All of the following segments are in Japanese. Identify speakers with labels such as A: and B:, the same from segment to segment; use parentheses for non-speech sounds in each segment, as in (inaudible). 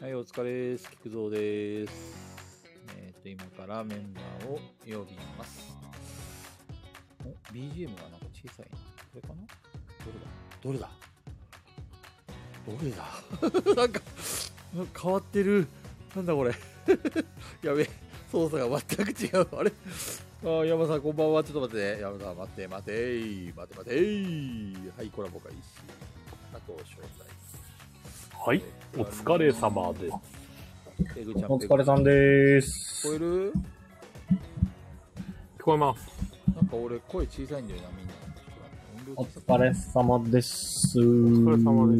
A: はい、お疲れです。菊蔵です。えっ、と、今からメンバーを呼びます。お、BGM がなんか小さいな。これかな
B: どれだどれだ
A: どれだ (laughs) なんか、なんか変わってる。なんだこれ。 (laughs) やべえ、操作が全く違う。あれあー山さん、こんばんは。ちょっと待ってね。山さん、待って、待て。待て、待て。はい、コラボがいいし。佐藤正体。
C: はい、お疲れ様です。
A: ペグちゃん。
D: お疲れさん
A: で
D: で
A: 聞こえ
D: す。
A: る
C: 聞こえます。
A: なんか俺声小さいんだよな、みんな。ちょっと
D: お
A: 待って音量小さ
D: 疲れ様です。お
C: お
D: 疲
C: 疲れ様で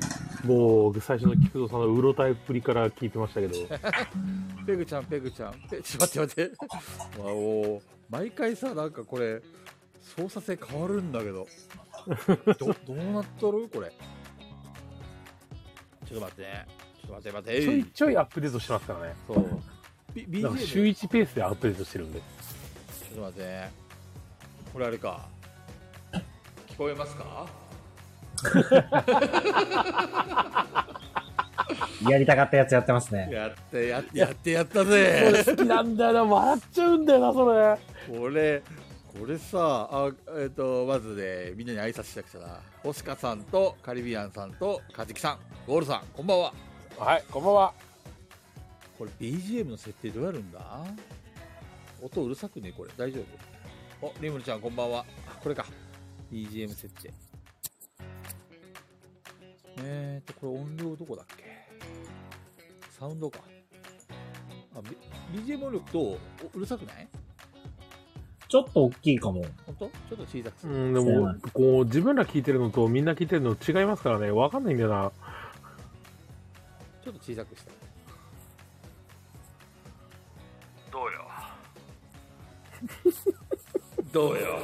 C: す。もう、最初の菊蔵さんのうろたえっぷりから聞いてましたけど、
A: いペグちゃん、ペグちゃん。ペちょっと待って待って。
C: (laughs)
A: わおー毎回さ、なんかこれ、操作性変わるんだけど。ど、どうなっとるこれ。ちょっと待ってね。ちょっと待って待って。
C: ちょいちょいアップデートしてますからね。
A: そう。B、
C: なんか
A: BGM。
C: 週
A: ちょ
C: 1ペースでアップデートしてるんで。
A: っと待ってね。これあれか。聞こえますか
D: やりたかったやつやってますね。
A: やって、やって、やって、やったぜ。
C: 好きなんだよな、笑っちゃうんだよな、それ。
A: これこれさあ、えっとまずねみんなに挨拶しなくちゃな星香さんとカリビアンさんとカジキさんゴールさんこんばんは
C: はい、こんばんは。
A: これ BGM の設定どうやるんだ音うるさくねこれ大丈夫おリムルちゃんこんばんはあこれか BGM 設定えーとこれ音量どこだっけサウンドかあ、B、BGM 音量とおうるさくない
D: ちょっと大きいかも。
A: 本当ちょっと小さくす
C: う
A: る、
C: ん、でも、こう、自分ら聞いてるのとみんな聞いてるの違いますからね、わかんないんだよな。
A: ちょっと小さくした
C: ど
A: (laughs)
C: う
A: どう
C: よ。
A: よ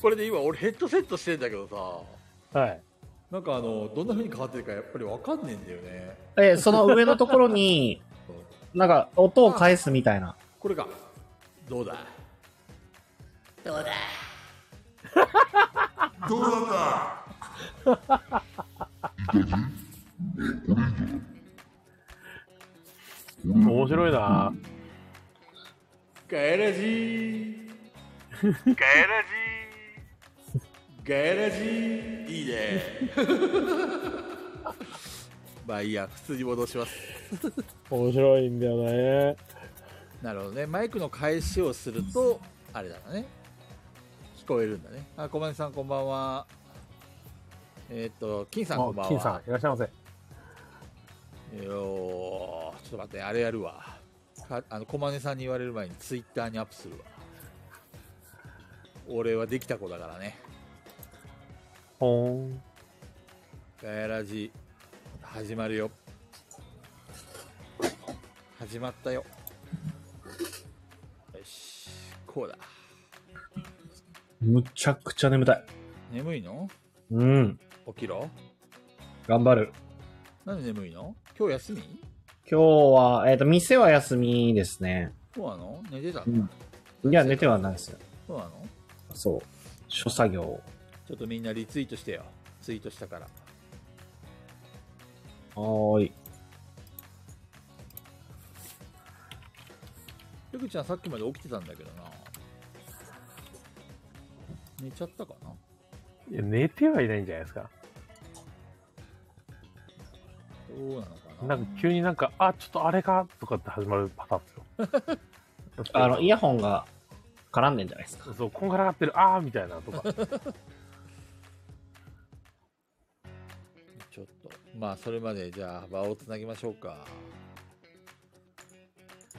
A: これで今俺ヘッドセットしてんだけどさ
C: はい。
A: なんかあのどんな風に変わってるかやっぱり分かんねえんだよね
D: え、その上のところ (laughs) に、なんか音を返すみたいな。
A: これかどうだ
C: 面白いな。
A: ガヤラジーガヤラジーガヤラジーいいね (laughs) まあいいや普通に戻します
C: 面白いんだよね。
A: なるほどねマイクの返しをするとあれだね聞こえるんだねあ小林さんこんばんはえっ、と金さんこんばんは
C: あ金さん、いらっしゃいませ。
A: よーちょっと待ってあれやるわかあの小金さんに言われる前にツイッターにアップするわ俺はできた子だからね
C: ほーん。
A: ガヤラジ始まるよ始まったよよしこうだ
D: むちゃくちゃ眠たい。
A: 眠いの
D: うん。
A: 起きろ
D: 頑張る。
A: なんで眠いの今日休み
D: 今日は、えっ、と、店は休みですね。
A: そうなの寝てたの、
D: うんいや、寝てはないですよ。
A: そうなの
D: そう。諸作業。
A: ちょっとみんなリツイートしてよツイートしたから
D: はーい。
A: ペグちゃんさっきまで起きてたんだけどな寝ちゃったかない
C: や、寝てはいないんじゃないですか。
A: どうなのかな
C: なんか急になんか、あ、ちょっとあれかとかって始まるパターンです (laughs) よ。だって
D: あの、イヤホンが絡んでんじゃないですか。
C: そう、こんがらがってる、あーみたいなとか。
A: ちょっとまあそれまでじゃあ場をつなぎましょうか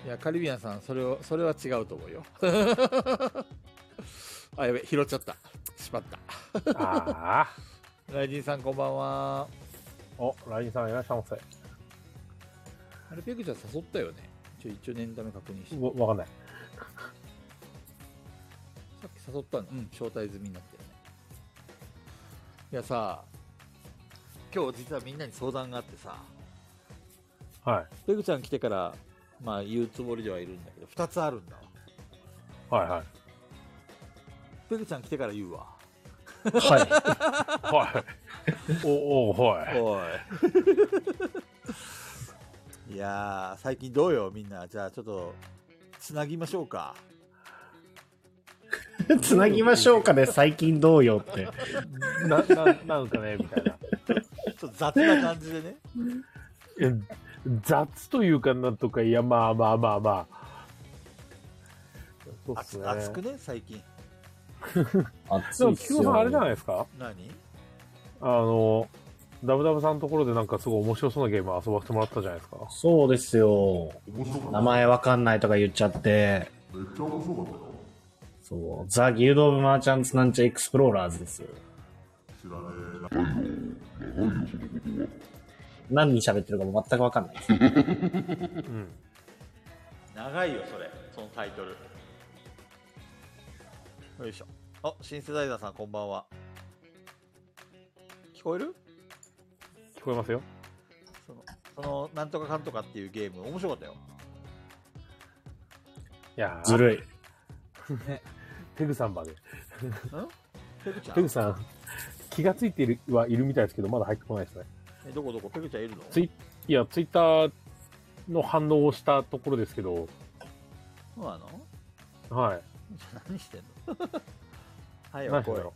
A: いやカリビアンさんそれをそれは違うと思うよ (laughs) あやべ拾っちゃったしまった
C: あ
A: ライジンさんこんばんは
C: ー。お、ラインさんいらっしゃいませ。
A: あれペグちゃん誘ったよねちょ一応念のため確認して
C: わわかんない。
A: さっき誘ったの、うん、招待済みになってるねいやさ今日実はみんなに相談があってさ
C: はい。
A: ペグちゃん来てからまあ言うつもりではいるんだけど2つあるんだわ
C: はいはい。
A: ペグちゃん来てから言うわ
D: はい。
C: はおおはい
A: お (laughs) い。いやー、最近どうよ、みんな。じゃあ、ちょっと、つなぎましょうか。
D: (laughs) つなぎましょうかで最近どうよって。
C: なななんかねみ (laughs) たいな
A: ちょっと雑な感じでね。
C: うん雑というかなんとかいやまあまあまあまあそうっす
A: 熱
C: ね
A: 熱くね、最近。
C: で
D: 熱
C: も菊野さんあれじゃないですか
A: 何
C: あのダブダブさんのところでなんかすごい面白そうなゲーム遊ばせてもらったじゃないですか
D: そうですよ。名前わかんないとか言っちゃって。そう。ザ・ギルド・オブ・マーチャンツ・なんちゃエクスプローラーズですよ。何に喋ってるかも全くわかんないです。
C: うん
A: 長いよ、それ。そのタイトル。よいしょ。あ、シンセサイザーさん、こんばんは。聞こえる
C: 聞こえますよ
A: その、その、なんとかかんとかっていうゲーム、面白かったよ。
C: いやー
D: (laughs) ずるい。
C: ペグさんまで
A: んペグちゃ
C: ペグ
A: ん
C: さん気がついているはいるみたいですけどまだ入ってこないですね
A: えどこどこペグちゃんいるの
C: ツイいやツイッターの反応をしたところですけど
A: そうなの
C: はい
A: 何してんの (laughs) はい、お
C: 何してん
A: 声
C: だ。ろ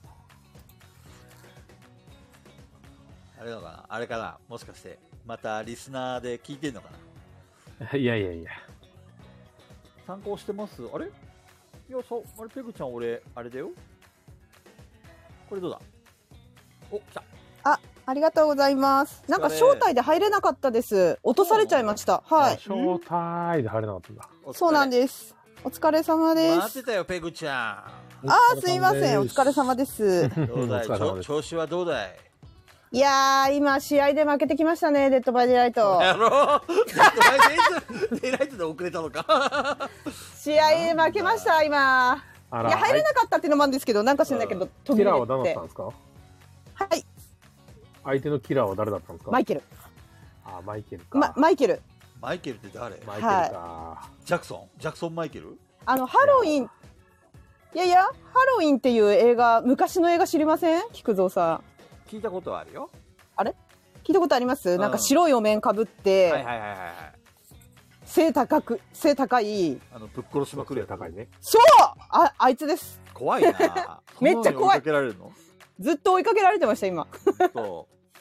A: あれなのかなあれかなもしかして、またリスナーで聞いてんのかな
C: ういやいやいや
A: 参考してますあれいや、そう、あれ、ペグちゃん、俺、あれだよ。これどうだお、来た。
E: ありがとうございます。なんか招待で入れなかったです。落とされちゃいました。は
C: あ
E: い。
C: 招待で入れなかったんだ
A: お疲れ
E: そうなんです。お疲れ様で
A: 待っ
E: す。
A: てたよ、ペグちゃ
E: ああ、すいません。お疲れ様で
A: (laughs)
E: す。
A: ん。どうだい
C: お疲れ様
A: 調
C: です
A: 調子はどうだい
E: いやー、今試合で負けてきましたね。デッドバイデイライト。
A: やろう (laughs) ちょっと前で、デイライトで遅れたの (laughs) か。
E: 試合で負けました。今。
C: あ
E: い
C: ら
E: や、入れなかったっていうのもあるんですけど、なんか知んないけど、飛
C: キ
E: び
C: ラー
E: 入
C: は何だ
E: れて
C: った
E: て
C: ん。ですか
E: はい、
C: 相手のキラーは誰だったんですか
E: マイケル。
C: あマイケルか、
E: ま、マイケル。
A: マイケルって誰
C: マイケルか、
A: ジャクソンジャクソン・マイケル
E: あの、ハロウィン。いやいや、ハロウィンっていう映画、昔の映画知りません菊蔵さん。
A: 聞いたことはあるよ。
E: 聞いたことあります、
A: ん
E: なんか白いお面かぶって、
A: はいはいはいはいはい。
E: 背高く背高い
A: あの、ぶっ殺しまくるやつ。
C: 高いね
E: そうああいつです
A: 怖い (laughs) な
E: めっち
A: そんな
E: ゃ怖い
A: のに追いかけられるの
E: ずっと追いかけられてました今
A: そう。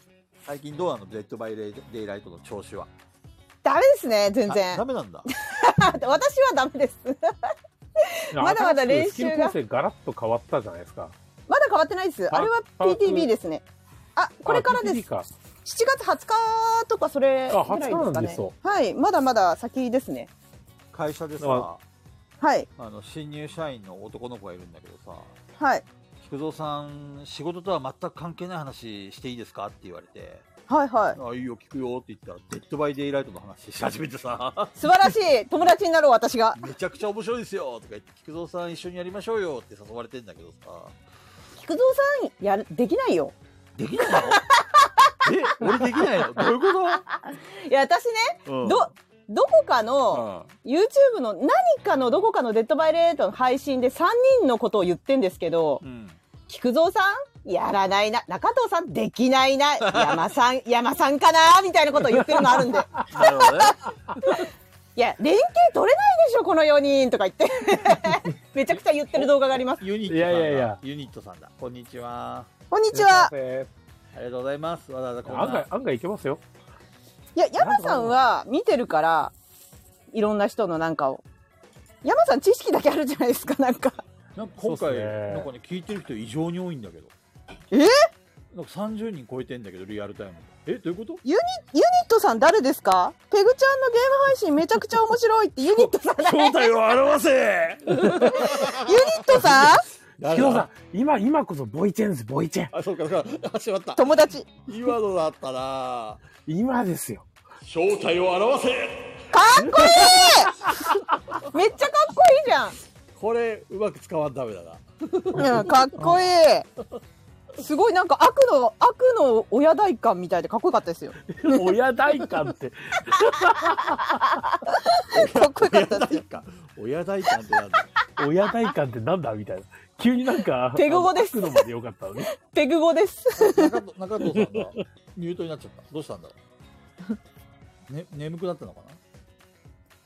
A: 最近どうなのデッドバイレイデイライトの調子は。
E: ダメですね全
A: あ
E: 然
A: ダメなんだ。
E: (laughs) 私はダメですまだまだ練習
C: 新しくスキル
E: が
C: 構成ガラッと変わったじゃないですか
E: まだ変わってないです
C: パ
E: あれは
C: パーク
E: PTB ですねあこれからです
C: あ PTB か
E: 7月20日とかそれ
C: あ
E: ぐらい
C: 20日なん
E: で
C: です
E: すか
C: そ
E: ねはいまだまだ先ですね
A: 会社で (laughs)
C: だ
A: さ
C: か、
E: はい
A: あの、新入社員の男の子がいるんだけどさ、
E: はい
A: 菊蔵さん、仕事とは全く関係ない話していいですかって言われて、
E: はいはい
A: あ、いいよ、聞くよって言ったら、デッドバイデイライトの話し始めて (laughs) さ、
E: 素晴らしい友達になろう私が
A: めちゃくちゃ面白いですよとか言って、菊蔵さん一緒にやりましょうよって誘われてんだけどさ、
E: 菊蔵さんやるできないよ
A: できないの (laughs) え、俺できないのどういうこ
E: いや私ね
A: と、うん、
E: どどこかの、
A: うん、
E: YouTube の何かのどこかのデッドバイレートの配信で3人のことを言ってんですけど、
A: うん、
E: 菊蔵さんやらないな。中藤さんできないな。山さん、 (laughs) 山さんかなみたいなことを言ってるのあ (laughs) るんで。
A: なるほどね。
E: いや、連携取れないでしょ、この4人とか言って。 (laughs) めちゃくちゃ言ってる動画があります。
A: ユニット
C: い
A: さん
C: や
A: だ
C: いやいや
A: ユニットさんだ。こんにちは。
E: こんにちは。
A: ありがとうございます。わざわざこん
C: 案外
A: な。
C: 案外いけます
E: (laughs)
C: よ
E: いや、山さんは見てるから、いろんな人のなんかを。山さん知識だけあるじゃないですか、なんか。
A: なんか
C: そ
A: 今
C: うっすね
A: 回、なんかね、聞いてる人異常に多いんだけど。
E: え
A: なんか30人超えてんだけど、リアルタイムで。え、どういうこと
E: ユニットさん誰ですかペグちゃんのゲーム配信めちゃくちゃ面白いってユニットさん
A: 正体を表
C: (laughs)
A: せ
E: ユニットさん
C: 木戸さん今今こそボイチェンですボイチェン
A: あ、そうか、そうか。あ、しまった。
E: 友達
A: 今のだったな
C: 今ですよ
A: 正体を表せ
E: かっこいいめっちゃかっこいいじゃ
A: これ、うまく使わんダメだな。
E: ん、うん、かっこいいすごいなんか悪の悪の親代官みたいでかっこよかったですよ
C: (laughs) 親代官って
E: かっこよかったです
A: 代官。親代官ってなんだ
C: 親代官ってなんだみたいな。急になんか、
E: (laughs) 手ごわです
C: あの書くのまでよかったのね。
E: ペグ語です。
A: 中藤中藤さんがミュートになっちゃった。どうしたんだろう。ね、眠くなったのかな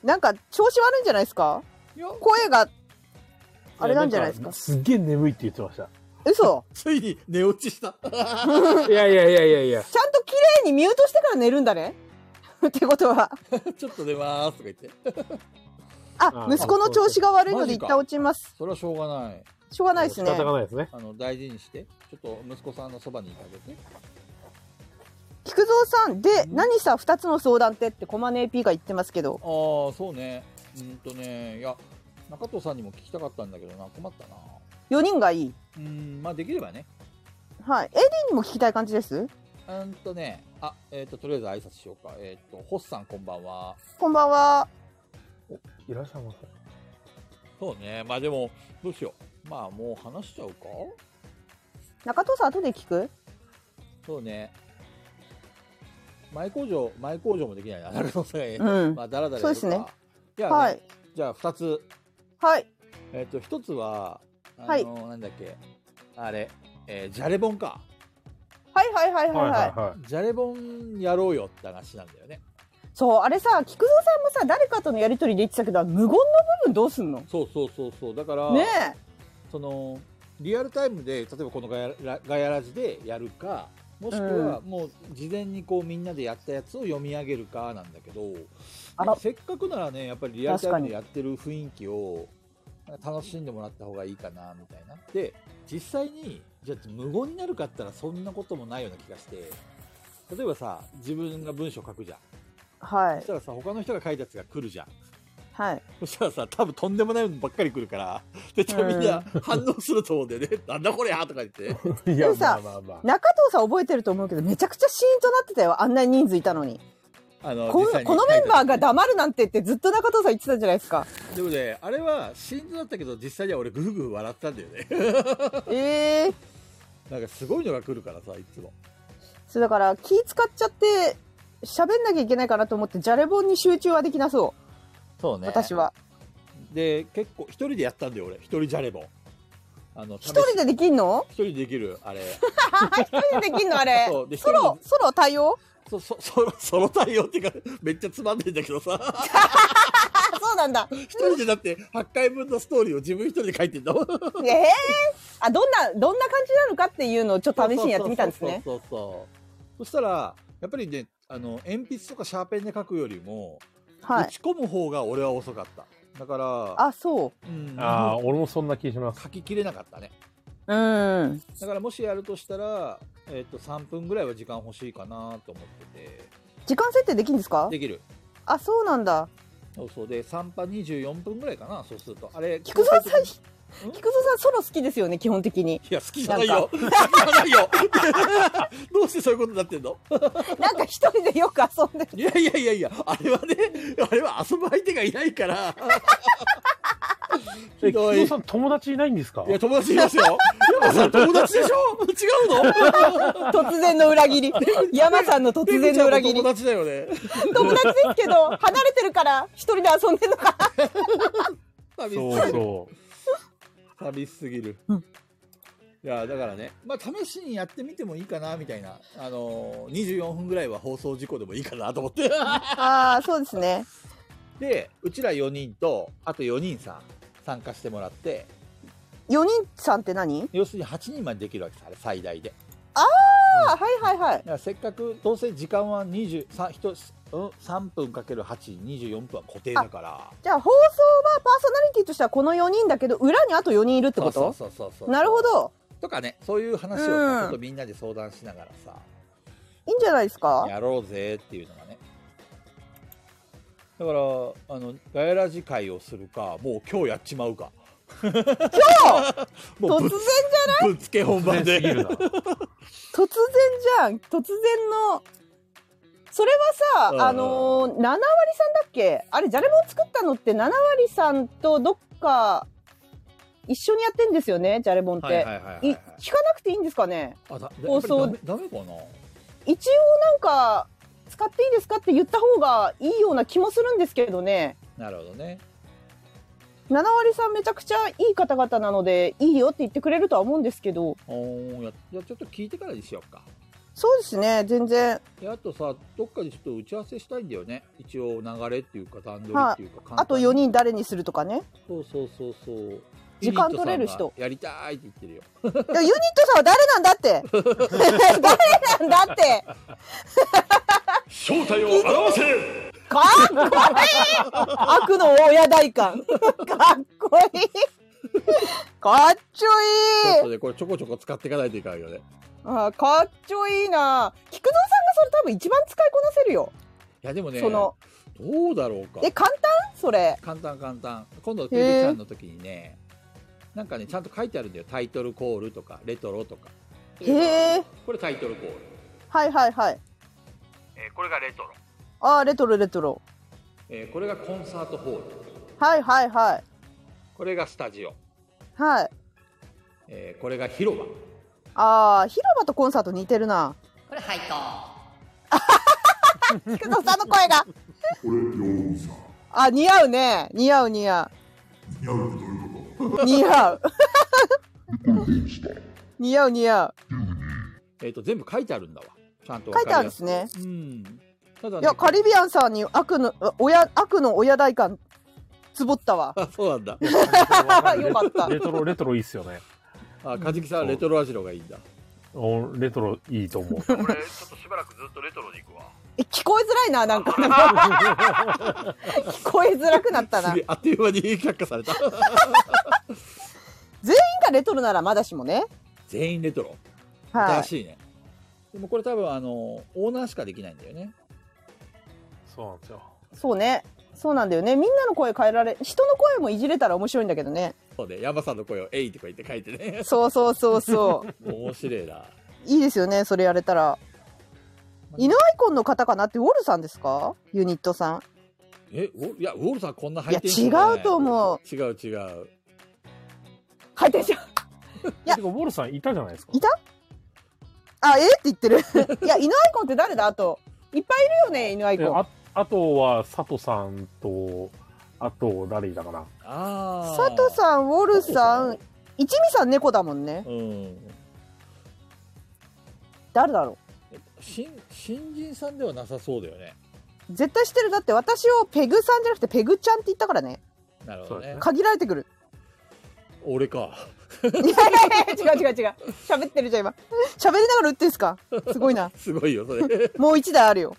E: なんか調子悪いんじゃないですか
A: いや、
E: 声が、 (laughs) あれなんじゃないですか
C: やんすっげえ眠いって言ってました。
E: 嘘
A: ついに寝落ちした。
C: (laughs) いやいやいやいやいや。
E: ちゃんと綺麗にミュートしてから寝るんだね。ってことは。
A: (laughs) ちょっと寝まーすとか言って。
E: あ、
C: あ
E: 息子の調子が悪いので
A: マジ
E: 一
A: か
E: 旦落ちます。
A: それはしょうがない。
E: しょうがないですね
C: 仕。方がないですね。
A: あの、大事にして、ちょっと息子さんのそばにいてあげて。
E: 菊蔵さん、で、何さ、二つの相談ってってコマネ AP が言ってますけど。
A: ああ、そうね。うーんとね、いや、中藤さんにも聞きたかったんだけどな、困ったな。
E: 4人がいい。
A: うーん、まあできればね。
E: はい。AD にも聞きたい感じです
A: うーんとね、あ、えっ、と、とりあえず挨拶しようか。えっ、と、ホッさんこんばんは。
E: こんばんは。
C: いらっしゃいませ。
A: そうね、まあでも、どうしよう。まあもう話しちゃうか
E: 中藤さん、後で聞く
A: そうね。前工場、前工場もできないな。中藤さんがえ
E: うん
A: ま。あ、だらだら
E: そうですね。
A: じゃあ、ね
E: はい。
A: じゃあ2つ。
E: はい。
A: えっ、と、1つは、あの
E: はい
A: なんだっけ、あれ、えーじゃれぼんか。
E: はいはいはいはいはい。
C: は
A: じゃれぼんやろうよって話なんだよね。
E: そう、あれさ、菊蔵さんもさ、誰かとのやりとりで言ってたけど、無言の部分どうすんの
A: そうそうそうそう。だから、
E: ね
A: その、リアルタイムで、例えばこのガヤラガヤラジでやるか、もしくはもう事前にこうみんなでやったやつを読み上げるかなんだけど、
E: あら
A: せっかくならね、やっぱりリアルタイムでやってる雰囲気をなんか楽しんでもらった方がいいかなみたいな。で、実際に、じゃあ無言になるかって言ったらそんなこともないような気がして、例えばさ、自分が文章書くじゃん。
E: え。は
A: そ
E: い
A: し。たらさ、他の人が書いたやつが来るじゃん。
E: はい。
A: そしたらさ、多分とんでもないのばっかり来るから、絶対みんな反応すると思うんだよね。 (laughs) なんだこりゃとか言って。
C: い。いや、
E: で
C: ま
E: さ
C: あまあまあ。
E: 中藤さん覚えてると思うけど、めちゃくちゃシーンとなってたよ。あんなに人数いたのに。
A: あの
E: こ
A: 実際に
E: このメンバーが
A: 書いた
E: 黙るなんてってずっと中藤さん言ってたじゃないです
A: (laughs)
E: か。
A: でもね、あれは心臓だったけど、実際には俺グフグフ笑ってたんだよね。 (laughs)
E: ええ
A: なんかすごいのが来るからさ、いつも。
E: そうだから気使っちゃって、喋んなきゃいけないかなと思って、じゃれぼんに集中はできなそう。
A: そう
E: 私。は。
A: で、結構一人でやったんだよ、俺。一人じゃれぼ。あの、
E: 一人でできんの
A: 一人でできる、あれ。 (laughs)
E: 一人でできんのあれ
A: そうで。
E: ソロ
A: 一人、で
E: ソロ対応
A: そ、そ、そ、その対応っていうか、めっちゃつまんでんだけどさ。 (laughs)
E: あ、そうなんだ。
A: 一人でだって、8回分のストーリーを自分一人で書いてんだもん。
E: ええあ、どんな、どんな感じなのかっていうのをちょっと試しにやってみたんですね。
A: そうそうそうそう。そしたら、やっぱりね、あの、鉛筆とかシャーペンで書くよりも、
E: は
A: 打
E: い。
A: ち込む方が俺は遅かった。だから、
E: あ、そう。
A: うん、
C: ああ、俺もそんな気します。
A: 書ききれなかったね。
E: うん。
A: だからもしやるとしたら、えっ、と、3分ぐらいは時間欲しいかなと思ってて、
E: 時間設定できるんですか
A: できる。
E: あ、そうなんだ。
A: そうそうで、3波24分ぐらいかな、そうすると。あれ、
E: 菊蔵さん、
A: い
E: 菊蔵さんソロ好きですよね、基本的に。
A: や、好きじゃないよ。好きじゃないよ。 (laughs) どうしてそういうことになってんの
E: なんか一人でよく遊んでる。
A: いやいやいやいや、あれはね、あれは遊ぶ相手がいない
E: (laughs)
A: から。
C: え、
A: ひどい
C: 木戸さん友達いないんですか
A: いや、友達いますよ。山さん、友達でしょ違うの
E: 突然の
A: (laughs)
E: 裏切り。山さん (laughs) の突
A: ペグ
E: 然
A: ちゃ
E: の
A: んも
E: 裏切
A: 友
E: り。友
A: 達だよね。
E: (laughs) 達ですけど、離れてるから、一人で遊んでるのかな。
A: 寂しすぎ
C: そう
A: る。
C: そう。
A: 寂しすぎる。
E: うん
A: いや、だからね、まあ、試しにやってみてもいいかな、みたいな。あのー、24分ぐらいは放送事故でもいいかなと思
E: (laughs)
A: って。
E: ああ、そうですね。
A: で、うちら4人と、あと4人さ、参加してもらって、
E: 4人さんって何
A: 要するに8人までできるわけさ、あれ、最大で。
E: ああ、はいはいはい
A: だ。からせっかくどうせ時間は2 3ひとうん3分かける824分は固定だから
E: じゃあ放送はパーソナリティとしてはこの4人だけど、裏にあと4人いるってこと
A: そうそうそうそうそう
E: なるほど。
A: とかねそういう話をさ
E: うん
A: ちょっとみんなで相談しながらさ、
E: いいんじゃないですか
A: やろうぜっていうのがねだからあのガヤラジ会をするかもう今日やっちまうか (laughs) も
E: 突
A: うぶっ
E: 然
A: ぶっつけ本番
C: 突然
A: です
C: ぎるな。
E: (laughs) 突然じゃん突然のそれはさ、
A: うん
E: あのー、7割さんだっけあれじゃれもん作ったのって7割さんとどっか一緒にやってんですよねじゃれもんって、
A: はい
E: い
A: はいはいはい、はい、
E: 聞かなくていいんですかね
A: あだ
E: 放送
A: やっぱりダメダメかな
E: 一応なんか使っていいですかって言った方がいいような気もするんですけどね
A: なるほどね
E: 7割さんめちゃくちゃいい方々なのでいいよって言ってくれるとは思うんですけど
A: おーやじゃあちょっと聞いてからにしようか
E: そうですね全然
A: であとさどっかでちょっと打ち合わせしたいんだよね一応流れっていうか段取り
E: はい
A: っていうか、
E: あと4人誰にするとかね
A: そうそうそうそう
E: 時間取れる人
A: ユニットさんがやりたいって言ってるよ
E: いやユニットさんは誰なんだって (laughs) 誰なんだって
F: 正体を表せ
E: かっこいい悪の親代官かっこいいかっち
A: ちょっ
E: ょ
A: と
E: いい
A: ねこれちょこちょこ使っていかないといかんよね
E: あかっちょいいな菊蔵さんがそれ多分一番使いこなせるよ、
A: いやでもね
E: その
A: どうだろうか
E: え簡単それ
A: 簡単簡単今度ペグちゃんの時にねなんかねちゃんと書いてあるんだよタイトルコールとかレトロとか
E: へえ
A: これタイトルコール、
E: はいはいはい
A: えーこれがレトロ、
E: あーレトロレトロ
A: えーこれがコンサートホール
E: はいはいはい
A: これがスタジオ、
E: はい
A: えーこれが広場
E: あー広場とコンサート似てるな
G: これ配当
E: (laughs) 菊蔵さんの声が
H: これ両さ
E: あ似合うね似合う似合
H: ん似合うってどういうことこ
E: う似合う
H: れでした
E: 似合う似合う
A: えっ、と全部書いてあるんだわちゃんと
E: 書いてあるん
A: ん
E: ですね
A: うんただ、
E: い
A: ね、
E: やカリビアンさんに悪の親悪の親代官つぼったわ
A: (laughs) あそうなんだ
E: (laughs) よかった
C: レトロ、レトロいいっすよね。
A: あカジキさんはレトロアジロがいいんだ
C: おレトロいいと思う。
F: 俺ちょっとしばらくずっとレトロに行くわ
E: え聞こえづらいなな
A: (laughs)
E: んか聞こえづらくなったな
A: すげえあっという間に却下された (laughs)
E: なんかレトロならまだしもね
A: 全員レトロ
E: は
A: 新
E: い
A: しいね、でもこれ多分あのオーナーしかできないんだよね
C: そうなんですよ。
E: そうねそうなんだよねみんなの声変えられ人の声もいじれたら面白いんだけどね
A: そうで山さんの声を「えい」とか言って書いて
F: (laughs)
A: ね
E: そうそうそうそ
A: (laughs)
E: う
A: 面白いない
E: いですよねそれやれたら犬アイコンの方かなってウォルさんですかユニットさん
A: えウォいやウォールさんこんな入って
E: いや違うと思う
A: 違う違う
E: はいテンションいや
C: てか、ウォルさんいたじゃないですか
E: い。あえーって言ってる (laughs) いや犬アイコンって誰だあといっぱいいるよね犬アイ
C: え
E: コン
C: ああとは、佐藤さんと、あと、誰いたかな。
A: ああ
E: 佐藤さん、ウォルさ
A: ウォル
E: ん、一味さん猫だもんね。
A: うん
E: 誰だろ
A: 新新人さんではなさそうだよね
E: う。絶対してる。だって私をペグさんじゃなくてペグちゃんって言ったからね。
A: なるほどね
C: そう
E: 限られてく (laughs) る。
A: 俺か
E: いやいやいや違う違う違う。喋ってるじゃん今。喋りながら打ってんすか。すごいな。
A: すごいよそれ
E: もう一台あるよ。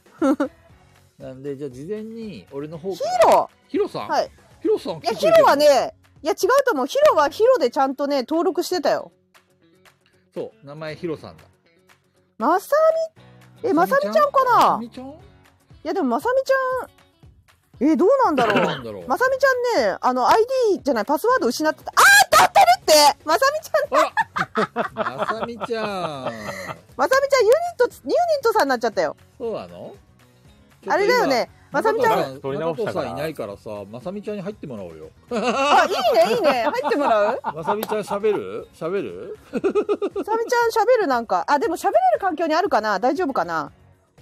A: (laughs) なんでじゃあ事前に俺の方
E: ヒ
A: から
E: ロ。
A: ヒロさん、
E: はい。
A: ヒロさん
E: いや
A: 来てく
E: ヒ
A: れてる
E: ロはね。いや違うと思う。ヒロはヒロでちゃんとね登録してたよ。
A: そう名前ヒロさんだ
E: まさみえまさみちゃんか
A: まさ
E: な。い
A: みちゃん
E: やでもまさみちゃんえどうなんだ
A: どう
E: ろう (laughs)
A: な。んだろう、
E: まさみちゃんね、あの ID じゃない、パスワード失ってた。あー立ってるってまさみちゃん、
A: まさみちゃん
E: まさみちゃんユニット、ユニットさんになっちゃったよ。
A: そうな (laughs) の
E: あれだよね。まさみちゃん、
C: ん取り直した
A: 中藤
C: から
A: さんいないからさまさみちゃんに入ってもらおうよ
E: あ、いいね、いいね。入っても (laughs) らう
A: まさみちゃん喋る喋る
E: まさみちゃん喋るなんか。あ、でも喋れる環境にあるかな大丈夫かな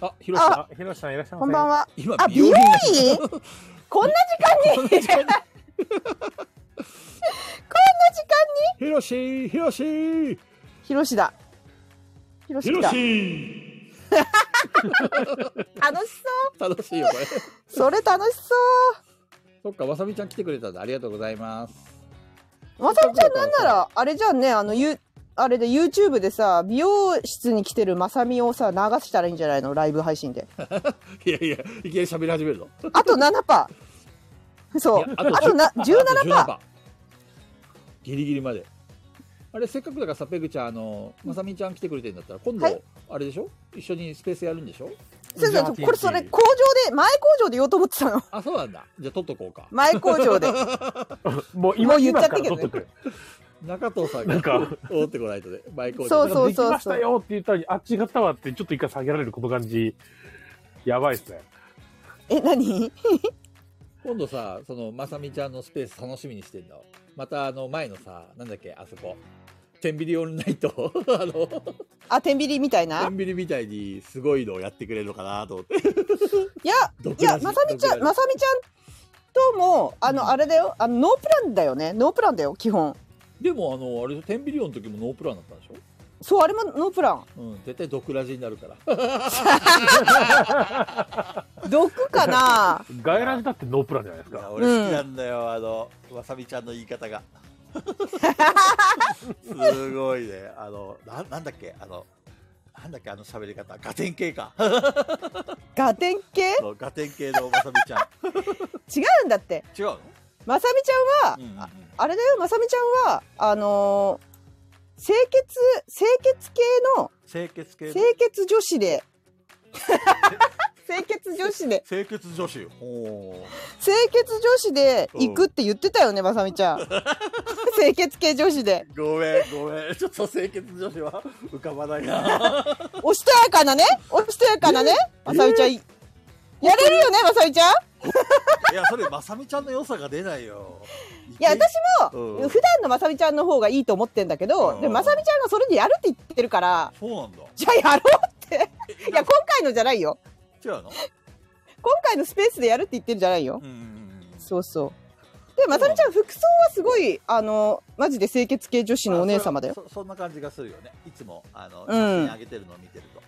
A: あ、ひろしさん。
C: あ、ひろしさんいらっしゃいませ。
E: こんばんは。
A: 今
E: あ、美容院こんな時間にこんな時間に
A: ひろし、ひろし。
E: ひろしだ。ひろし
F: ヒ
E: 来
F: ロ
E: た。
F: シ
E: 楽しそう。
A: 楽しいよ、これ。 (laughs)
E: それ楽しそ
A: そっか、まさみちゃん来てくれたんだ。ありがとうございます。
E: う。まさみちゃんなんなら、あれじゃんね、あの、ゆ、あれで YouTube でさ、美容室に来てるまさみをさ、流したらいいんじゃないのライブ配信で。
A: いやいや、いきなり喋り始めるぞ。
E: あと7パー。そ
A: い
E: う。
A: や
E: あ
A: あと
E: とな17パー。
A: 17%ギリギリまで。あれ、せっかくだからさ、ペグちゃん、あの、まさみちゃん来てくれてんだったら、今度、
E: はい
A: あれでしょ一緒にスペースやるんでしょ
E: そうそうそう。これそれ工場で前工場で言おうと思ってたの。
A: あ、そうなんだ。じゃあ、取っとこうか。
E: 前工場で。
C: もう今、
E: もう言っちゃったけどね
C: 今から撮
A: 中藤
C: っとく
A: さんが、
C: なんか
A: おってこないとね。バイコー
E: そうそう
C: できましたよって言ったのに、あ、違ったわって、ちょっと一回下げられるこの感じ、やばいっすね。
E: え、何
A: 今度さそのまさみちゃんのスペース楽しみにしてんのまたあの前のさなんだっけあそこ天秤オンライト (laughs) あの
E: あ、天秤みたい
A: 天
E: な。
A: 秤みたいにすごいのをやってくれるのかなと思って
E: いや、
A: 毒
E: いや、
A: ラジ
E: まさみちゃん、
A: 毒ラ
E: まさみちゃんとも、あの、あれだよ。あの、ノープランだよね。ノープランだよ、基本。
I: でもあのあれテンビリオンの時もノープランだったんでし
E: そう、あれもノープラン。
I: ょ、うん、絶対毒ラジになるから
E: 毒
C: (laughs)
E: かな
C: 外来だってノープランじゃないです
A: いや
C: か。
A: 俺好きなんだよ、あのわさびちゃんの言い方がすごいねあのななんだっけあのなんだっけあの喋り方ガテン系か
E: ガテン系
A: そうガテン系のわさびちゃん
E: 違うんだって。
A: 違うの
E: まさみちゃんは、
A: うんうんうん
E: あれだよ、まさみちゃんは、あのー清潔、清潔系の、
A: 清潔系の
E: 清潔女子で、 (laughs) 清潔女子で、
A: 清潔女子お
E: 清潔女子で行くって言ってたよね、まさみちゃん。 (laughs) 清潔系女子で。
A: ごめんごめんちょっと清潔女子は (laughs) 浮かばないな
E: おしとやかなね、おしとやかなね、まさみちゃん。やれるよね、まさみちゃん。
A: いやそれまさみちゃんの良さが出ないよ
E: いや、私
A: う
E: も、
A: ん
E: 普段のまさみちゃんの方がいいと思ってんだけ
A: う
E: ど、
A: ん
E: でもまさみちゃんがそれでやるって言ってるから、
A: そうなんだ
E: じゃあやろう
A: (laughs)
E: って。いや、今回のじゃないよ。
A: 違うの
E: 今回のスペースでやるって言ってるじゃないよ。
A: うんうんうん
E: そうそう。で、まさみちゃん、服装はすごい、あの、マジで清潔系女子のお姉様だよ。
A: そそそんな感じがするよねいつもあの
E: ん
A: 写真上げてるのを見てると、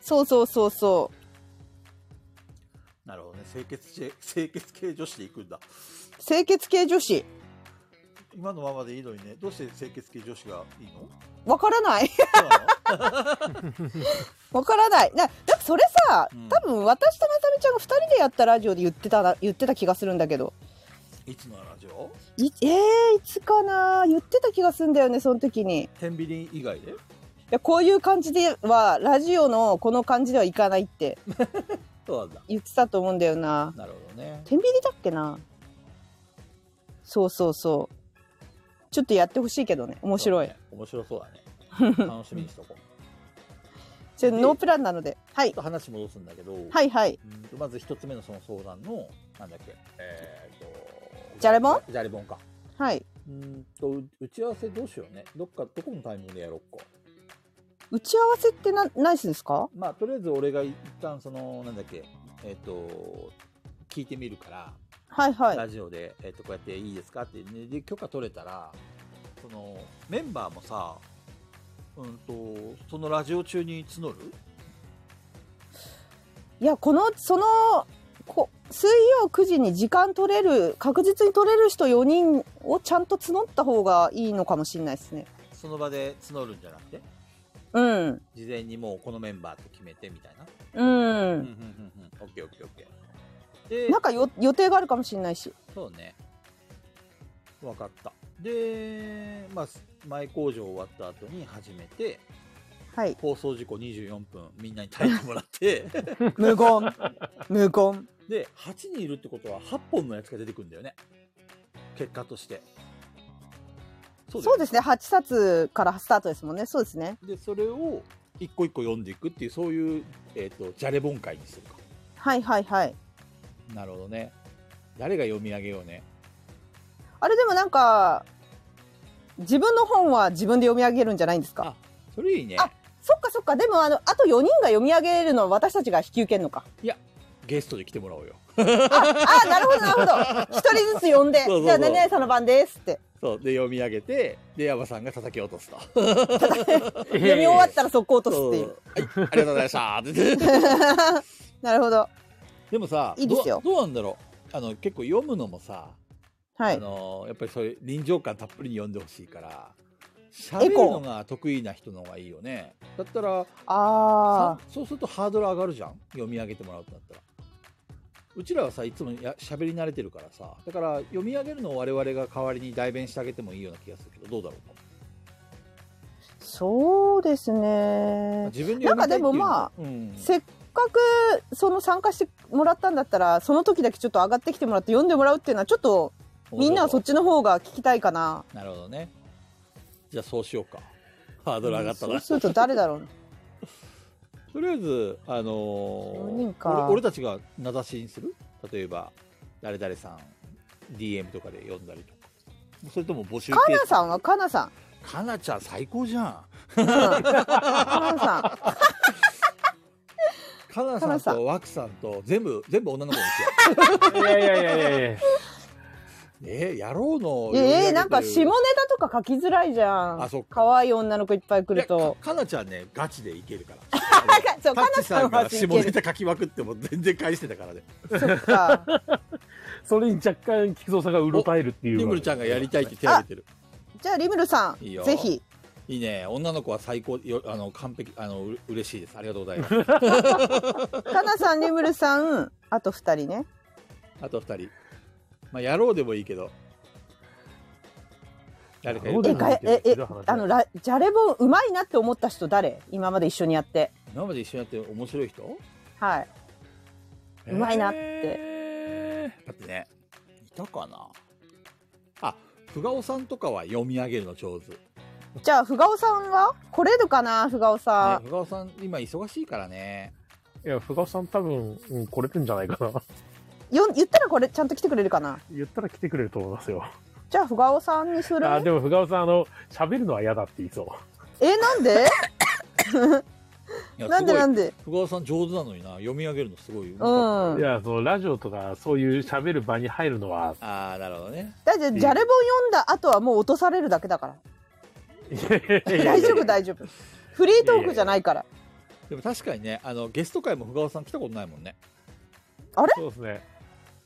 E: そうそうそうそ
A: なるほどね清潔系 (laughs) 清潔系女子で行くんだ
E: う。清潔系女子。
A: 今のままでいいのにねどうして清潔系女子がいいの
E: わからない。 (laughs)
A: そうなの (laughs)
E: わからない。な、なんかそれさ
A: うん、
E: 多分私とまさみちゃんが二人でやったラジオで言ってたな、言ってた気がするんだけど。
A: いつのラジオ
E: いえー、いつかな言ってた気がするんだよね、その時に。い
A: 天秤以外で
E: や、こういう感じでは、ラジオのこの感じではいかないって
A: そうなんだ
E: 言ってたと思うんだよな。
A: なるほどね
E: 天秤だっけなそうそうそうちょっとやってほしいけどね面白い、
A: そうだね面白そうだ
E: (laughs)
A: ね楽しみにしとこうち
E: じゃあノープランなのでは
A: ょ
E: い
A: っと話戻すんだけど、
E: はいはい
A: うんとまず一つ目のその相談のなんだっけえー、と
E: じゃれもん
A: じゃれもんか
E: はい
A: うんとう打ち合わせどうしようねどっかどこのタイミングでやろうか
E: 打ち合わせってなナイスですか
A: まあとりあえず俺が一旦そのなんだっけえっ、と聞いてみるから、
E: はいはい
A: ラジオで、えっとこうやっていいですかって、ね、で許可取れたらそのメンバーもさうんとそのラジオ中に募る
E: いやこのそのこ水曜9時に時間取れる確実に取れる人4人をちゃんと募った方がいいのかもしれないですね
A: その場で募るんじゃなくて
E: うん
A: 事前にもうこのメンバーって決めてみたいな
E: うん、
A: うんうんうんうんオッケーオッケーオッケーで
E: なんかよ予定があるかもしれないし
A: そうね。わかった。で、まあ、す前工場終わった後に始めて、
E: はい
A: 放送事故24分、みんなに耐えてもらって、
E: (laughs) 無言無言
A: で、8人いるってことは8本のやつが出てくるんだよね。結果として。そ。
E: そうですすね8冊からスタートですもんねそうですね
A: で、それを一個一個読んでいくっていう、そういう、えっ、と、じゃれ本会にするか。
E: はいはいはい
A: なるほどね。誰が読み上げようね。
E: あれでもなんか自分の本は自分で読み上げるんじゃないんですか
A: あそれいいね。
E: あそっかそっかでもあのあと4人が読み上げるのは私たちが引き受けるのか
A: ゲストで来てもらおうよ。
E: ああなるほどなるほど一人ずつ呼んで
A: そうそうそう
E: じゃあ何々さんの番ですって
A: そう。で、読み上げて、で、ヤバさんが叩き落とすと。
C: 読
E: 読み終わったら速攻落とすっていう
A: そうはい、ありがとうございましたって言って
E: (laughs) なるほど
A: でもさ
E: いいですよ
A: どうどうなんだろうあの結構読むのもさ、
E: は
A: あ
E: い
A: のやっぱりそういう臨場感たっぷりに読んでほしいから
E: エ
A: 喋る
E: コ
A: の
E: ー
A: が得意な人の方がいいよねだったら
E: あ
A: さそうするとハードル上がるじゃん読み上げてもらうとなったらうちらはさいつもや喋り慣れてるからさだから読み上げるのを我々が代わりに代弁してあげてもいいような気がするけどどうだろう
E: あそうで
A: か
E: すね
A: 自分で読みたいっていうの
E: なんかでもまあ
A: うん、
E: せっかくその参加してもらったんだったらその時だけちょっと上がってきてもらって読んでもらうっていうのはちょっとみんなはそっちの方が聞きたいかな
A: なるほどねじゃあそうしようかハードル上がったな、
E: そうすると誰だろうな
A: とりあえず、あのー
E: 4人か
A: 俺俺たちが名指しにする例えば誰々さん DM とかで呼んだりとかそれとも募集
E: か
A: 形
E: なさんはかなさん
A: かなちゃん最高じゃん
E: うんカナさん。
A: かな
E: か
A: さ
E: なんさん
A: と枠さんと全部全部女の子ですよ
C: いやいやいやいやいや。
E: (laughs)
A: えー、やろうの
E: ええなんか
A: 下
E: 下ネタとか書きづらいじゃん
A: あそっか
E: 可愛い女の子いっぱい来ると
A: かかなちゃんねガチでいけるから
E: (laughs) かそう
A: タッチさん
E: か
A: が
E: なちゃ
A: 下
E: んはいける
A: ネタ書きまくっても全然返してたからね
E: そっか
C: それに若干、菊蔵さんがうろたえるっていう。
A: リムルちゃんがやりたいって手挙げてる
E: じゃあリムルさん
A: いいよ
E: ぜひ
A: いいね女の子は最高よあの完璧あのう嬉しいですありがとうございます
E: かなさんリムルさんあと二人ね
A: あと二人まあやろうでもいいけど誰かい
C: やろ
A: る
C: う
A: か
C: で
E: え
A: な
C: も
E: かええ
C: ひどい話だ
E: あのラじゃれぼんうまいなって思った人誰今まで一緒にやって
A: 今まで一緒にやって面白い人
E: はいううまいなって
A: て。だってね、いたかなあ、ふがおさんとかは読み上げるの上手。ね
E: じゃあふがおさんは来れるかなふがおさん、
A: ふがおさん、今忙しいからね。
C: いや、深尾さん多分、うん、来れるんじゃないかな。
E: よ言ったらこれちゃんと来てくれるかな
C: 言ったら来てくれると思いますよ。
E: じゃあふがおさんにする
C: あ、でも深尾さん、あの、喋るのは嫌だって言いそう。
E: えなんで
A: いや
E: なんでなん
A: で
E: で
A: ふがおさん上手なのにな、読み上げるのすごい。う
E: うん
C: いや、そのラジオとか、そういう喋る場に入る
A: (laughs)
C: のは、
A: あー、なるほどね。
E: だってじゃれ本読んだ後はもう落とされるだけだから大丈夫大丈夫フリートークじゃないから
A: でも確かにね、あの、ゲスト会もふがおさん来たことないもんね。
C: そうですね。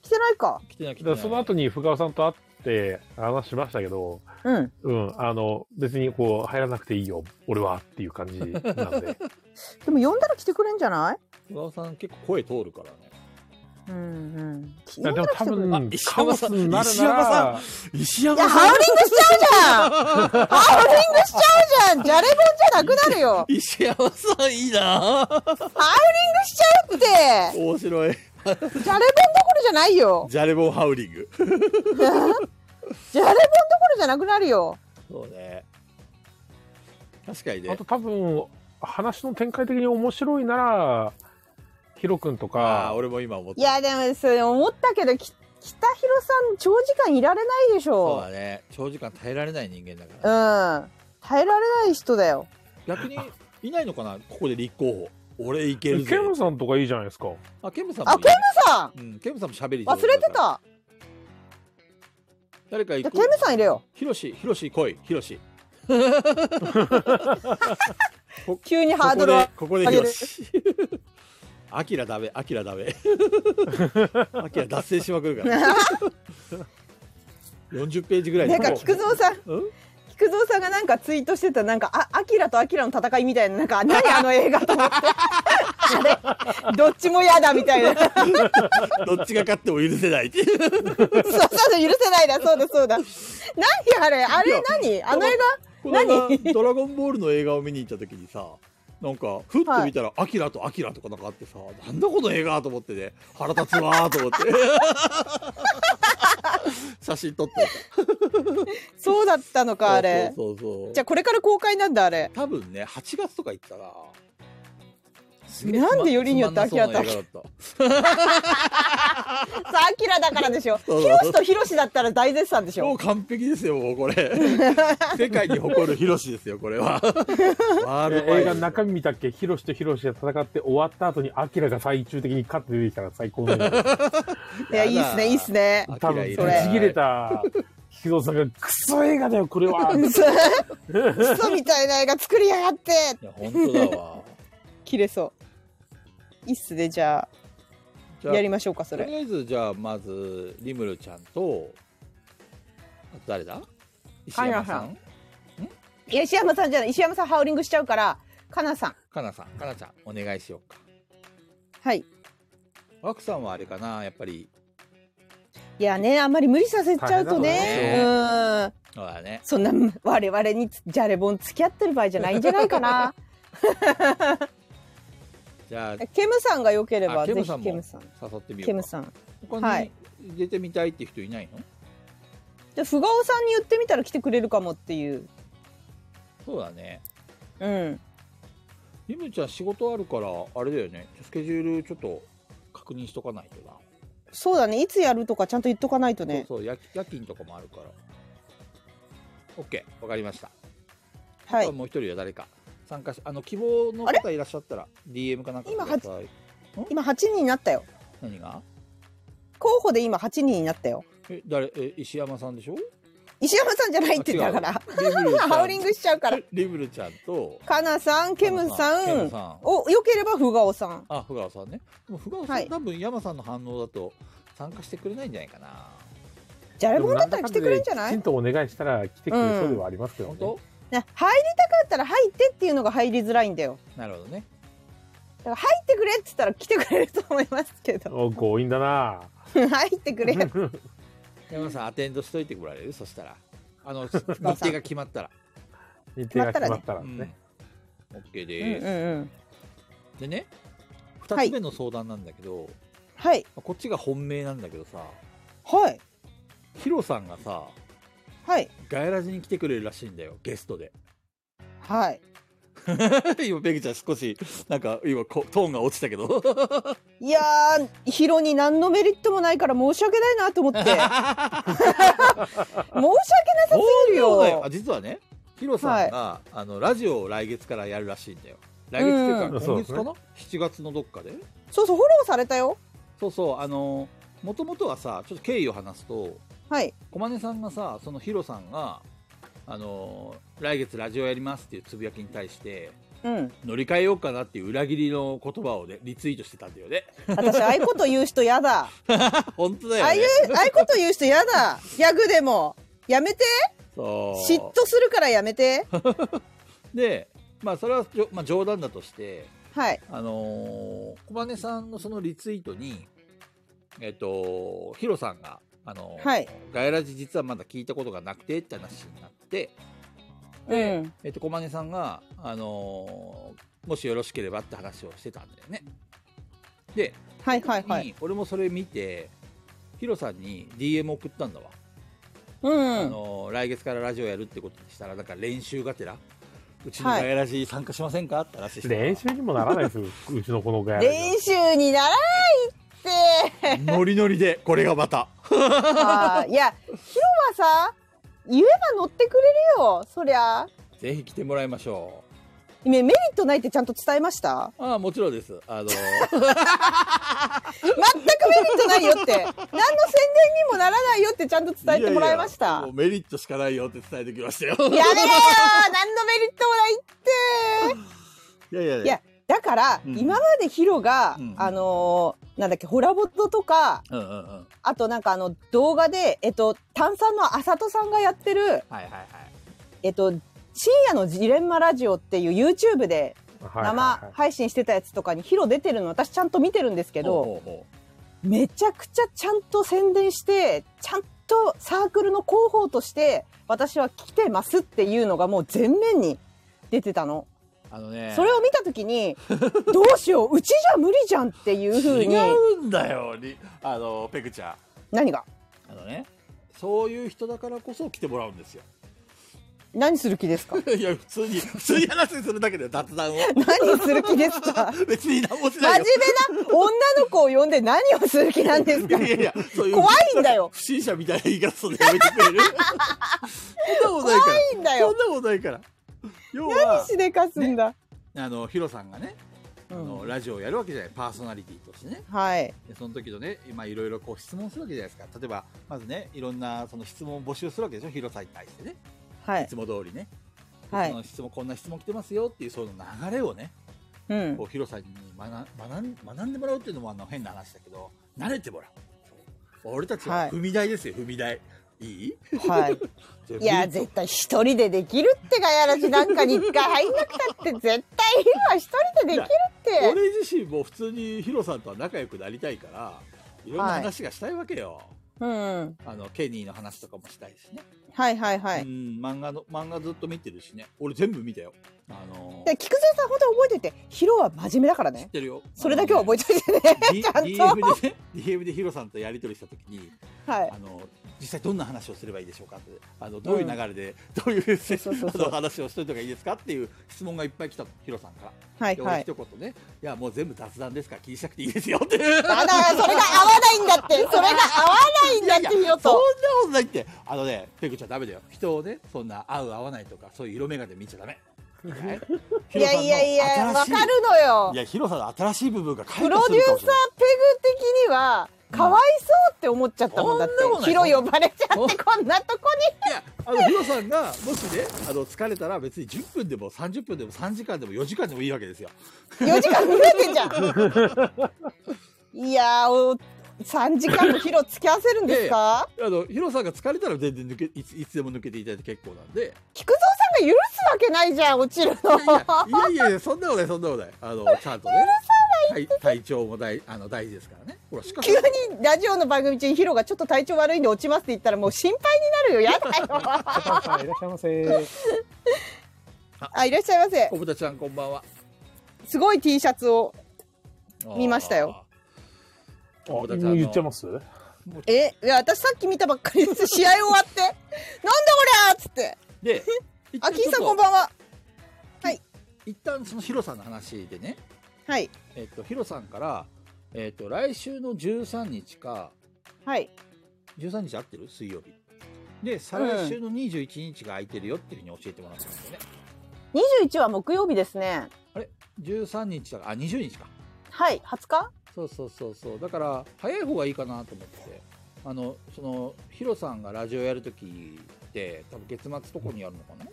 E: 来てないか
A: 来てない、来て
C: だか
A: な
C: ら
A: い。
C: その後に深尾さんと会って話しましたけど、
E: うん
C: うん、あの、別にこう、入らなくていいよ、俺はっていう感じなん
A: (laughs)
C: で。
E: でも呼んだら来てくれんじゃない
A: ふがおさん結構声通るからね。
E: うんうん
C: いや、でも多
A: あ
C: 分、
A: 石
C: カ
A: 山
C: オ
A: さ
C: ス
A: ん
C: になる
A: 石
C: な
A: 山さん
C: ら、
A: 石
E: いや、ハウリングしちゃうじゃん (laughs) ハウリングしちゃうじゃんじゃれ本じゃなくなるよ
A: 石山さんいいな
E: ハウリングしちゃうって
A: 面白い。
E: じゃれ本どころじゃないよ
A: ジャレボンハウリング。
E: じゃれ本どころじゃなくなるよ
A: そうね。確かに
C: あ
A: ね
C: と。多分、話の展開的に面白いなら、ヒロ君と
A: ああ、
C: か、
A: 俺も今思っ
E: い
A: た。
E: やでもそれ思ったけどき北広さん長時間いられないでし
A: そう
E: ょ
A: だね。長時間耐えられない人間だか
E: う
A: ら。
E: ん耐えられない人だよ
A: 逆に、いないのかなここで立候補。俺いけ
C: ケ
A: るぜ。
C: ムさんとかいいじゃないですか。
A: あ、ケムさんもい
E: あ
A: い
E: ケ
A: ね。
E: ムさん
A: うん、ケムさんも喋り上手
E: 忘れ
A: だ
E: て
A: から。
E: た
A: 誰か
E: じゃ
A: 行
E: あ
A: く
E: ケム。さん入れよう
A: ヒロシ、ヒロシ来い、ヒロシ。
E: 急にハードルを
A: ここで、ここでヒロシ。アキラダメ、アキラダメ。 (laughs) アキラ脱線しまくるから。40ページぐらい
E: (laughs) な
A: で
E: んか菊蔵さん
A: うん
E: 菊蔵さんがなんかツイートしてたなんか「あアキラとアキラの戦い」みたいななんか何あの映画と思って (laughs) あれどっちも嫌だみた
A: (laughs)
E: いなそう
A: どっちが勝っても許せないっていう。
E: そうそう許せないだそうだそうだ何あれあ
A: い
E: れ
A: や
E: 何あの映
A: (laughs) この間
E: 何
A: ドラゴンボールの映画を見に行った時にさなんかふっと見たら「アキラとアキラ」とかなんかあってさなんだこの映画と思ってね腹立つわーと思って
E: (laughs)
A: 写真撮って
E: 画そうだったのかあれ
A: そうそうそうそう
E: じゃあこれから公開なんだ
A: (laughs)
E: あれ
A: 多分ね8月とか行ったらすげえ
E: なんでよりによってアキラ
A: つま
E: とア
A: んな
E: キ
A: そうな
E: ラ
A: 映画だっ
E: さあアキラだからでしょ
A: そう
E: ヒロシとヒロシだったら大絶賛でした
A: も
E: ょ
A: う完璧ですよもうこ
E: (laughs)
A: れ世界に誇るヒロシですよこれはワールドワ
C: 映
A: イド
C: 画の中身見たっけヒロシとヒロシが戦って終わった後にアキラが最終的に勝って出てきたら最高の映画
E: いやいいっすねいいっすね
A: アキ
C: 多
A: ラ
C: 分
A: い
C: ぶ
A: い
C: ち
A: な
C: 切れた菊蔵さんがクソ映画だよこれ
E: (laughs)
C: は
E: ク
A: (laughs)
E: ソクソみたいな映画作りやがって
A: いや本当だわ
E: 切れそういいっすねじゃ
A: じ
E: あ
A: ゃあ
E: やりましょうかそ
A: とり
E: れ
A: あえずじゃあまずリムルちゃんとあと誰だ石山さ
E: カナさ
A: ん
E: いや石山さんじゃない石山さんハウリングしちゃうからかなさん
A: かなさんかなちゃんお願いしようか
E: はい
A: ワクさんはあれかなやっぱり
E: いやねあんまり無理させちゃうとね
C: 大
E: うん
A: そうだね
E: そんな我々にじゃれぼん付き合ってる場合じゃないんじゃないかな
A: じゃあ
E: ケムさんが良ければ
A: あケ
E: ぜ
A: ム
E: ひ
A: さんも
E: ケムさん
A: 誘ってみようか
E: ケムさんは
A: 他
E: い
A: に出てみたいって人いないの、
E: じゃあふがおさんに言ってみたら来てくれるかもっていう
A: そうだね
E: うん
A: リムルちゃん仕事あるからあれだよねスケジュールちょっと確認しとかないとな、
E: そうだねいつやるとかちゃんと言っとかないとね
A: そうそう夜夜勤とかもあるから OK わかりました
E: は
A: あと
E: い
A: もう一人は誰か参加しあの希望の方いらっしゃったら DM かなんか
E: 今
A: ください
E: 今8人になったよ
A: 何が
E: 候補で今8人になったよ
A: え誰え石山さんでしょ
E: 石山さんじゃないってだから
A: リブルちゃん
E: (laughs) ハウリングしちゃうから
A: リブルちゃんと
E: かなさんケムさん
A: ケムさん
E: およければフガオさん
A: あ福川さんねでも福川さん、
E: はい
A: 多分山さんの反応だと参加してくれないんじゃないかな
E: じゃれ
C: で
E: も
C: も
E: んだ
C: な
E: っ
C: ん
E: た
C: だ
E: ら
C: か
E: 来
C: ん
E: て
C: だ
E: くれ
C: で
E: んじゃない
C: きちんとお願いしたら来てくれそうではありますけど
A: 本
C: ね。
A: 当
E: な入りたかったら入ってっていうのが入りづらいんだよ
A: なるほどね
E: だから入ってくれっつったら来てくれると思いますけど (laughs)
C: お強引だな。
E: 入ってくれ
A: 山さんアテンドしといてもらえるそしたらあ
E: (laughs)
A: の日程が決まったら
C: 日程が決まったら
A: う
C: ね。
A: ん OK
E: うんうん
A: です、
E: うん
A: でね
E: は
A: 2
E: い
A: つ目の相談なんだけど、ま
E: はい
A: あこっちが本命なんだけどさ
E: はい
A: ヒロさんがさ
E: はい
A: ガヤラジに来てくれるらしいんだよゲストで
E: はい
A: (laughs) 今ペグちゃん少しなんか今こトーンが落ちたけ
E: (laughs)
A: ど
E: いやーヒロに何のメリットもないから申し訳ないなと思って
A: (laughs)
E: 申し訳な
A: そう
E: さすぎる
A: だ
E: よ
A: よあ実はねヒロさんが、あのラジオを来月からやるらしいんだよ来月っていうか、
E: うん
A: 今月かな、7月のどっかで
E: そうそうフォローされたよ
A: そうそうあのもともとはさちょっと経緯を話すと
E: はい
A: 小金さんがさそのヒロさんがあの来月ラジオやりますっていうつぶやきに対して
E: うん
A: 乗り換えようかなっていう裏切りの言葉をねリツイートしてたんだよ
E: (laughs)
A: ね
E: 私ああいうこと言う人
A: (laughs)
E: やだ
A: 本当だ
E: ああ
A: よ
E: い
A: ね
E: うああいうこと言う人やだギャグでもやめて
A: そう
E: 嫉妬するからやめて
A: でまあそれはじょ、まあ、冗談だとして
E: はい
A: あのー小金さんのそのリツイートに、えっ、と、ヒロさんが、あのー
E: はい
A: ガヤラジ実はまだ聞いたことがなくてって話になって、で、
E: うん
A: えっ、と、小金さんが、あのーもしよろしければって話をしてたんだよね。で、
E: はいはいはい
A: に俺もそれ見て、ヒロさんに DM 送ったんだわ。
E: うん
A: あのー来月からラジオやるってことにしたら、なんか練習がてら、うちのガヤラジ参加しませんかって話してたわ
C: 練習にもならないですよ。うちのこのガヤラジは
E: 練習にならないって
A: ノリノリで、これがまた。
E: あー (laughs) いやヒロはさ言えば乗ってくれるよそりゃ
A: ぜひ来てもらいましょ
E: メメリットないってちゃんと伝えました
A: う。ああ、もちろんです。あの、
E: 全くメリットないよって何の宣伝にもならないよってちゃんと伝えてもらいました
A: ややもうメリットしかないよって伝えてきましたよ。
E: やめれよ何のメリットもないっ
A: い
E: て
A: やいやい
E: いやだから、
A: うん
E: 今までヒロが、
A: うん
E: あのーなんだっけホラボットとか
A: うんうんうん。はい
E: あとなんかあの動画でえっと炭酸のあさとさんがやってる
A: はいはい。
E: えっと深夜のジレンマラジオっていう YouTube で
C: はいはいはい
E: 生配信してたやつとかにヒロ出てるの私ちゃんと見てるんですけ
A: け
E: ど、めちゃくちゃちゃんと宣伝してちゃんとサークルの広報として私は来てますっていうのがもう全面に出てたの、
A: あのね、
E: それを見た
C: (laughs)
E: 時にどうしよううちじゃ無理じゃんっていうふうに
A: 違うんだよ、りあの、ペクちゃん。
E: 何が
A: あのね、そういう人だからこそ来てもらうんですよ。 (laughs)
E: 何する気ですか (laughs)
A: いや、普通に、普通に話するだけで雑談を。
E: 何する気ですか
A: 別に何もし
E: 真
A: ない
E: 面
A: よ。
E: 目な女の子を呼んで何をする気なんですか
A: いやいや、そういう。
E: 怖いんだよ
A: 不審者みたいな言い方するのやめてくれるそんなことないから。
E: いいんだ
A: そ
E: よ
A: んなことないから。要
E: 何
A: は、
E: しでかすんだ、
A: あの、ヒロさんがね、
E: う
A: あの
E: ん、
A: ラジオをやるわけじゃないパーソナリティとしてね
E: はい
A: でその時のねまあいろいろこう質問するわけじゃないですか例えばまずねいろんなその質問を募集するわけでしょ広さんに対してね
E: はい
A: いつも通りね、
E: は
A: そ
E: い
A: の質問こんな質問来てますよっていうその流れをね
E: うん
A: こう広さんに学学ん学んでもらうっていうのもあの変な話だけど慣れてもらう俺たち
E: は
A: はい踏み台ですよ、踏み台いい (laughs)
E: はいいや、絶対一人でできるってガヤラジなんかに (laughs) 一回入んなくたって、絶対今一人でできるって。
A: 俺自身も普通にヒロさんとは仲良くなりたいからいろんな話がしたいわけよ、
E: うん。
A: あのケニーの話とかもしたいしね
E: はいはいはい。
A: う
E: で、
A: ん、漫画の、漫画ずっと見てるしね。俺全部見たよ。あのー
E: 菊蔵さん本当覚えてて、ヒロは真面目だから
A: 知っ
E: ね。
A: てるよ。
E: それだけは覚えておいてね。 (laughs) ちゃんと
A: D- DM でね、DM (laughs) でヒロさんとやり取りしたときに、
E: はい
A: あ。の、実際どんな話をすればいいでしょうかって、あの、どういう流れで、どういうせ、
E: そうそう
A: あ
E: そう
A: の話をしといた方がいいですかっていう質問がいっぱい来たの、ヒロさんから。
E: はい
A: で、
E: は
A: 俺
E: い
A: 一。言ね、いや、もう全部雑談ですから気にしなくていいですよって。
E: あだからそれが合わないんだって。それが合わないんだって、ヒロ
A: そんな
E: と。
A: ことないって。あのね、ペグちゃんダメだよ。人をね、そんな合う合わないとか、そういう色眼鏡で見ちゃダメ。
E: いやいやいや、わかるのよ
A: い。や、ヒロさんの新しい部分が開
E: プロ
A: 花す
E: デ
A: るか
E: ュー
A: もし
E: サー
A: れない。
E: ペグ的には、かわいそうって思っちゃったもんだって
A: そんなこと。ない
E: ヒロ呼ばれちゃって、こんなとこ
A: いや、あの、ヒロさんが、もしね、あの、疲れたら別に10分でも30分でも3時間でも4時間でもいいわけですよ。
E: に4時間増えてんじゃん。 (laughs) いやー、お3時間もヒロ付き合わせるんですか
A: あの、ヒロさんが疲れたら全然抜け、いついつでも抜けていただいて結構なんで。
E: 菊蔵さんが許すわけないじゃん、落ちる (laughs) の。
A: いやいやいや、そんなことない、そんなことない。あの、ちゃんとね。体体調も大あの大事ですからね。ほら、しかも
E: 急にラジオの番組中にヒロがちょっと体調悪いんで落ちますって言ったらもう心配になるよや (laughs) だよ
J: お母さんいらっしゃいませ。
E: あいらっしゃいませ
A: 小豚ちゃん、こんばんは。
E: すごい T シャツを見ましたよ
A: あー。小
C: あ
A: 豚ちゃんの
C: 言っちゃいます
E: えいや私さっき見たばっかりです試合終わって (laughs) なんだこりゃーっつって (laughs)
A: で、一
E: あ
A: 旦
E: きん
A: ち
E: さん
A: ょっ
E: ことんばんは
A: 一旦そのヒロさんの話でね、
E: はい
A: えっと、ヒロさんから、えっと、来週の13日か、
E: はい
A: 13日合ってる水曜日。で、再来週の21日が空いてるよっていうふうに教えてもらったんですよね。
E: 21は木曜日ですね
A: 13日だから、あ、20日か。
E: はい20日
A: そうそうそうそう。だから、早い方がいいかなと思って。あの、その、ヒロさんがラジオやるときって、多分月末とこにやるのかな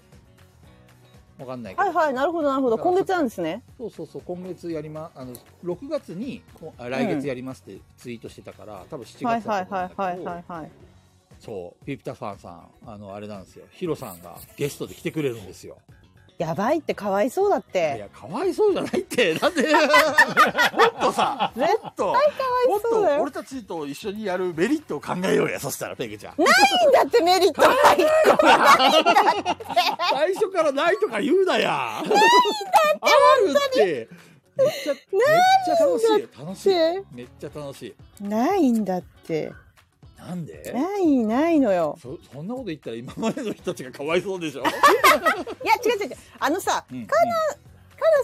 A: わかんないけど。
E: はいはいなるほどなるほど
A: だから
E: 今月なんですね
A: そうそうそう、今月やりま、あの、6月に、こあ来月やりますってツイートしてたから、多分7月
E: はい
A: だ
E: はい
A: と思うん
E: は
A: だけ
E: い
A: ど
E: はいはいはい
A: そう、ピピタファンさん、あの、あれなんですよ。ヒロさんがゲストで来てくれるんですよ。
E: やばいってかわいそうだっ
A: い
E: て
A: や、かわいそうじゃないって、 (laughs) なんでもっとさ、もっと、もっ
E: そうだよ
A: と俺たちと一緒にやるメリットを考えようや、そしたら、ペグちゃん。
E: いいんだってメリットない
A: 最初からないとか言うな
E: (laughs)
A: や。ないんだって、本当に。めっちゃ、めっちゃ楽しい。楽しい。めっちゃ楽しい。
E: (laughs) ないんだって
A: なんで
E: ないないのよ
A: そそんなこと言ったら今までの人たちがかわいそうでしょ
E: いや違う違う違うあのさ
A: うん
E: カナ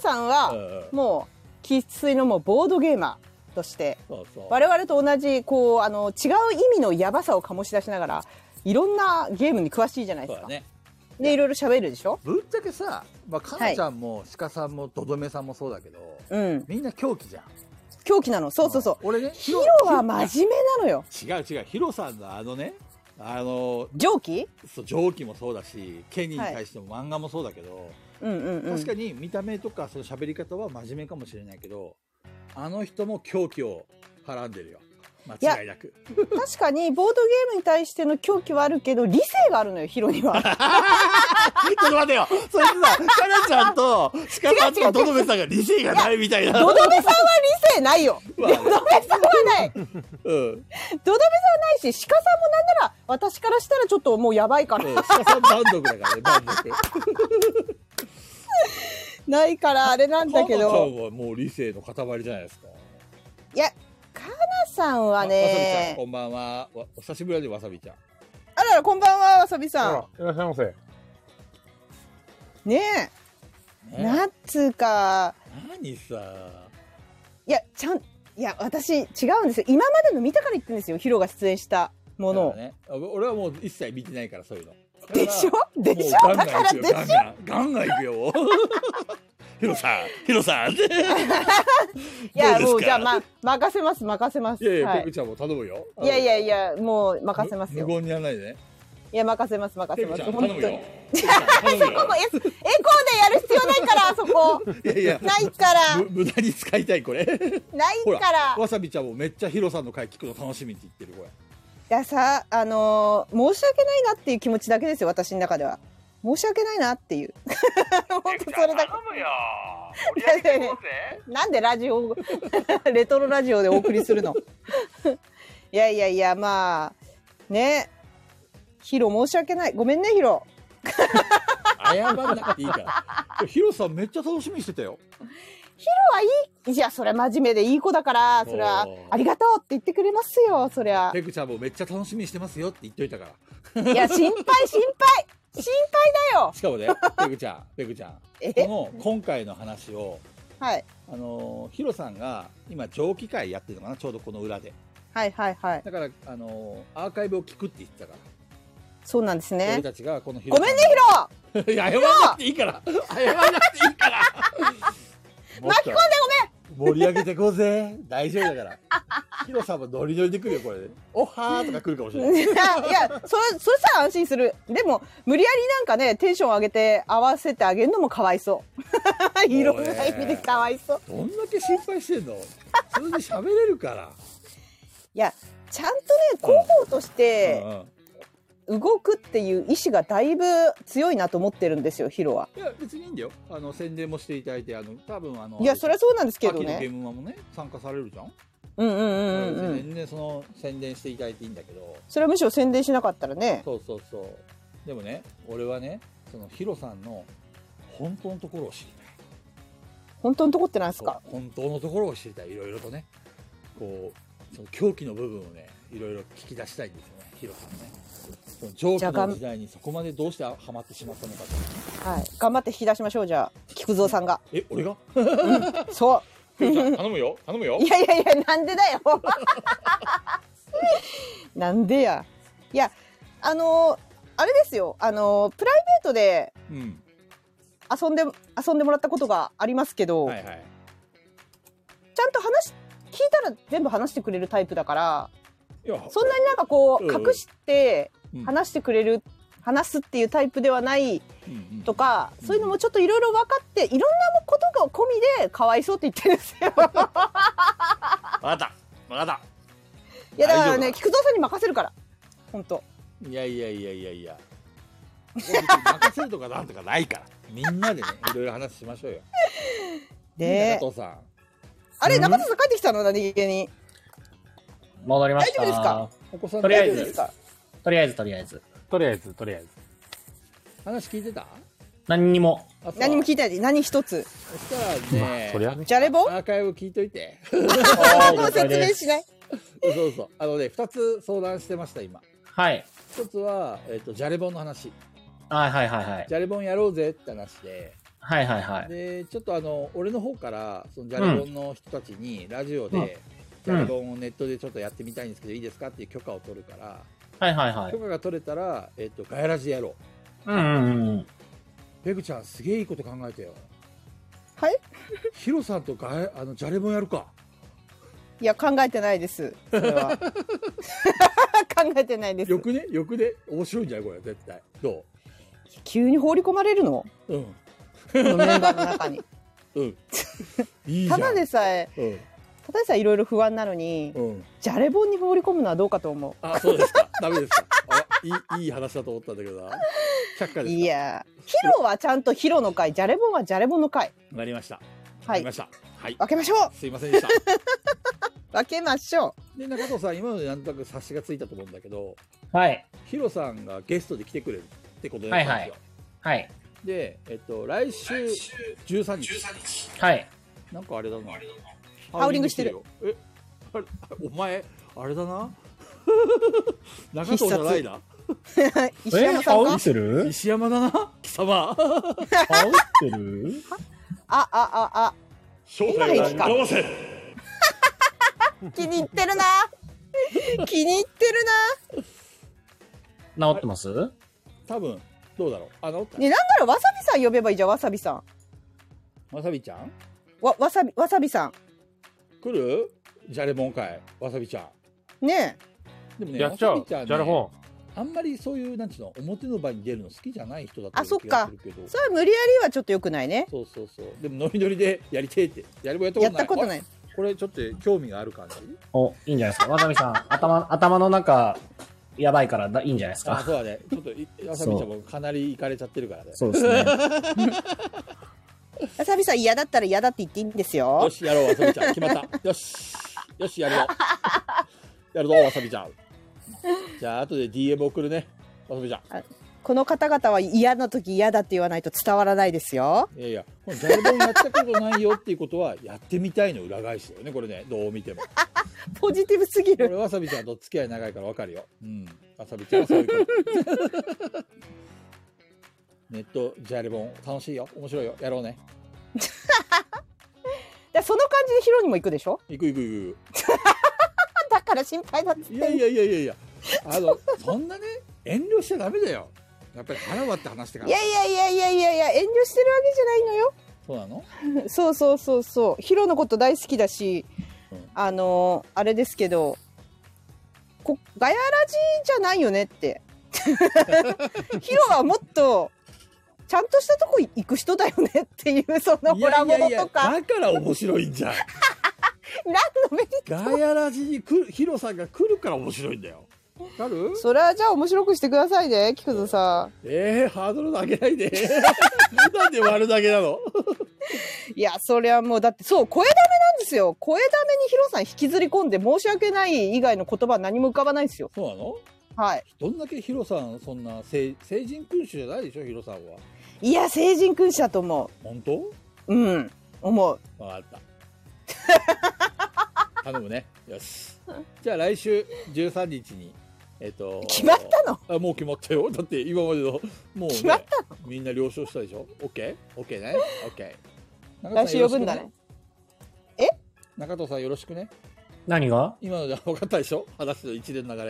E: さんは、
A: うんうん
E: もう生粋のもうボードゲーマーとして
A: そうそう
E: 我々と同じこうあの違う意味のやばさを醸し出しながらいろんなゲームに詳しいじゃない
A: そ
E: で
A: う
E: すか、
A: だね
E: でいろいろ喋るでしょ
A: ぶっちゃけさ、まあ、かなちゃんも鹿さんもどどめさんもそうだけど、
E: うん
A: みんな狂気じゃん
E: 狂気なのそうそうそう、
A: 俺ねヒ
E: ヒロは真面目なのよ
A: 違う違うヒロさんのあのねあの
E: 上気
A: そう蒸気もそうだしケニーに対しても漫画もそうだけど、
E: うんうんうん
A: 確かに見た目とかその喋り方は真面目かもしれないけどあの人も狂気をはらんでるよ間違いなく
E: 確かにボードゲームに対しての狂気はあるけど理性があるのよヒロには (laughs)
A: ちょっと待てよ。それさ、かなちゃんと、しかさんとどどめさんが理性がないみたいな。
E: ドドメさんは理性ないよドドメさんはないドドメ
A: うん。うん。
E: さんはないし鹿さんもなんなら私からしたらちょっともうやばいから、
A: しかさん満足だからね、満足。
E: ないからあれなんだけ
A: かな
E: ど
A: ちゃんはもう理性の塊じゃないですか。
E: いや、かなさんは
A: わわさびちゃん、
E: ね
A: こ、んばんは。わお久しぶりだね、わさびちゃん。
E: あらら、こんばんは、わさび
C: あ
E: さん
C: ら。いらっしゃいませ。
E: ねえ、
A: ね
E: なんつうか、
A: 何さ。
E: いや、ちゃん、いや、私、違うんですよ。今までの見たから言ってるんですよ、ヒロが出演したもの
A: だ
E: を。
A: からねあ俺はもう一切見てないから、そういうの。
E: でしょ
A: だ
E: でし
A: か
E: ょ
A: らも
E: だ
A: う
E: からでしょ
A: ガンガンいく
E: (laughs)
A: よ、ガンガンガンガンいくよ。ヒロさん、ヒロさん。い
E: いや、も
A: どうですか
E: う、じゃあ、ま、任せます、任せます。
A: やいや、
E: は
A: ペグ
E: い。
A: ちゃんも頼むよ。
E: いやいやいや、もう、任せます
A: 無
E: よ。
A: 言にやらないでね。
E: いや、任せます、
A: (laughs)
E: 任せ
A: ペグ
E: ま
A: ち
E: す。
A: ゃん、
E: 本当
A: 頼むよ
E: に。。そこ、こエコーでやる必要ないから、あ
A: (laughs)
E: そこ。
A: いやいや、
E: ないから、
A: む無駄に使いたいこれ。
E: ない
A: ほ
E: から
A: ら、。わさびちゃんもめっちゃヒロさんの回聞くの楽しみって言ってるこれ。
E: いやさあのー申し訳ないなっていう気持ちだけですよ私の中では申し訳ないなっていう (laughs) 本当それだ
K: むよ
E: け (laughs) なんでラジオを (laughs) レトロラジオでお送りするの (laughs) いやいやいやまあねヒロ申し訳ないごめんねヒロ
A: 謝んなくていいから。 (laughs) ヒロさんめっちゃ楽しみにしてたよ。
E: いやそりゃ真面目でいい子だからそりゃ
A: おー
E: ありがとうって言ってくれますよそりゃ
A: ペグちゃんもめっちゃ楽しみにしてますよって言っといたから。
E: いや心配心配心配だよ
A: しか (laughs) もね、ペグちゃん、ペグちゃん。
E: え
A: この今回の話を、
E: はい
A: あのーヒロさんが今上機会やってるのかな、ちょうどこの裏で。
E: はいはいはい
A: だから、あのーアーカイブを聞くって言ってたから。
E: そうなんです
A: 俺
E: ね
A: たちがこのヒ (laughs)
E: ごめんねヒロ
I: いや謝らなくていいから謝らなくていいから
E: 巻き込んで
I: 盛り上げてこうぜ大丈夫だからヒロさんもノリノリで来るよこれおはーとか来るかもしれ
A: (laughs)
E: ご
I: ない
E: めんいやそれそしたら安心するでも無理やりなんかねテンション上げて合わせてあげるのもかわいそう (laughs) いろんな意味でかわいそう
I: どんだけ心配してんのそれで喋れるから
E: いやちゃんとね広報として
A: うんうん
E: 動くっていう意志がだいぶ強いなと思ってるんですよヒロはい
A: や別にいいんだよあの宣伝もしていただいてあの多分あの
E: いやそりゃそうなんですけど
A: 秋のゲ
E: ね
A: ームマもね参加されるじゃん、
E: うんうんう
A: うん
E: うん
A: 全然その宣伝していただいていいんだけど
E: それはむしろ宣伝しなかったらね
A: そうそうそうでもね俺はねそのヒロさんの本当のところを知りたい
E: 本当のとこってなんです
A: そう
E: か
A: 本当のところを知りたいいろいろとねこうその狂気の部分をねいろいろ聞き出したいんですよねヒロさんねその上
E: じゃあ
A: 記
E: が
A: の
E: ん
A: 時代にそこまでどうしてハマってしまったのかと
E: はい頑張って引き出しましょうじゃあ菊蔵さんが
A: え俺が
E: そう
A: ヒロさん頼むよ頼むよ
E: いやいやいや、なんでだよ。 (laughs) なんでや。いや、あのあれですよ。あのプライベートで
A: うん
E: 遊んで、遊んでもらったことがありますけど、
A: はいはい
E: ちゃんと話、聞いたら全部話してくれるタイプだから、
A: いや
E: そんなになんかこう、
A: うんうん
E: 隠して
A: うん
E: 話してくれる、話すっていうタイプではない
A: うんうん
E: とか、そういうのもちょっといろいろ分かって、いろんなことが込みで、かわいそうって言ってる
A: (laughs)
E: んですよ。
I: 分かった分かっ
E: いや、だから
I: 大丈夫
E: ね、
I: だ
E: 菊蔵さんに任せるから。本当。
A: いやいやいやいやいや。任せるとかなんとかないから。みんなでね、いろいろ話しましょうよ。いい
E: で
A: んだよ、加藤さん。
E: あれ、中田さん帰ってきたの何家に。
D: 戻りま
E: 大
D: した。
E: 丈夫ですか
A: お子さん
D: とりあえ
E: 大丈夫
D: ず
E: ですか
D: とりあえず、とりあえず。
C: とりあえず、とりあえず。
A: 話聞いてた
D: 何にも。
E: 何も
A: い
E: 聞いてない。何一つ。
A: そしたらね、
C: そりゃね。
E: じゃれぼ
A: アーカイブ聞いといて。
E: もう説明しない。
A: そうそう。あのね、二つ相談してました、今。
D: はい。
A: 一つは、えっ、と、じゃれぼんの話。
D: はいはいはいはい。
A: じゃれぼんやろうぜって話で、
D: はいはいはい。
A: で、ちょっとあの、俺の方から、そのじゃれぼんの人たちに、ラジオで、じ
D: うん
A: ゃれぼんをネットでちょっとやってみたいんですけど、いいですかっていう許可を取るから、
D: はいはいはい
A: 許。可が取れたら、えっと、ガヤラジやろう。
D: うんうんうん。
A: ペグちゃん、すげえいいこと考えたよ。
E: はい。
A: ヒロさんとガヤ、あの、じゃれもやるか。
E: いや、考えてないです。それは。考えてないです
A: よ。くねよくね面白いんじゃないこれ、絶対。ど
E: 急に放り込まれるの。
A: ううん。
E: このメンバーの中に。
D: (laughs)
A: うん。いいじゃ
E: た
A: ん。
E: だでさえ、
A: うん。
E: ただでさえいろいろ不安なのに、
A: うん。
E: じゃれぼんに放り込むのはどうかと思
A: あ、そうですか。ダメですか。あいい、いい話だと思ったんだけどな。却下
E: う。
A: ですか。
E: いや、ヒロはちゃんとヒロの会、じゃれぼんはじゃれぼんの会。
A: わかりました。わ
E: は
A: かり
E: い
A: ま。した。はい。
E: 分けましょ
A: すいませんでした。
E: う。分けましょ
A: で、中藤さん、今のでなんとなく察しがついたと思うんだけど、
D: はい。
A: ヒロさんがゲストで来てくれるってことだったんですよ。
D: はいははい。
A: で、えっと、来週13日。
D: はい。
A: なんかあれだな。
E: ハウリングしてる
A: よ。え、あれ、お前、あれだ
E: (laughs)
A: な。中藤じゃないな。
E: う。石山さんか
D: ってる
A: 石山だな。貴様。
D: 羽織ってる
E: あ、あ、あ、あ。
L: 正
E: 今の駅か。
L: 合わせ
E: 気に入ってるな。気に入ってる
D: 治ってます
A: 多分、どうだろう。あの、
E: な。ね、なんならわさびさん呼べばいいじゃん、わさびさん。
A: わさびちゃん。
E: わ、わさび、わさびさ
A: 来る。じゃれもんかい。わさびちゃん。
E: ん。ね
A: でもね、
C: やっ
A: わ
C: ちゃ
A: さ
C: う。
A: びち
C: じ
A: ゃん、
C: ゃれ
A: ね。
C: ほ
A: あんまりそういう、なんちゅうの、表の場に出るの好きじゃない人だった
E: あそっか
A: るけど
E: え。。それは無理やりはちょっと良くないね。
A: そうそうそう。でも、ノリノリでやりてえって。やればやったこ
E: や
A: と
E: っ
A: ない。。
E: たことないい。
A: これ、ちょっと興味がある感じ。
D: お、いいんじゃないですか。わさびさん、頭、頭の中、やばいからだいいんじゃないです
A: あ、
D: か。
A: そうだね。ちょっとい、わさびちゃんもかなりいかれちゃってるからね。
D: そうですね。 (laughs)
E: わさびさん嫌だったら嫌だって言っていいんです
A: よ
E: よ。
A: し、やろう、わさびちゃん。決まった。よし。よし、や
E: (laughs)
A: るぞ。やるぞ、わさびちゃん。じゃあ、後で DM 送るね。わさびちゃ
E: この方々は嫌な時嫌だって言わないと伝わらないですよ。
A: ん。いやいや、このジャルボンやったことないよっていうことは、やってみたいの裏返しだよね、これ
E: (laughs)
A: ね。どう見ても。
E: ポジティブすぎ
A: これ、
E: る。
A: わさびちゃんと付き合い長いからわかるよ。うん。わさびちゃんはそういうこと。ネットジャルボン、楽しいよ。面白いよ。やろうね。
E: でその感じでヒロにも行くでしょ
A: 行く行く行く。
E: だから心配だっつっ
A: いや
E: て
A: い
E: んの。
A: やいやいやいやあのそんなね遠慮しちゃダメだよやっぱり腹割って話してか
E: い
A: ら
E: やいやいやいやいやいや遠慮してるわけじゃないのよ
A: そうなの
E: そうそうそうそうヒロのこと大好きだし、
A: うん
E: あのあれですけどこガヤラジじゃないよねって (laughs) ヒロはもっとちゃんとしたとこ行く人だよねっていうその
A: い
E: コ
A: や
E: ラ
A: い
E: ボ
A: や
E: と
A: いやだ
E: か
A: から面白いんじゃん
E: 何のメリッ
A: ガヤラジに来るヒロさんが来るから面白いんだよわかる
E: トそれはじゃあ面白くしてくださいね菊田さ
A: えー、ハードル上げないで (laughs) なんで割るだけなの
E: んいやそりゃもうだってそう声ダメなんですよ声ダメにヒロさん引きずり込んで申し訳ない以外の言葉は何も浮かばないですよ
A: そうなの
E: はい
A: どんだけヒロさんそんな成成人君主じゃないでしょヒロさんはい
E: や成人君子だと思
A: 本当
E: ううん思う
A: わかった (laughs) 頼むねよしじゃあ来週13日にえっ、と
E: 決まったの
A: あもう決まったよだって今までのもう、ね、
E: 決まっ
A: みんな了承したでしょ OKOK、OK? ね OK
E: 来週呼ぶんだね
A: 中藤さんよろしくね
D: 何が
A: 今のじゃ分かったでしょ話の一連の流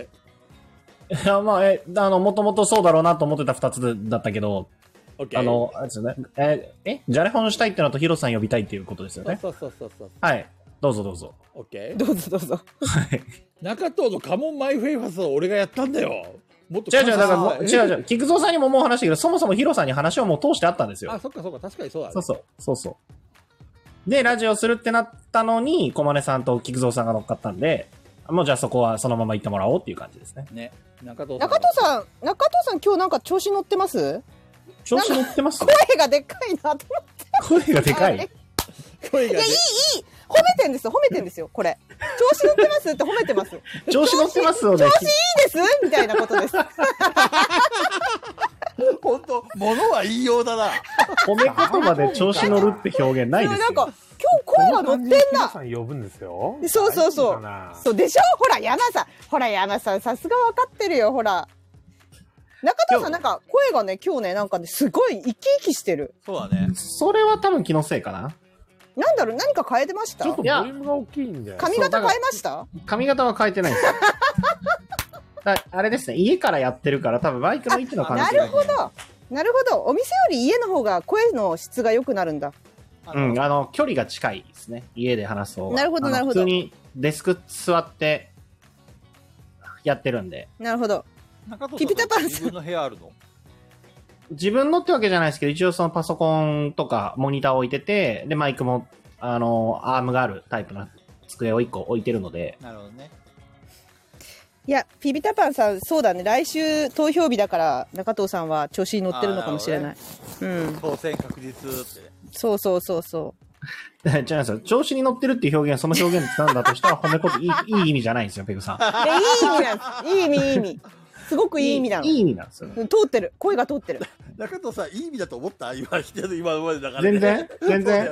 A: れ
D: いや、まあ、え、あの、もともとそうだろうなと思ってた二つだったけど、
A: OK
D: あの、あれですよね。え、え、じゃれ本したいってのとヒロさん呼びたいっていうことですよ
A: そう
D: ね。
A: そうそうそうそう
D: はい。どうぞどうぞ。
A: OK
E: どうぞどうぞ。
A: 中藤のカモンマイフェイファスは俺がやったんだよもっと
D: 違う違う、だからも
A: あえ
D: う、違う違う。菊蔵さんにももう話したけど、そもそもヒロさんに話をもう通してあったんですよ
A: あ。そっかそっか確かにそうだね
D: そうそう、そうそう。で、ラジオするってなったのに、小金さんと菊蔵さんが乗っかったんで、もうじゃあそこはそのまま行ってもらおうっていう感じですね。
A: ね中藤さん
E: 中藤さん、中藤さん今日なんか調子乗ってます
D: 調子乗ってます
E: 声がでっかいなと思っ
D: 声がで
E: て。
D: か
E: い
D: い。
E: や、い
A: ん声がね
E: い、いい。褒めてんですよ、褒めてんですよ、これ。調子乗ってますって褒めて (laughs) ます。いい
D: 調子乗ってますよね。
E: ですみたいなことです。
A: 本当物は言いようだな
D: 褒め言葉で調子乗るって表現ないです
E: なん
D: よ。
E: か、今日声が乗ってん
C: 皆
E: な。
C: さん呼ぶんですよ。
E: そうそうそう
C: 大丈夫かな
E: そうでしょほら、山さん。ほら、山さん、さすが分かってるよ、ほら。中藤さん、なんか声がね、今日ね、なんかね、すごい生き生きしてる。
A: そうだね
D: それは多分気のせいかな。
E: なんだろう、何か変えてました
C: ちょっとボリュームが大きいんで。
E: 髪型変えました
D: 髪型は変えてないんですよ。だあれですね、家からやってるから多分マイクの位置の関
E: な
D: 係
E: る
D: が。
E: ほど。なるほど。お店より家の方が声の質が良くなるんだ。
D: うん、あの、距離が近いですね。家で話す方が。
E: なるほど
D: あの
E: なるほど
D: 普通にデスク座ってやってるんで。
E: なるほど。
A: 中藤
E: ピピタパンさん
A: 自分の部屋あるの
D: 自分のってわけじゃないですけど、一応そのパソコンとかモニターを置いてて、で、マイクも、あの、アームがあるタイプの机を一個置いてるので、 (laughs)
A: なるほどね
E: いや、ピピタパンさん、そうだね。来週投票日だから、中藤さんは調子に乗ってるのかもしれない。うん。
A: 当選確実って
E: そうそうそうそう。
D: 違うんですよ。調子に乗ってるっていう表現、その表現なんだとしたら褒め言葉、いい、いい意味じゃないんですよ、ペグさん。
E: いやいい意味なん
D: (laughs)
E: です。いい意味、いい意味。すごく (laughs) いい意味なの。
D: いい意味なんですよ。
E: うん通ってる。声が通ってる。
A: 中藤さんいい意味だと思った今来てる今までだから、
D: 全然、全然。
E: い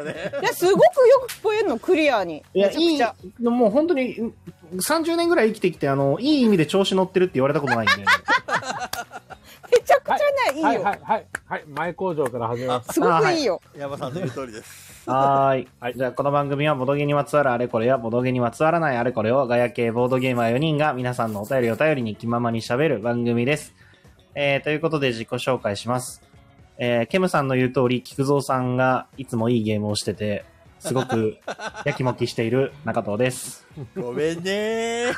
E: や、すごくよく聞こえるの、クリアに。
D: いや、
E: め
D: い
E: ちゃく
D: い
E: ちゃ。、
D: もう本当に、うん30年ぐらい生きてきて、あの、いい意味で調子乗ってるって言われたことないんで。
E: めちゃくちゃね、いい
C: はい
E: よ
C: は。いはい。はい。前工場から始めます。
E: すごくいいよ。
A: 山さんの言う通りです
D: はーい。じゃあ、この番組は、ボドゲにまつわるあれこれや、ボドゲにまつわらないあれこれを、ガヤ系ボードゲーマー4人が皆さんのお便りを頼りに気ままに喋る番組です。えー、ということで自己紹介します。えー、ケムさんの言う通り、菊蔵さんがいつもいいゲームをしてて、すご (laughs) く、やきもきしている中藤です。
A: ごめんね
D: い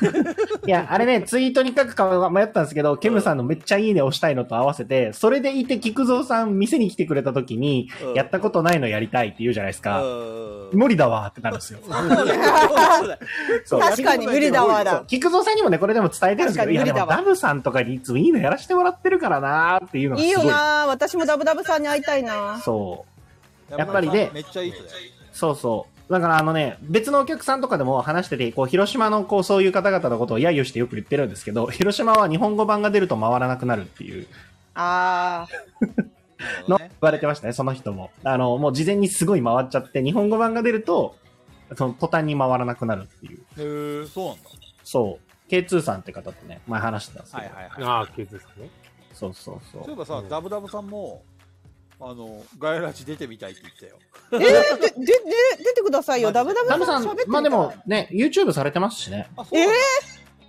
D: や、あれね、ツイートに書くか迷ったんですけど、ケムさんのめっちゃいいね押したいのと合わせて、それでいて菊蔵さん店に来てくれた時に、 (laughs) やったことないのやりたいって言うじゃないですか。
A: うん
D: 無理だわってなるんですよ。そう
E: 確かに無理だわだ。
D: 菊蔵さんにもね、これでも伝えてるんですけど、い
E: 確かに無
D: やで
E: 理だわ
D: もダブさんとかにいつもいいのやらせてもらってるからなーっていうのが
E: いい
D: すご
E: よ
D: い。
E: な私もダブダブさんに会いたいな
D: そう。
A: や
D: っぱりね
A: めっちゃいい人だよ
D: そうそう。だからあのね、別のお客さんとかでも話してて、こう、広島のこう、そういう方々のことを揶揄してよく言ってるんですけど、広島は日本語版が出ると回らなくなるっていう
E: あー
D: の言われてましたね、その人も。あの、もう事前にすごい回っちゃって、日本語版が出ると、その途端に回らなくなるってい
A: へ
D: う。
A: えそうなんだ
D: そう。K2 さんって方とね、前話してたんですけ
A: はい
D: ど。
A: はいはい
C: ああ、ケーズですね。
D: そうそうそ。
A: そういうえばさ、
C: うん
A: ダブダブさんもあのガイラジ出てみたいって言ってたよ
E: えー、で、で、で、出てくださいよ。ダブダブ
D: ダム
E: さ
D: さ
E: ん喋
D: ん
E: ってみたい。
D: まあでもね、YouTube されてますしね。
A: あそうなんだ
E: え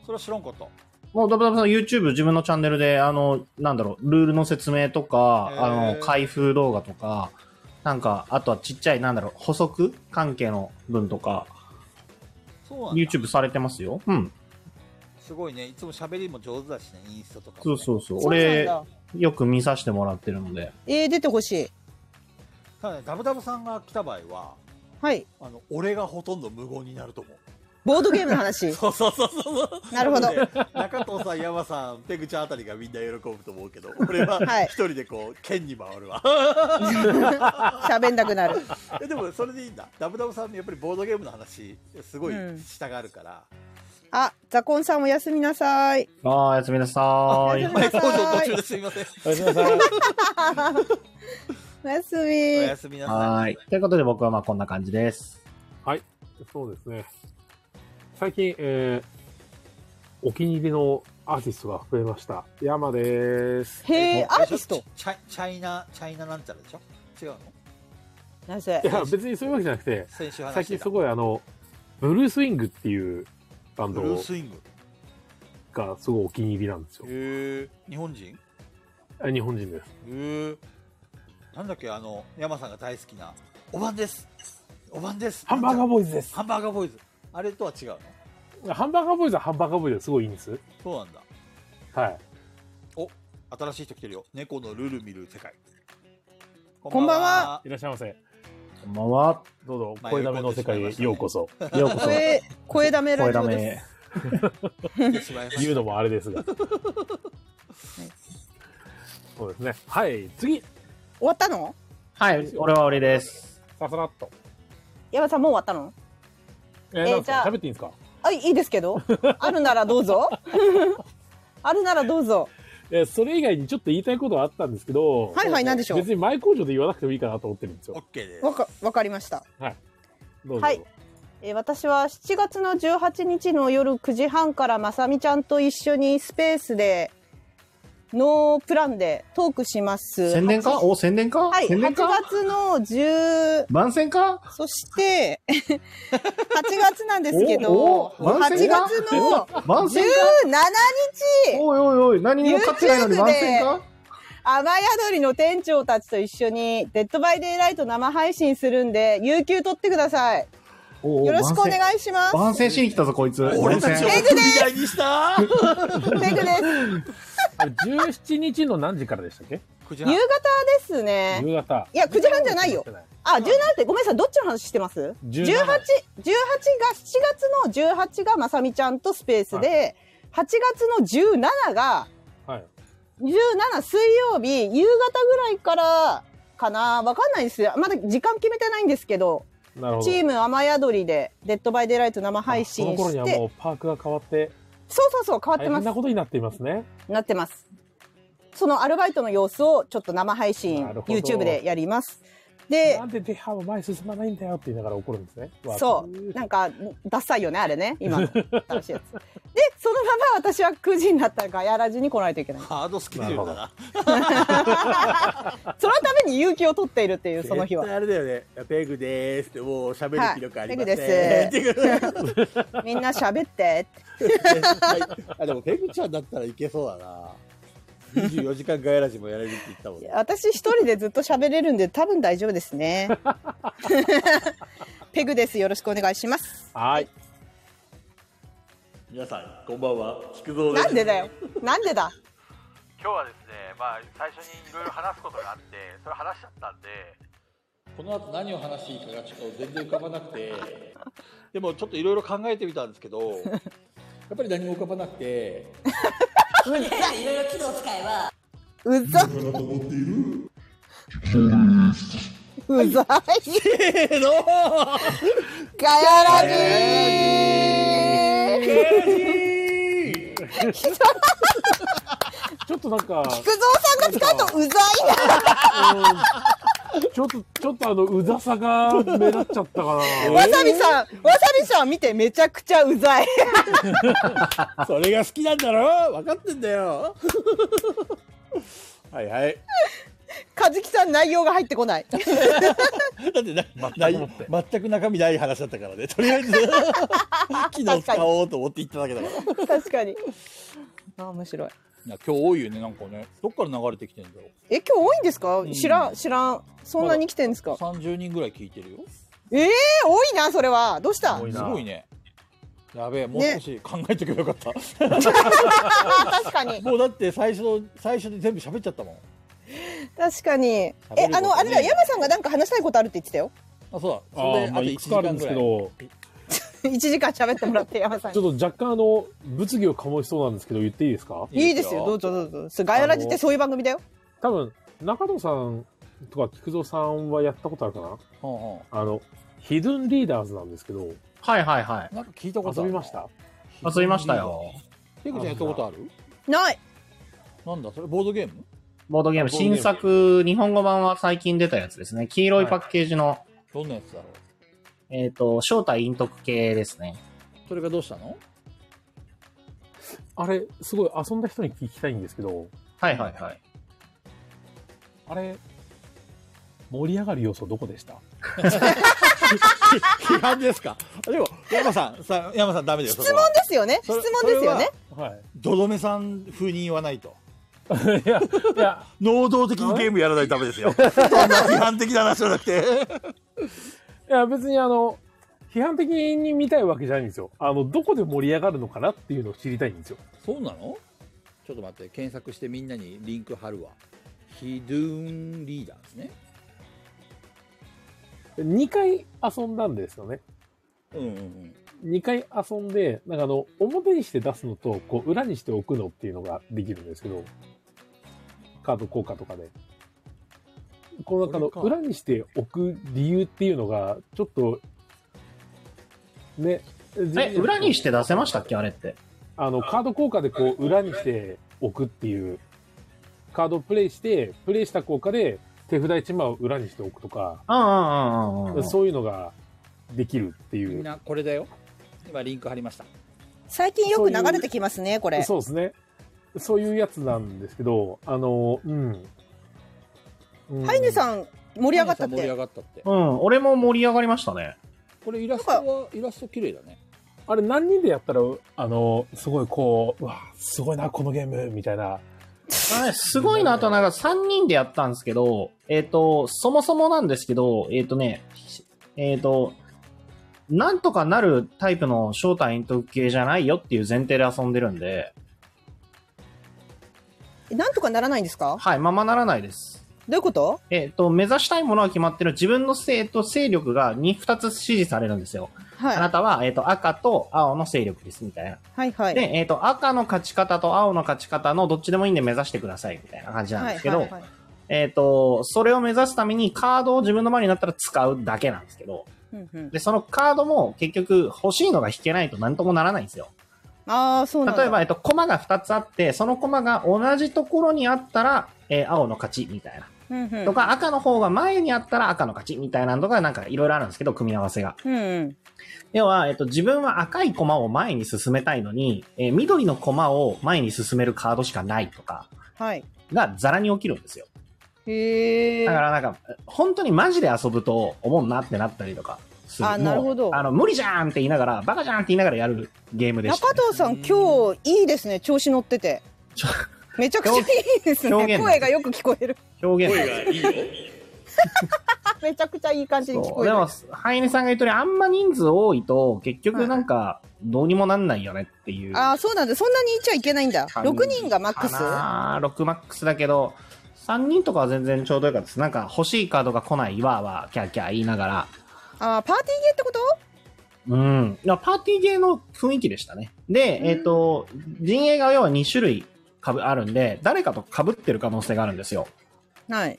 A: それは知らんかった
D: もうダブダブさん YouTube 自分のチャンネルで、あの、なんだろう、ルールの説明とか、
A: へー
D: あの、開封動画とか、なんか、あとはちっちゃい、なんだろう、補足関係の分とか、
A: そうなんだ
D: YouTube されてますよ。うん。
A: すごいねいつも喋りも上手だしねインスタとかも
D: そ
A: ね、
D: うそうそう。
E: そうなん
D: 俺、
E: だ
D: よく見させてもらってるので。
E: えー、出てほしい。
A: ただねダブダブさんが来た場合は
E: はい。
A: あの俺がほとんど無言になると思う
E: ボードゲームの話。
A: (laughs) そうそうそうそう
E: なるほど。
A: 中藤さん山さんペグちゃんあたりがみんな喜ぶと思うけど俺は
E: はい
A: 一人でこう剣に回るわ
E: 喋んなくなる。
A: えでもそれでいいんだダブダブさんのやっぱりボードゲームの話すごい
E: うん
A: したがるから、
E: あ、ザコンさんおやすみなさい。
D: あー、やすみなさーい。
E: おやすみな
A: 登場
E: さ
A: 途中
E: い。
A: ですいません
I: おやすみなさい。
E: おやす
A: お
E: み。
A: やすみな
D: は
A: さ
D: ー
A: い
D: い。ということで僕はまあこんな感じです。
C: そうですね。最近、えー、お気に入りのアーティストが増えました。山です。
E: へえ、アーティス
A: ちょ
E: ト。
A: チャチャイナチャイナなんちゃらでしょ違うの
E: なぜ
C: い。や、別にそういうわけじゃなくて、
A: 先週話
C: 最
A: して
C: 近
A: た
C: すごいあの、ブルースウィングっていうバン
A: ブルー
C: ド
A: スイング
C: がすごいお気に入りなんですよ。
A: へえ日本人へ
C: あ日本人です。
A: えなんだっけあの山さんが大好きなおばんですおばんです
C: ハンバーガーボーイズです。
A: ハンバーガーボーイズあれとは違うの
C: ハンバーガーボーイズはハンバーガーボーイズですごいいいんです。
A: そうなんだ
C: はい。
A: 新しい人来てるよ猫のルル見る世界こ
E: んばんはい
C: らっしゃいませ。
D: こんばんは。
C: どうぞ、
A: まあ
C: 声ダメの世界へようこそ。
D: ようこそ。
E: 声、声ダメラ
D: 声
E: ジ
D: ダ
E: オです。
D: メ。
A: 言ってしまいました
C: 言うのもあれですが。そうですね。はい、次。
E: 終わったの
D: はい、俺は俺です。
C: ささらっと。
E: 山さんもう終わったの
C: え
E: え
C: なん
E: ー
C: ですか
E: じゃあ
C: 喋っていいんですか
E: あ、いいですけど。あるならどうぞ。あるならどうぞ。
C: えーそれ以外にちょっと言いたいことはあったんですけど、
E: はいはい、なんでしょう
C: 別。に前工場で言わなくてもいいかなと思ってるんです
A: オッ
C: よ。
A: ケーです
E: わか、わかりました。
C: どうぞ。
E: はいえー私は7月の18日の夜9時半からまさみちゃんと一緒にスペースでノープランでトークします。
D: 宣伝か
E: はち
D: お、宣伝か
E: はい、
D: 宣
E: 8
D: 伝か
E: 月の10、
D: 番宣か
E: そして、8月なんですけ
D: お
E: ど、
D: お番
E: 8
D: 宣
E: 月
D: が
E: の
D: 番
E: 17
D: 宣か
E: 日、
D: おいおいおい、何にも勝ってないのに
E: YouTube
D: 番宣か
E: 雨宿りの店長たちと一緒に、デッドバイデイライト生配信するんで、有給取ってください。
D: お
E: よろしくお
D: い
E: 願いします。
D: 番宣しに来たぞ、こいつ。
A: 俺
D: 番
A: たちを
D: 宣。
A: 踏み台にした
E: ペ
D: (laughs)
E: グです。
C: あれ17日の何時からでしたっけ
A: 9時
E: 夕
A: 半
E: 方ですね。
C: 夕方。
E: いや、9時半じゃないよ。。あ、17って、ごめんなさい、どっちの話してます
C: 17
E: ?18、18が、7月の18がまさみちゃんとスペースで、8月の17が、
C: はい。
E: 17水曜日、夕方ぐらいから、かなわかんないですよ。まだ時間決めてないんですけど、
C: なるほど。
E: チーム雨宿りで、デッドバイデイライト生配
C: あ
E: 信
C: この頃に
E: し
C: は
E: て、
C: もうパークが変わって、
E: そうそうそう、変わっ
C: 大
E: てま
C: 変
E: す
C: な。ことになっていますね。
E: なってます。そのアルバイトの様子をちょっと生配信
C: なる、ほど
E: YouTube でやります。で
C: な、んでデハは前進まないんだよって言いながら怒るんですね。わ
E: そう。なんか、ダサいよね、あれね。今の。楽しいやつ。で、そのまま私は9時になったらガヤラジに来ないといけない。
A: ハードスケジュールだな
E: そのために有給を取っているっ
A: (laughs)
E: ていう、その
A: 絶
E: 日は。
A: 対あれだよねペグでーすってもう喋る気力ありません、
E: はい
A: (laughs)
E: ペ
A: です
E: みんな喋って。
A: あでもペグちゃんだったらいけそうだな24時間ガヤラジもやれるって言ったもんね
E: 私一人でずっと喋れるんで、多分大丈夫ですね。 (laughs) ペグです。よろしくお願いします。
C: はい。
A: 皆さんこんばんは菊蔵です
E: なんでだよ。なんでだ。
J: 今日はですね、まあ、最初にいろいろ話すことがあって、それ話しちゃったんで、
A: この後何を話していいかがちょっと全然浮かばなくて (laughs) でもちょっといろいろ考えてみたんですけどやっぱり何も浮かばなくて
E: うざ、
L: そんなと思っている
E: うざい。
A: えの
E: ガヤラジー (laughs)
C: ちょっとなんか、
E: 菊蔵さんが使うとうざいな。
C: ちょっと、ちょっとあの、うざさが目立っちゃった (laughs) か
E: (laughs) わさびさん、わさびさん見てめちゃくちゃう (laughs) ざい。
A: それが好きなんだろ分かってんだよはいはい
E: かじきさん内容が入ってこない。
A: だってなない全く中身ない話だった (laughs) からねとりあえず昨日使おうと思って言っただけだから
E: 確かに。あー面白い。
A: いや今日多いよねなんかねどっから流れてきてんだろ
E: え、今日多いんですか
A: うん
E: 知らん、知らん。そんなに来てんです
A: う
E: か
A: 30人ぐらい聞いてるよ
E: えー多いな、それは。どうした
D: 多い
A: す
D: な
A: ごいねやべえもう少し考えとけばよかった、
E: あー確か (laughs) に。
A: (laughs) もうだって最初最初で全部喋っちゃったもん
E: 確かに。え
A: べるこ、と
E: あの、あれだ、
A: ね
E: 山さんがなんか話したいことあるって言ってた (laughs) よ。
A: あそうだ
C: あ
A: それ
C: ー
A: で
C: ま
A: あ
C: あ、
A: と1
C: いく
A: 時
C: つかある
A: 間
C: んで
A: ぐら
C: すけ
A: い、
C: ど、
E: 1時間喋ってもらって、山さん
C: ち
E: に。
C: ょっと若干あの、物議を醸しそうなんですけど、言っていいですか
E: いいですよ、どうぞどうぞ。それガヤラジってそういう番組だよ。
C: 多分、中野さんとか菊蔵さんはやったことあるかな
A: うんうん
C: あの、ヒドゥンリーダーズなんですけど、
D: はいはいはい。
A: なんか聞いたこと
C: 遊
A: ある
C: びました
D: 遊びましたよ。
A: ペグちゃんやったことある
E: ない。
A: なんだそれボードゲーム
D: ボードゲーム、
C: ボードゲーム
D: 新作、日本語版は最近出たやつですね。黄色いパッケージの、
A: どんなやつだろう
D: えっ、と、正体陰徳系ですね。
A: それがどうしたの
C: あれ、すごい遊んだ人に聞きたいんですけど、
D: はいはいはい。
C: あれ、盛り上がる要素どこでした
A: 批判ですかでも山さんさ山さんダメだよ
E: 質問ですよね。質問ですよね。
C: はい。
A: ドロメさん風に言わないと
C: (laughs) いや、いや、
A: 能動的にゲームやらないとダメですよそんな批判的な話じゃなくて
C: いや別にあの、批判的に見たいわけじゃないんですよ。あの、どこで盛り上がるのかなっていうのを知りたいんですよ。
A: そうなのちょっと待って検索してみんなにリンク貼るわヒドゥーンリーダーですね
C: 2回遊んだんですよね。
A: うんうんうん
C: 2回遊んで、なんかあの、表にして出すのと、こう、裏にして置くのっていうのができるんですけど、カード効果とかで。この中の
A: これか
C: 裏にして置く理由っていうのが、ちょっと、ね、
D: え、裏にして出せましたっけあれって。
C: あの、カード効果でこう、裏にして置くっていう、カードをプレイして、プレイした効果で手札1枚を裏にしておくとか、
D: うんうんうんうんうん。
C: そういうのができるって
A: み
C: い
A: ん
C: う。
A: なこれだよ今リンク貼りました
E: 最近よく流れてきますね、これ。
C: そうですね。そういうやつなんですけど、あの、うん。うん
E: ハイネさん、盛り上がったっ
A: 盛り上
E: て。
A: がったって
D: うん、俺も盛り上がりましたね。
A: これイラストはイラスト綺麗だね
C: あれ何人でやったら、あの、すごいこう、うわ、すごいな、このゲーム、みたいな。
D: あれすごいなと、なんか3人でやったんですけど、えっ、と、そもそもなんですけど、えっ、とね、えっ、と、なんとかなるタイプの正体陰徳系じゃないよっていう前提で遊んでるんで、
E: なんとかならないんですか
D: はい、ままならないです。
E: どういうこと
D: えっ、と、目指したいものは決まってる。自分の勢,、えっと勢力が 2, 2つ支持されるんですよ。あ
E: は。
D: ないたは、えっ、と、赤と青の勢力です、みたいな。
E: はいはい。
D: で、えっ、と、赤の勝ち方と青の勝ち方のどっちでもいいんで目指してください、みたいな感じなん
E: は
D: で
E: い
D: すけど、
E: はいはい
D: えっ、と、それを目指すためにカードを自分の前になったら使うだけなんですけど、
E: うんうん
D: で、そのカードも結局欲しいのが引けないと何ともならないんですよ。
E: ああ、そうなんだ。
D: 例えば、えっと、コマが2つあって、そのコマが同じところにあったら、えー青の勝ちみたいな。
E: うんうん、
D: とか、赤の方が前にあったら赤の勝ちみたいなのとか、なんかいろいろあるんですけど、組み合わせが。
E: うんうん。
D: 要は、えっと、自分は赤いコマを前に進めたいのに、えー緑のコマを前に進めるカードしかないとか、
E: はい。
D: がザラに起きるんですよ。
E: へえ。
D: だからなんか、本当にマジで遊ぶと思うなってなったりとかする。
E: あなるほど
D: もうあの、無理じゃんって言いながら、バカじゃんって言いながらやるゲームでした
E: 中
D: ね、
E: 藤さん、今日いいですね、調子乗っ
D: (laughs)
E: てて
D: ちょ。
E: めちゃくちゃいいです
D: 表
E: ね。
D: 現
E: 声がよく聞こえる。 (laughs)
D: 表現
I: 声がいいよ。
E: あめちゃくちゃいい感じに
D: そ
E: 聞こ
D: う
E: え
D: で
E: る。
D: も、ハイネさんが言うとり、あんま人数多いと、結局なんか、どうにもなんないよねっていう。
E: ああ、そうなんだ。そんなにいちゃいけないんだ。
D: 感じ
E: 6人がマックス。
D: あ6マックスだけど、3人とかは全然ちょうどよかったです。なんか、欲しいカードが来ない、わーわー、キャーキャー言いながら。
E: ああ、パーティーゲーってこと
D: うん。だからパーティーゲーの雰囲気でしたね。で、えっ、と、陣営が要は2種類かぶあるんで、誰かと被ってる可能性があるんですよ。
E: はい。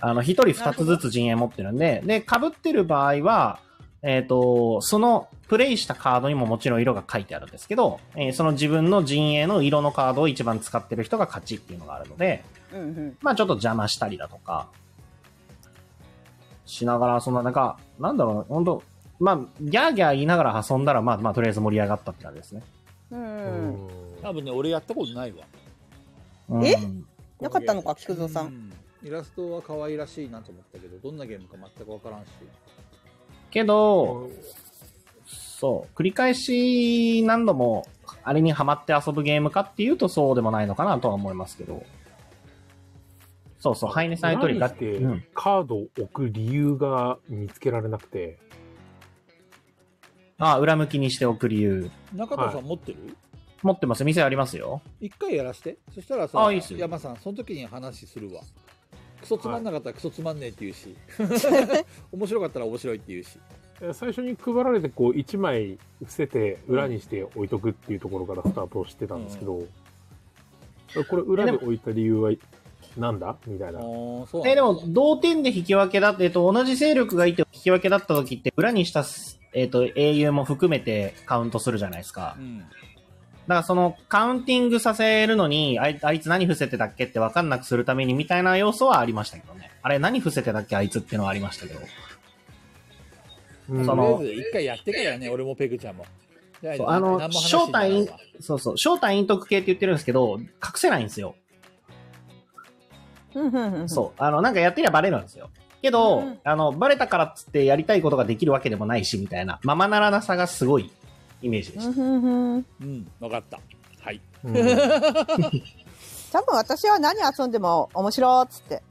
D: あの、1人2つずつ陣営持ってるんで、で、被ってる場合は、えっ、と、そのプレイしたカードにももちろん色が書いてあるんですけど、えーその自分の陣営の色のカードを一番使ってる人が勝ちっていうのがあるので、
E: うんうん。
D: まあちょっと邪魔したりだとか、しながら、そんな、なんか、なんだろうな、本当まあ、ギャーギャー言いながら遊んだら、まあ、まあ、とりあえず盛り上がったって感じですね。
E: うん。
A: 多分ね俺やったことないわ
D: うん
E: えなかったのか、菊蔵さ。
A: うんんイラストは可愛らしいなと思ったけどどんなゲームか全く分からんし
D: けど、そう、繰り返し何度もあれにハマって遊ぶゲームかっていうとそうでもないのかなとは思いますけど。そうそう、ハイネさん言う通り、
C: 裏に
D: だっ、
C: してて
D: うん、
C: カードを置く理由が見つけられなくて、
D: あ裏向きにしておく理由。
A: 中田さ
C: は
A: ん持ってる
D: 持ってます。店ありますよ。
A: 一回やらしてそしたらさ
D: あいいっすよ
A: 山さんその時に話するわクソつまんなかったらクソつまんねえって言うし、
E: (laughs)
A: 面白かったら面白いって言うし
C: え最初に配られてこう1枚伏せて裏にして置いとくっていうところからスタートしてたんですけど、これ裏で置いた理由はなんだみたい
A: あ
C: な。
A: ーそうなんだ
D: えでも、同点で引き分けだって、えっと、同じ勢力がいて引き分けだった時って、裏にしたす、えっと、英雄も含めてカウントするじゃないですか
A: う。ん
D: だからその、カウンティングさせるのに、あいあいつ何伏せてたっけって分かんなくするためにみたいな要素はありましたけどね。あれ何伏せてたっけあいつってのはありましたけど。
C: うん
D: そ
A: とり
D: の
A: あえず一回やってからね俺もペグちゃんもじゃ
D: そうあの
A: 何も話
D: 正
A: にならんわ
D: 体そうそう、正体陰徳系って言ってるんですけど、隠せないんですよ。
E: うんうんうん
D: そう。あの、なんかやってりゃバレるんですよ。けど、
E: うん
D: あの、バレたからっつってやりたいことができるわけでもないし、みたいな、ままならなさがすごいイメージで
E: う
D: した。
E: んうんうん
A: うん分かったはい
C: うん
E: 多分私は何遊んでも面白っつって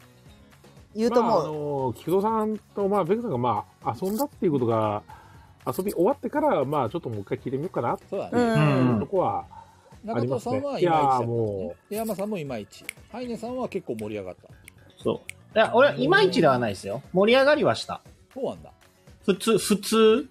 E: 言うと
C: まああ
E: 思う、
C: の菊蔵さんと、まあ、ベクさんが、まあ、遊んだっていうことが、遊び終わってから、まあ、ちょっともう一回聞いてみようかなって
A: そうだ
E: う
A: ね、
E: ん
D: うん
C: とこはあ
A: 中
C: りま
A: 田
C: す
A: さん
C: ね
A: は。
C: い
A: い
C: や
A: まいちだった
C: ー、もう、
A: で山さんもいまいちハイネさんは結構盛り上がった
D: そう。いや、俺は、いまいちではないですよ。盛り上がりはした。
A: そうなんだ
D: 普通、普通。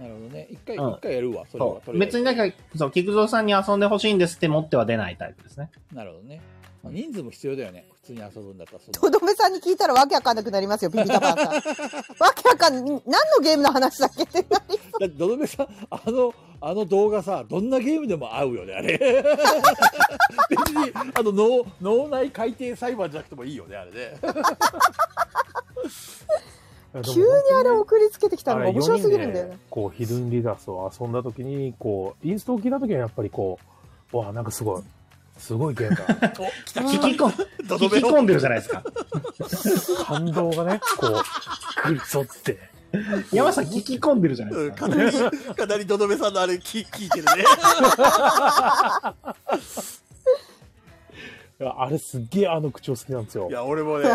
A: なるほどね一回一、
D: うん
A: 回やるわそれは
D: そ
A: と
D: う。
A: りあえず
D: 別になんか、そう、菊蔵さんに遊んでほしいんですって持っては出ないタイプですね。
A: なるほどねまあ人数も必要だよね普通に遊ぶんだったらその
E: とどめさんに聞いたらわけわかんなくなりますよ、ビビタパンさん。わけわかん、何のゲームの話だっけってなり
A: だってどどめさんあのあの動画さどんなゲームでも合うよねあれ (laughs) 別にあの脳脳内海底裁判じゃなくてもいいよねあれ
I: (laughs)
A: ね
E: 急にあれ送りつけてきたのが面白すぎるんだよ
C: あれ四人で。
E: ね
C: こう、ヒルンリダースを遊んだ時に、こう、インストを聞いた時はやっぱりこう、わあ、なんかすごい、すごいゲームだ。
D: 引き込ん、
A: (laughs) (laughs) ど
D: 引き込んでるじゃないですか。
C: 感動がね、こう、くりそって。
D: 山さん、引き込んでるじゃないですか。
A: なりかなりどどめさんのあれ聞聞いてるね
C: いやあれすっげえあの口調好きなんですよ
I: い。や、俺もね、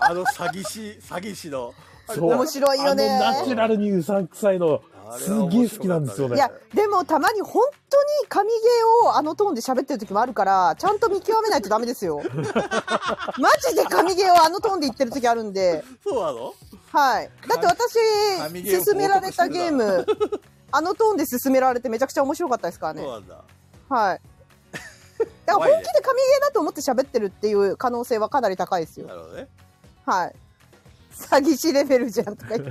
I: あの詐欺師、詐欺師の、
C: そう。
E: 面白いよね。
C: あのナチュラルにうさんくさいの、
I: あれ
C: す
I: は面白かった
C: げ
I: ね
C: え好きなんですよ
E: い
C: ね。
E: や、でもたまに本当に神ゲーをあのトーンで喋ってる時もあるから、ちゃんと見極めないとダメですよ。マジで神ゲーをあのトーンで言ってる時あるんで。
I: そうなの
E: はい。だって私
I: 神、ゲーを
E: 勧められたゲーム、あのトーンで勧められてめちゃくちゃ面白かったですからね
I: そう。なんだ。
E: はい。だから
I: 怖い
E: 本
I: ね
E: 気で神ゲーだと思って喋ってるっていう可能性はかなり高いですよ
I: な。るほどね。
E: はい。詐欺師レベルじゃんとか言って。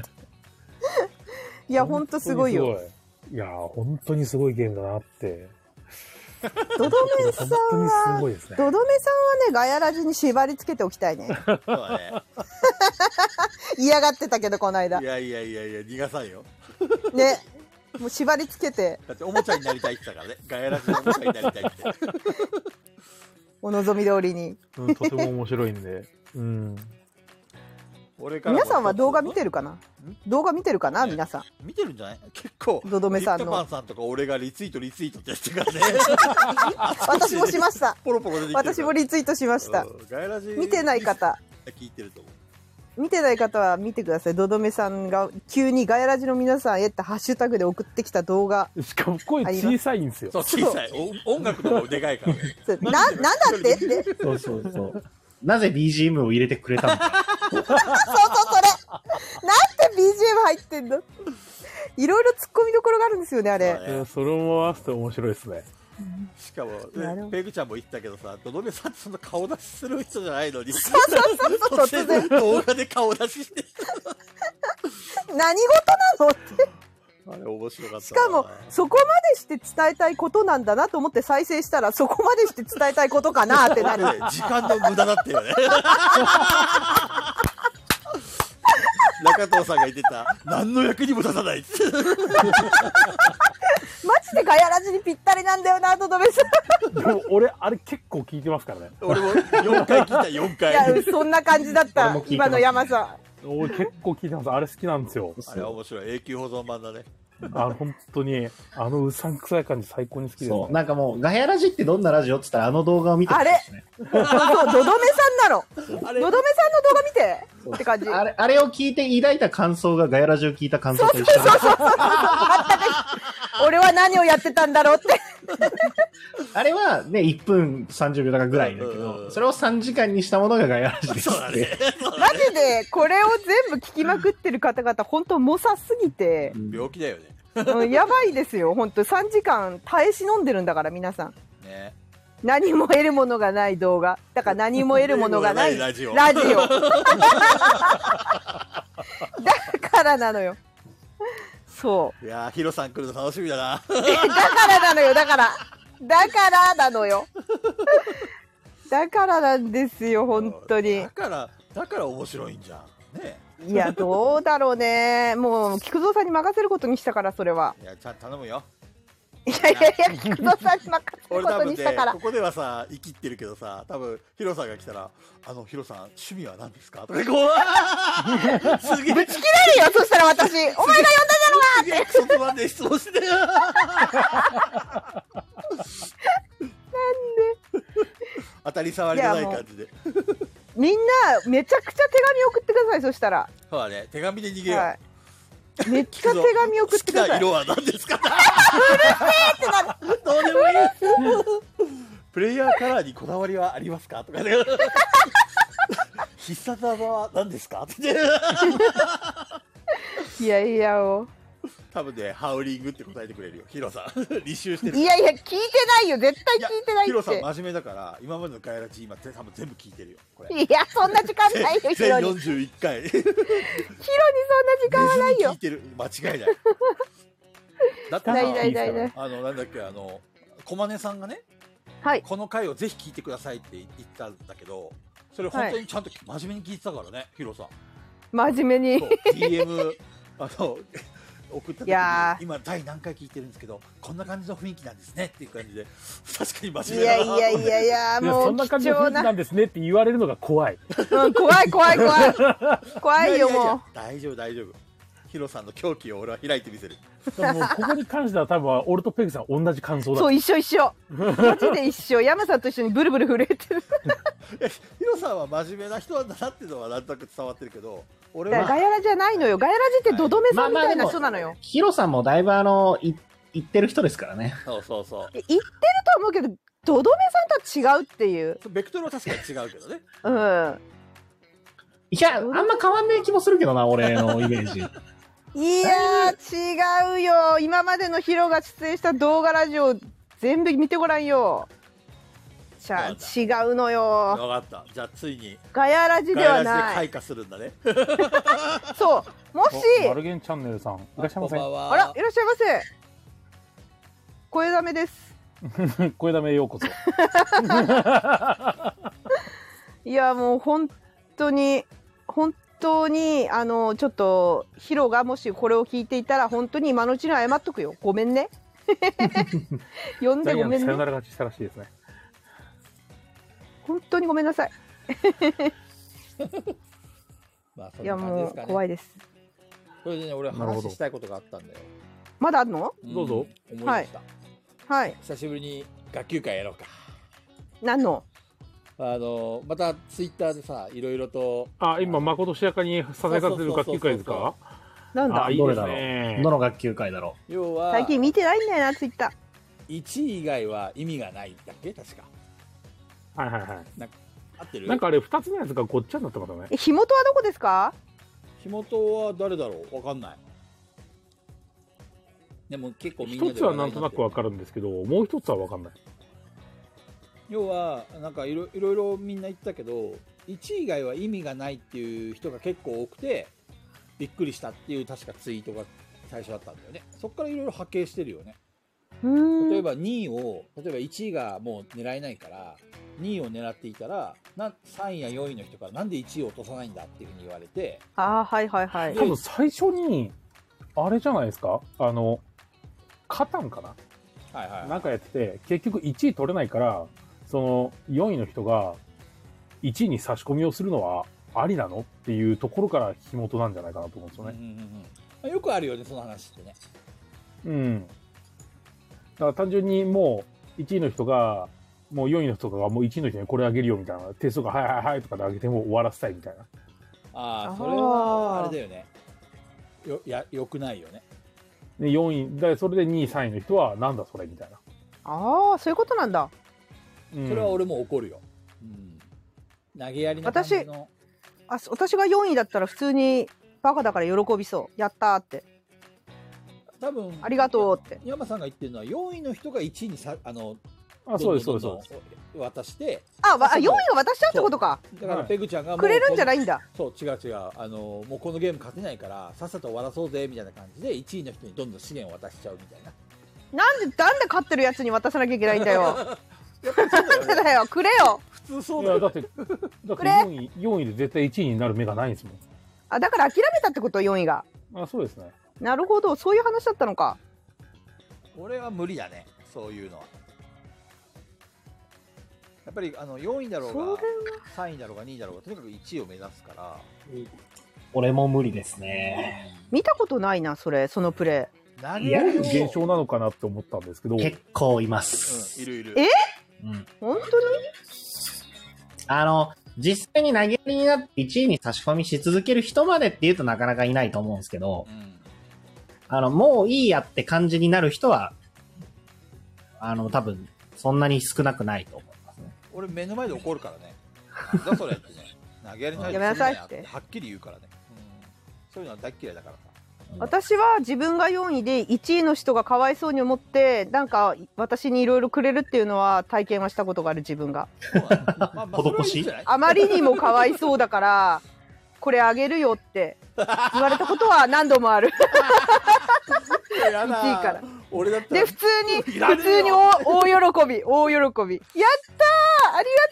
E: いや、ほんとすごいよ。
C: いやー、本当にすごいゲームだなって。本
E: ドドメさん
C: 当にす
E: は、
C: ごいですね。
E: ドドメさんはね、ガヤラジに縛り付けておきたいね。
I: そうだね。
E: 嫌がってたけど、この間
I: い。やいやいやいや、逃がさんよ。
E: ね。もう縛り付けて、
I: だって、おもちゃになりたいって言
E: (laughs)
I: ったからね。ガヤラジのおもちゃになりたいって。
E: お望み通りに。
C: うん、とても面白いんで。うん。
I: 俺からも
E: 皆さんは動画見てるかな動画見てるかな
I: ね
E: 皆さん。
I: 見てるんじゃない結構。
E: ドドメさんの
I: ビットパンさんとか俺がリツイートリツイートってやってる
E: (laughs)
I: からね。
E: 私もしました。
I: ポロポロ出てきてるから。
E: 私もリツイートしました。
I: うんガヤラジ
E: 見てない。方。
I: 聞いてると思う。
E: 見てない方は見てください。どどめさんが急にガヤラジの皆さんへってハッシュタグで送ってきた動画。
C: しかも声小さいんですよ。
I: そう、小さい。お音楽の方でかいからね。
E: それな、なんだってって。そうそ
D: そ
E: う
D: うそうそう。なぜ BGM を入れてくれた
A: (laughs)
D: のか。
E: それ。なんで BGM 入ってんのいろいろ突っ込みどころがあるんですよね、あ
I: そう
E: れ。
I: だ
C: う
I: ね
C: んそれも合わせて面白いですね。
I: しかも
E: なるほど、
I: ペグちゃんも言ったけどさ、ドドメさんってそんな顔出しする人じゃないのに、
E: そうそう突然。
I: (laughs) 動画で顔出しして。
E: 何事なのって。
I: あれ面白かった。
E: しかも、そこまでして伝えたいことなんだなと思って再生したら、そこまでして伝えたいことかなってなる。
I: ね
E: (laughs)
I: 時間の無駄だ
A: (laughs)
I: ったよね。中藤さんが言ってた、何の役にも立たないっつって。
E: マジでガヤラジにぴったりなんだよな、どどめさん。
C: でも俺、あれ結構聞いてますからね。
I: 俺も4回聞いた、4
E: いや
I: 回。、
E: そんな感じだっ
D: 俺
E: た
D: も聞い。てます
E: 今の山さん。
C: 俺結構聞いてます。あれ好きなんですよ。
I: あれは面白い。永久保存版だね。
C: あの本当に、あのうさんくさい感じ最高に好きです、ね。
D: そう。なんかもう、ガヤラジってどんなラジオって言ったら、あの動画を見てほしいですね
E: そうそう、どどめさんな
A: あ
E: の。ど
A: れ
E: どめさんの動画見て
D: そう
E: って感じ。
D: あれ、あれを聞いて抱いた感想がガヤラジを聞いた感想と一緒で、
E: 俺は何をやってたんだろうって。
D: あれはね、1分30秒だからぐらいだけ
A: うんうんう
D: ど、
A: ん
D: それを3時間にしたものがガヤラジです
A: そうだ
D: っ
A: ね
D: て。。
E: マジで、これを全部聞きまくってる方々、本当猛者すぎて、
A: 病気だよね。
E: うんやばいですよ。本当3時間耐え忍んでるんだから、皆さん。
A: ね。
E: 何も得るものがない動画。だから何も得るものがない。
A: ラジオ。
E: ラジ
A: (laughs)
E: オ。だからなのよ。そう。
A: いやー、ヒロさん来るの楽しみだな。
E: だからなのよ、だから。だからなのよ。だからなんですよ、本当に
A: だ。から、だから面白いんじゃん。ね。
E: いや、どうだろうね。もう、菊蔵さんに任せることにしたから、それは。
A: いや、ちゃんと頼むよ。
E: いやいやいや、菊蔵さんに任せる
A: 俺
E: こ
A: 多
E: と
A: 分
E: に
A: ね
E: したから
A: こ。こではさ生きってるけどさ多分ヒロさんが来たら「あのヒロさん趣味は何ですか?」とかこう
E: (laughs)
A: すげえ
E: 切れるよ、そしたら私。お前が呼んだじ
A: すげえクソつまんで質問して当たり障りのない感じで
E: ゃんみんな、めちゃくちゃ手紙送ってください、そしたら。
A: そうだね手紙で逃げよう、
E: はい。めっちゃ手紙送ってく
A: 好
E: ださ。
A: きない色は何ですかどうでもいいプレイヤーカラーにこだわりはありますかとかね必殺技は何ですかって
E: いやいや、お
A: 多分ねハウリングって答えてくれるよヒロさん履修してる
E: いやいや、聞いてないよ、絶対聞いてない
A: ヒロさん
E: っ
A: 真面目だから今までのガイラジ今ぜ多分全部聞いてるよこれ
E: て。いや、そんな時間ないよ、ヒ
A: 全
E: ロに。ヒロに
A: 41回
E: そんな時間はない
A: 聞
E: よ
A: い。てる間違いないだってさ
E: ないないないない。
A: あのなんだっけあの駒根さんがね
E: はい。
A: この回をぜひ聞いてくださいって言ったんだけどそれ本当にちゃんと真面目に聞いてたからね、ヒロさん
E: 真面目に
A: そう。DM (laughs) あの送った時
E: い
A: に
E: やー
A: 今第何回聞いてるんですけどこんな感じの雰囲気なんですねっていう感じで確かに
E: い
A: 真面目
E: や
A: だ
E: い
A: な
E: やいやいや、
C: いや
E: も
C: そ
E: うん
C: な
E: 貴
C: 感じの雰
E: 重
C: 囲気
E: な。
C: なんですねって言われるのが怖い。
E: うん、怖い怖い怖い。怖いよ、
A: ややや
E: も
A: 大丈夫大丈夫ヒロさんの狂気を俺は開いてみせる
C: でももうここに関しては多分、俺とペグさん同じ感想
E: う。
C: だ。
E: そう、一緒一緒。マジで一緒。山さんと一緒にブルブル震えてる。
A: いやヒロさんは真面目な人なんだなっていうのはなんとなく伝わってるけど俺
E: だからガ
A: は
E: ヤラじゃないのよ。ガヤラジってドドメさんみたいな人なのよ。
D: ヒロさんもだいぶあの、い言ってる人ですか
C: (laughs)
D: らね。
A: そうそうそう
E: 言ってるとは思うけど、ドドメさんとは違うっていう。
A: そうベクトルは確かに違うけどね
E: うん。
D: いや、あんま変わんない気もするけどな、俺のイメー (laughs) ジ。
E: いやー、違うよ。今までのヒロが出演した動画ラジオ、全部見てごらんよ。じゃ
A: な
E: あ、
A: ん
E: 違うのよ。
A: 分かったじゃあついに
E: ガヤラジ
A: ガ
E: で
A: イ
E: は
A: ラジで
E: ない。
A: 開花するんだね
E: そう。もし、
C: おマルゲンチャンネルさん、いらっしゃいませ。
A: は
E: あら、いらっしゃいませ。声だめです。
C: (laughs) 声だめようこそ。
E: いや、もう本当に、本当に、あの、ちょっと、ヒロがもしこれを聞いていたら、本当に今のうちに謝っとくよ。ごめ
A: (laughs)
E: んね。呼ん
C: ダ
E: で
C: イ
E: ご
C: アン
E: め
C: の
E: ん
C: さよ
E: ね。
C: なら勝ちしたらしいですね。
E: 本当にごめんなさい。
A: まあそ
E: い
A: ん
E: や、
A: な感じ
E: も
A: ですか
E: う
A: ね
E: 怖いです。
A: それでね俺は
C: なるほ
A: 話
C: ど
A: したいことがあったんだよ
E: まだあるの
C: どうぞ
A: ん思い出した、
E: はい。
A: 久しぶりに学級会やろうか
E: 何の
A: あのまたツイッターでさいろいろと
C: あ、今、誠しやかにささやかってる学級会ですか
E: なんだ
C: あ、いい
D: ど
C: で
D: れ
C: す
D: だろ
C: ね
D: ど。の学級会だろ
A: 要は
E: 最近見てないんだよな、ツイッタ
A: 1位以外は意味がないんだっけ確か
C: はいはいはい。
A: 合ってる
C: なんかあれ、二つのやつがごっちゃになってましたね。
E: ー。火元はどこですか
A: 火元は誰だろうわかんないでも結構みんなで
C: 一つはなんとなくわかるんですけど、もう一つはわかんない。
A: 要はなんかいろいろいろみんな言ったけど1位以外は意味がないっていう人が結構多くてびっくりしたっていう確かツイートが最初だったんだよねそっからいろいろ波形してるよね
E: うーん。
A: 例えば2位を例えば1位がもう狙えないから2位を狙っていたらな3位や4位の人からなんで1位を落とさないんだっていうふうに言われて
E: ああ、はいはいはい。
C: 多分最初に、あれじゃないですかあの、カタンかな
A: はいはい
C: なんかやってて、結局1位取れないから、その4位の人が1位に差し込みをするのはありなのっていうところから紐となんじゃないかなと思うんですよ
A: うんうん
C: ね。
A: うんうんまあよくあるよねその話ってね
C: うん。だから単純にもう1位の人が、もう4位の人がもう1位の人にこれあげるよみたいな、点数がはいはいはいとかであげてもう終わらせたいみたいな。
A: あ
E: あ
A: あ
E: ー
A: それはあれだよねよいやよくないよね
C: で、4位、だからそれで2位、3位の人はなんだそれみたいな。
E: ああそういうことなんだ
C: うん
A: それは俺も怒るよ、うん、投げやりな感じの
E: あそ私が4位だったら普通にバカだから喜びそうやったーって
A: 多分
E: ありがとうって
A: 山さんが言ってるのは4位の人が1位にさあの
C: あ、そうです、そう
A: ど
C: です、
A: ん
C: そ
A: ど
C: うで
A: ん
C: す。
A: どんどん渡して
E: あわあ4位が私だってことか
A: だから
C: はい
A: ペグちゃんがもう
E: くれるんじゃないいんだ
A: そう違う違うあのもうこのゲーム勝てないからさっさと終わらそうぜみたいな感じで1位の人にどんどん資源を渡しちゃうみたいな
E: なんでなんで勝ってるやつに渡さなきゃいけないんだよ
A: やっぱそうだよ
E: なんで
A: ね
E: だよくれよ
A: 普通そう
C: い
A: だ
C: や、
A: よ
C: だって、だって
E: これ
C: 4位、4位で絶対1位になる目がないんですも
E: あだから諦めたってこと4位が
C: ん。あ、そうですね。
E: なるほどそういう話だったのか
A: 俺は無理だねそういうのはやっぱりあの4位だろ
E: そうれは
A: が3位だろうが2位だろうがとにかく1位を目指すから
D: 俺も無理ですね。
E: 見たことないなそれそのプレー
A: 投
D: い
A: げ
D: や
A: や
C: どう
A: り
C: い
A: の
C: う現象なのかなって思ったんですけど、
D: 結構いま
I: うん、い
D: す。
I: るいる。
E: え
D: うん
E: 本当に
D: あの、実際に投げやりになって1位に差し込みし続ける人までっていうとなかなかいないと思うんですけど、
A: うん
D: あの、もういいやって感じになる人は、あの、多分、そんなに少なくないと思いますね。
A: 俺目の前で怒るからねなんだそれってね投げやりの
E: やめなさいって
A: はっきり言うからね、うんそういうのは大っ嫌いだからさ
E: 私は自分が4位で1位の人がかわいそうに思ってなんか私にいろいろくれるっていうのは体験はしたことがある自分が
A: そう
E: (laughs)
A: なのまあまあそれはいいんじゃない
E: あまりにもかわいそうだからこれあげるよって言われたことは何度もある
A: (laughs) やだ
E: 1位から
A: 俺だった
E: で
A: ら
E: 普通に
A: いらねえよ
E: 普通に大大喜び大喜びやったーありが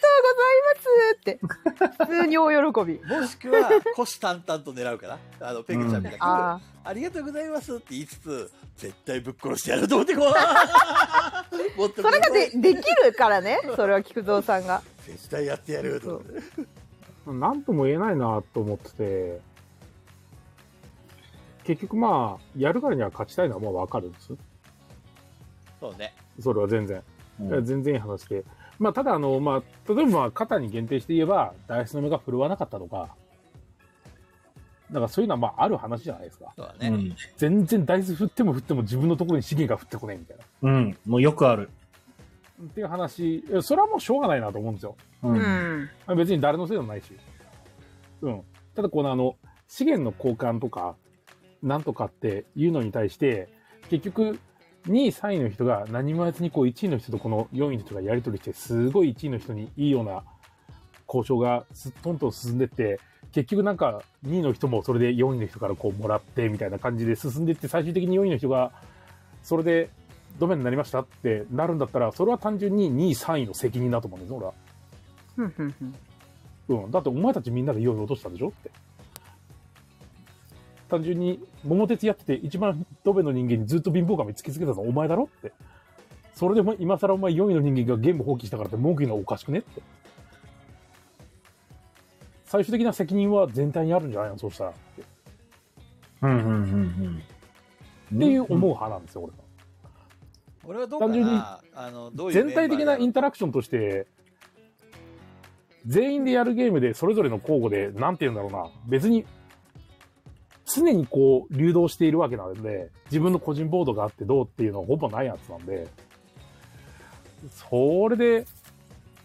E: とうございますって普通に大喜び
A: もしくは虎視眈々と狙うからあのペグちゃんみたいに、
E: ああ
A: ありがとうございますって言いつつ、絶対ぶっ殺してやると思ってこう。
E: (laughs)
A: もっと
E: それがでできるからねそれは菊蔵さんが
A: 絶対やってやると思って。
C: なんとも言えないなと思ってて、結局まあ、やるからには勝ちたいのはまあわかるんです。
A: そうね。
C: それは全然。
D: うん
C: 全然いい話で。まあ、ただあの、まあ、例えばまあ肩に限定して言えば、ダイスの目が振るわなかったとか、なんかそういうのはまあある話じゃないですか。
A: そうだ
D: う
A: ね。
D: ん。
C: 全然ダイス振っても振っても自分のところに資源が降ってこないみたいな。
D: うん。もうよくある。
C: っていう話、えそれはもうしょうがないなと思うんですよ。
D: う。
E: うんん
C: 別に誰のせいでもないし。うん。ただこのあの、資源の交換とか、なんとかっていうのに対して、結局、2位、3位の人が何もやつにこう1位の人とこの4位の人がやり取りして、すごい1位の人にいいような交渉がすっとんとん進んでって、結局なんか2位の人もそれで4位の人からこうもらってみたいな感じで進んでいって、最終的に4位の人がそれでドメになりましたってなるんだったら、それは単純に2位、3位の責任だと思うんですよ、俺は。
E: ふんふんふん
C: うん、だってお前たちみんなで用意落としたでしょって。単純に、桃鉄やってて一番ドベの人間にずっと貧乏神突きつけたのはお前だろって。それでも今更お前4位の人間がゲーム放棄したからって文句言うのはおかしくねって。最終的な責任は全体にあるんじゃないのそうしたら。って
D: うん。うん。うん。うん。
C: っていう思う派なんですよ、俺は。
A: 俺はどうか
C: 単純に
A: な。あの、どういう
C: 全体的なインタラクションとして、全員でやるゲームでそれぞれの交互で、なんて言うんだろうな、別に、常にこう流動しているわけなので、自分の個人ボードがあってどうっていうのはほぼないやつなんで、それで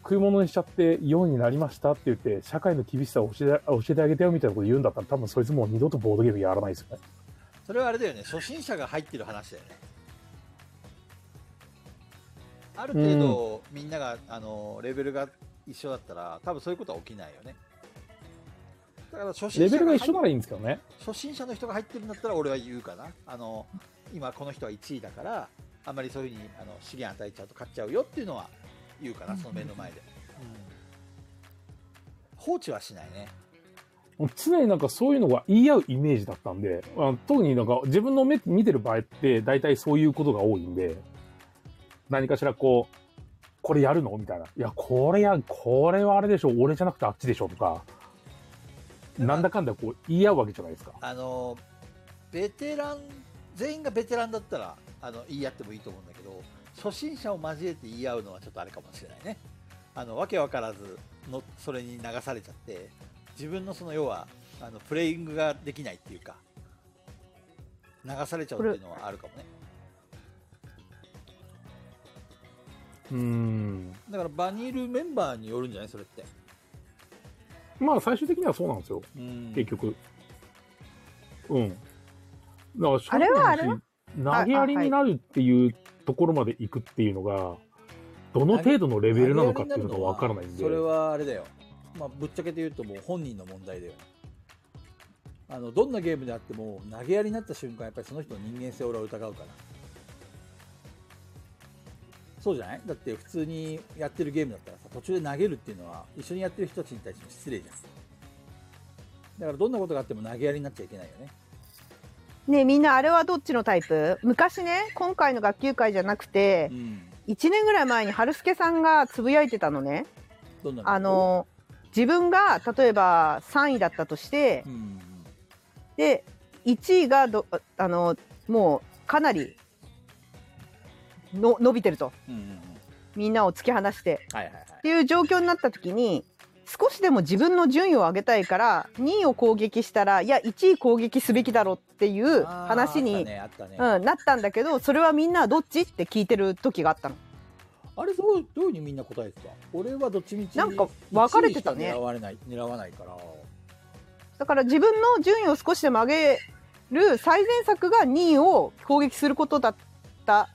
C: 食い物にしちゃって4位になりましたって言って、社会の厳しさを教えて教えてあげてよみたいなこと言うんだったら、多分そいつもう二度とボードゲームやらないですよね。
A: それはあれだよね。初心者が入ってる話だよね。ある程度、みんなが、あの、レベルが一緒だったら、多分そういうことは起きないよね。だから初心
C: レ
A: 者
C: ベルが一緒
A: 入っ
C: ならいいんですけどね。
A: 初心者の人が入ってるんだったら俺は言うかなあの今この人は1位だからあんまりそういうふうにあの資源与えちゃうと買っちゃうよっていうのは言うかなその目の前で、放置はしないね
C: 常になんかそういうのが言い合うイメージだったんで、あ特になんか自分の目見てる場合って大体そういうことが多いんで、何かしらこう、これやるのみたいな。いや、これや、これはあれでしょ、俺じゃなくてあっちでしょとか、なんだかんだこう言い合うわけじゃないですか。
A: あのベテラン全員がベテランだったらああの言い合ってもいいと思うんだけど初心者を交えて言い合うのはちょっとあれかもしれないねあのわけわからずのそれに流されちゃって自分のその要はあのプレイングができないっていうか流されちゃうっていうのはあるかもね
C: うーん。
A: だから場にいるメンバーによるんじゃないそれって
C: まあ、最終的にはそうなんですよ。
A: うん
C: 結局。うん。だから、
E: あれはあれは
C: 正直投げやりになるっていうところまで行くっていうのが、どの程度のレベルなのかっていうのがわからないんで。
A: それはあれだよ、まあ、ぶっちゃけて言うともう本人の問題だよねあのどんなゲームであっても投げやりになった瞬間やっぱりその人の人間性を俺は疑うからそうじゃないだって普通にやってるゲームだったらさ途中で投げるっていうのは一緒にやってる人たちに対しても失礼じゃんだからどんなことがあっても投げやりになっちゃいけないよね
E: ねえみんなあれはどっちのタイプ昔ね今回の学級会じゃなくて
A: うん
E: 1年ぐらい前に春助さんがつぶやいてたのね
A: どんな
E: あの自分が例えば3位だったとして
A: うん
E: で1位がどあのもうかなりの伸びてると
A: うんうんうん
E: みんなを突き放して
A: はいはいはい
E: っていう状況になった時に少しでも自分の順位を上げたいから2位を攻撃したらいや1位攻撃すべきだろっていう話
A: あーあっ
E: に
A: た、ねあったね、
E: うん、なったんだけどそれはみんなどっちって聞いてる時があったの。
A: あれどうどういうふうにみんな答えてた俺はどっちみち
E: なんか分かれてたね
A: 一位しか狙われない狙わないから
E: だから自分の順位を少しでも上げる最善策が2位を攻撃することだった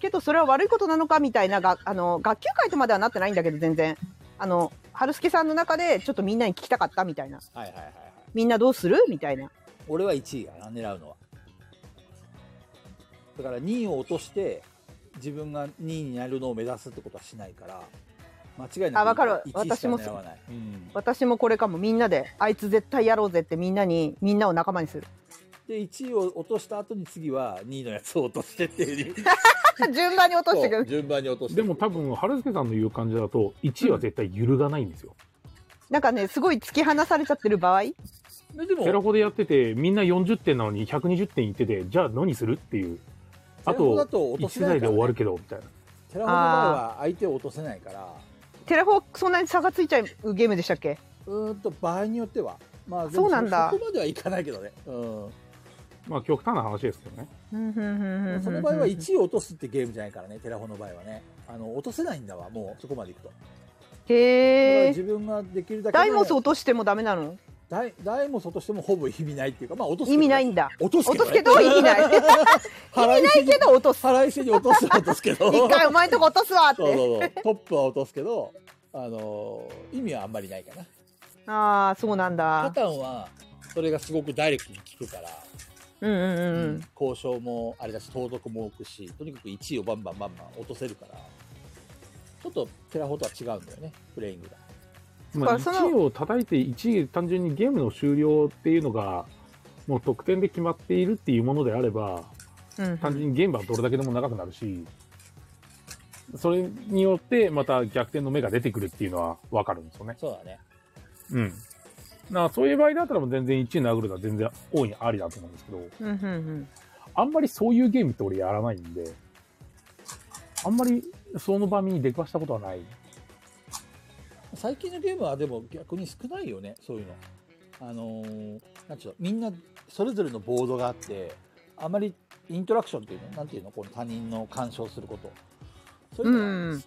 E: けどそれは悪いことなのかみたいながあの学級会とまではなってないんだけど全然あの春輔さんの中でちょっとみんなに聞きたかったみたいな
A: はいはいはいはい
E: みんなどうするみたいな
A: 俺は1位やな狙うのはだから2位を落として自分が2位になるのを目指すってことはしないから間違いなく
E: あ分かる
A: 1位しか
E: 私もそう
A: 狙わない、うん
E: 私もこれかもみんなであいつ絶対やろうぜってみんなにみんなを仲間にする
A: で1位を落とした後に次は2位のやつを落としてっていう
E: 順番に落としてく
A: そう
E: る
A: 順番に落として
C: でも多分、春助さんの言う感じだと、1位は絶対揺るがないんですよ。
E: なんかねすごい突き放されちゃってる場合
A: ででも
C: テラコでやってて、みんな40点なのに120点いってて、じゃあ何するっていう。あ
A: テラフォだ
C: と、
A: と落と
C: 1
A: せ
C: 世
A: ないか
C: 代で
A: らね
C: 終わるけど、みたいな。
A: テラフォの場合は相手を落とせないから
E: テレフォーそんなに差がついちゃうゲームでしたっけ
A: うーんと場合によってはまあでも
E: そうなんだ
A: そこまではいかないけどねうん
C: まあ、極端な話ですけどね。
E: その
A: その場合は1位を落とすってゲームじゃないからね、テラフォの場合はね。あの、落とせないんだわ、もうそこまでいくと。だから
E: へえ
A: 自分ができるだけ
E: ダイモス落としてもダメなの
A: ダイダイモスとしてもほぼ意味ないっていうか、まあ落とすけ
E: 意
A: どね
E: 味ないんだ
A: 落とすけ
E: 落
A: ど、
E: と
A: ね。
E: すけど意味
A: (laughs)
E: ない
A: 払いせに
E: けど落とす
A: 腹いせに落とすは落とすけど。
E: 一回お前んとこ落とすわっ
A: そう
E: て
A: そうそう。トップは落とすけど、あのー意味はあんまりないかな。
E: ああそうなん
A: パ
E: だ
A: ターンは、それがすごくダイレクトに効くから、
E: うんうんうん
A: 交渉もあれだし、盗賊も多くし、とにかく1位をバンバンバンバン落とせるから、ちょっとテラフォとは違うんだよね、プレイングが。
C: まあ、
E: その
C: 1位を叩いて1位単純にゲームの終了っていうのがもう得点で決まっているっていうものであれば
E: うん
C: 単純にゲームはどれだけでも長くなるしそれによってまた逆転の目が出てくるっていうのは分かるんですよね。
A: そうだね。
C: うんなそういう場合だったらもう全然1位殴るのは全然大いにありだと思うんですけど
E: うんうんうん
C: あんまりそういうゲームって俺やらないんであんまりその場面に出くわしたことはない
A: 最近のゲームはでも逆に少ないよねそういうのあのーなんちゅうのみんなそれぞれのボードがあってあまりイントラクションっていうのなんていうのこの他人の干渉することそう
E: う
A: いうの
E: ん
A: は
E: うん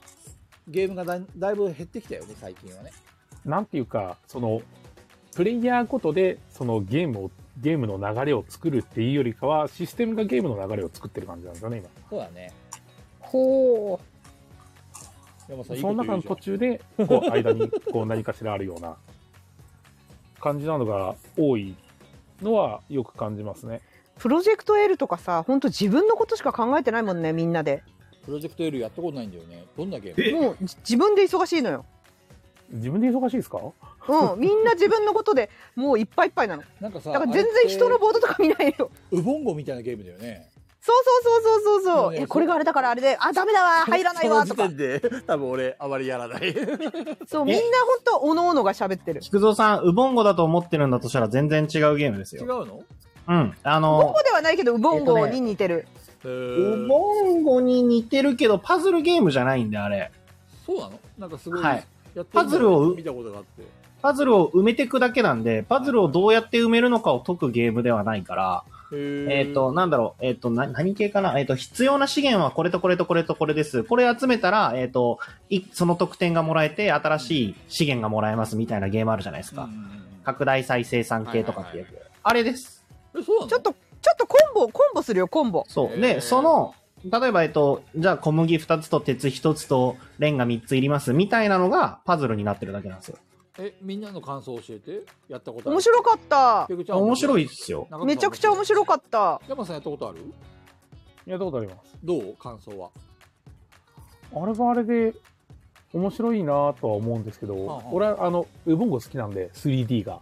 A: ゲームがだいだいぶ減ってきたよね最近はね
C: なんていうか、その、プレイヤーごとで、そのゲームを、ゲームの流れを作るっていうよりかは、システムがゲームの流れを作ってる感じなんですよね、
A: そうだね
E: ほ
A: 山本さん
C: 今。
A: いい
C: そ
A: こ
C: の
A: と
C: 中
A: 言うじゃ
C: の途
A: ん
C: 中で、こう、間に、こう、何かしらあるような、感じなのが多いのは、よく感じますね。
E: うプロジェクト L とかさほんと自分のことしか考えてないもんねみんなで
A: プロジェクト L やったことないんだよねどんなゲーム
E: もうじ自分で忙しいのよ
C: 自分で忙しいですか
E: うんみんな自分のことでもういっぱいいっぱいなの
A: なんかさ
E: だから全然人
A: あ
E: の
A: れっ
E: ボードとか見ないよ
A: てウボンゴみたいなゲームだよね
E: そうそうそうそうそうそう、
A: ね
E: えこれがあれだからあれであダメだわ入らないわとか
I: その時点で、多分俺、あまりやら (laughs) ない。
E: そうみんな本当おのおのが喋ってる
D: 菊蔵さん、ウボンゴだと思ってるんだとしたら全然違うゲームです
A: 違う
D: よ。
A: の
D: うん。あ
E: ボン
D: の
E: ゴ、ではないけどウボンゴに似てる、
I: え
D: お
I: ー、
D: 盆語に似てるけど、パズルゲームじゃないんで、あれ。
I: そうなのなんかすごい、
D: はい
I: やってるの
D: パズルを
I: 見たことがあって。
D: パズルを埋めていくだけなんで、パズルをどうやって埋めるのかを解くゲームではないから、
I: え
D: えっ、と、なんだろう、えっ、と、な、何系かなえっ、と、必要な資源はこれとこれとこれとこれです。これ集めたら、えっ、と、い、その得点がもらえて、新しい資源がもらえますみたいなゲームあるじゃないですか。拡大再生産系とかっていうやつ。あれです。
I: え、そうなの
E: ちょっと、ちょっとコンボ、コンボするよ、コンボ。
D: そう。
I: へー
D: で、その、例えば、えっと、じゃあ小麦2つと鉄1つとレンガ3ついりますみたいなのがパズルになってるだけなんですよ。
I: え、みんなの感想を教えて。やったことある
E: 面白かった。
I: ペグちゃん
D: 面白い
I: っ
D: っすよ。
E: めちゃくちゃ面白かった。
I: 山さんやったことある
C: やったことあります。
I: どう感想は。
C: あれはあれで、面白いなぁとは思うんですけど、
I: あはあ
C: 俺は、あの、ウボンゴ好きなんで、3D が。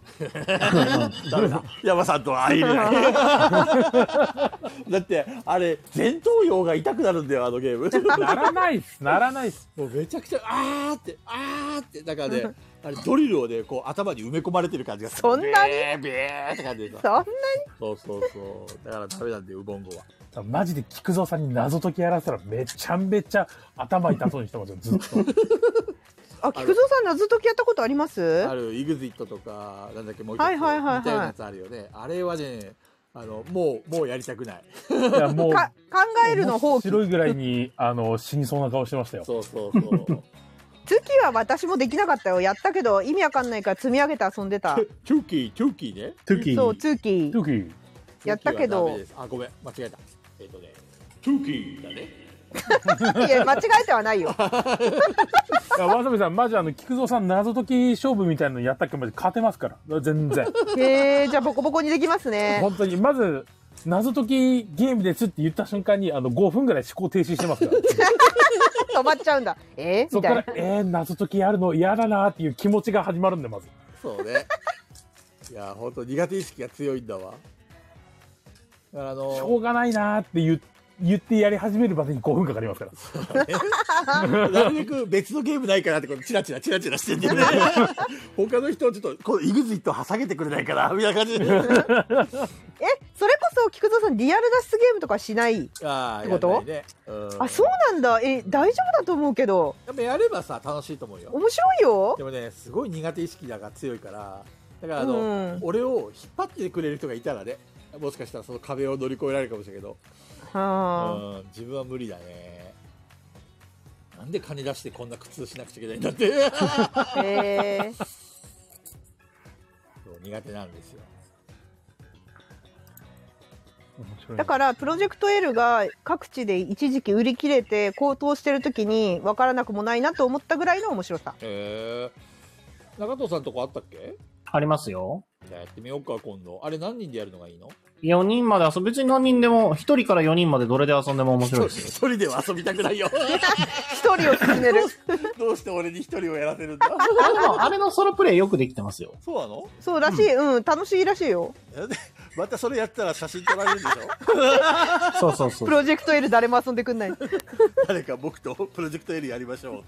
I: (laughs)
A: ダメだ。山さんとは相入れ
I: (laughs)
A: ない。だって、あれ、前頭葉が痛くなるんだよ、あの
E: (laughs)
A: ゲーム。
C: ならないっす、ならないっす。
I: もうめちゃくちゃ、あーって、あーって、なんか
E: (laughs)
I: ね、
A: あれ、ドリルをね、こう、頭に埋め込まれてる感じがする。
E: そんな
A: ビ
E: に
A: ービーって感じでさ。
E: そん
I: そうそうそう。だからダメなんだよ、ウボンゴは。
C: マジで菊蔵さんに謎解きやらせたらめちゃめちゃ頭痛そうにしてますよ、ずっと。
E: あ、菊蔵さん謎解きやったことあります
I: ある、イグジットとか、なんだっけ、もう一つ、
E: はいはいはいはい
I: 似たようなやつあるよね。あれはね、あの、もう、もうやりたくない。
C: いや、もう、
E: か考えるの放棄。
C: 白いぐらいに、あの、死にそうな顔してましたよ。
I: そうそう (laughs) そう。
E: 月は私もできなかったよ。やったけど、意味わかんないから積み上げて遊んでた。
I: チューキー、チューキーね。
D: トゥキ
E: そう、
D: ー。
E: ツーキー
C: ト。ゥキー
E: やったけど
I: チューキーはダメですあ、ごめん、間違えた。えっ、とね、チューキーだね。
E: いや、間違えてはないよ。
C: いやわさびさん、マジあの、菊蔵さん謎解き勝負みたいなのやったっけマジ勝てますから。全然。
E: へえ、じゃあボコボコにできますね。
C: 本当に、まず、謎解きゲームですって言った瞬間に、あの、5分ぐらい思考停止してますから。
E: 止まっちゃうんだ。えー
C: そ
E: み
C: こか
E: たい
C: ら
E: な。、
C: えー、謎解きやるの嫌だなっていう気持ちが始まるんで、まず。
I: そうね。いや、本当苦手意識が強いんだわ。だからあ
C: しょ
I: の、
C: うがないなって言う言ってやり始めるまでに5分かかりますから。
I: なるべく別のゲームないかなってこと、チラチラチラチラしてんだ (laughs) よね。他の人、ちょっと、
A: このイグジットは下げてくれないかな、みたいな感じで。
E: え、それこそ菊蔵さん、リアル脱出ゲームとかしない
I: ああ、
E: ってこと
I: やんないねうん、
E: あ、そうなんだ。え、大丈夫だと思うけど。
I: やっぱやればさ、楽しいと思うよ。
E: 面白いよ
I: で。もね、すごい苦手意識だが強いから、だからあの、
E: うん
I: 俺を引っ張ってくれる人がいたらね、もしかしたらその壁を乗り越えられるかもしれないけど、
E: はあ。
I: うん、自分は無理だね。なんで金出してこんな苦痛しなくちゃいけないんだって。
E: (laughs) えー、
I: そう苦手なんですよ。
E: だからプロジェクト L が各地で一時期売り切れて高騰してる時に分からなくもないなと思ったぐらいの面白さ
I: へえ。中藤さんとこあったっけ
D: ありますよ。
I: じゃあやってみようか、今度。あれ何人でやるのがいいの
D: 4人まで遊ぶ。別に何人でも、1人から4人までどれで遊んでも面白い
A: (laughs)
D: ですよ。
I: 一人では遊びたくないよ。
E: 一人を進める
I: どうして俺に一人をやらせるんだ
D: あれの、あれのソロプレイよくできてますよ。
I: そうなの
E: そうらしいうん、楽しいらしいよ
A: またそれやったら写真撮られ (laughs) るでしょ
D: そうそうそう。
E: プロジェクト L 誰も遊んでくんない
A: 誰か僕とプロジェクト L やりましょう。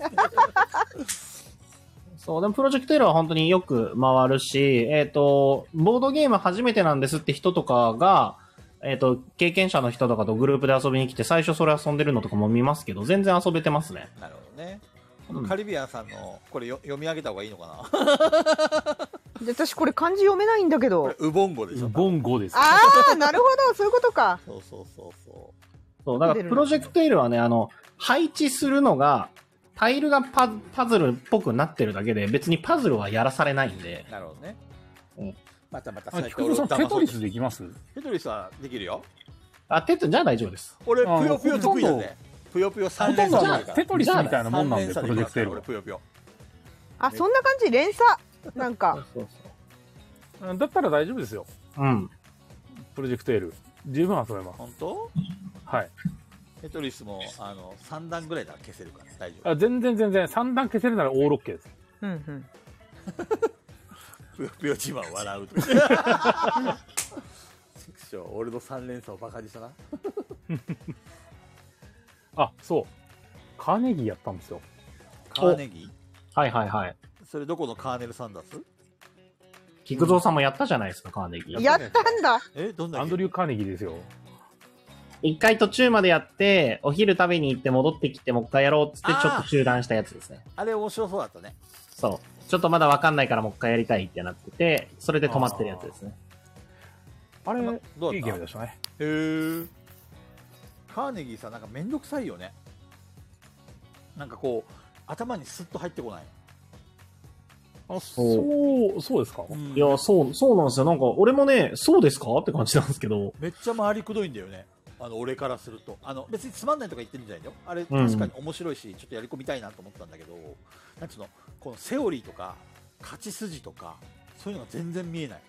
D: そう、でもプロジェクト L は本当によく回るし、えっ、と、ボードゲーム初めてなんですって人とかが、えっ、と、経験者の人とかとグループで遊びに来て、最初それ遊んでるのとかも見ますけど、全然遊べてますね。
A: なるほどね。
D: うん
A: カリビアンさんの、これよ読み上げた方がいいのか
E: で私これ漢字読めないんだけ
A: な
E: ど
A: (laughs) ウボンゴでしょ
C: ボン5です。
E: ああなるほどそういうことか
A: そうそうそうそう。
D: そう、だからプロジェクト L はね、あの、配置するのが、タイルがパパズルっぽくなってるだけで、別にパズルはやらされないんで。
A: なるほどね。
D: うん
A: またまた
C: あ
A: 最
C: 菊
A: 高
C: 蔵さん、テトリ
A: ス。
C: スできます
A: テトリスはできるよ。
D: あ、テト、じゃあ大丈夫です。
A: 俺、
C: あ
A: ぷよぷよ得意だぜ。ぷよぷよ3連
D: ほ
A: 鎖
D: と
A: で
D: んど
A: き
D: は
A: るから。
C: テトリスみたいなもんなん
A: 三連
C: で、プ
A: 鎖
C: ロジ
A: き
C: ェ
A: ま
C: ク
A: すから
C: ト L
A: 俺、
C: は
A: ぷよぷよ。
E: あそんな感じ連鎖なんか
D: そう
C: うんだったら大丈夫ですよ、
D: そう。うん。
C: プロジェクト L。十分遊べます。
A: 本当
C: はい。
A: テトリス
C: (laughs)
A: も、あの、3段ぐらいなら消せるから大丈夫。
C: あ全然全然、3段消せるならオーロッケーです。
E: うんうん
A: ぷよぷよ自慢笑うとか。
C: (laughs)
I: 師匠俺の3連鎖をバカにしたな。
C: あ、そう。カーネギーやったんですよ。
A: カーネギ
D: はいはいはい。
A: それどこのカーネル・サンダース
D: 菊蔵さんもやったじゃないですか、カーネギー。
E: やったんだ
A: え、どんだけ
C: アンドリュー・カーネギーですよ。
D: え一回途中までやって、お昼食べに行って戻ってきて、もう一回やろうっつって
A: あ、ー
D: ちょっと中断したやつですね。
A: あれ面白そうだったね。
D: そう。ちょっとまだわかんないからもう一回やりたいってなってて、それで止まってるやつですね。
C: あれ、
A: まどう
C: いい
A: だ
C: ゲー
A: っ
C: ムでしたね。
A: たへえ。カーネギーさ、なんかめんどくさいよね。なんかこう、頭にスッと入ってこない。
C: あ、そう、そうですか。
D: いや、そう、そうなんですよ。なんか、俺もね、そうですかって感じなんですけど。
A: めっちゃ回りくどいんだよね。あの俺からするとあの別につまんないとか言ってるんじゃないよあれ
D: うん
A: 確かに面白いし、ちょっとやり込みたいなと思ったんだけどなんつうのこのセオリーとか勝ち筋とかそういうのが全然見えない、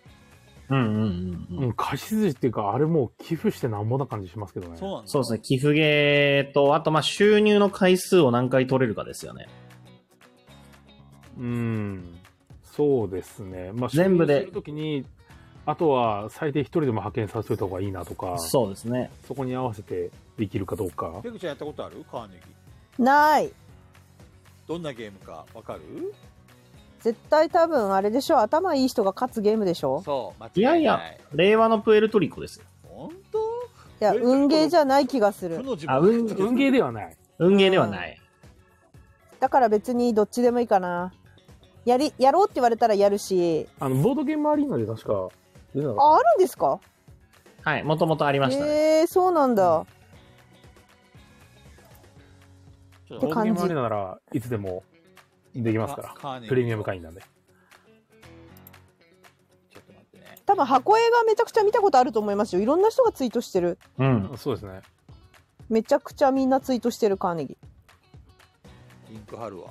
D: うんうんうんうん。
C: うん、貸し筋っていうか、あれもう寄付してなんぼな感じしますけどね。
A: そうなんだ
D: そうですね。寄付ゲーと、あと、まあ、収入の回数を何回取れるかですよね。
C: うん。そうですね。まあ、
D: 全部で
C: 収入するときに、あとは最低一人でも派遣させといた方がいいなとか、そ
D: そうですね。
C: こに合わせてできるかどうか。
A: ペグちゃんやったことあるカーネギー
E: ない
A: どんなゲームかわかる
E: 絶対多分あれでしょ頭いい人が勝つゲームでしょ
A: そう間違
D: いやいや令和のプエルトリコですよ。
A: 本当
E: いや
A: え
E: 運ゲーじゃない気がす
A: 負
E: る
A: の自分
D: あ、運、
C: 運ゲーではない。
D: 運ゲーではない。
E: だから別にどっちでもいいかなやりやろうって言われたらやるし
C: あの、ボードゲームアリーナで確か出てなかっ
E: ああるんですか
D: はい。もともとありましたね。
E: えー、そうなんだ、
A: ちょっ
C: た。
E: っ
A: と
C: ボ
E: て
C: ード
E: 感
C: ゲーム
E: じ
C: アリーナならいつでもできますから
A: カ。カーネギー
C: プレミアム会員なんで。
A: ちょっと待ってね
E: 多分箱絵がめちゃくちゃ見たことあると思いますよいろんな人がツイートしてる
D: うん。
C: そうですね。
E: めちゃくちゃみんなツイートしてるカーネギ
A: リンク貼るわ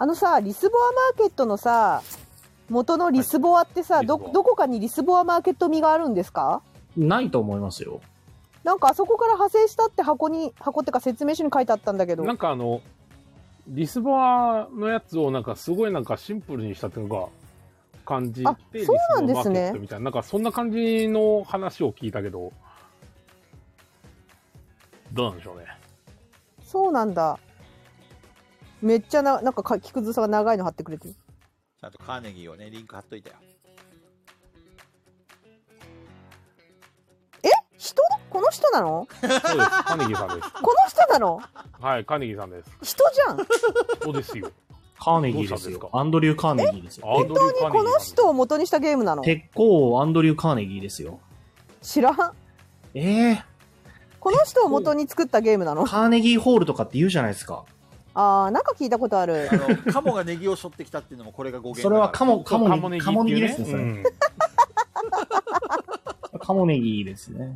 E: あのさリスボアマーケットのさ元のリスボアってさ、
C: はい
E: ど
C: リスボア
E: どこかにリスボアマーケット味があるんですか
D: ないと思いますよ。
E: なんかあそこから派生したって箱に箱ってか説明書に書いてあったんだけど
C: なんかあの、リスボアのやつをなんかすごいなんかシンプルにしたっていうのが感じて
E: あ、
C: リス
E: そう
C: ボ
E: な
C: ア
E: んで
C: マー
E: す
C: ケ
E: ね
C: ットみたいな、なんかそんな感じの話を聞いたけど、どうなんでしょうね。
E: そうなんだめっちゃななんか書き崩さが長いの貼ってくれてる
A: ちゃんとカーネギーをねリンク貼っといたよ
E: 人この人なの
C: そうです。 (laughs) カーネギーさんです。
E: この人なの
C: はい、カーネギーさんです。
E: 人じゃん
C: そうです
E: (laughs)
C: よ。
D: カーネギーです
C: どうしたんです
D: よ
C: か。
D: アンドリュー・カーネギーですよ。
C: 本当に
E: この人を元にしたゲームなの
D: 鉄鋼アンドリュー・カーネギーですよ。
E: 知らん
D: ええー、
E: この人を元に作ったゲームなの
D: カーネギーホールとかって言うじゃないですか。
E: あーなんか聞いたことある
A: あのカモがネギを背負ってきたっていうのもこれが語源
D: それはカモ、カモネギ、カ
C: カ
D: モ
C: モ
D: ネ
C: ネ
D: ギ
C: ギ
D: で
C: っ
D: す
C: てい
D: ね、そうれ。
C: ね。
D: カモネギですね。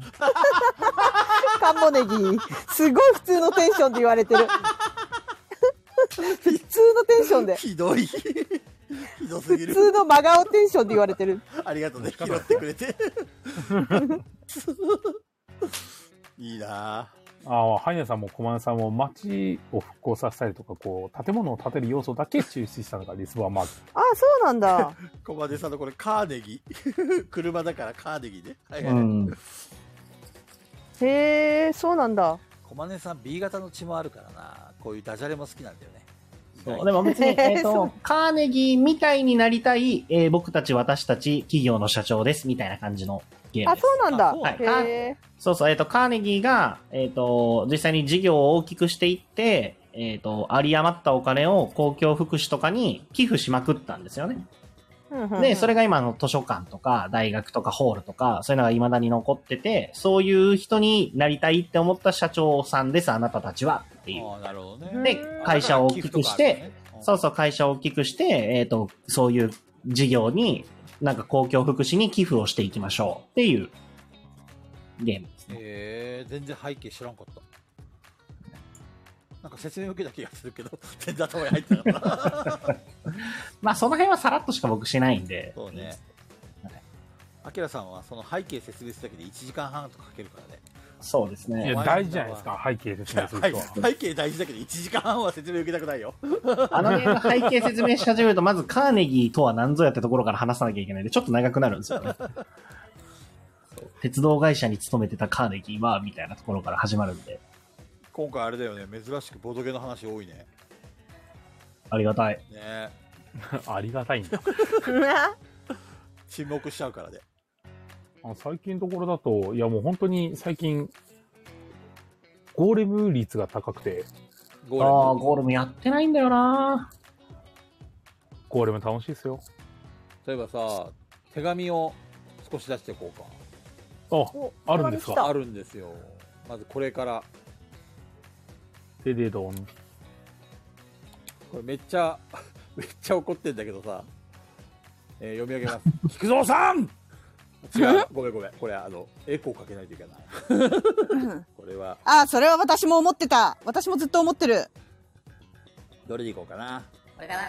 E: カンモネギすごい普通のテンションで言われてる普通のテンションで
A: ひどい (laughs) ひどすぎる
E: 普通の真顔テンションで言われてる
A: ありがとうね、拾ってくれて。 (laughs) いいな
C: ああ、ハイネさんもコマンさんも街を復興させたりとか、こう、建物を建てる要素だけ抽出したのがリスボアマーケッ
E: あーそうなんだ
A: ぁ。コマネさんのこれカーネギ。 (laughs) 車だからカーネギね。はいは
D: う
A: い。
D: ん。
E: へえそうなんだ
A: コマネさん B 型の血もあるからなこういうダジャレも好きなんだよね。
D: そうでも
E: (laughs)
D: 別に、
E: えー
D: えっ、
E: そ
D: と
E: う、
D: カーネギーみたいになりたい、えー僕たち、私たち、企業の社長です、みたいな感じのゲーム
E: あ
D: です。
E: そうなんだ
A: あそうなん
D: だ
E: へえ
D: そうそう、えっ、と、カーネギーが、えっ、と、実際に事業を大きくしていって、えっ、と、有り余ったお金を公共福祉とかに寄付しまくったんですよね。で、
E: (laughs)
D: それが今の図書館とか大学とかホールとか、そういうのが未だに残ってて、そういう人になりたいって思った社長さんです、あなたたちはっていう。
A: ああ、なるほどね。
D: で、会社を大きくして、そうそう、会社を大きくして、えっ、と、そういう事業に、なんか公共福祉に寄付をしていきましょうっていうゲームですね。
A: えー、全然背景知らんかった。なんか説明受けた気がするけど、全然頭に入ってなかった。
D: まあ、その辺はさらっとしか僕しないんで。
A: そうね
D: はい。
A: アキラさんはその背景説明するだけで1時間半とかかけるからね。
D: そうです
C: ト。い
D: ね。
C: や、大事じゃないですか、背景説明する人は。
A: 背景大事だけど1時間半は説明受けたくないよ
D: あの辺の背景説明し始めると、まずカーネギーとは何ぞやってところから話さなきゃいけないんで、ちょっと長くなるんですよね。鉄道会社に勤めてたカーネギーは、みたいなところから始まるんで、
A: 今回あれだよね珍しくボドゲの話多いね
D: ありがたい。
A: ねえ
C: (laughs) ありがたいんだ。
A: 沈黙しちゃうからで
C: あ最近のところだと、いやもう本当に最近、ゴーレム率が高くて、
A: ゴ
D: ああ
A: ー
D: ー、
A: レム。
D: ゴールもやってないんだよな
C: ゴーレム楽しいですよ。
A: 例えばさ、手紙を少し出していこうか。
C: あ、
E: お
C: あるんですか
E: 手紙来
A: あるんですよ。まずこれから。
C: ででどん。
A: これめっちゃ、 (laughs) めっちゃ怒ってんだけどさ。えー読み上げ (laughs) ます。菊蔵さん違う。ごめんごめん。これあの、エコーかけないといけない。これは、
E: あ、それは私も思ってた。私もずっと思ってる。 (laughs)
A: どれに行こうかな。
K: これかな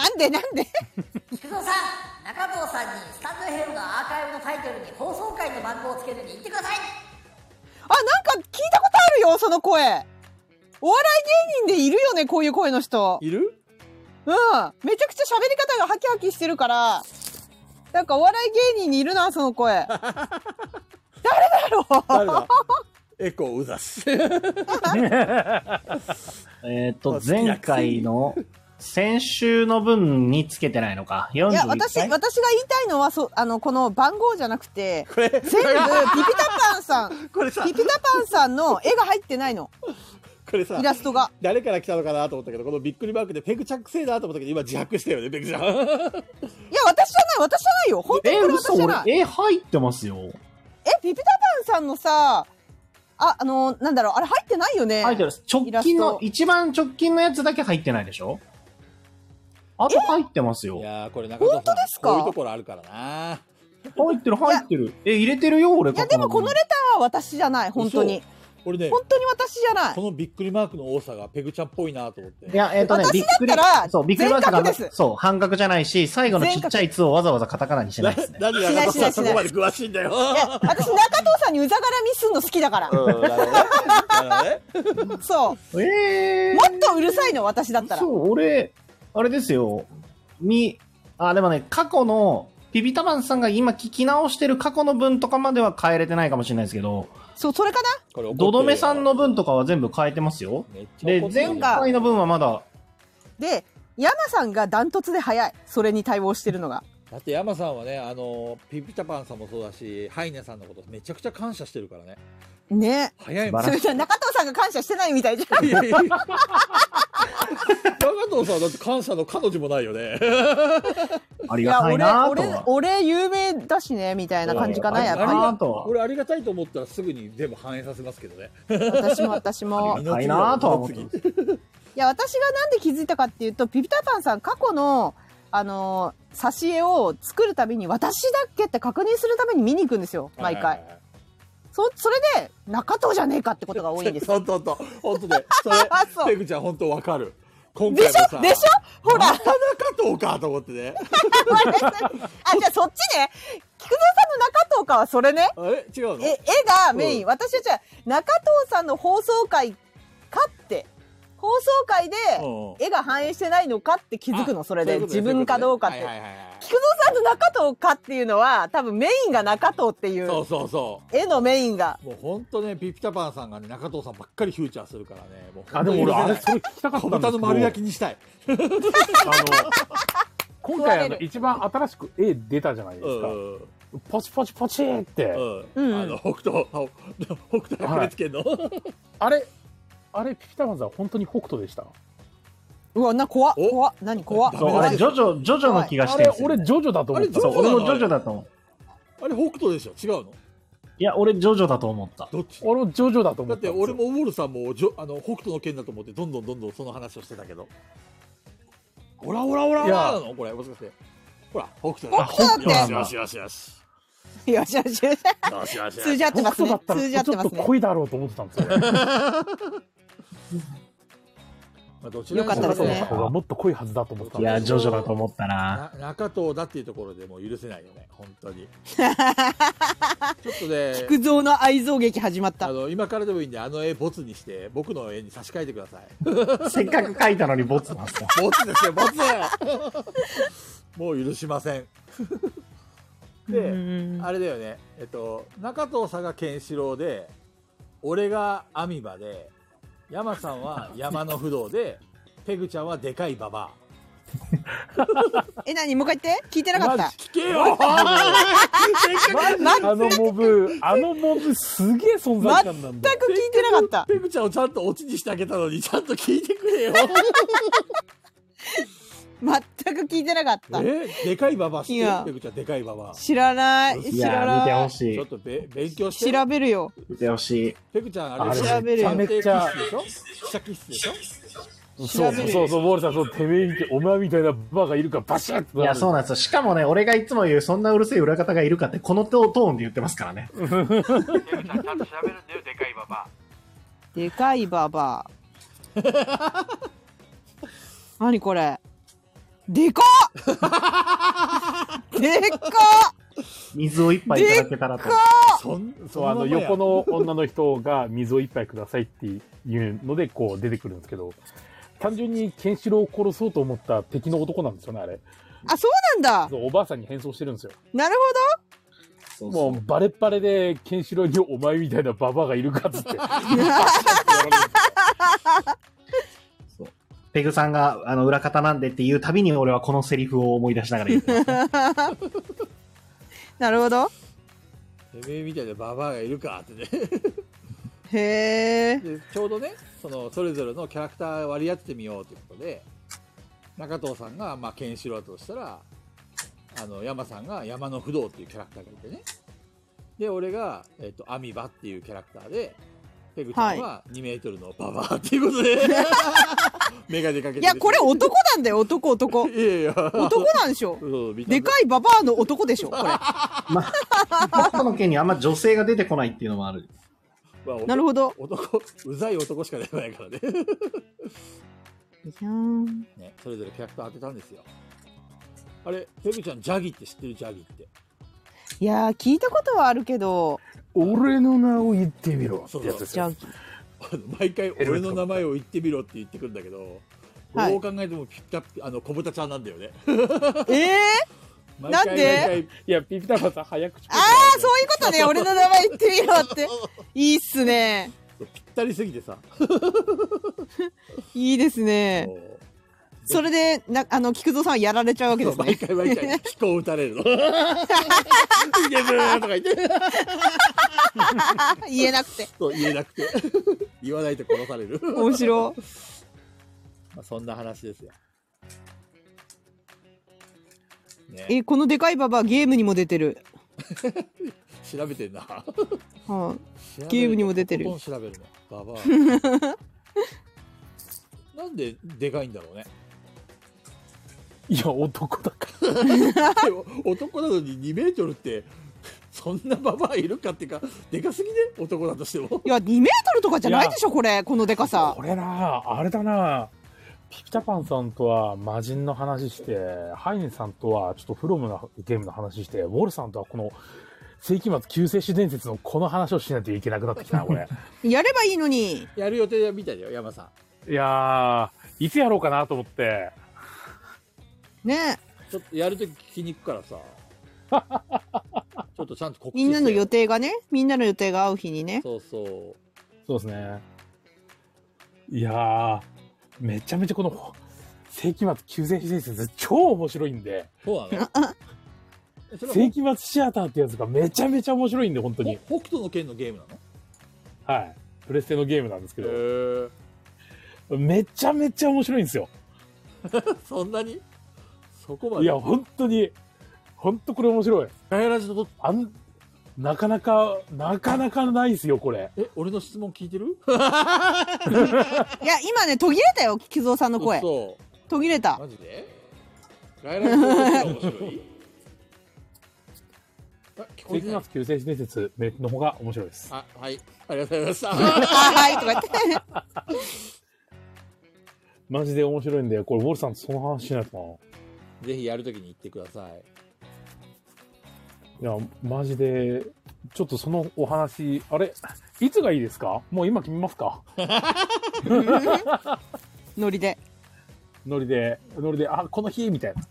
E: なんでなんで (laughs)
K: 菊蔵さん中藤さんにスタンドヘルのアーカイブのタイトルに放送回の番号をつけずに言ってください
E: あ、なんか聞いたことあるよ、その声。お笑い芸人でいるよね、こういう声の人。
A: いる
E: うん。めちゃくちゃ喋り方がハキハキしてるから、なんかお笑い芸人にいるな、その声。 (laughs) 誰だろう
A: 誰だエコーうざし。
D: えーっ
A: あ
D: と、前回の、先週の分につけてないのか。41
E: いや、私、私
D: 回
E: が言いたいのは、そう、あの、この番号じゃなくて、
A: これ、
E: 全部、ピピタパンさ
A: (laughs)
E: ん、
A: これさ
E: ピ、ピタパンさんの絵が入ってないの。
A: これさ
E: イ、ラストが。
A: 誰から来たのかなと思ったけど、このびっくりマークでペグチャックせいだと思ったけど、今自白したよね、ペグ (laughs) ちゃん。
E: いや、私じゃない、私じゃないよ。本当に
D: え、
E: これ私
D: 嘘
E: じゃない。
D: 俺、え、入ってますよ。
E: え、ピピタパンさんのさ、あ、あの、なんだろう、あれ入ってないよね。
D: 入ってます。直
E: イラ
D: 近
E: ス
D: の
E: ト、
D: 一番直近のやつだけ入ってないでしょあと入ってます
A: い
D: よ。
A: やー、これ中田さん、
E: 本当ですか
A: こういうところあるからな。
D: 入ってる、入ってる。え、入れてるよ、俺、
E: いや、でもこのレターは私じゃない、本当に。
A: 俺ね、
E: 本当に私じゃない
A: こ。のびっくりマークの多さがペグちゃんっぽいなと思って。
D: いや、えっ、とね、
E: 私
D: びっくり
E: だったら
D: そう、びっくりマークが
E: 全角です
D: そう、半角じゃないし、最後のちっちゃい「つ」をわざわざカタカナにしてな
A: ない
D: ですね。
A: なんで中田
E: し
A: さ
E: なんいしな
A: そ
E: い
A: こまで詳しいんだよ。
E: いや、私中藤さんにうざがらみすんの好きだから。
A: うん、なるほどね。なるほどね
E: そう。
D: ええ
E: もっとうるさいの、私だったら
D: そ。う、俺、あれですよ。み、あ、でもね、過去の、ピピタマンさんが今聞き直してる過去の分とかまでは変えれてないかもしれないですけど、
E: そう、それかな
A: これ怒
E: (laughs)
A: ってる
D: ド
A: よ
D: ドメさんの分とかは全部変えてますよ。
A: めっちゃ
D: で
A: 怒、ってるよ
D: 前回の分はまだ、
E: で、山さんがダントツで早い。それに対応してるのが。
A: だって山さんはね、あの、ピピタパンさんもそうだし、ハイネさんのことめちゃくちゃ感謝してるからね。
E: ね。
A: 早いもん
D: 素晴
E: それじゃ中藤さんが感謝してないみたいじゃん。
A: いやいやいや長藤さんだって感謝の彼女もないよね。
D: あり
E: い
D: が
E: や、
D: たい
E: 俺
D: な、ぁと
E: 俺
D: は、。
E: 俺有名だしね、みたいな感じかな、
D: そう
E: やっぱ
D: あ
E: り
D: り。
A: が
D: がとう
A: 俺ありがたいと思ったらすぐに全部反映させますけどね。
E: 私も、私も。
D: ありがたいなぁとは思ってます。
E: いや私がなんで気づいたかっていうとピピタパンさん過去のあのー挿絵を作るたびに私だっけって確認するために見に行くんですよ毎回、
A: はいはいはい
E: そそれで中藤じゃねえかってことが多い
A: (laughs)
E: んですよ
A: 本当本当本当ね。それ
E: あそう
A: ペグちゃん本当わかる。今
E: で
A: 回
E: し
A: もさ
E: ょでしょほらあ
A: ま
E: じ
A: た中藤かと思ってね。
E: ゃあそっちね菊蔵さんの中藤かはそれね
A: あれ違うの？
E: え絵がメイン、
A: うん
E: 私はじゃあ中藤さんの放送回かって放送回で
A: うんうん
E: 絵が反映してないのかって気づくのそれで
A: あそうい
E: 自
A: うことね
E: 分かどうかって、
A: はいはいはいはい
E: 菊蔵さんと中藤かっていうのは多分メインが中藤ってい
A: そううそうそ
E: 絵のメインが
A: う。もう本当ねピピタパンさんがね中藤さんばっかりフューチャーするからね。もう
C: あ、でも俺、あれ、それ聞きたかった
A: 小
C: んです
A: 豚
C: けど。
A: の丸焼きにしたい。
C: あの、今回あ
E: 壊れ
C: の、
E: る
C: 一番新しく絵出たじゃないで
A: う
C: すか。
A: ん
C: ポチポチポチって。
A: う
E: うん
A: ん。
E: うん
A: あの北斗あ北斗百裂拳の。
C: あれ、あれ、ピピタマンさん本当に北斗でした。
E: うわな怖っ
A: お
E: 怖っ何怖っ
A: ダ
D: そ
A: メ
D: う、あ
E: 怖
A: だ
D: れ、
E: い
D: ジョジョ、ジョジョの気がし
C: あ
D: てる
C: れ
D: ん、ですよ
C: 俺、ジョジョだと思って
A: あ
C: た。
A: れ
D: そう、俺もジョジ
A: だ
D: ョだと思う。
A: あれ北斗でしょ違うの？
D: いや、俺、ジョジョだと思った。
A: どっち？
C: 俺もジョジョだと思
A: だっ
C: ってた
A: て
C: んです
A: 俺
C: よ。
A: もウォールさんもじょあの北斗の剣だと思ってどんどんどんどんその話をしてたけどオラオラオラオラなのこれもしかしてほら北斗だ
D: あ北斗だって
A: よしよしよし
E: よしよしよし
A: よしよしよし
E: 通じ合ってますね
C: 北
E: 通
C: 斗
E: じ
C: だ
E: 合
C: っ
E: った
C: ら
E: てま
C: ちょ
E: す
C: っと
E: ね
C: 濃いだろうと思ってたんですよ。
A: まあどちらにしろ
E: よかったですね
C: 中藤の方がもっと濃いはずだと思ってたん
D: い
C: で
D: や、ジョジョだと思ったな。
A: な中藤だっていうところでもう許せないよね本当
E: (laughs)
A: にちょっとね
E: 菊蔵の愛憎劇始ま
A: あ
E: った
A: の今からでもいいんであの絵ボツにして僕の絵に差し替えてください
D: せっかく書いたのにボツなんですよ。
A: ボツですよ
E: (laughs)
A: ボツもう許しません
E: う
A: で、
E: ん
A: あれだよね、えっと、中藤さんがケンシロウで、俺がアミバで、山さんは山の不動で、ペグちゃんはでかいババ
E: え、何もう一回言って聞いてなかった
C: マ。
A: 聞けよせっかく
C: あのモブ、あのモブすげえ存在感なんだ
E: 全。く聞いてなかった。
A: ペグちゃんをちゃんとオチにしてあげたのに、ちゃんと聞いてくれよ。
E: 全く聞いてなかった。
A: (laughs) えでかいババ知ってる
E: いや
A: ペグちゃん、でかいババ。
E: 知らない。
D: い
E: 知ら
D: やー、見て
E: な
D: ほ
E: い。
D: し
A: ちょっ
D: い。
A: とべ勉強して。
E: 調べるよ。
D: 見てほしい。
A: ペグちゃん、あ
C: あ
A: れ、
E: 調べるよ
A: めちゃめちゃ。記者気質でしょ
C: そうそうそうそう、ウォールさん、そう、てめえみて、お前みたいなバカいるからバシッ
D: いや、そう
C: う
D: なんですよ。しかもね、俺がいつも言う、そんなうるせえ裏方がいるかって、このトーンで言ってますからね。
M: ペグちゃんちゃんと調べるんだよでかいババ
E: でかいババア。なにこれ。でかっでか
D: 水を一杯いただけたら
E: っ
D: と。
E: か
A: そん、
C: そう、あの、横
A: の
C: の女の人が水を一杯くださいっていうので、こう出てくるんですけど、単純にケンシロウを殺そうと思った敵の男なんですよね、あれ。
E: あ、そうなんだ
C: そう、おばあさんに変装してるんですよ。
E: なる
D: そう
C: も
D: そう
C: う、バレッバレで、ケンシロウにお前みたいなババアがいるかっつって。
D: ペグさんが、あの、裏方なんでっていうたびに、俺はこのセリフを思い出しながら言ってますね。
E: ほどなるほど
A: てめえみたいなババアがいるかってね。
E: へえ。
A: でちょうどねそのそれぞれのキャラクター割り当ててみようということで中藤さんが、まあ、ケンシロウだとしたらあの山さんが山の不動っていうキャラクターがいてねで俺が、えっとアミバっていうキャラクターでペグちゃんは2メートルのババアっていうこと
E: (laughs)
A: で、メガネかけてる
E: いや、これ男なんだよ、男男。
A: いやいや
E: 男なんでしょ
A: そう見た
E: でかいババアの男でしょこれ。
D: マットの件にあんま女性が出てこないっていうのもある。
A: まあお
E: なるほど。
A: 男うざい男しか出ないからねねそれぞれキャラクター当てたんですよあれペグちゃんジャギって知ってるジャギって
E: いやー、聞いたことはあるけど、
C: (laughs) 俺の名を言ってみろ
A: ってやつです
E: じゃあ、
A: あの毎回俺の名前を言ってみろって言ってくるんだけど、
E: はい
A: どう考えてもピッタピあの小豚ちゃんなんだよね。
E: ええ
A: 毎
E: (laughs) なん
A: 回
E: で
A: 毎回
C: いや、ピピタパンさん早口。
E: ああ、そういうことね。俺の名前言ってみろって。いいっすね。
A: そうぴったりすぎてさ。
E: いいですね。
A: もう
E: それで、な、あの、菊蔵さんはやられちゃうわけです
A: 毎
E: ね。
A: 回毎回飛行打たれるの。イケブーとか言って
E: (laughs) 言えなくて。
A: (laughs) そう言えなくて (laughs) 言わないと殺される。
E: 面白
A: (laughs)
E: い。
A: まあそんな話ですよ。ね、
E: え、このでかいババアゲームにも出てる。
A: 調べてんな。
E: は (laughs) ゲームにも出てる
A: と (laughs) ことん調べるの。ババ
E: (laughs)
A: ア。なんででかいんだろうね。
C: いや、男だから。
A: でも (laughs) 男なのに2メートルってそんなババアいるかっていうかでかすぎね男だとしても
E: いや、2メートルとかじゃないでしょ、これ。このでかさ
C: こ。れな、あれだな。ピピタパンさんとは魔人の話して、ハイネさんとはちょっとフロムのゲームの話して、ウォルさんとはこの世紀末救世主伝説のこの話をしないといけなくなってきたな、こ (laughs) れ。
E: やればいいのに。
A: (laughs) やる予定みたいだよ山さん
C: いやー、いつやろうかなと思って。
E: ね
A: ちょっとやるとき聞きに行くからさ (laughs) ちょっとちゃんと告知
E: みんなの予
A: 定
E: 定がね。みんなの予定が合う日にね。
A: そうそ
C: そうですね。いやー、めちゃめちゃこの世紀末救世主伝説超面白いんで、
A: うそうなのそれは
C: 世紀末シアターってやつがめちゃめちゃ面白いんで、本当に。
A: ほ北斗の拳のゲームなの
C: はい。プレステのゲームなんですけど。
A: へ
C: めちゃめちゃ面白いんですよ。
A: え (laughs) そんなにそこまで
C: いや、本当に、本当これ面白い。
A: ガヤラジのと
C: あん、なかなか、なかなかないですよ、これ。
A: え俺の質問聞いてる
E: いや、今ね、途切れたよ、菊蔵さんの声。
A: そ
E: 途切れ
A: (laughs)
E: た。
A: マジでガヤラジのとが面白 (laughs) いあ聞こえ
C: 世
A: てない
C: 紀末救世主伝説の方が面白いです。
A: あはいありがとうございました
E: あはい、とか言って。 (laughs)
C: マジで面白いんで、これ、ウォルさんとその話しないと (laughs)
A: ぜひやるときに行ってください
C: な。いや、マジで、ちょっとそのお話、あれ、いつがいいですかもう今決めますか
E: ノリで。
C: ノリで、ノリで、あ、この日みたいな。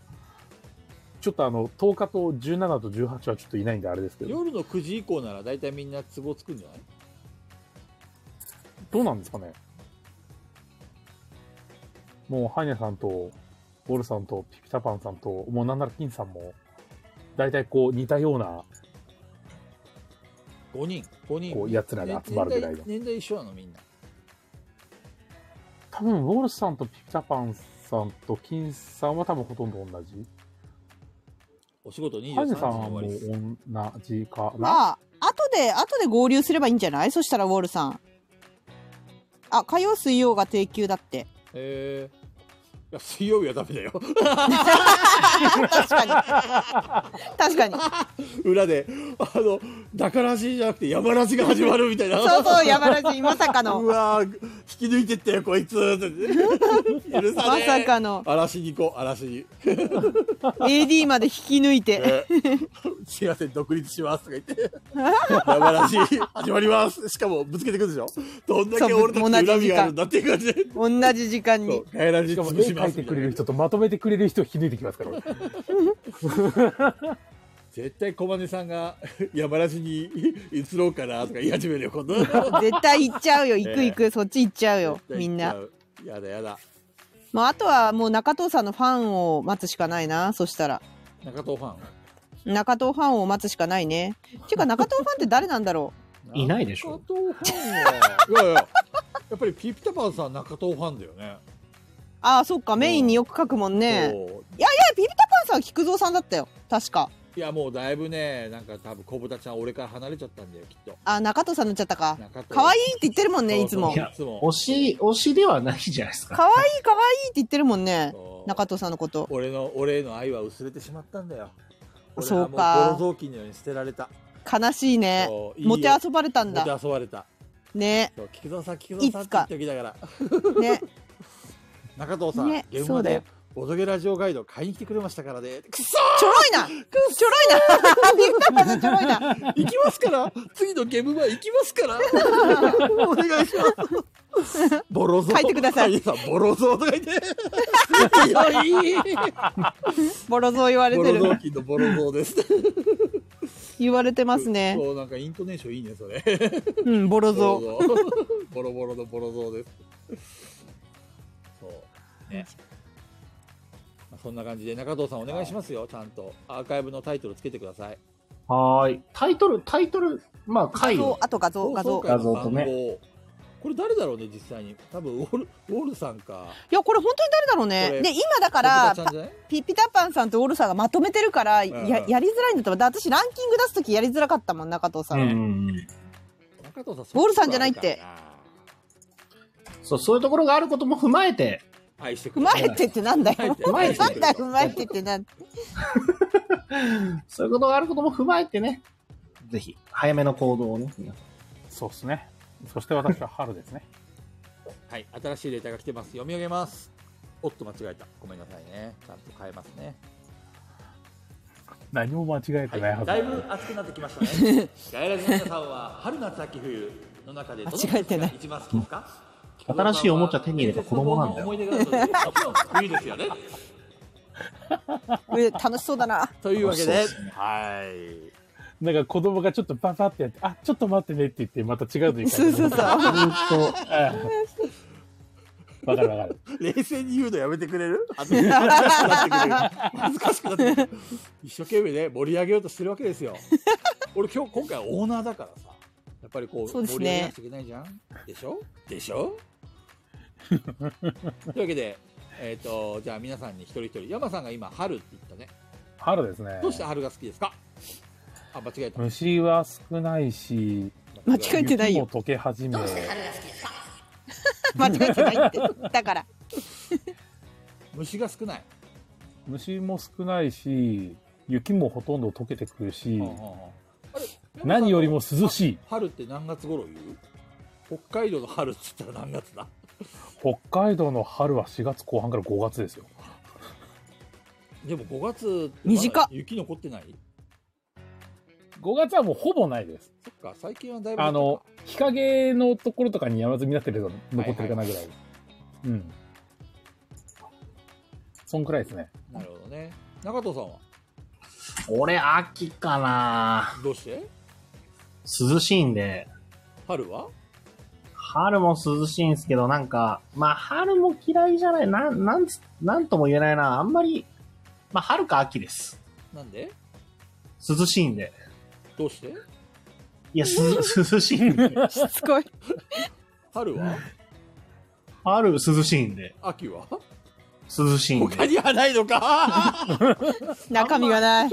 C: ちょっとあの、10日と17と18はちょっといないんであれですけど、
A: 夜の9時以降なら大体みんな都合つくんじゃない
C: どうなんですかねもう、ハイネさんとウォルさんとピピタパンさんと、もうなんなら金さんも、大体こう似たような、
A: 5人5人
C: こう、奴らが集まるぐらい
A: 年代。
C: の
A: 年代一緒なのみんな
C: 多分、ウォルさんとピピタパンさんと金さんは多分ほとんど同じ。
A: お仕事
C: ハ
A: 23時
C: ジさん
A: の
C: は
A: 終
C: も
A: わりです
C: う同じかな。
E: まあ、後で、後で合流すればいいんじゃないそしたらウォールさん。あ、火曜、水曜が定休だって。
A: えーいや水曜日はダメだよ (laughs)
E: 確かに。確かに。
A: 裏であのだからしじゃなくて山らしが始まるみたいな
E: そうそう、山田人、まさか
A: う (laughs)
E: の。
A: わー引き抜いてったよこい
E: (laughs)
A: つって許さ
E: ま
A: ねえ
E: さかの。
A: 嵐に行こう嵐に
E: AD まで引き抜いて。
A: えーすいません独立しますとか言って山らし始まりますしかもぶつけてくるでしょどんだけ俺たちに恨みがあるんだっていう感じで
E: 同じ時間
A: そ
E: に
A: う。帰られ
C: しかも、絵
A: 潰しま
C: 描い
A: す
C: て
A: み
C: く
A: たい
C: れ
A: な
C: る人とまとめてくれる人を引き抜いてきますから、俺
A: 絶対小金さんが山らしに移ろうかなとか言い始めるよ今度
E: 絶対行っちゃうよ。行く
A: ええ
E: 行く。そっち行っちゃうよ。みんな。
A: やだやだ
E: まあ、あとはもう中藤さんのファンを待つしかないな。そしたら。
A: 中藤ファン
E: 中藤ファンを待つしかないね。ていうか、中藤ファンって誰なんだろ
D: いないでしょ
A: 中藤ファンはいやいややっぱりピピタパンさん中藤ファンだよね
E: う (laughs) ああ、そっか。メインによく書くもんね。
A: そう
E: え、ピピタパンさんは菊蔵さんだったよ。確か。
A: いやもうだいぶねなんか多分小豚ちゃん俺から離れちゃったんだよきっと
E: あ、中藤さん乗っちゃったか。
A: 中藤
E: 可愛いって言ってるもんね、いつ
A: そうそ
E: も
A: う。いつも
D: 推し、推しではないじゃないですか。
E: 可愛い可愛いって言ってるもんね。
A: そう
E: 中藤さんのこと。
A: 俺の俺への愛は薄れてしまったんだよ俺
E: そ
A: は
E: う
A: も
E: か
A: うボロ雑巾のように捨てられた
E: 悲しいね。
A: そういい
E: もてあそばれたん
A: 持
E: だ。
A: て遊ばれた
E: ね。
A: そう菊蔵さん菊蔵さんって言っておきながら (laughs)
E: ね。
A: 中藤さん、
E: ね
A: 現
E: そ
A: 場
E: うだよ
A: でボドゲラジオガイド買いに来てくれましたからね。くそ
E: ちょろいなちょろいな (laughs) ピピタパンさんちょろいな
A: 行きますから次のゲームは行きますから
E: (laughs)
A: お願いしますボロゾー
E: 書いてください
A: 書てボロゾーとか言
E: (laughs)
A: って強い
E: ボロゾー言わ
A: (laughs)
E: れ
A: ボ
E: て
A: ロゾ
E: る。
A: ーキのボロゾーです
E: 言われてますね。
A: そうなんかイントネーションいいねそれ
E: うん、ボロ
A: ボロ
E: ゾ
A: ゾーボロボロのボロゾーですそうねまあそんな感じで中藤さんお願いしますよちゃんとアーカイブのタイトルつけてください
D: はーい。タイトル、タイトル、まあ、
E: ー。
D: 回
E: そう
D: を、。
E: あと画像、画像。
D: 画像
A: 放
D: とね
A: 送回の番号これ誰だろうね実際に多分ウォルウォルさんか
E: いや、これ本当に誰だろうね。
A: これ
E: で、今だから、
A: 小豚ちゃんじゃない
E: ピピタパンさんとオルさんがまとめてるから、や
A: うん
E: やりづらいんだと思う。だって私ランキング出すときやりづらかったもん、中藤さ。
D: うんんうん。
A: 中藤さん
E: ウォルさんじゃないって
D: そう、そういうところがあることも踏まえて、
A: 愛してく
E: 踏
A: れ
E: まえてってなんだよ。
D: 踏まえて
E: なんだよ、踏まえてってなん
D: そういうことがあることも踏まえてね、ぜひ、早めの行動をね、皆さん
C: そうですね。そして私は春ですね。
A: はい新しいデータが来てます読み上げますおっと間違えたごめんなさいねちゃんと変えますね、
C: (laughs) 何も間違えてないはずだ
A: だいぶ暑くなってきました
D: (laughs)
A: ねガイラジの皆さんは春夏秋冬の中でどの季
E: 間違え
A: 節
E: てな
A: が
E: い
A: 一番好きですか
D: 新しいおもちゃ手に入れた子供なんだよ
A: 思い出があるとねも
D: (laughs)
A: ちろん冬ですよね
E: これ楽しそうだな。 (laughs)
A: というわけで
D: 楽しそうですね
A: はい
C: なんか子供がちょっとババってやって、あ、ちょっと待ってねって言って、また違うのに
E: そうそうそ
C: (laughs)
E: う。
D: 本
C: わかるわかる。
A: 冷静に言うのやめてくれ
E: (laughs)
A: る恥ずかしくなってくる一生懸命ね盛り上げようとしてるわけですよ俺今日今回オーナーだからさやっぱりこう
E: そうです
A: 盛
E: ね
A: り上げなきゃいけないじゃんでしょでしょというわけでえっ、とじゃあ皆さんに一人一人山さんが今春って言ったね
C: 春ですね
A: ど。うして春が好きですかあ間違えた
C: 虫は少ないし、
E: 間違えてない
C: 雪
E: よ
C: も。溶け始め
K: どう、して春が好きですか
E: 間違えてないって。だから。
A: 虫が少ない、
C: 虫も少ないし、雪もほとんど溶けてくるし
A: うん、うんうんあれ
C: 何よりも涼しい。
A: 春って何月頃言う北海道の春って言ったら何月だ
C: 北海道の春は4月後半から5月ですよ。
A: でも5月って
E: 短っ
A: まだ雪残ってない
C: 5月はもうほぼないです。
A: そっか最近はだいぶ
C: あの、日陰のところとかに山積みになってるの残ってるかなぐらい。うん。そんくらいですね。
A: なるほどね中藤さんは
D: 当。俺、秋かな
A: どうして
D: 涼しいんで、
A: 春は
D: 春も涼しいんですけど、なんか、まあ、春も嫌いじゃない、なん、なんつ、なんとも言えないな。あんまり、まあ、春か秋です。
A: なんで
D: 涼しいんで。
A: どうして
D: いや、す、涼しいんで。
E: しつこい。
A: 春は
D: 春、涼しいんで。
A: 秋は
D: 涼しいん
A: 他
D: で。
A: にはないのか
E: 中身がない。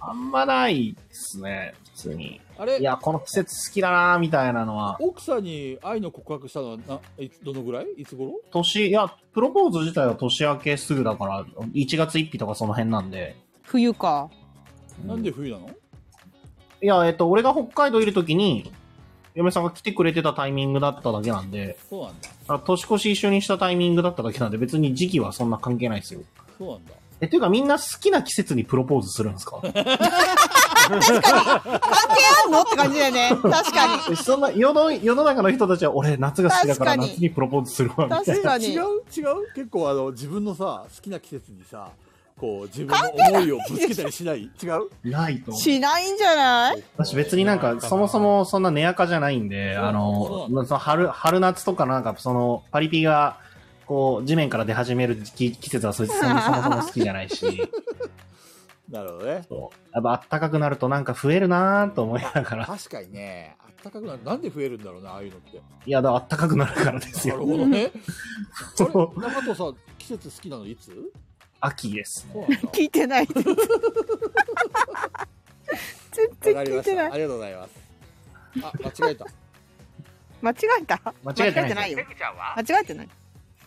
D: あんまないっすね、普通に。
A: あれ
D: いや、この季節好きだなみたいなのは。
A: 奥さんに愛の告白したのはないつどのぐらいいつ頃
D: 年、いや、プロポーズ自体は年明けすぐだから、1月1日とかその辺なんで。
E: 冬か。
A: なんで冬なの
D: いや、えっと、俺が北海道いるときに、嫁さんが来てくれてたタイミングだっただけなんで、
A: そうなんだ
D: あ年越し一緒にしたタイミングだっただけなんで、別に時期はそんな関係ないですよ。
A: そうなんだ
D: え、というかみんな好きな季節にプロポーズするんです
E: (laughs)
D: か
E: 関係あんのって感じだよね。確かに。
D: そんな世の、世の中の人たちは俺夏が好きだから
E: 確かに
D: 夏にプロポーズするわ、みたいな。
E: 確か
A: 違
E: に。
A: う違う結構あの自分のさ好きな季節にさこう自分の思いをぶつけたりしない違う
D: ないと思う。
E: しないんじゃない
D: 私別になんか、そもそもそんな寝垢じゃないんで、あの、その春、春夏とかなんか、その、パリピが、こう、地面から出始める季季節はそいつそもそも好きじゃない (laughs) し、
A: なるほどね
D: そうやっぱ暖かくなるとなんか増えるなーと思いながら、
A: 確かにねあったかくなるなんで増えるんだろうなああいうのって
D: いや、だから暖かくなるからです
A: なる
D: よ。
A: ほどねあれ
D: そう
A: 中藤さん季節好きなのいつ
D: 秋です。
A: そうなんだ
E: 聞いてない。全
A: わ
E: 然
A: かり
E: 聞
A: まし
E: い
A: てた
E: な
A: あ
E: い。
A: りがとうございますあ間違えた
E: 間違えた
D: 間違えてない
E: よ
N: ペ。グちゃんは
E: 間違えてない。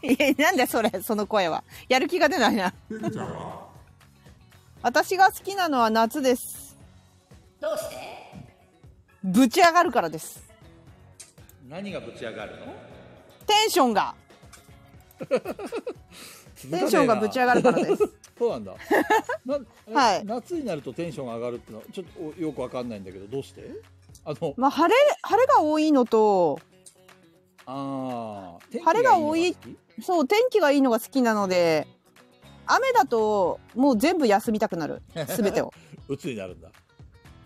E: いや、なんだそれ、その声は。やる気が出ないな。私が好きなのは夏です。
K: どうして
E: ぶち上がるからです。
A: (laughs) 何がぶち上がるの
E: テンションが、テンションがぶち上がるからです。
A: そうなんだなえ
E: (laughs) はい
A: 夏になるとテンションが上がるってのはちょっとおよくわかんないんだけどどうしてあの
E: まあ、晴れ、晴れが多いのと、
A: あー天気
E: 晴れが多い
A: いのが好き
E: そう、天気がいいのが好きなので、雨だと、もう全部休みたくな (laughs) る。すべてを。
A: 鬱になるんだ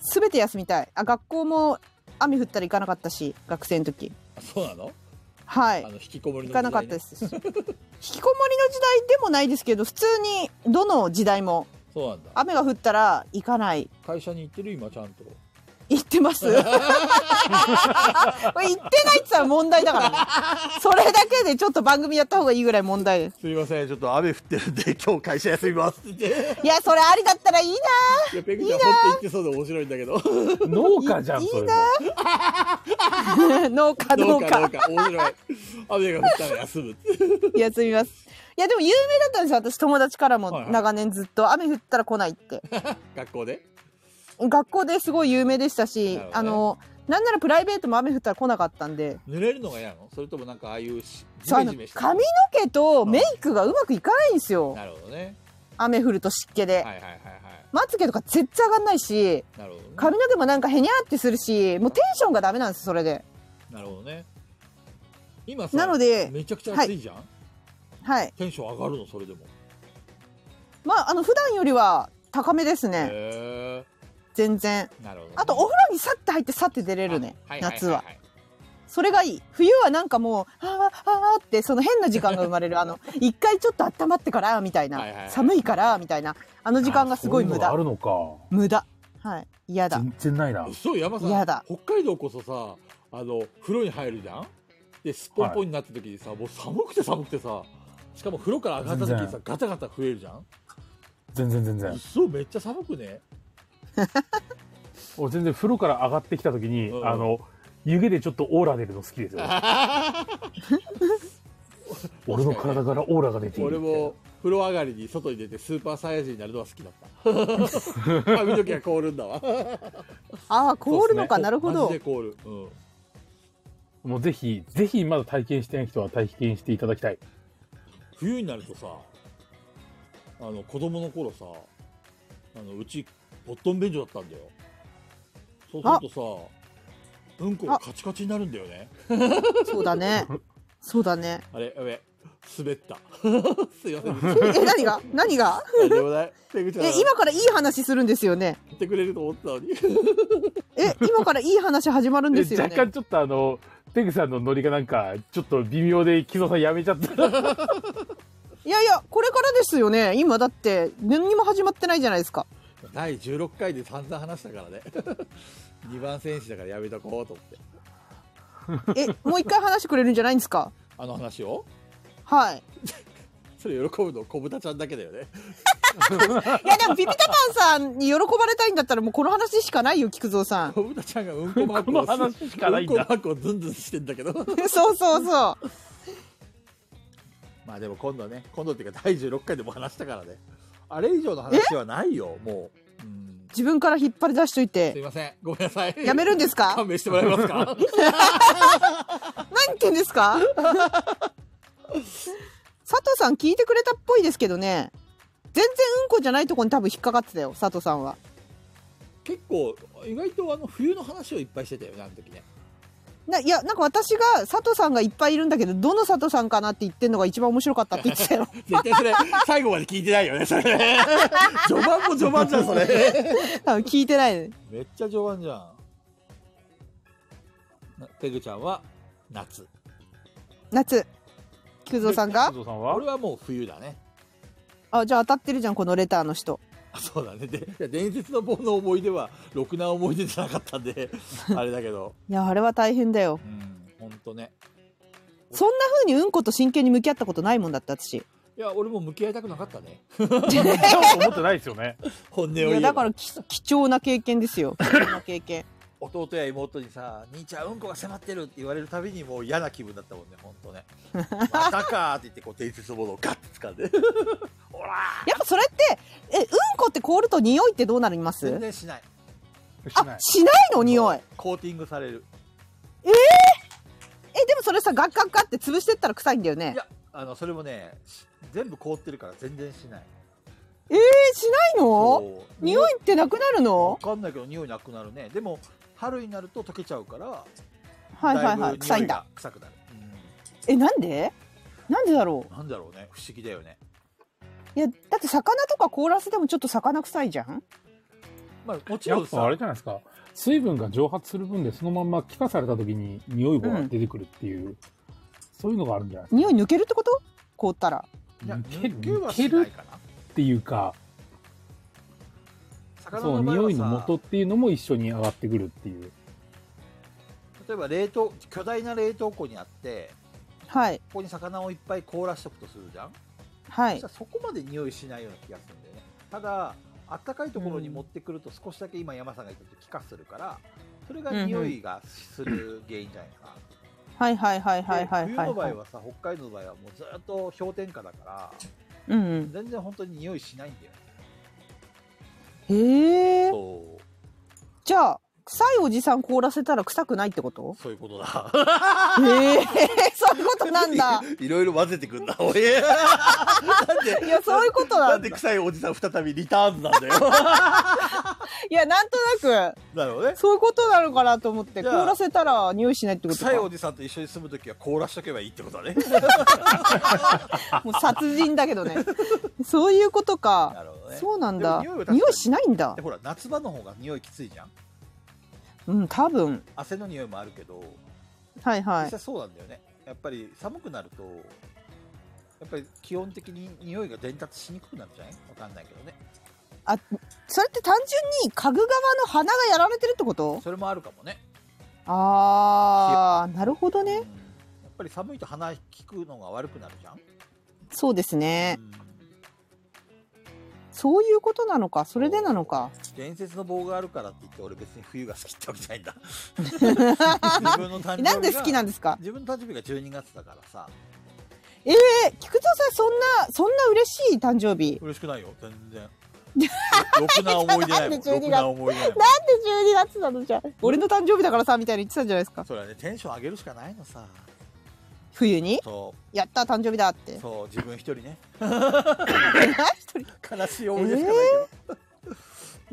E: すべて休みたい。あ、学校も雨降ったら行かなかったし、学生の時。
A: あそうなの
E: は
A: あ
E: い
A: の。引きこもりの
E: 行かなかったです。引きこもりの時代でもないですけど、普通にどの時代も
A: そうなんだ
E: 雨が降ったら行かない。
A: 会社に行ってる今ちゃんと
E: 行って (laughs) ます。これ行ってないって言ったら問題だから、ね。それだけでちょっと番組やった方がいいぐらい問題です。
A: すいませんちょっと雨降ってるんで今日会社休みますってい
E: いや、それありだったらいいな。
A: やペグちゃん本当言ってそうで面白いんだけど
C: 農家じゃん、
E: いい
C: それも。
E: (laughs) 農家
A: ど
E: 農
A: うかどう
E: 家。
A: か面白い雨が降ったら休む (laughs) って
E: (laughs) 休みます。いや、でも有名だったんですよ。私友達から
A: はい
E: も
A: はい
E: 長年ずっと雨降ったら来ないって。
A: 学校で
E: 学校ですごい有名でした
A: な
E: し、
A: るほどね
E: あの、なんならプライベートも雨降ったら来なかったんで。
A: 濡れるのが嫌なのそれともなんかああいうしジ
E: そうあ
A: メ
E: の
A: ジメして
E: 髪の毛とメイクがうまくいかないんですよ
A: なるほどね
E: 雨降ると湿気で、
A: はいはいはいは
E: まつ毛とか絶対上がんないし
A: いなるほどね
E: 髪の毛もなんかへにゃーってするしもうテンションがダメなんですそれで
A: なるほどね今さ
E: なので
A: めちゃくちゃ暑いじゃん、
E: はい
A: テンション上がるのそれでも
E: まああの普段よりは高めです
A: へ
E: ね
A: え
E: 全然
A: なるほどね、
E: あとお風呂にさって入ってさって出れるね
A: あいいいい
E: 夏はそれがいい冬はなんかもうあーあーあーってその変な時間が生まれるあの一回ちょっと温まってからみたいな、
A: はいはいはい
E: 寒いからみたいなあの時間がすごい無
C: あ
E: 駄
C: そううのがある
E: 無駄はい嫌だ
C: のか。全然ないな。
A: そう山さん
E: 嫌だ
A: 北海道こそさあの風呂に入るじゃんですっぽんぽんになった時にさ、もう寒くて寒くてさしかも風呂から上がった時にさ
C: 全
A: ガタガタ増えるじゃん
C: 全然全然。
A: そうめっちゃ寒くね
C: 俺全然風呂から上がってきた時に、
A: うん
C: あの、湯気でちょっとオーラ出るの好きですよ。俺の体からオーラが出ている。
A: 俺も風呂上がりに外に出てスーパーサイヤ人になるのは好きだった
C: (laughs)
A: 髪の毛が凍るんだわ
E: ああ凍るのか、
C: そうっすね
E: なるほ
A: マ
E: ど
A: ジで凍る、うん、
C: もうぜひ、ぜひまだ体験してない人は体験していただきたい。
A: 冬になるとさあの子供の頃さあのうちボットン便所だったんだよそうするとさうんこがカチカチになるんだよね
E: そうだね。そうだね。
A: あれやべ滑った
E: (laughs)
A: すいません
E: え、何が何が
A: 何でもない手口が
E: え、今からいい話するんですよね。
A: 言ってくれると思ってたのに (laughs)
E: え、今からいい話始まるん
C: え
E: ですよ
C: (laughs) 若
E: ね。
C: 干ちょっとあの、ペグさんのノリがなんか、ちょっと微妙で、木戸さんやめちゃった。
E: いやいや、これからですよね。今だって、何も始まってないじゃないですか。
I: 第16回で散々話したからね
A: (laughs)
I: 2番選手だからやめとこうと思って
E: え、もう一回話してくれるんじゃないんですか
I: あの話を
E: はい。
I: それ喜ぶの小豚ちゃんだけだよ (laughs) ね
E: いや、でも、ピピタパンさんに喜ばれたいんだったら、もうこの話しかないよ、菊
A: (laughs)
E: 蔵さん。
I: 小豚ちゃんがうんこマーク
C: この話しかないんだ
I: うんこマークをズンズンしてんだけど
E: そうそうそう。
I: まあでも今度ね今度っていうか第16回でも話したからねあれ以上の話はないよもううん
E: 自分から引っ張り出しとい
I: すい
E: て。
I: ませんごめんなさい
E: やめるんですか
I: 勘弁してもらえますか
E: 何言ってんですか佐藤さん聞いてくれたっぽいですけどね。全然うんこじゃないとこに多分引っかかってたよ、佐藤さんは。
I: 結構意外とあの冬の話をいっぱいしてたよねあの時ね
E: ないや、なんか私が佐藤さんがいっぱいいるんだけど、どの佐藤さんかなって言ってんのが一番面白かったって言ってたよ。
I: 絶対それ最後まで聞いてないよねそれ
E: (laughs)
I: ね序盤も序盤じゃんそれ
E: 多分聞いてないね。
I: めっちゃ序盤じゃんなペグちゃんは夏
E: 夏。菊蔵さんが
C: (laughs) 木戸さんは
I: 俺はもう冬だね
E: あ、じゃあ当たってるじゃん、このレターの人。
I: あそうだねでいや伝説の棒の思い出はろくな思い出じゃなかったん
A: (laughs)
I: であれだけど
E: いや、あれは大変だよ。
I: うんほんとね
E: そんな風にうんこと真剣に向き合ったことないもんだって、
A: (laughs)
E: 私。
I: いや俺も向き合いたくなかったね
C: 思ってないですよね。
I: 本音を
E: い
I: 言
E: や、
I: え
E: だ
I: ば
E: からき (laughs) 貴重な経験ですよ。貴重な経験。
A: 弟や妹にさ「兄ちゃんうんこが迫ってる」って言われるたびにもう嫌な気分だったもんね本当
E: (laughs)
A: ね「またか」って言ってこう伝説のものをガッて掴んでほらー
E: やっぱそれって、え、うんこって凍ると匂いってどうなります
A: 全然しない
C: しな
E: あ
C: い、。
E: しないの匂い。
A: コーティングされる
E: え、でもそれさ、ガッガッガッって潰してったら臭いんだよね
A: い。やあのそれもねし全部凍ってるから全然しない
E: えー、しないの
A: そう
E: 匂いってなくなる
A: わ
E: の
A: かんないけど匂いなくなるねでも春になると溶けちゃうから
E: はいはいはい。
A: だ
E: 臭
A: いぶ匂
E: いん
A: いが
E: だ。
A: 臭くなる、
E: え、なんでなんでだろ
A: うんなんだろうね不思議だよね
E: ういや、だって魚とか凍らせてもちょっと魚臭いじゃん
A: まあもち
C: や
A: ろ
C: っ
A: ん
C: ぱあ
A: さ
C: れじゃないですか。水分が蒸発する分で、そのまんま気化された時に匂いが出てくるっていう、そういうのがあるんじゃないで
E: 匂い抜けるってこと凍ったら。
C: す
A: いや
C: か。抜け
A: 抜けは
C: 抜け
A: しない
C: る
A: かな
C: っていうか、
A: 魚
C: そう、
A: 場合はさ
C: 匂いの元っていうのも一緒に上がってくるっていう。
A: 例えば冷凍巨大な冷凍庫にあって
E: はい。
A: ここに魚をいっぱい凍らしとくとするじゃん、
E: は
A: そし
E: い
A: た。らそこまで匂いしないような気がするんだよねただあったかいところに持ってくると少しだけ今山さんが言ったと気化するからそれが匂いがする原因じゃないか
E: はいはいはい
A: な、
E: はいはい
A: で
E: は
A: 冬
E: い。
A: の場合はさ北海道の場合はもうずっと氷点下だから
E: うん
A: 全然本当に匂いしないんだよね
E: うん。へえ。
A: そ
E: じゃあ、臭いおじさん凍らせたら臭くないってこと
A: うそういうことだ
E: へえ、 (laughs) そういうことなんだ。
A: (laughs) いろいろ混ぜてくんだおい (laughs)
E: いや、そういうことな
A: なんん
E: だ
A: で。臭いおじさん再びリターンズなんだ
E: (laughs)
A: よ
E: いや、なんとなく、
A: なるほどね
E: そういうことなのかなと思って、
A: じ
E: 凍
A: ゃあ
E: らせたら匂いしないってことか
A: 臭いおじさんと一緒に住むときは凍らしとけばいいってことだね
E: もう殺人だけどね。 (laughs) そういうこと
A: な
E: か。
A: るほどね
E: そうなんだ。
A: でも匂いは確
E: 匂
A: かに
E: いしないんだ
A: で。ほら夏場の方が匂いきついじゃん
E: うん、多分。
A: 汗の匂いもあるけど
E: はいは
A: 実
E: い。
A: 際そうなんだよね、やっぱり寒くなるとやっぱり基本的に匂いが伝達しにくくなるんじゃないわかんないけどね
E: あ、それって単純に家具側の鼻がやられてるってこと
A: それもあるかもね
E: あー、なるほど
A: うんや
E: ね
A: っ。ぱり寒いと鼻きくのが悪くなるじゃん、
E: そうですね
A: う。ん
E: そういうことなのか。それでなのか。
A: 伝説の棒があるからって言って俺別に冬が好きってわけじゃないん
E: (laughs)
A: だ自分の誕生日が
E: なんで好きなんですか
A: 自分の誕生日が12月だからさ
E: え、菊蔵さん、そんな、そんな嬉しい誕生日。
A: 嬉しくないよ全然
E: (laughs)
A: ろくな思い出ないもん
E: ちょっと待って12
A: ろくな思い出ないもん
E: なんで12月なのじゃ俺の誕生日だからさ、みたいに言ってたんじゃないですか。
A: それはねテンション上げるしかないのさ
E: 冬に
A: そ
E: やった、誕生日だって
A: う。
E: (laughs)
A: そう自分一人ね
E: 一人
A: 悲しい思い出しかないけど、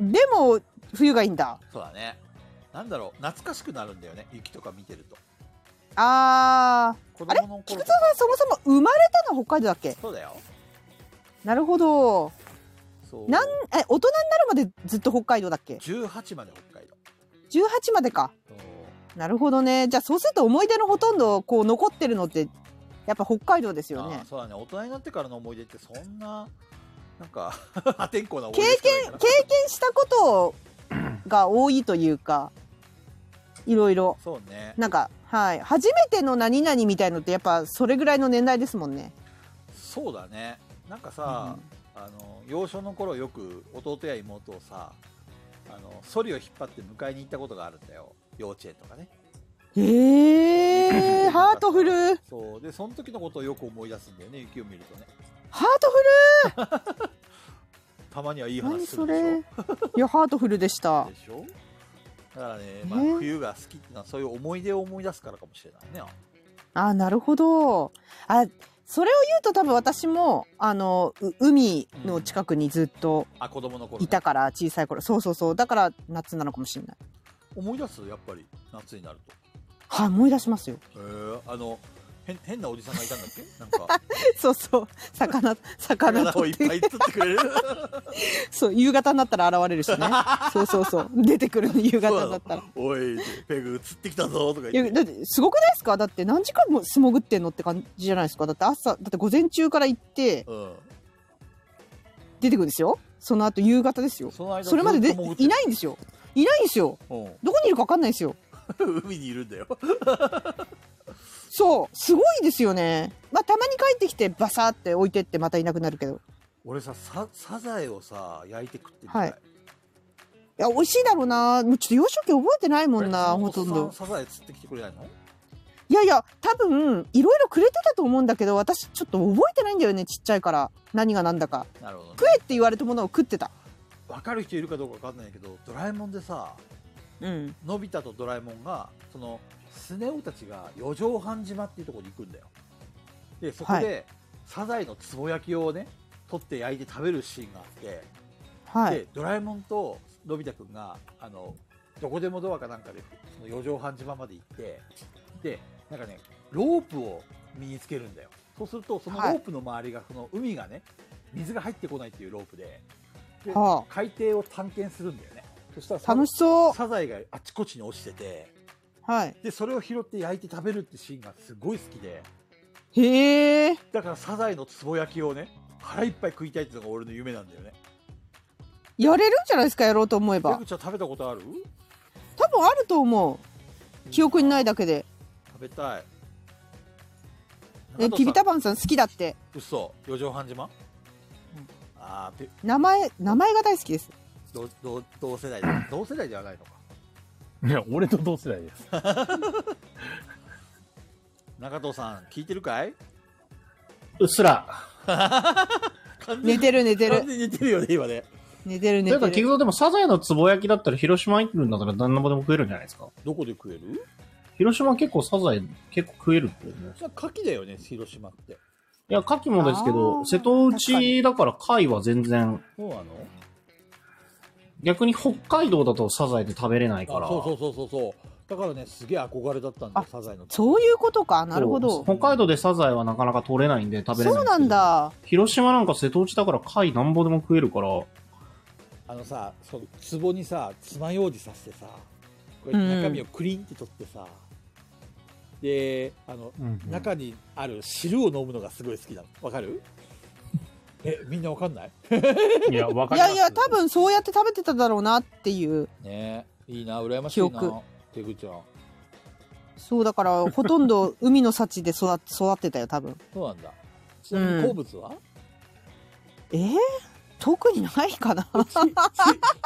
E: でも、冬がいいんだ。
A: そうだねなんだろう懐かしくなるんだよね雪とか見てると
E: あー。
A: 子
E: あれ
A: 供の頃
E: 菊
A: と
E: 蔵さ
A: か
E: ん、そもそも生まれたのは北海道だっけ
A: そうだよ
E: なるほど。
A: そう
E: なん、え、大人になるまでずっと北海道だっけ
A: 18まで北海道
E: ?18 までか。
A: そう
E: うなるほどね。じゃあそうすると思い出のほとんどこう残ってるのってやっぱ北海道ですよ
A: あ
E: ね
A: ー。そうだね大人になってからの思い出ってそんななん
E: (laughs)
A: か破天荒な思い
E: 経
A: 出しかないか
E: 験
A: ら
E: 経験したことが多いというか、いろいろ
A: そうね
E: なんかはい初めての何々みたいのってやっぱそれぐらいの年代ですもんね。
A: そうだねなんかさ、あの幼少の頃よく弟や妹をさあのソリを引っ張って迎えに行ったことがあるんだよ幼稚園とかね (laughs)
E: えー、ハートフルハー
A: そうでその時のことをよく思い出すんだよね雪を見るとね
E: トフル
A: たまにはいい
E: 何
A: 話す
E: そ
A: るでし
E: れ
A: ょ
E: いやハートフルでした
A: でしょだからね、まあ
E: ね、
A: 冬が好きってのはそういう思い出を思い出すからかもしれないね
E: あなるほどあそれを言うと多分私もあのう海の近くにずっと
A: あ子供の頃、ね、
E: いたから小さい頃そうそうそうだから夏なのかもしれない
A: 思い出すやっぱり夏になる
E: はい思い出しますよ
A: とへえあの変変なおじさんがいたんだっけなん
E: (laughs)
A: か
E: そうそう魚魚
A: 体
E: と
A: をいっぱい釣って
E: (laughs)
A: くれる
E: そう夕方になったら現れるしねそうそうそう出てくるの夕方だったら
A: (laughs) おいペグ釣ってきたぞとか
E: い
A: 言っ
E: や
A: て
E: だってすごくないですかだって何時間も素潜ってんのって感じじゃないですかだって朝だって午前中から行って
A: うん
E: 出てくるんですよその後夕方ですよ
A: その間
E: それまでで
A: ずっと潜ってる
E: いないんですよいないんですよ
A: うん
E: どこにいるか分かんないですよ
A: 海にいるんだ (laughs) よ
E: そうすごいですよねまあたまに帰ってきてバサーって置いてってまたいなくなるけど
A: 俺さササザエをさ焼いて食ってみたい、
E: はいいや美味しいだろうなもうちょっと幼少期覚えてないも
A: こ
E: んなほとんど
A: サザエ釣ってきてくれないの
E: いやいや多分いろいろくれてたと思うんだけど私ちょっと覚えてないんだよねちっちゃいから何が何だか
A: なるほど、ね、
E: 食えって言われたものを食ってた
A: 分かる人いるかどうかわかんないけどドラえもんでさ
E: うん
A: のび太とドラえもんがそのスネ夫たちが四畳半島っていうところに行くんだよでそこで、
E: は
A: サザエのつぼ焼きをね取って焼いて食べるシーンがあって、
E: はい
A: でドラえもんとのび太くんがあのどこでもドアかなんかでその四畳半島まで行ってでなんかねロープを身につけるんだよそうするとそのロ
E: はい
A: ープの周りがその海がね水が入ってこないっていうロープでで
E: は
A: 海底を探検するんだよねそしたら
E: あ
A: サ
E: 楽しそう
A: サザエがあちこちに落ちてて
E: はい
A: でそれを拾って焼いて食べるってシーンがすごい好きで
E: へえ
A: だからサザエのつぼ焼きをね腹いっぱい食いたいっていうのが俺の夢なんだよね
E: やれるんじゃないですかやろうと思え
A: ペ
E: ば
A: グちゃん食べたことある
E: 多分あると思う記憶にないだけで
A: 食べたい
E: え
A: 長藤さん
E: ピビタパンさん好きだって
A: 嘘四畳半島、ああペ
E: 名前名前が大好きです
A: 同同同世代
E: (coughs)
A: 同世代ではないのか
C: いや、俺と同世代です。
A: 中藤さん聞いてるかいう
D: っすら。
A: 完全
E: 寝
A: に
E: てる寝て
A: 完
E: る
A: 全に似てるよね今ね
E: 寝てる
D: とい
E: 寝
D: うか、
E: て
D: 結
E: る
D: 局でもサザエのつぼ焼きだったら広島行ってるんだから何ぼでも食えるんじゃないですか。
A: どこで食える
D: 広島結構サザエ結構食えるってね。
A: じゃあ牡蠣だよね広島って
D: いや、牡蠣もですけ
E: あ
D: ど、
E: ー
D: 瀬戸内だから貝は全然、
A: そうなの
D: 逆に北海道だとサザエで食べれないから。
A: あそうそうそうそうそうだからねすげえ憧れだったんだよ
E: あ
A: サザエの
E: そういうことかなるほ
D: そう
E: ど
D: 北海道でサザエはなかなか取れないんで食べれない
E: そ
D: で
E: う
D: すけど
E: なん。だ
D: 広島なんか瀬戸内だから貝なんぼでも食えるから、
A: あのさその壺にさ爪楊枝さしてさこうやって中身をクリンって取ってさ、であの中にある汁を飲むのがすごい好きなのわか
E: (laughs)
A: るえみんなわかんない
C: いや、わか
E: い
C: りま
E: や
C: す
E: いや多分そうやって食べてただろうなっていう
A: ねえいいな羨まし
E: 記
A: い
E: 憶
A: なペグちゃん
E: そうだからほとんど海の幸で育っ育ってたよ多分
A: そうなんだちなみに好物は、
E: えー、特にないかなあ (laughs)
A: チチ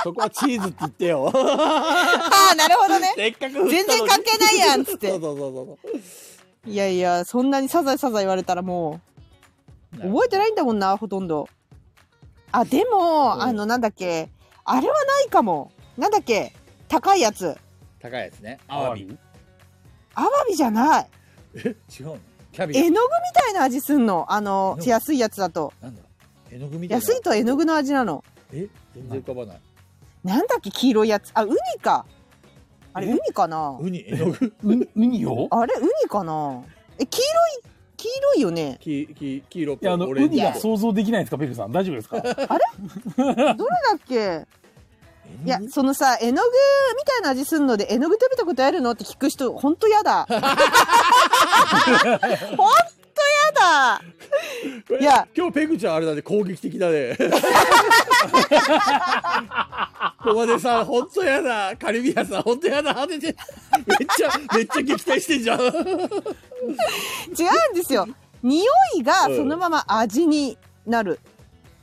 A: そこはチーズって言ってよ
E: あなるほどね
A: せっかく振ったのに
E: (laughs) 全然関係ないやんっつって
A: そうそうそうそう
E: いやいやそんなにサザエサザエ言われたらもう覚えてないんだもんなほとんどあでも、
A: うん
E: あのなんだっけあれはないかもなんだっけ高いやつ
A: 高いやつねア
C: ア
A: ワ
C: ワ
A: ビ
C: ビ
E: アワビじゃない
A: 違うのキャビ
E: 絵の具
A: ア
E: みたいな味すんのあの
A: 絵の具
E: 安いやつだと
A: なんだ絵の具みたいな
E: 安いと絵の具の味なの
A: え全然浮かばない
E: なんだっけ黄色いやつあウニかあれ
A: え
E: ウニかな
A: ウニ絵の具
C: うウニを
E: あれウニかなえ黄色い黄色いよ
A: (laughs)
E: ね
A: きき (laughs) 黄色っ
C: い
A: ぽい
C: や、あの、
A: オレン
C: ウ
A: ジ
C: ニ
A: っ
C: が
A: ぽい
C: 想像できないですか、ペグさん。大丈夫ですか
E: どれだっけいや、そのさ、絵の具みたいな味すんので、絵の具食べたことあるのって聞く人、ほんとやだ。ほんとやだ。いや
A: 今日ペグちゃんあれだね、攻撃的だね。ここでさ、ほんとやだ。カリビアさん、ほんとやだ。当てて。めっちゃ、めっちゃ撃退してんじゃん。
E: 違うんですよ。匂いがそのまま味になる。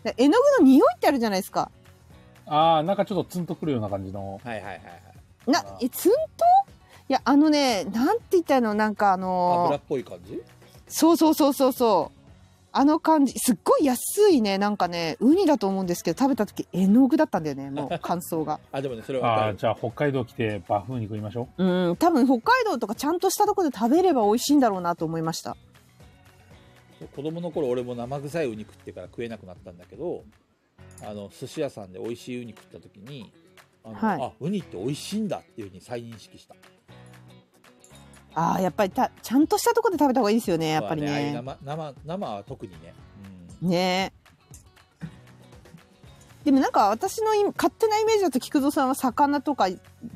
E: で絵の具の匂いってあるじゃないですか。
C: ああ、なんかちょっとツンとくるような感じの。
A: はいはいはいはい。
E: な、え、ツンといや、あのね、なんて言ったらいいのなんかあ
A: 油っ
E: の
A: ぽい感じ
E: そうそうそうそうそう。あの感じ、すっごい安いね、なんかね、ウニだと思うんですけど、食べた時絵の具だったんだよね、
A: (laughs)
E: もう感想が。
A: あ、でもね、それはわ
C: あ
A: か
C: あ、
A: る。
C: じゃあ北海道来てバフーに食いましょ
E: うん、多分北海道とかちゃんとしたとこで食べれば美味しいんだろうなと思いました。
A: 子供の頃俺も生臭いウニ食ってから食えなくなったんだけどあの寿司屋さんで美味しいウニ食った時にあの、
E: はい
A: あウニって美味しいんだっていうふうに再認識した
E: ああ、やっぱりた、ちゃんとしたとこで食べた方がいいですよね、やっぱり
A: まあああいう
E: ね。
A: 生生生は特にね、うん
E: ねでもなんか私のイメ勝手なイメージだと菊蔵さんは魚とか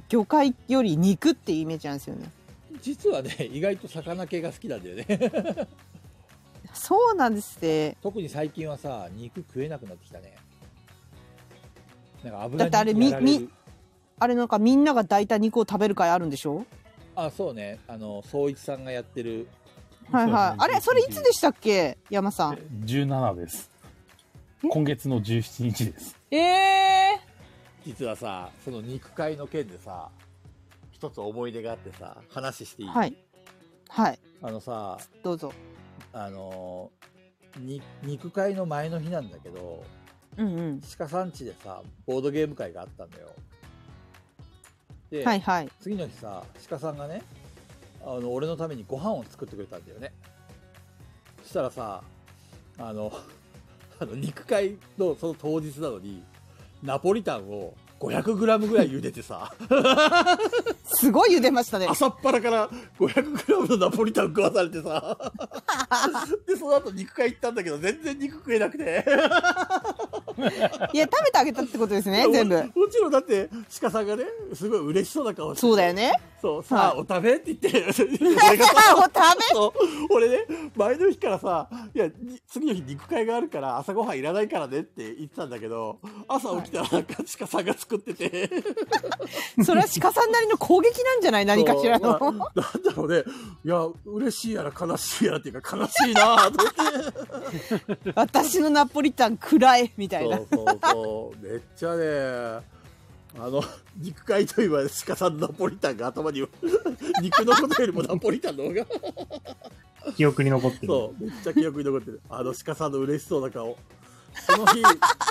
E: 魚介より肉っていうイメージなんですよね。
A: 実はね (laughs) 意外と魚系が好きなんだよね (laughs)
E: そうなんですね。
A: 特に最近はさ肉食えなくなってきたねなんか
E: だ
A: 油
E: ってあれ
A: にやられ
E: み
A: る
E: あれなんかみんなが抱いた肉を食べる会あるんでしょ
A: あそうねあの総一さんがやってる
C: う。
E: はいはい。あれそれいつでしたっけ山さん。
C: ?17 です。今月の17日です。
E: ええ
A: 実はさその肉会の件でさ一つ思い出があってさ話していい、
E: はい。はい。
A: あのさ
E: どうぞ。
A: あのーに肉会の前の日なんだけど
E: うんうん。
A: 鹿さん家でさボードゲーム会があったんだよで、
E: はいはい。
A: 次の日さ鹿さんがねあの俺のためにご飯を作ってくれたんだよねそしたらさあのあの肉会のその当日なのにナポリタンを 500g ぐらい茹でてさ
E: (laughs) すごい茹でましたね。
A: 朝っぱらから 500g のナポリタン食わされて
E: (laughs)
A: さでその後肉会行ったんだけど全然肉食えなくて
E: いや、食べてあげたってことですね、全部。
A: ももちろんだって鹿さんがねすごい嬉しそうな顔して
E: そうだよね。
A: そうさあ、
E: はい
A: お食べって言って
E: (laughs) お
A: 俺がさ
E: (laughs) 食
A: そう俺ね前の日からさいやに次の日肉会があるから朝ごはんいらないからねって言ってたんだけど朝起きたらなんか鹿さんが作ってて
E: べそれは鹿さんなりの攻撃なんじゃない何かしらの。
A: そうまあなんだろうねいや嬉しいやら悲しいやらっていうか悲しいなぁと思って
E: 私のナポリタン暗いみたいな。
A: そうそうそうめっちゃねあの肉塊といえば鹿さんのナポリタンが頭に (laughs) 肉のことよりもナポリタンの方が
D: 記憶に残ってる。
A: そうめっちゃ記憶に残ってるあの鹿さんの嬉しそうな顔その日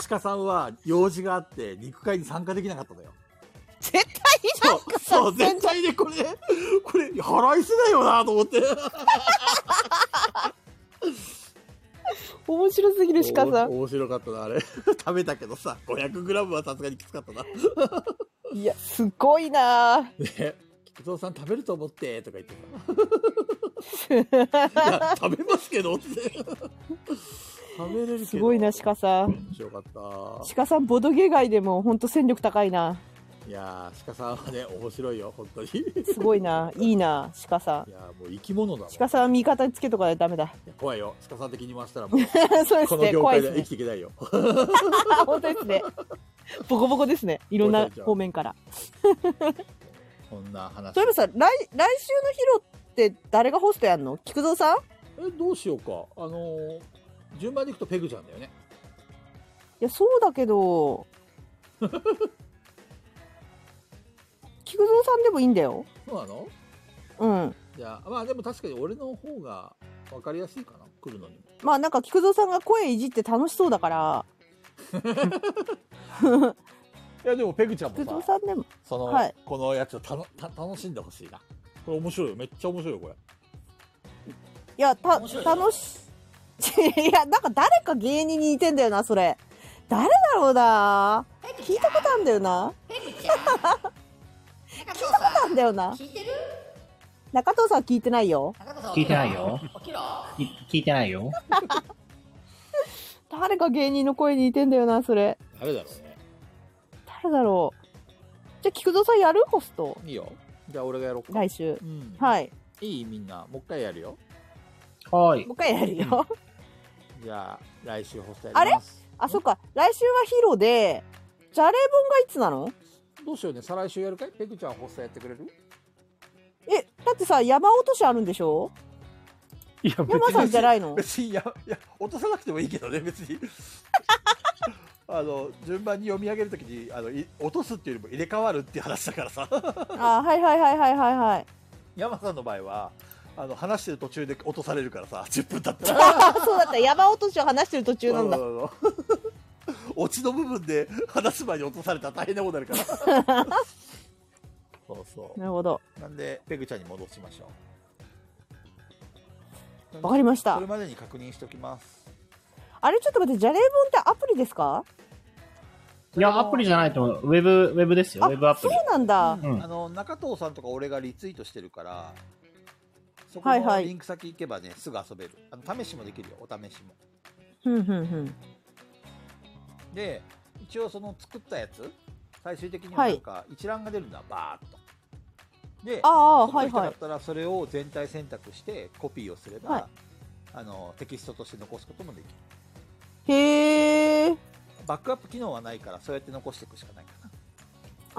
A: 鹿さんは用事があって肉塊に参加できなかったのよ
E: 絶対 (laughs) な
A: そ
E: んか
A: う
E: さ
A: そう全体でこれこれ腹いせないよなと思って
E: 面白すぎる鹿さん。
A: 面白かったなあれ食べたけどさ 500g はさすがにきつかったない
E: や、すごいな
A: ね菊蔵さん食べると思ってとか言って
E: (laughs)
A: たいや食べますけどって食べれるけど
E: すごいな鹿さん。
A: 面白かっ
E: 鹿さん、ボドゲ外でも本当戦力高いな。
A: たいやー鹿さんはね面白いよ本当にい
E: すごいな。いいな、鹿さん。
A: やーもう生き物だもん
E: 鹿さんは味方につけとかないとダメだ。
A: いや怖いよ鹿さん的に言わせたらもう
E: (laughs) そうです
A: この
E: ね。
A: 業
E: 怖い
A: 界
E: で
A: ですは生
E: ね
A: き。ていけないよ
E: (laughs) あ、本当ですね。ボコボコですね。いろんな方面から。
A: こんな話
E: そういえばさ、来、来週のヒロって誰がホストやんの菊蔵さんい
A: えどうしようかあのー順番にいくとペグちゃんだよね
E: や、そうだけ (laughs) ど。菊蔵さんでもいいんだよ。
A: そうなの
E: うん。
A: じゃあまあでも確かに俺の方が分かりやすいかな来るのに
E: まあなんか菊蔵さんが声いじって楽しそうだから、
A: いやでもペグちゃん
E: 菊蔵さんでも。
A: その、
E: はい
A: このやつをたのた楽しんでほしいな。これ面白いよ。めっちゃ面白いよ、これ。
E: いや、た、
K: 面白い
E: 楽し、 (laughs) いや、なんか誰か芸人に似てんだよな、それ。誰だろうな聞いたことあるんだよな。
K: ペグちゃん中藤さ。
E: あんだよなん
K: 聞いてる
E: 中藤さんは聞いてないよ。
K: 中藤さん
D: 聞いてないよ
K: 起きろ
D: き聞いてないよ。
E: 誰か芸人の声に似てんだよな、それ。
A: 誰だろうね。
E: 誰だろうじゃあ菊蔵さんやるホスト
I: いいよじゃあ俺がやろうか
E: 来週
I: うん
E: はい
I: いいみんなもう一回やるよ
D: はーい
E: もう。一回やるよ
I: じゃあ来週ホストや
E: あ
I: り
E: れ
I: ます
E: あそっか来週はヒロでじゃれ本がいつなの
I: どうしようね再来週やるかいペグちゃんホストやってくれる
E: えだってさ山落としあるんでしょ
C: いや、別
E: 山さんじゃな
A: (laughs)
E: いの
A: 別にいやいや落とさなくてもいいけどね別 (laughs) にあの順番に読み上げるときにあのい落とすっていうよりも入れ替わるっていう話だからさ (laughs)
E: あはいはいはいはいはいはい
A: 山さんの場合はあの話してる途中で落とされるからさ10分経ったら
E: あそうだった山落としを話してる途中なんだ
A: そうそうそうそう (laughs) オチの部分で話す前に落とされたら大変なことになるから
E: (laughs)
A: そうそ
E: なるほど
A: うなんでペグちゃんに戻しましょう
E: わかりまし
A: そ
E: た
A: れまでに確認しておきます
E: あれちょっと待ってじゃれ本ってアプリですか
D: いや、アプリじゃないと思う。ウェブ、ウェブですよ。
E: あ
D: ウェブアプ
E: そう
D: リ。
E: なんだ
D: うん
A: あの中藤さんとか俺がリツイートしてるからそこ
E: はいは
A: の
E: い
A: リンク先行けばねすぐ遊べるあの試しもできるよお試しも
E: ふんふんふん
A: で一応その作ったやつ最終的に
E: は
A: はいなんか一覧が出るんだ、バーっとで
E: ああ
A: その
E: はい
A: 人だ
E: は
A: っ
E: い
A: たらそれを全体選択してコピーをすれば、
E: はい
A: あのテキストとして残すこともできる
E: へえ
A: バックアップ機能はないからそうやって残していくしかないかな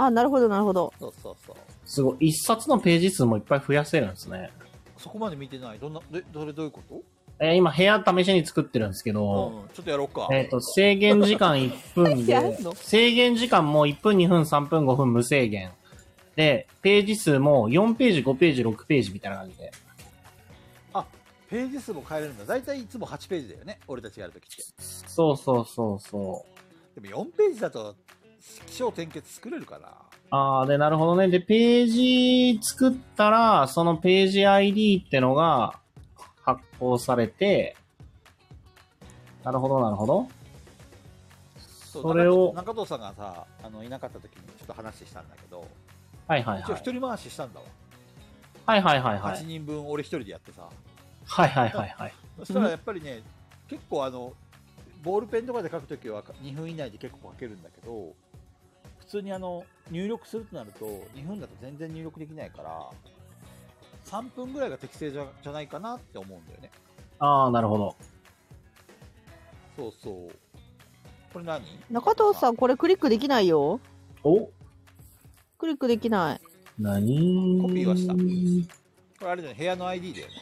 E: あなるほどなるほど
A: そうそうそう
D: すごい。一冊のページ数もいっぱい増やせるんですね。
A: そこまで見てないどんなでどれどういうこと、
D: えー今、部屋試しに作ってるんですけど、
A: うん、ちょっとやろうか、
D: えっ、と、制限時間1分
A: (laughs)
E: やん
D: で
E: の、
D: 制限時間も1分、2分、3分、5分無制限。で、ページ数も4ページ、5ページ、6ページみたいな感じで。
A: ページ数も変えれるんだ大体いつも8ページだよね俺たちやるときって
D: そうそうそうそう。
A: でも4ページだと気象転結作れるかな
D: あー、で、なるほどね。で、ページ作ったら、そのページ ID ってのが発行されて、なるほど、なるほど。
A: そ
D: それを
A: 中藤さんがさあのいなかったときにちょっと話したんだけど
D: はいはい
A: 一応
D: はい。
A: 一人回ししたんだわ、
D: はいはいはいはい。
A: 8人分俺一人でやってさ
D: はいはいはいはい。
A: そしたらやっぱりね、結構あの、ボールペンとかで書くときは2分以内で結構書けるんだけど、普通にあの、入力するとなると、2分だと全然入力できないから、3分ぐらいが適正じゃじゃないかなって思うんだよね。
D: ああ、なるほど。
A: そうそう。これ何
E: 中藤さんこれクリックできないよ
D: お
E: クリックできない
D: 何
A: コピーはしたこれあれだよね、部屋の ID だよね。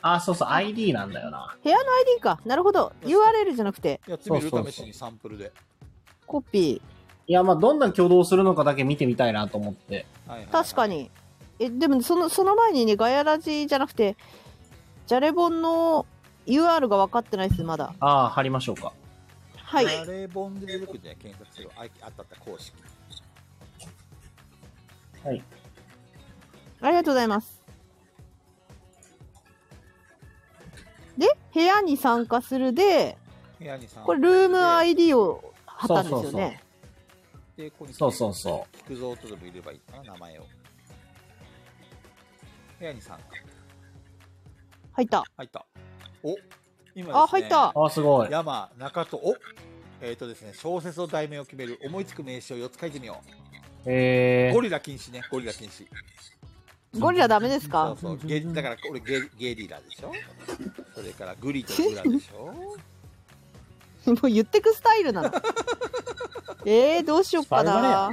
D: あー、そうそう、ID なんだよな。
E: 部屋の ID かなるほど URL じゃなくて
A: やってみる
D: そうそうそう
A: 試しにサンプルで。
E: コピ
D: いや、まあ、どんな挙動するのかだけ見てみたいなと思って。
A: はいはい
E: ー確か
A: に。
E: にえでもそのその前にねガヤラジじゃなくてじゃれ本の UR が分かってないですまだ
D: ああ、貼りましょうか。
E: はい
A: バレーボンで出てくるんじゃない検索する。あいあったあった、公式。
D: はい。
E: ありがとうございます。で、部屋に参加するで、
A: 部屋に3
E: これ、ルーム
A: 入
E: ID を貼ったんです
D: そう
E: よね。
D: そう
A: って、ここに
D: そうそうそ
A: 菊蔵とでも入ればいいかな、名前を。部屋に参加。
E: 入った。
A: 入った。お今です、ね、
E: あ、入った。。
D: う。ああ、すごい。
A: 山、中と、おえっ、とですね、小説の題名を決める、思いつく名詞を4つ書いてみよう。
D: え
A: ゴリラ禁止ね、ゴリラ禁止。
E: ゴリラダメです
A: そ
E: か
A: うそう、ゲだから俺ゲ、ゲリラでしょそれからグリとグラでしょ
E: (laughs) もう言ってくスタイルなの。えー、どうしよっか
D: バレバレや
E: な。
A: あ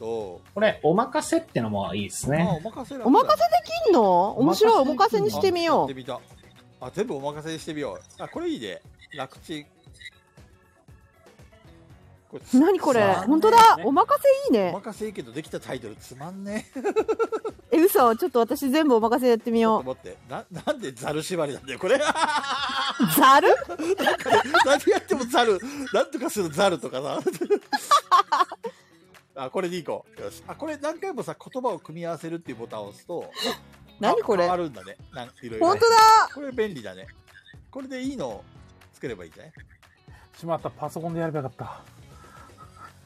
A: と、
D: ー、これ、お任せってのもいいです
A: あ、
D: ね。
A: お任せ
E: お任
A: せ
E: いんの面白い。お
C: お任
E: 任
C: せ
E: せ
C: で
E: に
C: きんの
E: してみよ
A: やってみた。あ、全部お任せにしてみよう。あ、これいいね。楽ちん。これ
E: う。何これ
D: さあ
E: 本当だ
D: ね
E: お任せいい
A: お
E: ね
A: 任せいいけどできたタイトルつまんねえ。
E: え、嘘ちょっと私全部お任せやってみ
A: ちょっと
E: よ
A: 待って。な、なんでザル縛りなんだよ、これ。 (laughs)
E: う。ざる
A: 何やってもザル。なんとかするザルとかさ。 (laughs) あ、これでいこう。よし。あ、これ何回もさ、言葉を組み合わせるっていうボタンを押すと、
E: (laughs) 何これ
A: あ変わ
E: 本
A: るんだね。なんいろいろ。
E: 当だ
A: これ便利だね。これでいいのを作ればいいんじゃない
C: しまった、パソコンでやればよかった。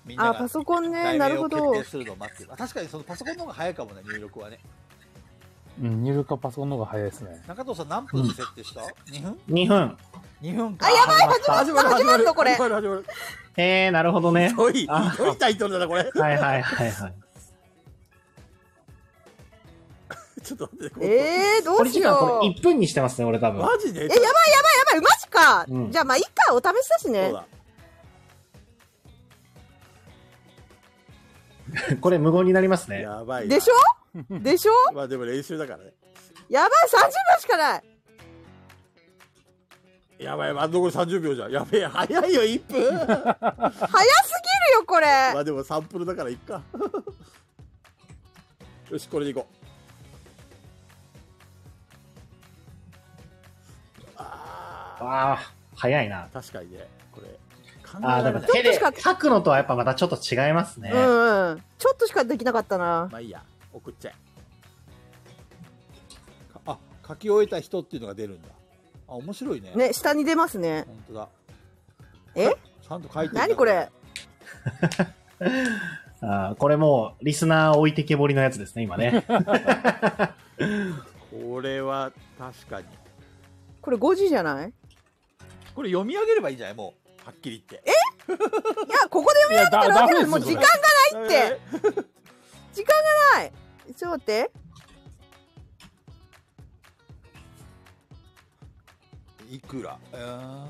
A: みんな
E: あ、
A: が
E: パソコンね。
A: 題
E: な
A: 名
E: る
A: を
E: ほ
A: 決
E: ど
A: 定。するのを待ってる。あ確かにそのパソコンの方が早いかもね、入力はね。
C: うん、入力はパソコンの方が早いですね。
A: 中藤さん何分に設定した ?2 分
D: 2分。
A: ?2 分か。あ、やばい始まる始まる
E: 始まるのこれ
A: 始まる始まる。
D: えー、なるほどね。
I: どい、ひ
D: あ
I: どいタイトルだな、これ。
D: はいはいはいはい。
E: (laughs)
I: ちょっと待ってこれ、
E: えー、ど
D: こ
E: う
D: れ
E: し
D: 違う、こ
E: よう。
D: れ
E: や
D: 1分にしてますね、俺多分。
I: マジで
E: ばいやばいやばい、マジか。
D: うん
E: じゃあまあ、いいか、お試しだし
I: そう
E: ね。
I: だ。
D: これ無言になりますね。
I: やばいな。
E: でしょでしょ
I: まあでも練習だからね。
E: やばい、30秒しかない。
I: やばい、あと残り30秒じゃん。やべえ、早いよ、1分。
E: (laughs) 早すぎるよ、これ。
I: まあでもサンプルだからいっ
E: (laughs)
I: か。よし、これでいこう。あ
D: わあ、早いな
I: ー。確かにね、これ。考
D: ああ、
I: えら
D: だ
I: れ
D: か
I: な
D: ら
I: い
D: 手で
E: ちょっとし
D: 書くのとはやっぱまたちょっと違いますね。
E: うんうん。ちょっとしかできなかったな。
I: まあいいや、送っちゃえ。
A: かあ書き終えた人っていうのが出るんだあ面白いね
E: ね、下に出ますね。
A: 本当だ
E: え
A: ちゃんと書いてる
E: 何これ
D: あーこれもう、リスナー置いてけぼりのやつですね、今
E: (laughs)
D: ね。
I: これは確かに。
E: これ5時じゃないい
A: これ読み上げればいいんじゃないもうはっきり言って
E: や、ここで読み上げたらわけだもう時間がないって。時間がない。ちょっと待って。
A: えいくらえー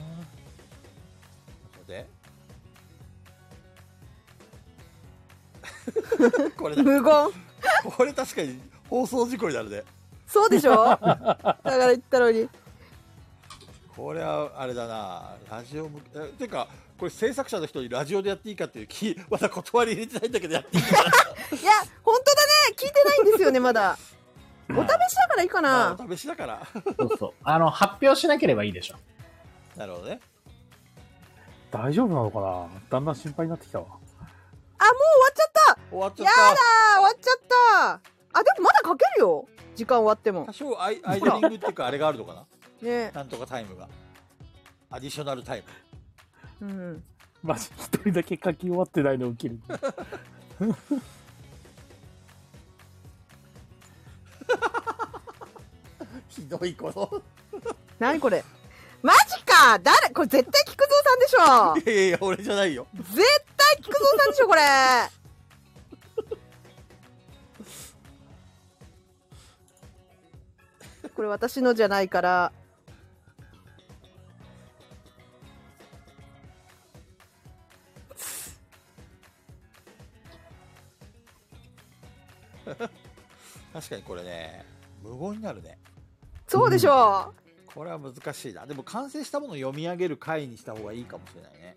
A: これでこれ
E: (laughs)
A: だ
E: 無言。
A: これ確かに放送事故になるね
E: そうでしょだから言ったのに。
A: これはあれだなラジオ向けえていうかこれ制作者の人にラジオでやっていいかっていうき (laughs) まだ断り入れてないんだけどやっていいかな
E: いや、本当だね。聞いてないんですよね、まだ。お試しだからいいか
A: ま
E: な。
A: あお試しだから (laughs)
D: そうそう。あの、発表しなければいいでしょ。
A: なるほどね
C: 大丈夫なのかなだんだん心配になってきたわ。
E: あ、もう終わっちゃった
A: 終わっちゃ
E: や
A: っ
E: だ
A: た
E: ー終わっちゃったあ、でもまだ書けるよ時間終わっても
A: 多。少アイアイドリングっていうかあれがあるのかな (laughs)
E: ね
A: なんとかタイムがアディショナルタイム
E: うん。
C: マジ、一人だけ書き終わってないの起きる。
I: (laughs) ひどい、この。
E: 何これマジか誰これ絶対菊蔵さんでしょ
A: いやいやいや俺じゃないよ
E: 絶対菊蔵さんでしょこれこれ私のじゃないから
A: 確かにこれね無言になるね
E: そうでしょ
A: これは難しいなでも完成したものを読み上げる回にした方がいいかもしれないね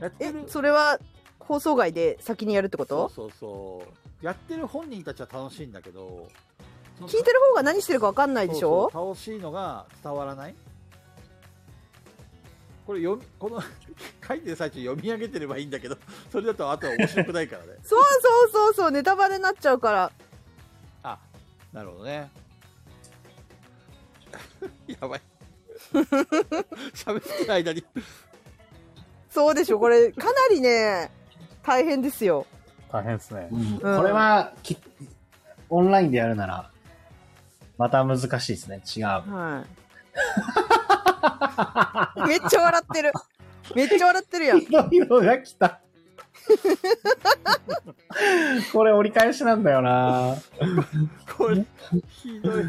A: やっ
E: う、
A: てる
E: えそれは放送外で先にやるってこと
A: そうそうそうやってる本人たちは楽しいんだけど
E: 聞いてる方が何してるか分かんないでしょ
A: そうそう楽しいのが伝わらないこれ読みこの (laughs) 書いてる最中読み上げてればいいんだけどそれだとあとは面白くないからね
E: そうそうそうそうネタバレになっちゃうから
A: あなるほどね (laughs) やばい (laughs) 喋ってる間に
E: そうでしょこれかなりね大変ですよ
C: 大変ですね。
D: これはき、オンラインでやるなら、また難しいですね。違う。
E: はいめっちゃ笑ってるめっちゃ笑ってるやん
D: ひどいのが来た。これ折り返しなんだよな。
A: これひどい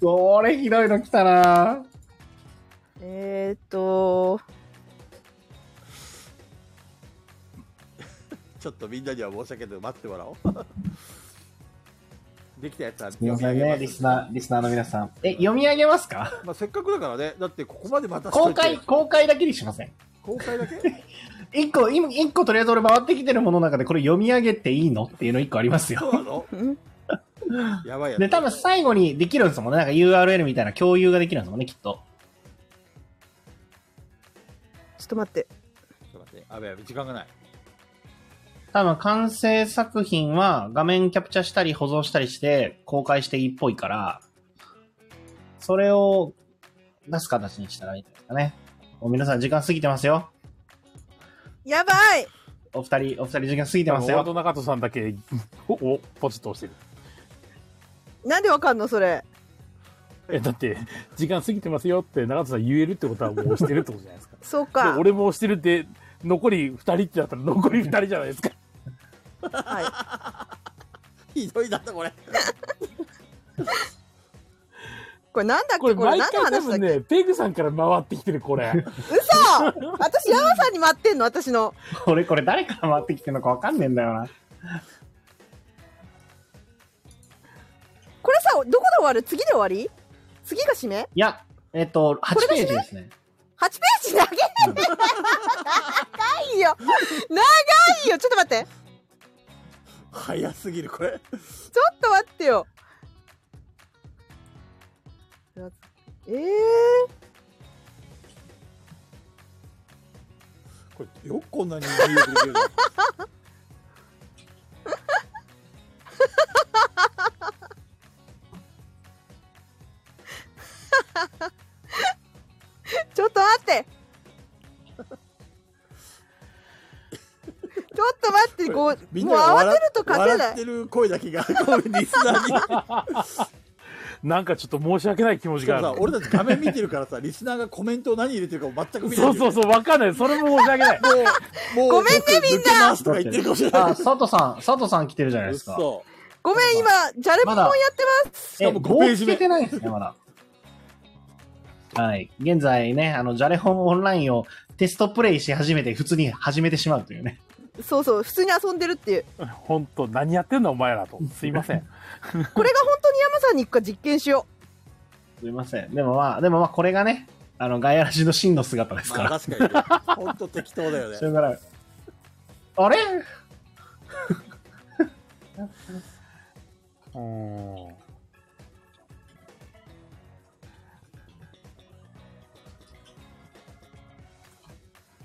D: これひどいの来たな。
E: えー、っと
A: ちょっとみんなには申し訳ない待ってもらおう (laughs) できたやつは
D: すみませんね、リスナー、リスナーの皆さん。え、読み上げますか
A: まあ、せっかくだからねだってここまでまたしと
D: 公
A: いて
D: 開、公開だけにしません。
A: 公開だけ
D: 一個、今、一個とりあえず俺回ってきてるものの中でこれ読み上げていいのっていうの一個あります
A: そ
D: よ。
A: うなの
E: ん
A: やばいやつ
D: で、多分最後にできるんですもんね。なんか URL みたいな共有ができるんですもんね、きっと。
E: ちょっと待っ
A: ち
E: て
A: ょっと待って、あべやべ、時間がない。
D: 多分完成作品は画面キャプチャしたり保存したりして公開していいっぽいから、それを出す形にしたらいいんですかね。もう皆さん時間過ぎてますよ。
E: やばい
D: お二人、お二人時間過ぎて
C: で
D: ま
C: も、
D: す
C: ワード
D: よ。
C: 中戸さんだけ、お、おポチッと押してる。
E: なんでわかんのそれ
C: え、だって、時間過ぎてますよって長田さん言えるってことはもう押してるってことじゃないです (laughs) か。
E: そう
C: で
E: か。
C: 俺も押してるって、残り2人ってなったら残り2人じゃないですか。
E: はい。
A: ひどいだったこれ
E: これなんだっ
C: (laughs) こ
E: け
C: れ
E: これ
C: 毎
E: 何
C: 回多
E: の話だっ
C: 分
E: け
C: ね、ペグさんから回ってきてる、これ。
E: 嘘私、ヤマさんに待ってんの私の。
D: 俺これ誰から回ってきてるのかわかんねえんだよな。
E: これさ、どこで終わる次で終わり次が締め
D: いや、えっと、8
E: これが
D: ページですね。
E: 8ページ長げ長いよ長いよちょっと待って
A: 早すぎるこれ
E: ちょっと待ってよえー、
A: これよくこんなに自由できるの
E: ちょっと
A: (laughs)
E: 待ってちょっと待ってこう
A: みん
E: (laughs) もう
A: なが
E: 慌
A: 笑
E: てると勝てな
A: 笑
E: い
A: ってる声だけがこれリスナーに
C: (laughs) なんかちょっと申し訳ない気持ち
A: しか
C: が
A: も
C: あ
A: さ
C: る。
A: 俺たち画面見てるからさリスナーがコメントを何入れてるか全く見ない
C: そうそうそう、わかんない。それも申し訳ない。
A: もう
E: ごめんねみん
A: 抜
E: な
A: けますとか言ってるかもしれない
D: あ、佐藤さん、佐藤さん来てるじゃないですか。
A: 嘘
E: ごめん今ジャレポンやってます
D: え、
A: もう
D: もう
A: 5ページ
D: つ
A: 目
D: けてないんですね、まだ。はい。現在ね、あの、ジャレホンオンラインをテストプレイし始めて、普通に始めてしまうというね。
E: そうそう普通に遊んでるっていう
C: 本当何やってんだ、お前らと。すいませ
E: (laughs)
C: ん。
E: これが本当にヤマさんに行くか実験しよ
D: すいません。でもまあ、でもまあ、これがね、あの、ガイアラシの真の姿ですか
A: まあ
D: ら。
A: 確かにねほんと適当だよね
D: (laughs) それから、あれ
C: うーん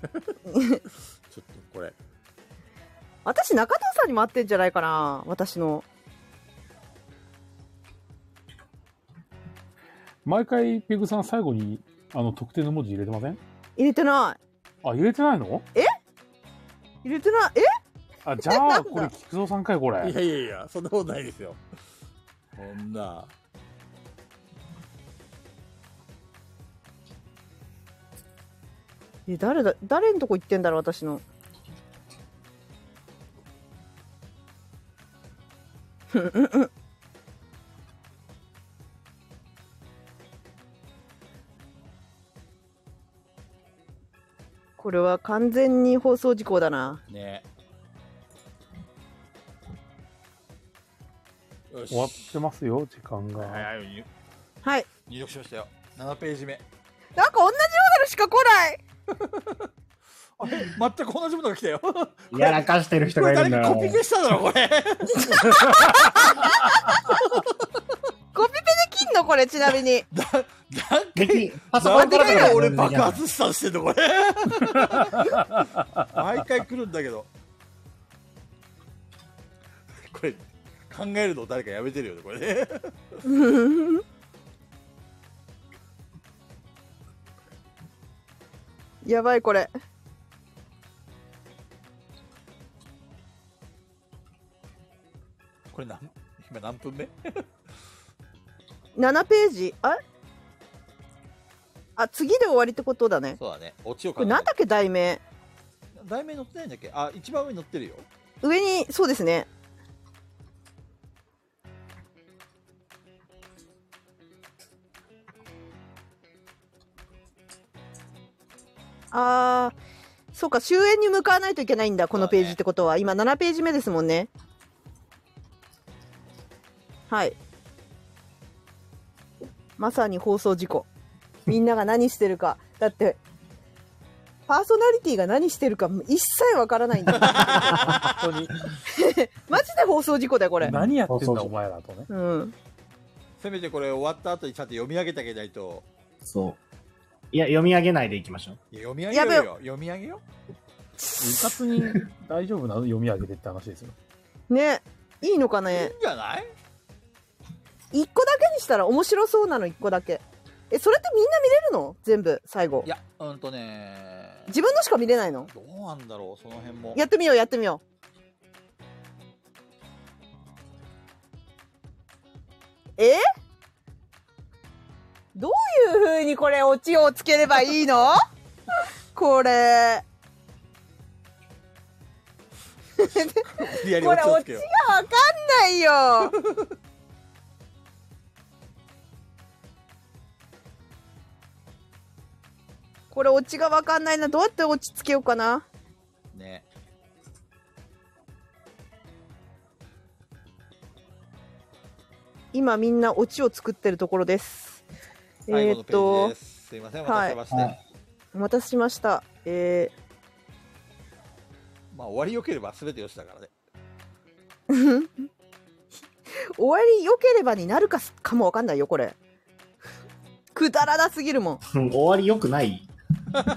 A: ちょっとこれ
E: う私中藤さんに待ってんじゃないかな私の
C: 毎回、ペグさん最後に、あの、特定の文字入れてません
E: 入れてない
C: あ、入れてないの
E: 入れてないえ
C: あ、じゃ
E: (laughs) なん
C: あ、
E: だ
C: これ、菊蔵さんかい、こ
A: い
C: れ。
A: やいやいやそんなことないですよこんな
E: え誰だ誰のとこ行ってんだろう私の (laughs) これは完全に放送事故だな
A: ねよし
C: 終わってますよ、時間
A: はい
C: が。
A: はい入
E: はい
A: 入力しましたよ7ページ目
E: なんか同じようなのしか来ない
A: あれ全く同じものが来たよ
D: やらかしてる人
A: こ
D: が
A: れ
D: いる
A: 誰
D: んだ
A: が
D: よ
A: コ。ピペしただろこれ
E: コピペできんのこれちなみに (laughs)
A: だ何
D: で
A: 回
D: き、パソコ
A: 何
D: ンから
A: 回
D: だ
A: が
D: と
A: 俺爆発したしてんのこれ毎回来るんだけどこれ考えるの誰かやめてるよねこれね
E: やばいこれ
A: これ何今何分目
E: 7ページああ次で終わりってことだね
A: そうだね落ちよう
E: これなんだっけ題名
A: 題名載ってないんだっけあ一番上に載ってるよ
E: 上にそうですねあーそうか終焉に向かわないといけないんだこのページってことは、今7ページ目ですもんねはいまさに放送事故みんなが何してるかだってパーソナリティが何してるか一切わからないんだ
C: 本当に。
E: (laughs) マジで放送事故だよこれ。
C: 何やってん
D: そう
C: だ、
D: そ
C: お
D: う
C: 前らとね。
E: うん。
A: せめてこれ終わった後にちゃんと読み上げてあげないと
D: そう。いや、読み上げないでいきましょう。
A: いや読み上げ
E: や
A: よう
E: べ
A: よ読み上げよ
C: うかつに大丈夫なの読み上げてって話ですよ。
E: ね、いいのか
A: ういいん
E: ね。
A: じゃない
E: 一個だけにしたら面白そうなの一個だけ。え、それってみんな見れるの？全部最後
A: い。やうんとね
E: 自分のしか見れないの？
A: どうなんだろうその辺も
E: やってみようやってみよう。え？いう風にこれオチをつければい
A: (laughs)
E: いのこれ。
A: リア
E: これ
A: オチを
E: オ
A: つけ
E: チ
A: よ
E: が
A: う
E: わかんないよ。 (laughs) これオチがわかんないな。どうやってオチつけようかな。
A: ね
E: 今みんなオチを作ってるところです。え
A: 最後
E: ー
A: の
E: っ
A: ペー
E: と
A: ジで。す、すいませんお待たせしました、
C: はい
E: お待たせしました。え
A: まあ終わりよければ全てよしだからね
E: ー、終わり良ければになるかすかもわかんないよ、これ。 (laughs) くだらなすぎるも
D: (laughs)
E: ん。
D: 終わりよくない待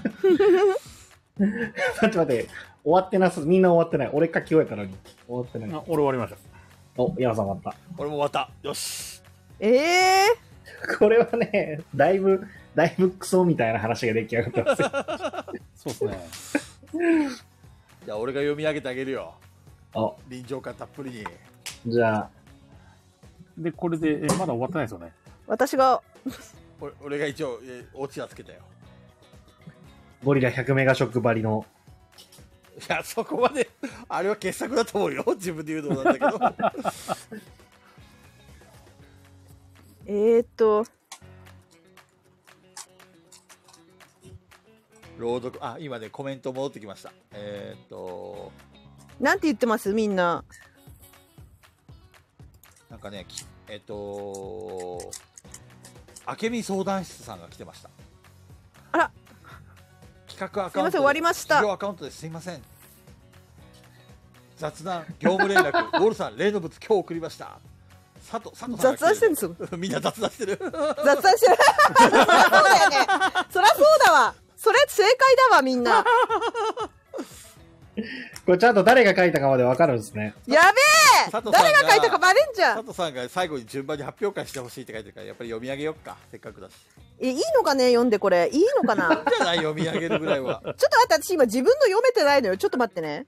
D: って待って、終わってなす。みんな終わってない。俺書き終えたのに。終わってない。
C: あ俺終わりました。
D: お、山さん終わっ
A: 俺も終わったよし
E: ええ
D: た。これはね、だいぶ、だいぶクソみたいな話が出来上がっ
A: (laughs)
D: てますよ。
C: そうですね。
A: じゃあ俺が読み上げてあげるよ
D: お、
A: 臨場感たっぷりに
D: じゃあ、
C: で、これで、えまだ終わってないですよね。
E: 私が、
A: 俺俺が一応えオチはつけたよ
D: ゴリラ100メガショックばりの。
A: いやそこまであれは傑作だと思うよ自分で言うのもなんだけど
E: えー、っと、
A: 朗読あ今ねコメント戻ってきましたえー、っと
E: なんて言ってますみんな。
A: なんかねきえっとあけみ相談室さんが来てました
E: あら
A: 企画ア
E: すい
A: カウ
E: ま
A: ント
E: せん、終わりました
A: 企。業アカウントですいません雑談業務連絡
E: (laughs)
A: ウォルさん例の物今日送りました佐藤佐藤さん
E: 雑談してるん
A: す
E: ですよ。
A: みんな雑談して
E: (laughs)
A: る
E: 雑談してる。そりゃそうだよね。そりゃそうだわ。それ正解だわ、みんな。
D: これちゃんと誰が書いたかまでわかるんですね。
E: やべ
A: 佐藤
E: え
A: さんが
E: 誰が書いたかバレんじゃ
A: 佐
E: ん。
A: 藤さんが最後に順番に発表会してほしいって書いてるからやっぱり読み上げよっかせっかくだし
E: え、いいのかね読んでこれ。いいのか
A: (laughs)
E: な
A: じゃない読み上げるぐらいは
E: ちょっと待って、私今自分の読めてないのよ。ちょっと待ってね。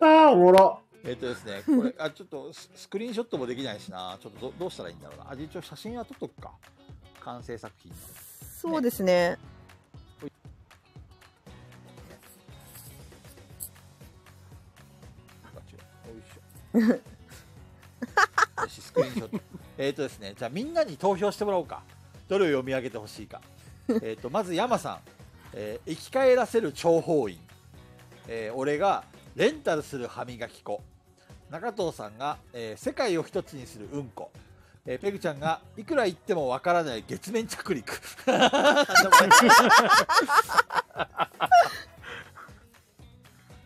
D: ああ、おもろ。
A: えっとですね、これ、あ、ちょっとススクリーンショットもできないしな、ちょっとどどうしたらいいんだろうな。あ、一応写真は撮っとくか。完成作品の。
E: そうですね。
A: ガチよいしょ。よし、スクリーンショット。えっとですね、じゃあみんなに投票してもらおうか。どれを読み上げてほしいか。えっと、まず山さん、えー生き返らせる諜報員。えー俺がレンタルする歯磨き粉。中藤さんが、えー世界を一つにするうんこ。えーペグちゃんがいくら言ってもわからない月面着陸。なんでもない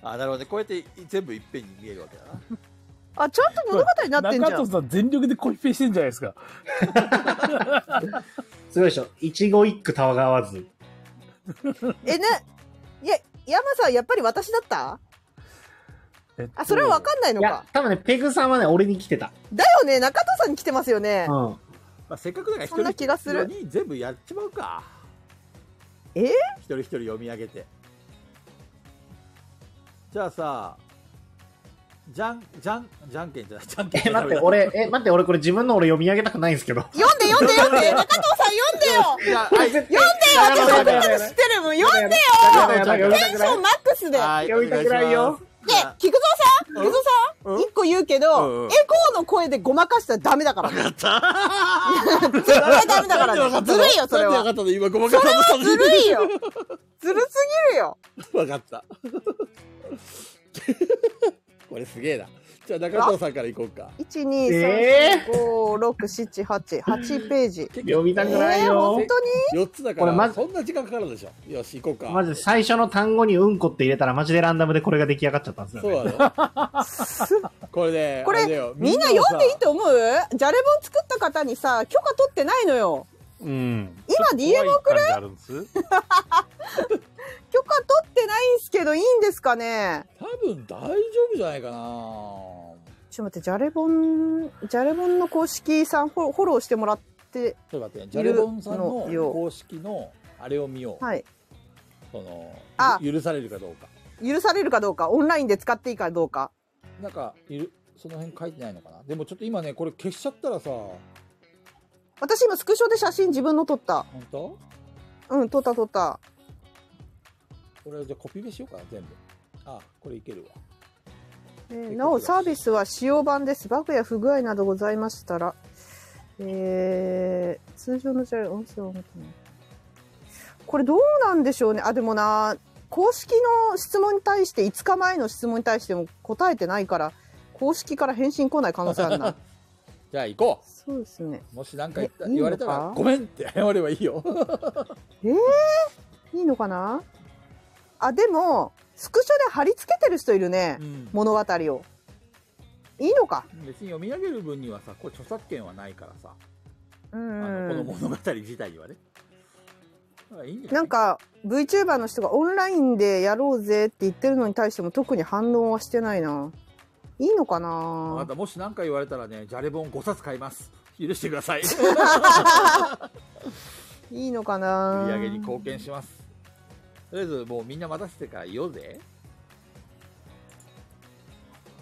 A: あ、なるほどね。こうやってい全部いっぺんに見えるわけだな。
E: あ、ちゃんと物語になってんじ
C: 中
E: ゃん
C: 藤。さん全力でコピペしてんじゃないですか。
D: すごいでしょ。一語一句たわがわず。
E: え、ね、いや、山さん、やっぱり私だった
C: えっと
E: あ、それはわかんないの
D: いや
E: か。、
D: 多分ね、ペグさんはね、俺に来てた。
E: だよね、中藤さんに来てますよね。
D: うん。
A: まあ、せっかくだから一
E: そんな気がする
A: 人に全部やっちまうか
E: えー
A: 一人一人読み上げてじゃあさじゃんじゃんじゃんけんじゃないじゃんけん
D: (laughs) え、待って、
A: 俺
D: 俺、え、待って、俺これ自分の俺読み上げたくないんですけど。
E: 読んで読んで読ん (laughs) で、中藤さん読んでよ
A: じゃあはい
D: 読んで
E: 私そんなの知ってるもん。読んで
D: 読み
E: テ
D: た
E: ン
D: く
E: シ
D: ない
E: ョンマックスで。
A: はい
D: 読みたくないよ
E: で、菊蔵さん菊蔵さ
A: うん
E: ん一個言うけ
A: うんうん
E: ど、エコーの声でごまかしたらダメだから。分かった。絶対ダメだからね。ずるいよ、それ
A: 分か
E: は。
A: ったの今ごま
E: そ
A: か
E: れ
A: さ
E: はずるいよ。 (laughs) ずるすぎるよ。
A: (laughs) 分かったこれすげえなじゃあ中藤さんからいこうか
E: 1、2、
D: え
E: 3、4、5、6、7、8。8ページ。
D: 読みたくない
E: えー
D: よ
E: 本。当に
A: 4つだか
D: こ
A: ら
D: れまず
A: そんな時間かかるでしょよし行こうか
D: マジで最初の単語にうんこって入れたらマジでランダムでこれが出来上がっちゃったんですよ、
A: そ
D: ね。
A: うなのこれね
E: (laughs) こ
A: あだ
E: れ
A: よ
E: みんな読んでいいと思うじゃれ本作った方にさ許可取ってないのよ
C: うん。
E: 今 DM
C: 怖い
E: 送
C: 感
E: る
C: じあるんです。
E: 許可取ってないんすけどいいんですかね
A: 多分大丈夫じゃないかな
E: ちょっと待ってじゃれ本じゃれ本の公式さんフォフォローしてもらって
A: ちょっと待ってねジャレボンさんの
E: いるのよ
A: 公式のあれを見よう、
E: はい
A: その
E: あ
A: ゆ許されるかどうか
E: 許されるかどうかオンラインで使っていいかどうか
A: なんかいるその辺書いてないのかなでもちょっと今ねこれ消しちゃったらさ
E: 私今スクショで写真自分の撮った。
A: 本当
E: うん、撮った撮った。
A: これじゃあコピペしようかな全部あこれいけるわ
E: えーなおサービスは使用版です。バグや不具合などございましたら、えー通常のチャレンジ音声は持ってないこれどうなんでしょうね。あ、でもな、公式の質問に対して、5日前の質問に対しても答えてないから、公式から返信来ない可能性あ
A: (laughs)
E: るな。
A: じゃあ行こ
E: そうですね。
A: うもし何か言った
E: えいい
A: 言
E: の
A: わ
E: か
A: れたら「ごめん!」って謝ればいいよ
E: いいのかなあ、でも、スクショで貼り付けてる人いるね
A: う。ん
E: 物語を。いいのか。
A: 別に読み上げる分にはさこれ著作権はないからさ
E: う
A: あ
E: ん
A: のこの
E: うん。
A: 物語自体にはねだからいいんじゃない
E: なんか VTuber の人がオンラインでやろうぜって言ってるのに対しても特に反応はしてないな。いいのか
A: あな
E: な
A: たもし何か言われたらねじゃれ本5冊買います許してください
E: いいのかな
A: 売り上げに貢献しますとりあえずもうみんな待たせてから言おうぜ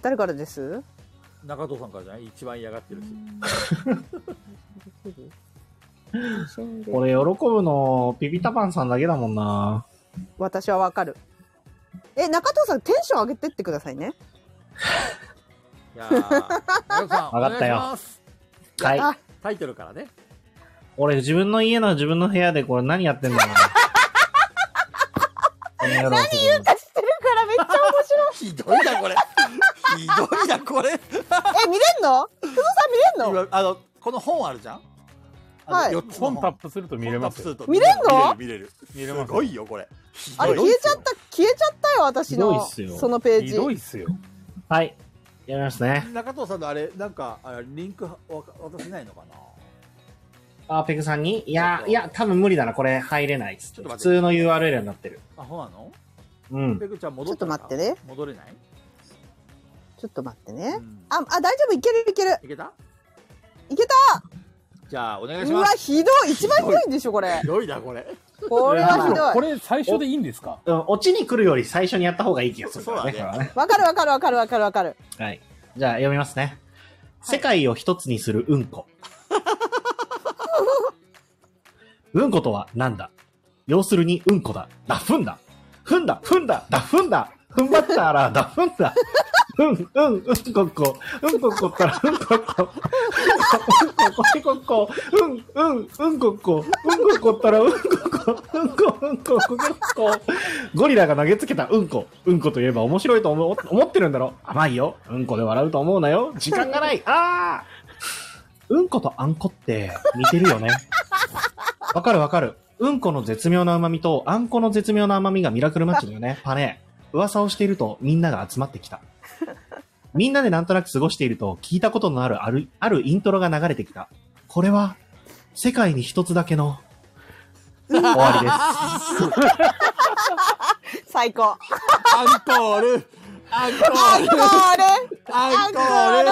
E: 誰からです
A: 中藤さんからじゃない一番嫌がってるし
D: 俺喜ぶの、ピピタパンさんだけだもんな。
E: 私はわかる。え、中藤さんテンション上げてってくださいね。
A: いやー中
C: (laughs)
A: 藤さんお
D: わか
A: 願
D: っ
A: い
D: た
A: し
D: よ
A: ます
D: はい。
E: あ
A: タイトルからね
D: 俺自分の家の自分の部屋でこれ何やってんだろうな。何言うか
E: してるからめっちゃ面白い。
A: ひどいなこれひどいなこれ
E: (laughs) え、見れんの久保さん見れんの
A: 今あのこの本あるじゃん
E: はい
A: 4つの
C: 本タップすると見れますよ。
A: 本タップすると
E: 見れんの
A: 見れる見れ
C: れ
A: る
C: ます
A: すごいよこれひど
E: あ
A: い
E: れ消えちゃった、消えちゃったよ、私
D: ひどい
E: の
D: っすよ。
E: そのペー
C: ひ
E: ジ。
C: どいっすよ。
D: はい。やりますね。
A: 中藤さんのあれなんかあれリンクはわか渡せないのかな
D: あ、ペグさんにい
A: ちょっ
D: や、
A: と
D: いや、多分無理だな。これ入れないっつって
A: ちょっと
D: 普
A: 待って
D: 通の URL になってる。
A: あそうなの
D: う
A: うん
D: ん。
A: ペグちゃん
E: ち
A: 戻
E: ょ
A: っ
E: っと
A: たの
E: 待
A: か
E: ってね。
A: 戻れない、
E: ちょっと待って
A: う
E: ね。
A: ん、
E: あ、あ、大丈夫、いけるいける。
A: いけた
E: いけ
A: じゃあお願
E: た
A: いし
E: うわ
A: ま、す
E: ひどい一番ひどいんでしょ、これ
A: ひ。どいなこれ
E: これはひどい
C: こ。れ最初でいいんですか
D: うん落ちに来るより最初にやった方がいい気がするからね。
A: そうだね
D: これはね
E: わかるわかるわかるわかるわかる。
D: はい。じゃあ読みますね。世界を一つにするうんこ。うんことはなんだ要するにうんこだ。だ、ふんだ。ふんだ、ふんだ、だ、ふんだ。ふんばったら、だ、ふんだ。うん、うん、うんこっこ。うんこっこったら、うんこっこ。うんこっこ、うんこっこ。うん、うん、うんこっこ。うんこっこったら、うんこっこ。うんこ、うんこ、うんこっこ。ゴリラが投げつけたうんこ。うんこといえば面白いと思う思ってるんだろ。甘いよ。うんこで笑うと思うなよ。時間がない。ああうんことあんこって似てるよね。わかるわかる。うんこの絶妙な旨味とあんこの絶妙な甘みがミラクルマッチだよね。パネ。噂をしているとみんなが集まってきた。みんなでなんとなく過ごしていると聞いたことのあるある、あるイントロが流れてきた。これは世界に一つだけの終わりです。
E: 最高。
A: アンコールアンコ
E: アン
A: ー
E: コー
A: ル
E: ル
A: ア
E: ア
A: ンコ
E: ンコ
A: ー
E: ー
A: ル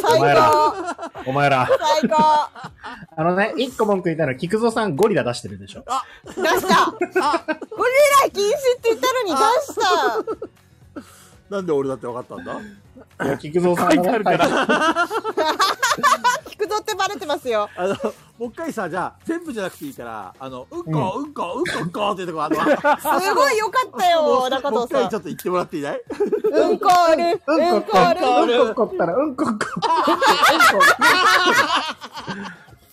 E: ル
D: お
E: 最
D: 前
E: 高
D: ら、お前ら、
E: 最高
D: あのね、一個文句言いたいのは、菊蔵さんゴリラ出してるでしょ。
E: 出したゴリラ禁止って言ったのに出し
A: なんで俺だって分かったんだ
D: いや菊蔵さん
C: 書い
D: のね
C: てあるか
E: た聞くぞってバレてますよ。
A: あの、もう一回さ、じゃあ、全部じゃなくていいから、あの、うんこ、うんこ、うんこ、うんこっていうとこあるわ。
E: すごい良かったよ、中
A: もう一
E: 藤さ
A: 回
E: ん
A: ちょ。っと言ってもらっていない
E: うんこール、うんこール。
D: うんこったら、うんこっこ、うんこ、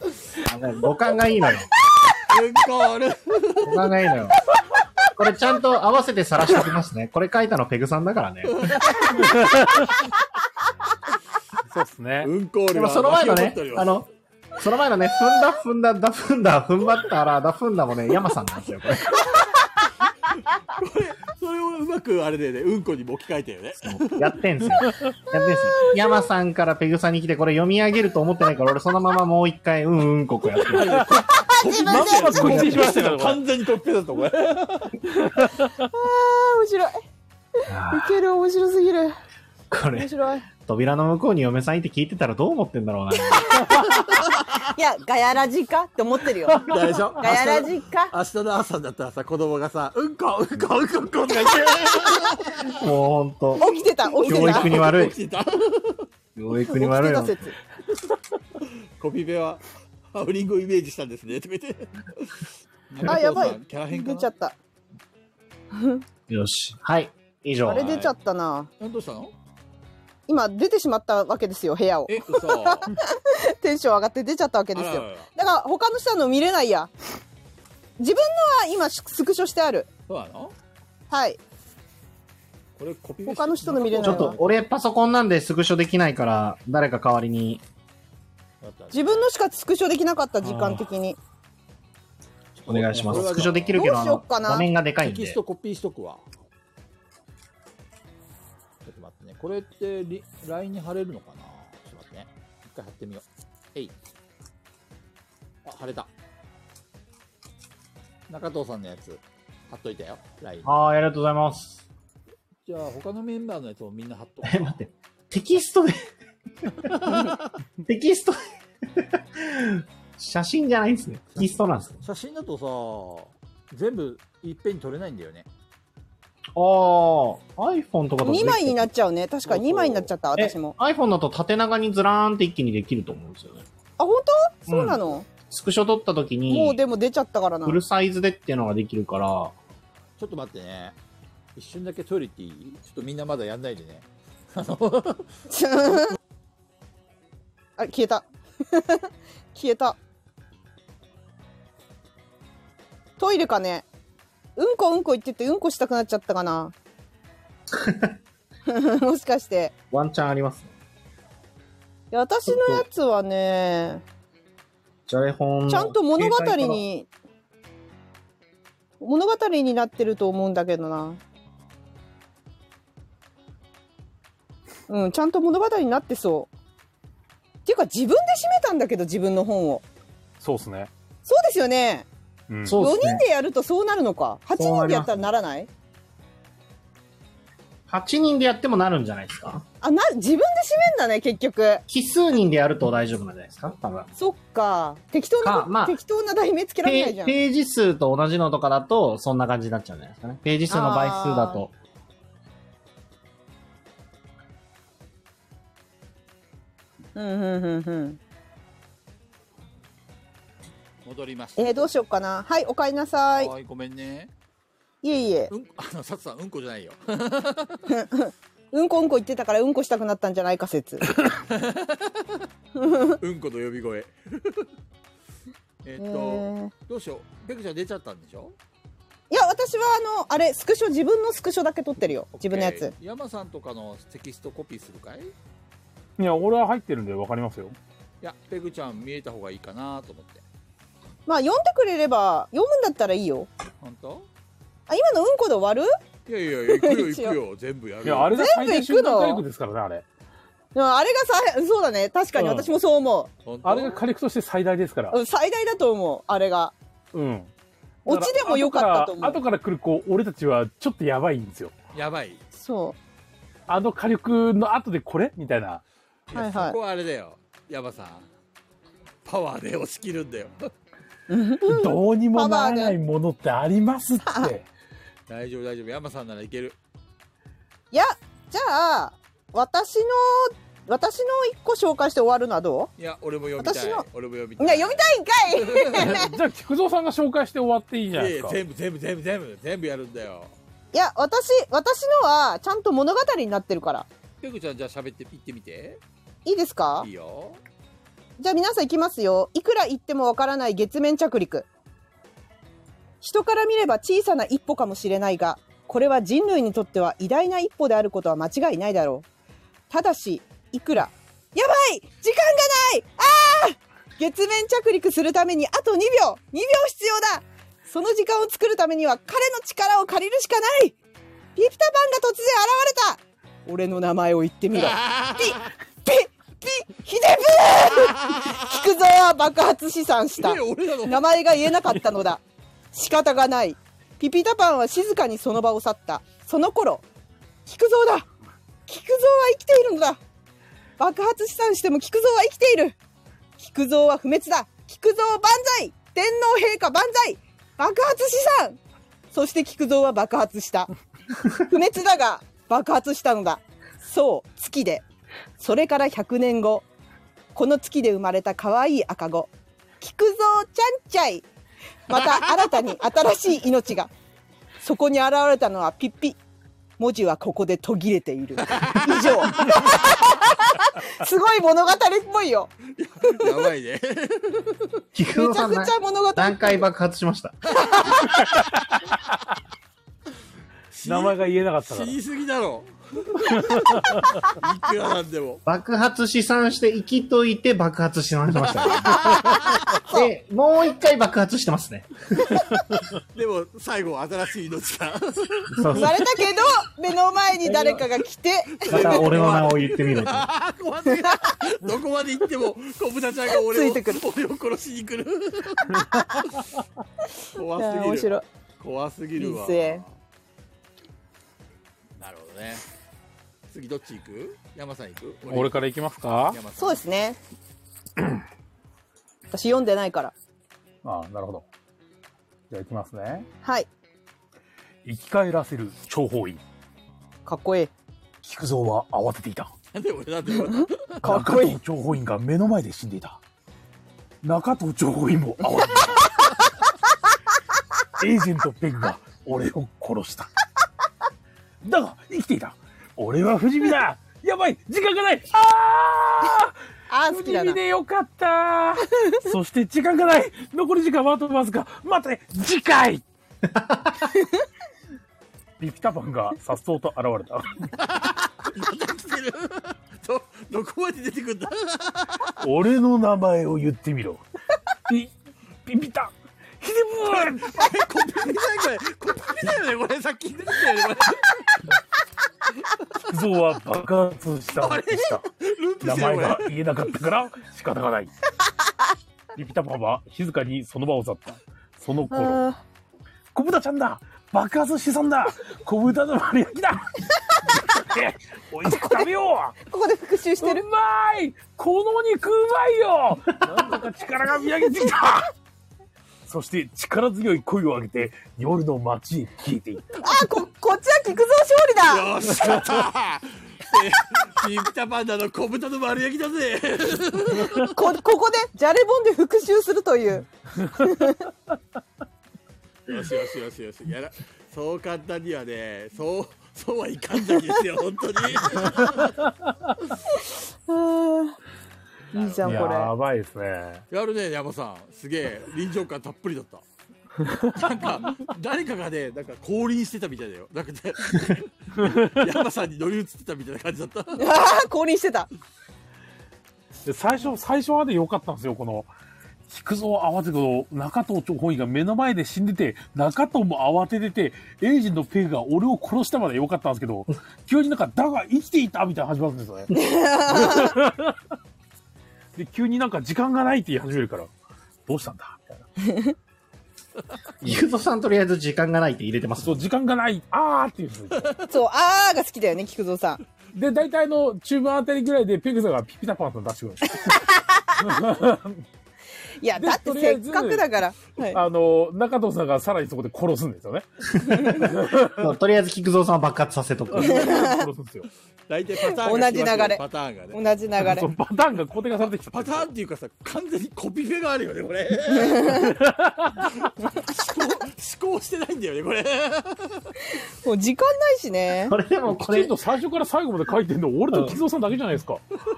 D: うんこ。五感がいいのよ。
A: うんこール。
D: 五感がいいのよ。これちゃんと合わせて晒しておきますね。これ書いたのペグさんだからね。
C: そうっすね。
A: うんこー
D: で
A: ル
D: も
A: は。
D: その前の
A: 巻き起こっ
D: ね
A: ており、ま
D: あ
A: す、
D: の、その前のね、踏んだ踏んだだ踏んだ踏ん張ったらだ踏んだもね、山さんなんですよ、これ。
A: それをうまくあれでね、うんこに置き換えたよね。
D: (laughs) やってんすよ。やってんすよ。山さんからペグさんに来て、これ読み上げると思ってないから、俺そのままもう一回、うんうんここやってる。
E: 自分で。
C: コピーしましたけど、こ
A: (laughs)
C: れ
A: 完全にコピペだった、これ。
E: (laughs) あー、面白い。
D: あ
E: いける、面白すぎる。
D: ーこ
E: 面
D: れ、
E: 白い。
D: 扉の向こうに嫁さんいて聞いてたらどう思ってんだろうな。
E: いや、ガヤラジかって思ってるよ。
A: 大でしょ
E: ガヤラジか。
A: 明日の朝になったらさ、子供がさ、うんこ、うんこ、うんこ、うんこ
E: (laughs)
A: って言って、
D: もうほんと。
E: 起きてた、起きて
D: 教
E: た。
D: 育に悪い
A: 起。きてた。
D: 教育
E: 起
D: に
E: き
D: 悪
E: て
D: い
E: た
D: よ。
E: 説。
A: (laughs) コピペは、ハウリングをイメージしたんですね、とか言って。
E: (laughs) あやばい
A: 中藤さんキャラ変か
E: 出
A: な
E: ちゃった。
D: よし。はい。以上。
E: あれ出ちゃったな。
A: どうしたの
E: 今出てしまったわけですよ、部屋を。
I: え、嘘。
E: (laughs)
I: あ
E: テンション上がって出ちゃったわけです
I: らら
E: よ。
I: ら
E: だから他の人の見れないや。自分のは今スクショしてある。
I: そうなの
E: はい。
I: これコピペ
E: 他の人の見れない
D: ちょっと、俺パソコンなんでスクショできないから、誰か代わりに。
E: 自分のしかスクショできなかった、時間的に。
D: お願いしま
I: こ
D: す。
I: れは
D: スクショできるけど、
E: どう
D: あ
E: しよ
D: の
E: っ、かな
D: 画面がでかい
A: テ
D: ん
A: キ
D: で
A: ス。トコピーしとくわ。ちょっと待ってね。これってリ LINE に貼れるのかなちょっと待ってね。一回貼ってみよう。えい。あ、貼れた。中藤さんのやつ、貼っといたよ。LINE。
D: ああー、ありがとうございます。
A: じゃあ、他のメンバーのやつもみんな貼っとく。
D: え、
E: (laughs)
D: 待って。テキスト (laughs) で。テキストで写真じゃないんですね。テキストなんですね。
A: 写真だとさ、全部いっぺんに撮れないんだよね。
D: ああ、iPhone とかだとできてる。
E: 2枚になっちゃうね。確かに2枚になっちゃった、
D: え
E: 私も。
D: iPhone だと縦長にずらーんって一気にできると思うんですよね。
E: あ、本当そうなの、
D: スクショ撮った時
E: もう
D: に、
E: でも出ちゃったからな
D: フ。ルサイズでっていうのができるから、
A: ちょっと待ってね。一瞬だけトイレ行っていいちょっとみんなまだやんないでね。
E: (laughs) あ、消えた。消えた。トイレかね。うんこうんこ言っててうんこしたくなっちゃったかな。 (laughs) もしかして。
D: ワンチャンありますね。
E: いや私のやつはね、
D: じゃれほんの
E: ちゃんと物語
D: 携帯から
E: に、物語になってると思うんだけどな。うん、ちゃんと物語になってそう。っていうか自分で閉めたんだけど、自分の本を。
C: そうですね。
E: そうですよね。
C: うん。
D: そう
E: 4
D: です
E: 人
D: ね。
E: でやるとそうなるのか。8
D: そうな
E: 人で
D: り
E: や
D: ます
E: ったらならない
D: 8人でやってもなるんじゃないですか
E: あ、な、自分で閉めんだね、結局。
D: 奇数人でやると大丈夫なんじゃないですか多分。
E: そっか。適当な、
D: かまあ
E: 適当な題名つけられないじ
D: ペ
E: ゃん。
D: ページ数と同じのとかだと、そんな感じになっちゃうんじゃないですかね。ページ数の倍数だと。
E: うん、うん、うん、うん。
A: 戻りました。
E: えー、どうしよっかな。はい、おかえりなさい。
A: はい、ごめんね。
E: いえいえ。
A: うん、あの、サツさん、うんこじゃないよ。
E: うんこうんこ言ってたからうんこしたくなったんじゃないか説。
A: うんこの呼び
E: (laughs)
A: 声。え
E: え
A: っと、
E: ー
A: どうしよう。ペクちゃん出ちゃったんでしょ
E: いや、私はあの、あれ、スクショ、自分のスクショだけ撮ってるよ。自分のやつ。。
A: 山さんとかのテキストコピーするかいい
C: いや、俺は入ってるんで分かりますよ。
A: や、ペグちゃん見えた方がいいかなと思って。
E: まあ、読んでくれれば、読むんだったらいいよ。
A: 本当
E: あ、今のうんこで終わる
A: いやい
E: (laughs)
A: やいや、行くよ
E: 一
A: 行
E: 応
A: くよ。全部やる
C: い
A: よ。
C: や、あれが最大瞬
E: 全部
C: 間
E: 行くの
C: 火力ですからね、あれ。
E: うんあれがさ、そうだね。確かに
C: うん
E: 私もそう思
A: 本当
C: あれが火力として最大ですから
E: う。う。ん最大だと思う、あれが。
C: うん。
E: オチでも良かったと思う
C: だら後から後から来る子、俺たちはちょっとやばいんですよ。
A: やばい。
E: そ
C: あの火力の後でこれみたいな。
E: う。はいは
A: そこはあれだよ。山さん。パワーで押し切るんだよ。 (laughs)
C: どうにもならないものってあります
E: (laughs)
C: って。
A: 大丈夫大丈夫。山さんならいける。
E: い。いや、じゃあ、私の、私の一個紹介して終わるのはど
A: いや、俺も読みた
E: 私
A: い
E: の。
A: 俺も読み
E: う
A: た
E: い
A: い。
E: や、読み
A: (laughs)
E: たいんか
C: (laughs)
E: い (laughs)
C: じゃあ、菊蔵さんが紹介して終わっていいじゃない
A: い
C: で
A: や
C: す
A: い
C: か
A: や。全部全部全部全部全部やるんだよ。
E: いや、私、私のは、ちゃんと物語になってるから。
A: ペグちゃんじゃあ喋って行ってみて。
E: いいですか
A: いいよ。
E: じゃあ皆さん行きますよ。いくら言ってもわからない月面着陸。人から見れば小さな一歩かもしれないが、これは人類にとっては偉大な一歩であることは間違いないだろう。ただし、いくら。やばい時間がないあー月面着陸するためにあと2秒 !2 秒必要だその時間を作るためには彼の力を借りるしかないピピタパンが突然現れた俺の名前を言ってみ
A: (laughs)
E: ろ。ピピピヒデ
A: (laughs)
E: ブー菊蔵は爆発試算した。
A: え、俺らの
E: 名前が言えなかったのだ仕方がないピピタパンは静かにその場を去ったその頃菊蔵だ菊蔵は生きているのだ爆発資産しても菊蔵は生きている菊蔵は不滅だ菊蔵万歳天皇陛下万歳爆発資産そして菊蔵は爆発した不滅だが爆発したのだそう月でそれから100年後この月で生まれた可愛い赤子聞くぞちゃんちゃいまた新たに新しい命がそこに現れたのはピッピ文字はここで途切れている以上すごい物語っぽいよ
A: やばい (laughs) ね。
D: 菊蔵
E: めち
D: さ
E: ゃ
D: ん
E: くちゃ物語っぽい
D: 何 (laughs) 回爆発しました。
C: 名前が言えなかった
A: 死
C: から。
A: にすぎだろ。いくらなんでも。
D: 爆発試算して生きといて爆発しま (laughs) したね、で、もう一回爆発してますね。
A: でも、最後、新しい命が。
D: そうそう
E: されたけど目の前に誰かが来 (laughs) て
D: また俺の名を言ってみろと。
A: あー怖すぎだどこまで行っても、小豚ちゃんが俺を、
E: ついてくる
A: 俺を殺しに来る。
E: あ
A: 怖す
E: ー
A: ぎる。
E: 面白い
A: 怖すぎるわ
E: いいっすね
A: なるほどね次どっち行く山さん行く
C: 俺から行きますか
A: 山さん
E: そうですね (clears throat) 私読んでないから
C: ああ、なるほど。じゃあ行きますね。
E: はい
C: 生き返らせる諜報員。
E: かっこいい
C: 菊蔵は慌てていた。
A: なんで俺なんで俺
E: かっこいい
C: 中藤情報員が目の前で死んでいた。中藤情報員も慌てて
E: (laughs)
C: いた。エージェントペグが俺を殺した。だが、生きていた。俺は不死身だ。やばい、時間がない。あ
E: あ
C: あ
E: ー好きだな
C: でよかった。 (laughs) そして時間がない。残り時間はあとわずか。待て、次 (laughs) 回ビピタパンが颯爽と現れた。
A: また来てる (laughs) どどこまで出てくんだ
C: 俺の名前を言ってみ (laughs) ろ。ピ、ピピタ、ヒデブー
A: えコピペだよこれコピペだよねこれさっき言ってたよねこ
C: 菊蔵は爆発したのでした。
A: れループ
C: (laughs) 名
A: してる
C: 前
A: これ
C: が言えなかったから仕方がない。 (laughs) ピピタパンは静かにその場を去った。その頃、
E: あ
C: 小豚ちゃんだ爆発資産だ小豚の丸焼きだおいしく食べよう
E: ーここで復習してる
C: うまいこの肉うまいよなんとか力がみ上げてきたそして力強い声を上げて夜の街へ消えていった
E: あここっちは菊蔵勝利だ
A: よっしゃえ (laughs) ピピタパンダの小豚の丸焼きだぜ
E: こここでじゃれ本で復習するという
A: よしよしよしよしやらそう簡単にはねそうそうはいかんないですよ本当に
E: あーいいじゃんこれ
C: やばいですね
A: やるね山さんすげえ臨場感たっぷりだったなんか誰かがねなんか降臨してたみたいだよなんか、
E: (laughs)
A: ね、山さんに乗り移ってたみたいな感じだった
E: あー降臨してた
C: で最初最初はで良かったんですよこの菊蔵慌ててこの中藤張本位が目の前で死んでて中藤も慌てててエイジンのペグが俺を殺したまで良かったんですけど急になんか「だが生きていた」みたいなの始まるんです
E: (laughs)
C: よねで急になんか時間がないって言い始めるからどうしたんだみたいな
D: ゆうとさんとりあえず時間がないって入れてます。
C: そう時間がないあーっていうんですよ
E: そうあーが好きだよね菊蔵さん
C: で大体あの中盤あたりぐらいでペグさんがピピタパンさん出してくるんですよ
E: いや
C: で
E: だって
C: とりあ
E: せ
C: え
E: っ
C: ず
E: かくだから、はい、
C: あの中藤さんがさらにそこで殺すんです
E: (laughs)
C: よね
D: そうとりあえず菊蔵さんは爆発させとく。
C: 殺すんですよ
A: 大体パターンが
E: 同じ流
A: 決
E: れ
A: まってるパターンがね
E: 同じ流れ
C: そうパターンが固定化されてきた
A: パターンっていうかさ完全にコピペがあるよねこれ思考思考してないんだよねこれ
E: もう時間ないしね
D: これでも
C: き
D: こ
C: ち
D: れ、
C: ん
D: い
C: と最初から最後まで書いてんの俺と木造さんだけじゃないですか。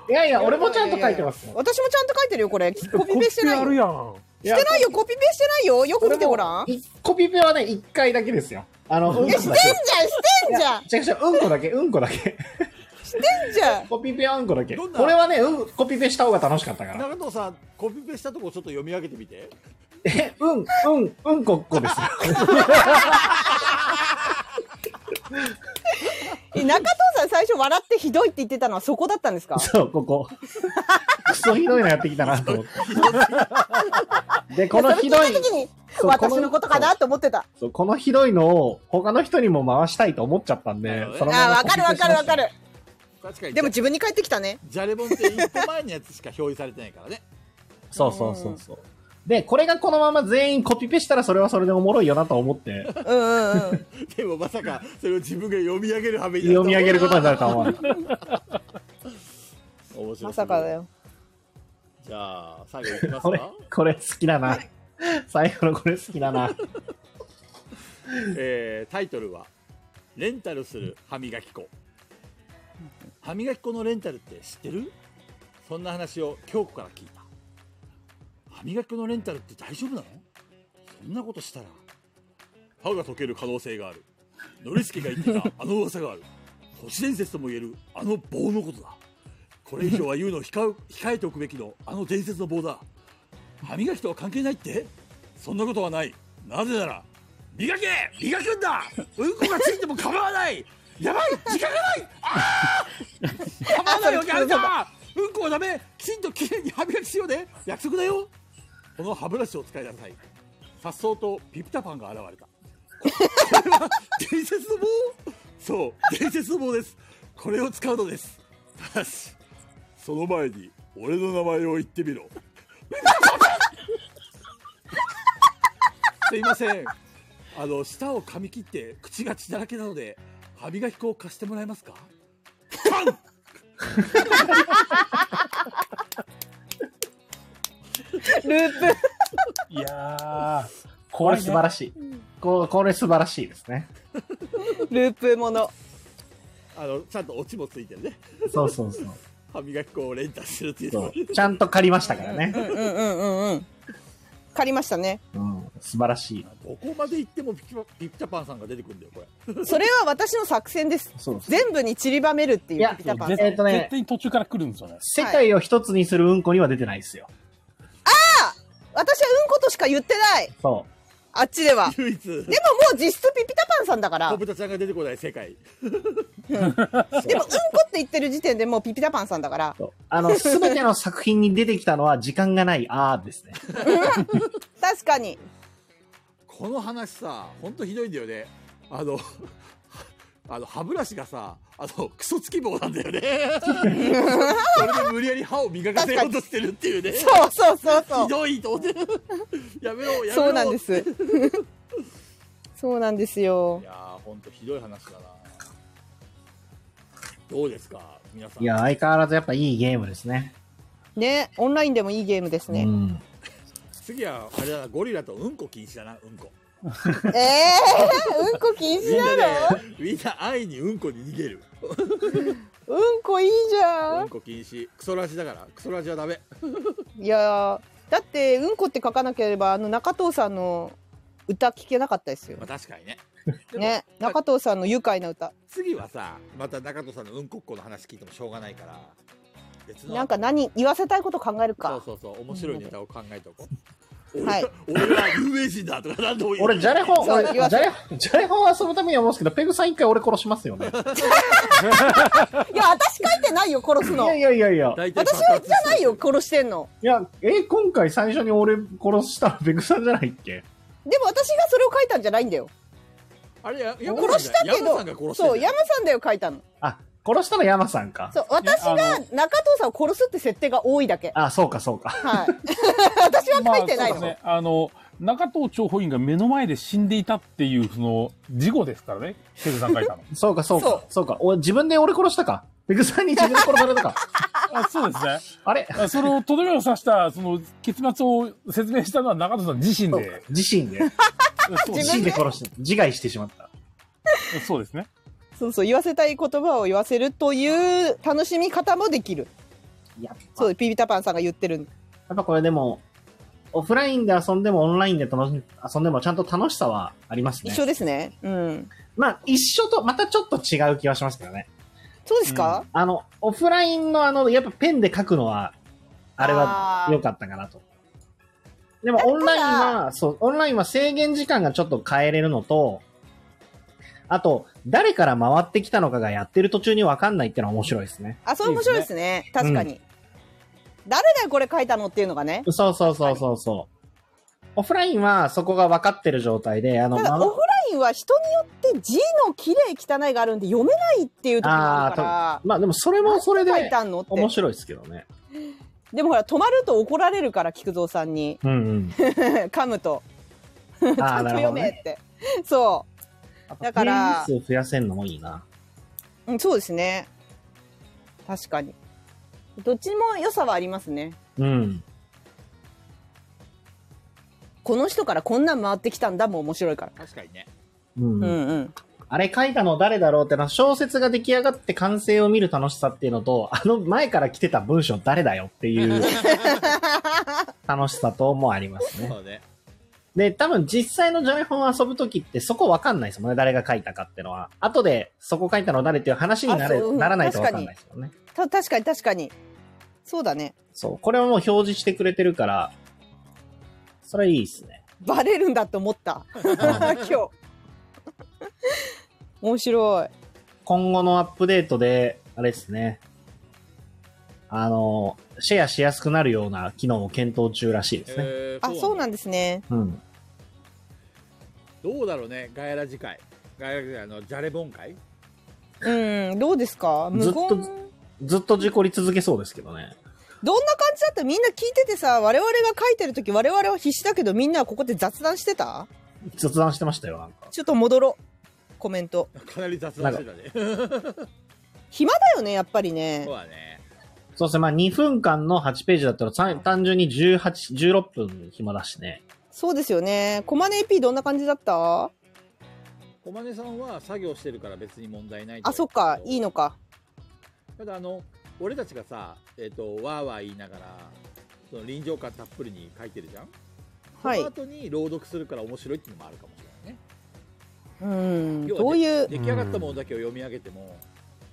D: やいや、俺もちゃんと書いてますよ。
E: 私もちゃんと書いてるよこれコピ
C: コ
E: ペ
C: ピ
E: して
C: ペ
E: ない
C: ある
E: よ
C: やん。
E: してないよコピペしてないよよく見てごらん
D: いコピペはね、一回だけですよ。あの、うんこ
E: い
D: だ
E: や
D: け
E: してんじゃんしてんじゃん
D: めちゃくちゃうんこだけ、うんこだけ。
E: してんじゃん
D: コピペはうんこだけ。
A: どんな
D: これはね、うん、コピペした方が楽しかったから。
A: 中藤さんコピペしたとこちょっと読み上げてみて
D: え、うん、うん、うんこっこですよ。
E: え中藤さん最初笑ってひどいって言ってたのはそこだったんですか
D: そう、ここ。クソひどいのやってきたなと思って。で、このひどい
E: それ聞、た時に
D: そう
E: 私のことかなと思ってた
D: そうこのひどいのを他の人にも回したいと思っちゃったんで、そ
E: あ
D: のまま
E: わかるわかるわかる
A: 確かに
E: でも自分に返ってきたね
A: じゃれ本って一歩前のやつしか表示されてないからね
D: そうそうそうそう。で、これがこのまま全員コピペしたらそれはそれでおもろいよなと思って、
E: うんうんうん
A: でもまさかそれを自分が読み上げるはめになると
D: 読
A: は
D: み上げることになるとは思わなかった
A: 面白い
E: まさかだよ
A: じじゃあ、最後いきます
D: これ
A: か。、
D: これ好きだな。最後のこれ好きだな。
A: えータイトルは「レンタルする歯磨き粉」歯磨き粉のレンタルって知ってるそんな話を京子から聞いた歯磨き粉のレンタルって大丈夫なのそんなことしたら歯が溶ける可能性があるノリスケが言ってたあの噂がある都市伝説とも言えるあの棒のことだこれ以上は言うのを控え控えておくべきのあの伝説の棒だ歯磨きとは関係ないってそんなことはないなぜなら磨け磨くんだうんこがついても構わないやばい時間がないああ構わないわけあるかうんこはダメきちんときれいに歯磨きしようね約束だよこの歯ブラシを使いなさいさっそうとピピタパンが現れたここれは伝説の棒そう伝説の棒ですこれを使うのですただしその前に俺の名前を言ってみろすいませんあの舌を噛み切って口が血だらけなので歯磨き粉を貸してもらえます (laughs) かパン
E: ループ
C: いやー、
D: こ
C: 怖
D: れ
C: い
D: 素
C: ね
D: 晴らしい。ここれ素晴らしいですね。
E: ループもの。
A: あのちゃんとオチもついてるね
D: そうそうそう。
A: 歯磨き粉をレンタルするっていうの
D: そ
A: も
D: うちゃんと借りましたからね
E: う。んうんうんうんうん。借りましたね。
D: うん、素晴らしい。
A: どこまで行ってもピピパピピタパンさんが出てくるんだよこれ
E: それは私の作戦です。
D: そうそう
E: 全部に散りばめるってい
D: いうや
E: ピピタパン
D: えっとね
C: 絶対に途中から来るんですよね。
D: 世界を一つにするうんこには出てないですよ。
E: 私はうんことしか言ってない
D: そ
E: あっ
A: (laughs)
E: ちでは
A: (laughs)
E: で
A: 唯一
E: ももう実質ピピタパンさんだから
A: 小
E: で
A: 豚ちゃんが出てこない世界
E: もうんこって言ってる時点でもうピピタパンさんだから
D: う。そうあの、すべての作品に出てきたのは時間がない、あーですね。
E: 確かに
A: この話さほんとひどいんだよねあの (laughs) あの歯ブラシがさあのクソつき棒なんだ (laughs) よねそれで無理やり歯を磨かせようとしてるっていうね
E: そうそうそうそ
A: ひ
E: う
A: どいと思ってやめろやめろ
E: そうなんです (laughs) そうなんですよ
A: いやーほんとひどい話だなどうですか皆さん
D: いや、相変わらずやっぱいいゲームですね。
E: ねオンラインでもいいゲームです
D: う
E: ね、
D: ん。
A: 次はあれだなゴリラとうんこ禁止だなうんこ
E: ええー、うんこ禁
A: みん
E: 止
A: なで
E: なの
A: みんな愛にうんこに逃げる
E: うんこいいじ
A: う
E: ゃ
A: んこ禁止クソラジだからクソラジはダメ
E: んいやーだってうんこって書かなければあの中藤さんの歌聞けなかったですよ
A: まあ確かにねでも
E: ね中藤さんの愉快な歌
A: 次はさまた中戸さんのうんこっこの話聞いてもしょうがないから別の
E: なんか何言わせたいこと考えるか
A: そうそうそう面白いネタを考えておこう、
E: はい
A: 俺俺は有名人だとか何でもいい
D: 俺、じゃれ本、
E: そう
D: 俺、
E: 言
D: じ
E: わ
D: ゃ
E: せ
D: れ、じゃれ本遊ぶためには思うんですけど、ペグさん一回俺殺しますよね。
E: いや、私書いてないよ、殺す
D: い
E: の
D: や。いやいやいや。
A: 大体
E: 私
A: 爆
E: は
A: 発
E: じゃないよ、殺してんの。
D: いや、え、今回最初に俺殺したのペグさんじゃないっけ
E: でも私がそれを書いたんじゃないんだよ。
A: あれや山
E: 殺
A: さ
E: し
A: ん
E: た
A: が
E: け
A: 山
E: ど
A: さんが殺、して
E: そう、
A: んだよ
E: 山さんだよ、書いたの。
D: あ、殺したの山さんか。
E: そう、私が
C: いやあ
E: 中藤さんを殺すって設定が多いだけ。
D: あ、そうかそうか。 (laughs)
E: はい。私は書いてない
C: まあそうです
E: の。
C: ね、あの、中藤張本院が目の前で死んでいたっていう、その、事故ですからね、セグさん書いたの。
D: そうかそう
E: そ
D: か。そうか。お自分で俺殺したか。ペグさんに自分で殺され
E: (laughs)
D: たか。
C: あそうですね
D: あれ
C: あ。その、とどめを刺した、その、結末を説明したのは中藤さん自身
D: そうか
C: で。
D: 自
E: (laughs)
D: 身で。
C: そう
E: 自
D: 自
E: 分
D: 身
E: で
D: で殺して、自害してしまった。
C: そうですね。
E: そうそう、言わせたい言葉を言わせるという楽しみ方もできる。
D: やっぱ、
E: そ
D: や
E: う、ピピタパンさんが言ってる。
D: っぱこれでも、オフラインで遊んでもオンラインで楽し遊んでもちゃんと楽しさはありますね
E: 一。緒ですね。うん。
D: まあ一緒とまたちょっと違う気はしますけどね。
E: そうですか
D: あの、オフラインのあの、やっぱペンで書くのは、あれは
E: あー
D: 良かったかなと。でもオンラインは、そう、オンラインは制限時間がちょっと変えれるのと、あと、誰から回ってきたのかがやってる途中にわかんないってのは面白いですね。
E: あ、それ面白いですね。確かに。誰だよ、これ書いたのっていうのがね。
D: そうそうそうそうそう。オフラインはそこが分かってる状態で、あの、
E: ただ
D: ま
E: オフラインは人によって字の綺麗汚いがあるんで読めないっていうところがあるから
D: まあでもそれもそれで
E: 書いたのって
D: 面白いですけどね。
E: でもほら止まると怒られるから菊蔵さんに (laughs)
D: うん
E: 噛むと
D: うん。
E: ち
D: あ
E: ゃ
D: あ、
E: んと
D: なるほ
E: 読
D: ど
E: (laughs) めっ
D: ね。
E: て、そだから
D: ページ数増やせんのもいいな。
E: う、うん、そうですね確かにどっちも良さはありますね
D: ううん。
E: この人からこんなん回ってきたんだも面白いから。
A: 確かにね。
D: うん。
E: うんうん。
D: あれ書いたの誰だろうってのは小説が出来上がって完成を見る楽しさっていうのと、あの前から来てた文章誰だよっていう
E: (laughs)
D: 楽しさともありますね。
A: そうね。
D: で、多分実際のジャイフォン遊ぶときってそこわかんないですもんね。誰が書いたかってのは。後でそこ書いたの誰っていう話にな
E: あ
D: れ
E: そううん
D: ならないとわかんないですよね。
E: た確かに確かに。そうだね。
D: そう。これはもう表示してくれてるから、それいいですね。
E: バレるんだと
D: (laughs)
E: 思った。今日。面白い。
D: 今後のアップデートで、あれですね。あの、シェアしやすくなるような機能を検討中らしいですね。
I: えー
E: あ、そうなんですね。
D: うん。
A: どうだろうね、ガヤラ次回。ガヤラ次回のジャレボン会 (laughs)
E: うん、どうですか
D: ず
E: 無
D: っと
E: 言。
D: ずっと事故り続けそうですけどね。
E: どんな感じだったみんな聞いててさ、我々が書いてる時我々は必死だけどみんなはここで雑談してた
D: 雑談してましたよ、なんか。
E: ちょっと戻ろう。コメント。
A: かなり雑談してたね。
E: 暇だよね、やっぱりね
A: そう。だね。
D: そうですね、まあ2分間の8ページだったらさん単純に18、16分暇だしね。
E: そうですよね。コマネ AP どんな感じだった
A: 小金さんは作業してるから別に問題ない
E: あ、そっか、いい
A: の。
E: のか。
A: ただあの、俺たちがさ、えっ、と、わーわー言いながら、その臨場感たっぷりに書いてるじゃん
E: はい
A: その後に朗読するから面白いっていうのもあるかもしれないね。
E: うん、
A: 要はね
E: どういう。
A: 出来上がったものだけを読み上げても、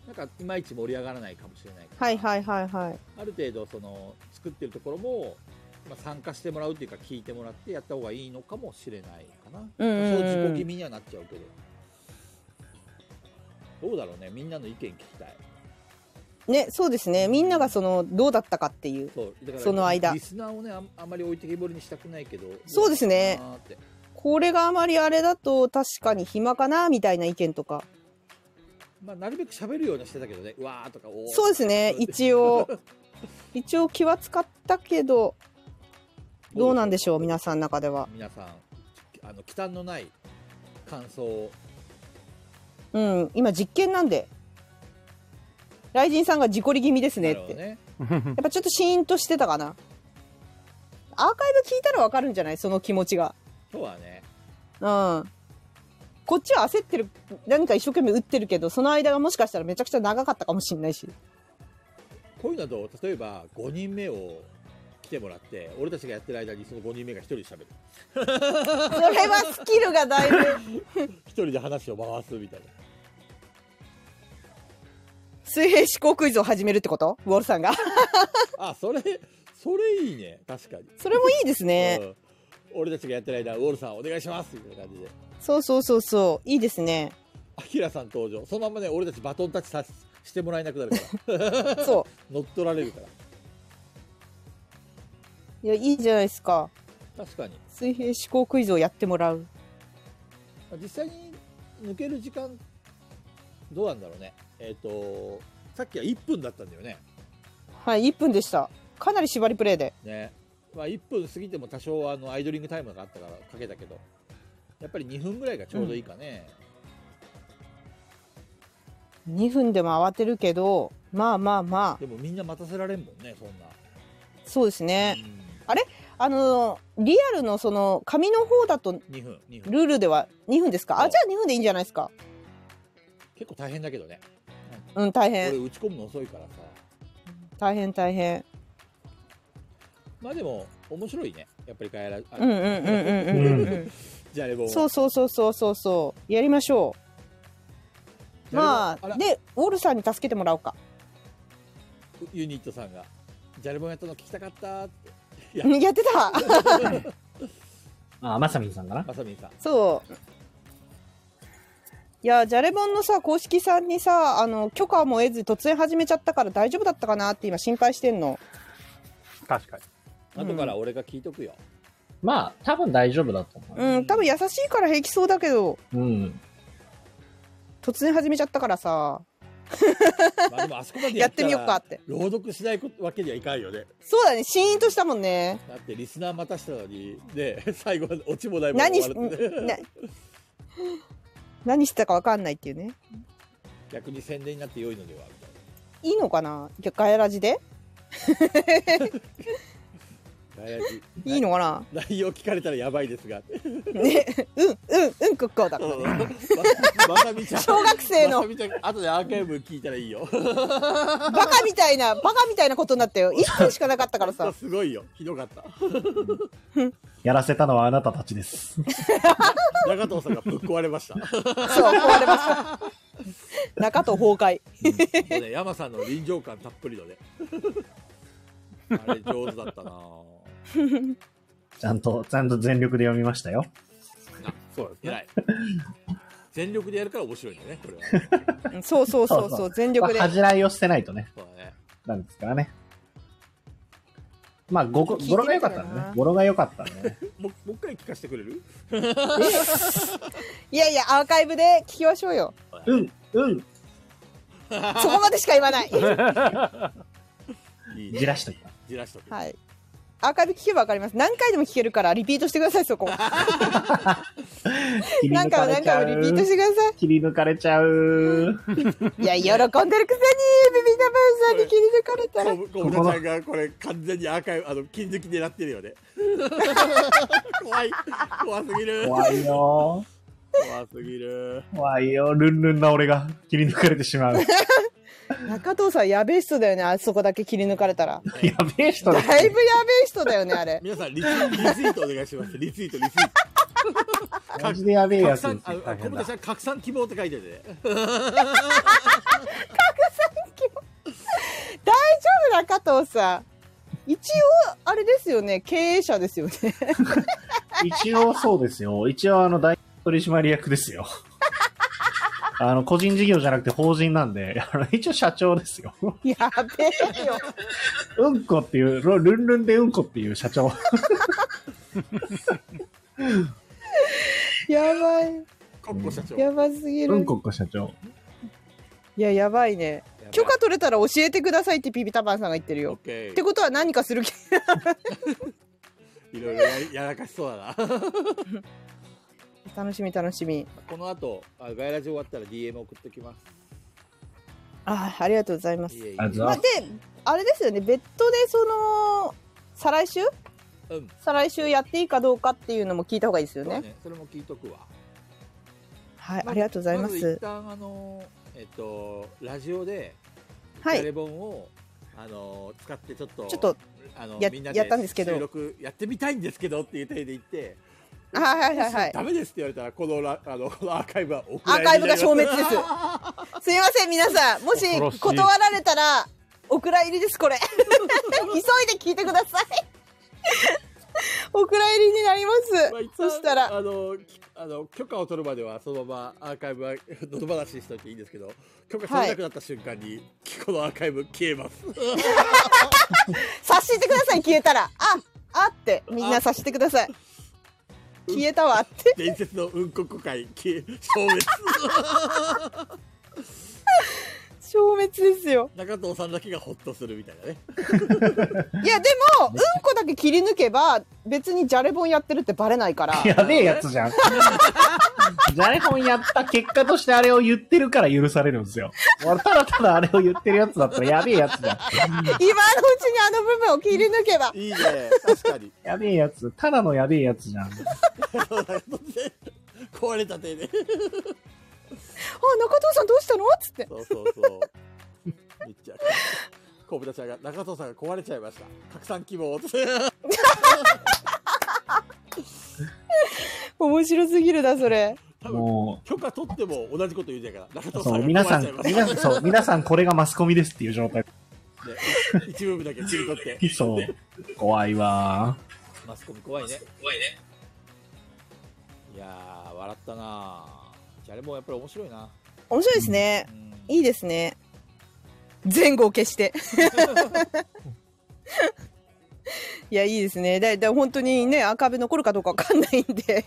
A: なんかいまいち盛り上がらないかもしれないから。
E: はいはいはいはい。
A: ある程度その作ってるところも、まあ、参加してもらうっていうか聞いてもらってやった方がいいのかもしれないかな
E: うんうんう
A: 多
E: ん
A: 少自己気味にはなっちゃうけどどうだろうねみんなの意見聞きたい
E: ね、そうですね。みんながその、どうだったかっていう。
A: そうだから
E: その間
A: リスナーをねあんあんまり置いてけぼりにしたくないけど
E: そうですね
A: どうなのかなって
E: これがあまりあれだと、確かに暇かな、みたいな意見とか。
A: まあ、なるべく喋るようにはしてたけどねうわーとかおー
E: そうですね、一応。一応気は使ったけど、どうなんでしょう、皆さんの中では。
A: 皆さんあの忌憚のない感想を
E: うん、今実験なんで。雷神さんが事故り気味ですねっ
A: なる
E: て。
A: ほどね
E: やっぱちょっとシーンとしてたかな。アーカイブ聞いたらわかるんじゃないその気持ちが。
A: そうだね
E: うん。こっちは焦ってる、何か一生懸命打ってるけど、その間がもしかしたらめちゃくちゃ長かったかもしれないし。
A: こういうのと例えば5人目を来てもらって俺たちがやってる間にその5人目が1人で喋る
E: それはスキルがだいぶ。
A: 1人で話を回すみたいな
E: 水平思考クイズを始めるってことウォルさんが。
A: あそれそれいいね確かに、
E: それもいいですね
A: う。ん俺たちがやってる間ウォルさんお願いしますみたいな感じで
E: そうそうそうそう。いいです
A: (laughs)
E: ね。
A: アキラさん登場そのままね俺たちバトンタッチさしてもらえなくなるから
E: そ
A: 乗っ取られるから
E: う。いや、いいじゃないですか。
A: 確かに
E: 水平思考クイズをやってもらう。
A: まあ実際に抜ける時間どうなんだろうねえっ、とさっきは1分だったんだよね
E: はい、1分でした。かなり縛りプレイで。
A: ねまあ、1分過ぎても多少あのアイドリングタイムがあったからかけたけどやっぱり2分ぐらいがちょうどいいかね、
E: 2分でも慌てるけど、まあまあまあ、
A: でもみんな待たせられんもんねそんな、
E: そうですね。
A: う
E: あのリアルのその紙の方だと
A: ん、2分2分
E: ルールでは2分ですか
A: そ
E: あ
A: う
E: じゃあ2分でいいんじゃないですか
A: 結構大変だけどね
E: うん大
A: 俺
E: 変
A: 打ち込むの遅いからさ
E: 大変大変
A: まあでも面白いねやっぱりガヤラ、あ
E: うんうんうんうんうんうん
A: じゃあレボ
E: う
A: ン
E: んそうそうそうそうそうそうやりましょう
A: じゃ
E: ま
A: レボン
E: あ
A: ら
E: でウォルさんに助けてもらおうか
A: ユニットさんが「ジャレボンやったの聞きたかった」っていや
E: うん (laughs) やってた
D: あ、まさみんさんかな
A: まさみんさん
E: そういやじゃれぼんのさ公式さんにさあの許可も得ず突然始めちゃったから大丈夫だったかなって今心配してんの
C: (laughs) 確かに。
A: 後から俺が聞いとくよ、
D: まあ、多分大丈夫だと思
E: うん多分優しいから平気そうだけど
D: う。うん。
E: 突然始めちゃったからさ
A: まあ、でもあそこまで
E: (laughs) や
A: や
E: ってみようかって
A: 朗読しないわけにはいかんよね
E: そうだね、シーンとしたもんね。
A: だってリスナー待たしたのにね (laughs) 最後はオチもないもの
E: 何
A: 終
E: し、
A: わるってね
E: な何してたかわかんないっていうね。
A: 逆に宣伝になって良いのではみたいない
E: いのかなガヤラジで
A: ガヤジ
E: いいのかな
A: 内容聞かれたらやばいですが。
E: ね、うん、うん、うん、こっこだ。
A: まさみちゃん。
E: 小学生の
A: まさみちゃん、後でアーカイブ聞いたらいいよ。。
E: バカみたいな、バカみたいなことになったよ。一分しかなかったからさ
A: すごいよ。ひどかった。
D: やらせたのはあなたたちです。 (laughs)
A: 中藤さんがぶっ壊れました。
E: そう、壊れ
D: (laughs)
E: ました。中と崩壊。
A: もうね、山さんの臨場感たっぷりのね。あれ上手だったなぁ。
D: ちゃんと、ちゃんと全力で読みましたよ。
A: あそうです。偉い。全力でやるから面白いんだね、これは。
E: うんそうそうそう
D: そうそ
E: そう、全力で
D: まあ。恥じらいをしてないとね、
A: そうだね。
D: なんですからね。まあ、ごこ
E: 聞いてみ
D: 語呂が良かった
E: たら
D: ね
E: な。
D: 語呂が良かったね。
A: もうもう一回聞かせてくれる
E: いやいや、アーカイブで聞きましょうよ。
D: うん、うん、
E: そこまでしか言わ
D: (laughs)
E: ない。
A: いいね
D: じらしときます。
A: じらしとく。
E: はい。アーカイブ聞けばわかります。何回でも聞けるから、リピートしてください、そ
D: (laughs)
E: こ。
D: 切り
E: 何
D: 抜か
E: 回も
D: れ
E: 何
D: ちゃ
E: 回もリピートし
D: う。
E: てくださ
D: 切り抜かれちゃう。
E: い。いや、喜んでるくせに、ビビダバウさんに切り抜かれたら
A: コ。ブコブラちゃんがこれ完全にアーカイブ、あの、金抜き狙ってるよね。 (laughs) 怖い。怖すぎる。
D: 怖いよ。
A: 怖すぎる。
D: 怖いよ。ルンルンな俺が切り抜かれてし
E: (laughs)
D: まう。や
E: 中藤さん、やべえ人だよね、あそこだけ切り抜かれたら。
D: べえ人
E: だ
D: だ
E: い。ぶやべえ人だよね、
D: (laughs)
E: あれ。
A: 皆さんリツイリツイートお願いします。リツイート、リツイート。
D: マジでやべえや
A: 拡
D: つで
A: 散、
D: す
A: あ
D: よ。
A: の、小
C: 大変
A: 豚
C: だ
A: ちゃん拡散希望って書いてて、ね。
E: 大丈夫中藤さん一応あれですよね経営者ですよね (laughs)
D: 一応そうですよ。一応あの、大取締役です
E: (laughs)
D: よ。あの、個人事業じゃなくて法人なんで、あの一応社長ですよ。
E: やべえよ
D: うんこっていう、ルルンルンでうんこっていう社長。
E: やばい
A: コッコ社長。
E: やばすぎる、
D: うんこっこ社長。
E: いややばいね許可取れたら教えてくださいってピピタパンさんが言ってる
A: オッ
E: よ
A: ケ
E: ってことは何かする気 (laughs)
A: ー。いろいろやりやらかしそうだな。 (laughs)
E: 楽しみ楽しみ
A: この後、あガイラジ終わったら DM 送ってきます。
E: あーありがとうございます
A: いえいえ
D: ありがとうござい
E: まあ、であれですよね別途でその再来週
A: うん。
E: 再来週やっていいかどうかっていうのも聞いた方がいいですよ
A: そうだ
E: ね
A: ね。それも聞いとくわ。
E: はいありがとうございま
A: ず一
E: す
A: 旦あのえっとラジオで
E: は
A: テ
E: い
A: レボンをあの使ってちょっと
E: ちょっと
A: あの
E: や
A: みんな
E: やったんですけど
A: 収録やってみたいんですけどっていう体で言って。
E: あはいはいはい
A: ダメですって言われたらこの (laughs) ラあのこのアーカイブはお蔵入
E: アー
A: り
E: カイブが消
A: にな
E: 滅
A: り
E: で。
A: (laughs) ます
E: すいません、皆さん。も
C: 恐ろし
E: し
C: い
E: 断られたら、お蔵入りです、これ。急いで聞いてください。お蔵入りになりま
A: まあ一
E: す。そ
A: 応
E: したら、
A: あのきあの許可を取るまではそのままアーカイブは喉放しにしておいていいんですけど許可取れなくなった瞬間に、このアーカイブ消えます
E: 察してください、消えたら。あ、あって、みんな察してください。消えたわって。
A: 伝説のうんここ会消え消
E: (laughs)
A: 滅
E: 消滅ですよ。
A: 中藤さんだけがホッとするみたいなね
E: いや、でも、うんこだけ切り抜けば、別にじゃれ本やってるってバレないから。
D: やべえやつじゃ (laughs) ん。ジャレ本やった結果としてあれを言ってるから許されるんですよ。俺ただただあれを言ってるやつだったらやべえやつじゃん。
E: 今のうちにあの部分を切り抜けば。
A: いいね確か (laughs) に
D: やべえやつ。ただのやべえやつじゃん。
A: (laughs) 壊れた手で
E: あ、中藤さんどうしたのつって。
A: そうそうそうめっちゃ小豚ちゃんが中藤さんが壊れちゃいました拡散希望って
E: 面白すぎるな、それ。
A: 多分
D: も
A: 許可取っても同じこと言うじゃんから中
D: う、
A: 藤さん
D: そう、
A: が壊れ
D: 皆さ
A: ちゃいま、した
D: ん皆さん、そう、皆さんこれがマスコミですっていう状態。
A: ね一部分だけ切り取って
D: そう。怖いわ
A: (laughs) マスコミ怖いね怖いねいやー笑ったなあじゃあれもやっぱり面白いな
E: 面白いですね。
A: うん
E: いいですね。前後を消
I: (laughs)
E: して。いや、いいですね。だ、だ、本当にね、アーカイブ残るかどうかわかんないんで。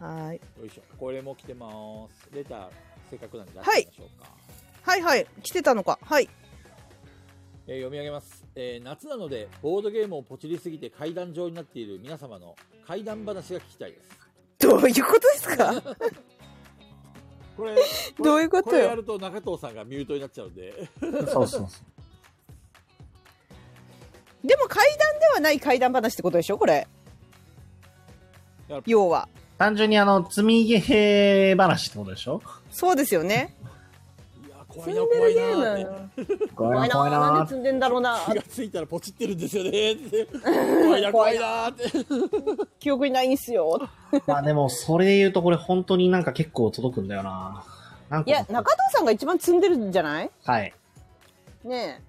E: はい。
A: よいしょこれも来てますレターせっかくなんで出
E: はい
A: してみましょうか、
E: はいはい。来てたのか。はい。
A: えー読み上げます、えー夏なのでボードゲームをポチりすぎて階段状になっている皆様の階段話が聞きたいです
E: どういうことですか
A: これれ
E: (laughs) どういうことよ
A: これやると中藤さんがミュートになっちゃうんで
D: ーそうそうそう。
E: でも怪談ではない怪談話ってことでしょこれ
A: や
E: 要は
D: 単純にあの、積みゲー話ってことでしょ
E: そうですよね
I: いや怖
E: 積
I: い
E: ん
I: な
E: で
I: 怖
E: る
I: い
E: ゲ
I: な
E: ー
I: ーって
E: ム
D: 怖
E: 怖
D: いな、
E: いな
D: 怖い
E: なん
D: な
E: で。積んでんだろうな
I: 気がついたらポチってるんですよね
E: (laughs)
I: ーって怖いな怖いなーって
E: 記憶にないんすよ
D: まあでも、それで言うとこれ本当になんか結構届くんだよな。なん
E: い
D: か
E: や中藤さんが一番積んでるんじゃない
D: はい。
E: ね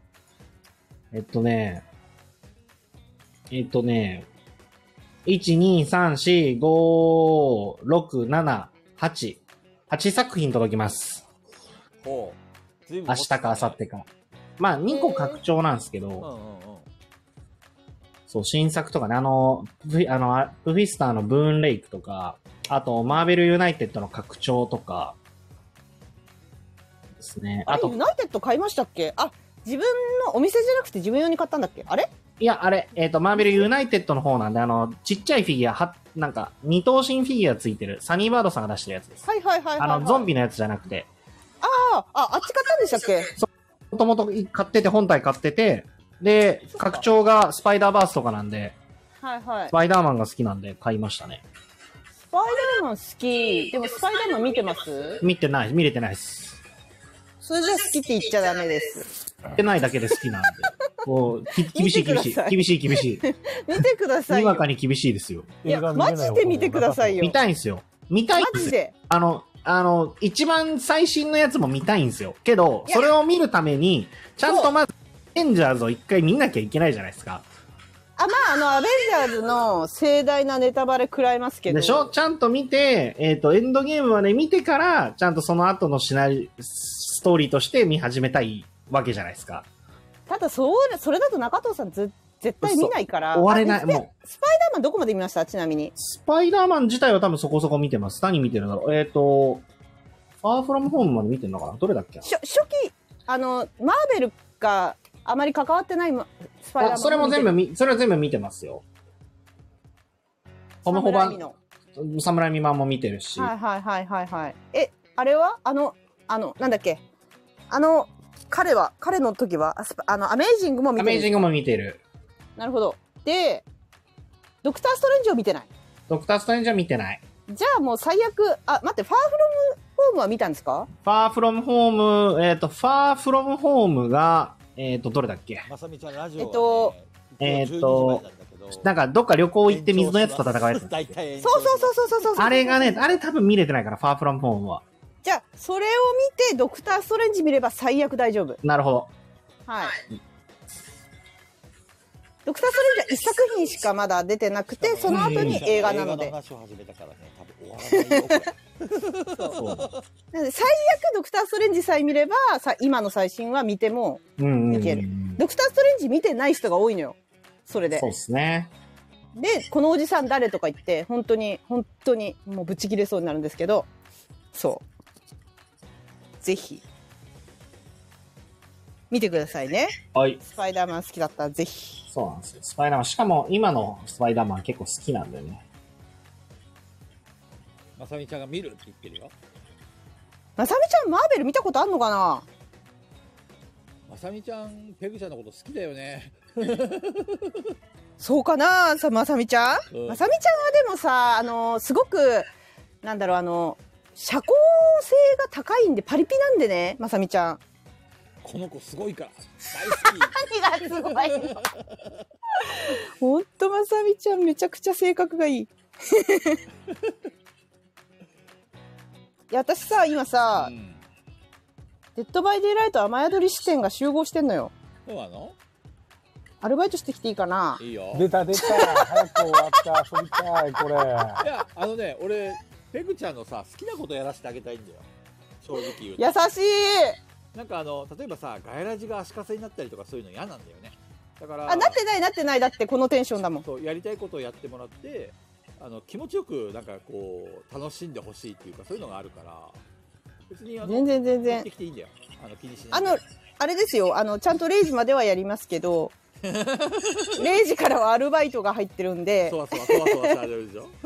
D: えっとね、えっとね、1、2、3、4、5、6、7、8。8作品届きます。
I: ほ
A: 随分
D: 明日か明後日か。まあ、2個拡張なんですけど、
A: うんうんうん
D: そう、新作とかね、あの、プフィあのあプフィスターのブーンレイクとか、あと、マーベルユナイテッドの拡張とか、ですね。
E: あ
D: あ
E: れ
D: と
E: ユ、ナイテッド買いましたっけあ自分のお店じゃなくて自分用に買ったんだっけあれ
D: いや、あれ、えっ、と、マーベルユナイテッドの方なんで、あの、ちっちゃいフィギュア、は、なんか、二等身フィギュアついてる、サニーバードさんが出してるやつです。
E: はいはいはいはい、はい、
D: あの、ゾンビのやつじゃなくて、
E: あああっち買ったんでしたっけ
D: もともと買ってて、本体買ってて、で、
E: そっか
D: 拡張がスパイダーバースとかなんで、
E: はいはい
D: スパイダーマンが好きなんで買いましたね。
E: スパイダーマン好きでもスパイダーマン見てます
D: 見てない、見れてないです。
E: それじゃ好きって言っちゃダメです
D: やってないだけで好き
E: (laughs)
D: なんで。こう、き厳しい
E: 見てく
D: 厳
E: だ
D: しい。
E: さい
D: 厳しい厳し
E: (laughs)
D: い。
E: 見てください
D: に
E: よ
D: わかに厳しいですよ。
E: いやマジで見てくださいよ
D: 見たいんすよ。見たいん
E: マ
D: す
E: ジ
D: よ。
E: で
D: あの、あの、一番最新のやつも見たいんすよ。けど、
E: いや
D: それを見るために、ちゃんとまず、エンジャーズを一回見なきゃいけないじゃないですか。
E: あまああのアベンジャーズの盛大なネタバレ食らいますけど
D: でしょちゃんと見て、えっ、と、エンドゲームまで見てから、ちゃんとその後のシナリ、ストーリーとして見始めたいわけじゃないですか。
E: ただそれそれだと中藤さんず絶対見ないから
D: 終われない。
E: あスパイ
D: もう、
E: スパイダーマンどこまで見ましたちなみに
D: スパイダーマン自体は多分そこそこ見てます。何見てるんだろう。えっ、と、ファーフロムホームまで見てるのかなどれだっけな
E: 初初期あのマーベルがあまり関わってないまスパイダーマ
D: あ
E: ン
D: それも全部み、それは全部見てますよ。ホムホ
E: サム
D: バ
E: ライミの
D: ン、サムライミマンも見てるし、
E: はいはいはいはいはいえあれはあのあのなんだっけあの彼は彼の時はあスパあのアメージングも見
D: ア
E: て
D: メージン
E: グ
D: グも見てる。
E: なるほどでドクター・ストレンジを見てない
D: ドクターストレンジは見てない。
E: じゃあもう最悪あ待ってファーフロムホームは見たんですか
D: ファーフロムホーム、えっ、と、ファーフロムホームが、えっ、と、どれだっけ
A: まさみちゃんラジオはね
E: えっと
D: え
A: 一
D: っ
A: 応12時
D: と
A: までなんだけど
D: なんか、どっか旅行行って水のやつと戦うや
A: (laughs)
D: つ。
A: 大体延長
E: そうそうそうそうそうそうそう
D: あれがね、あれ多分見れてないから、ファーフロムホームは。
E: じゃあそれを見てドクター・ストレンジ見れば最悪大丈夫
D: なるほど。
E: はいドクター・ストレンジは一作品しかまだ出てなくてその後に映画なので
A: 映画の話を始めたからね多分終わらないよこれ
D: そ
E: なので最悪ドクター・ストレンジさえ見ればさ今の最新は見ても
D: う。うん、うんう
E: 見てる
D: ん。
E: ドクター・ストレンジ見てない人が多いのよそれで
D: そうですね。
E: でこのおじさん誰とか言って本当に本当にもうブチ切れそうになるんですけどそうぜひ見てくださいね
D: はい。
E: スパイダーマン好きだったらぜひ
D: そうなんですよ。スパイダーマン。しかも、今のスパイダーマン結構好きなんだよね。
A: まさみちゃんが見るって言ってるよ
E: まさみちゃんマーベル見たことあんのかな
A: まさみちゃんペグちゃんのこと好きだよ
E: (laughs)
A: ね
E: そうかなさまさみちゃん、
A: うん
E: まさみちゃんはでもさあのすごくなんだろうあの社交性が高いんでパリピなんでねまさみちゃん
A: この子すごい
E: (laughs)
A: から大好き
E: 何がすごいの (laughs) ほんとまさみちゃんめちゃくちゃ性格がいいいや私さ今さ、
A: うん
E: デッドバイデイライト雨宿り支店が集合してんのよ
A: そうなの
E: アルバイトしてきていいかない
A: いよ
C: 出た出た。早く終わった。遊びたい、これ。
A: いやあのね俺ペグちゃんのさ好きなことやらせてあげたいんだよ正直言うと
E: 優しい
A: なんかあの例えばさガヤラジが足かせになったりとかそういうの嫌なんだよねだから
E: あなってないなってないだってこのテンションだもん
A: そうやりたいことをやってもらってあの気持ちよくなんかこう楽しんでほしいっていうかそういうのがあるから別にあの
E: 全然全
A: 持っ
E: 然
A: てきていいんだよあの気にしない (laughs)
E: あのあれですよあのちゃんと0時まではやりますけど0時からはアルバイトが入ってるんで
A: そわそわそわそわされるでしょ (laughs)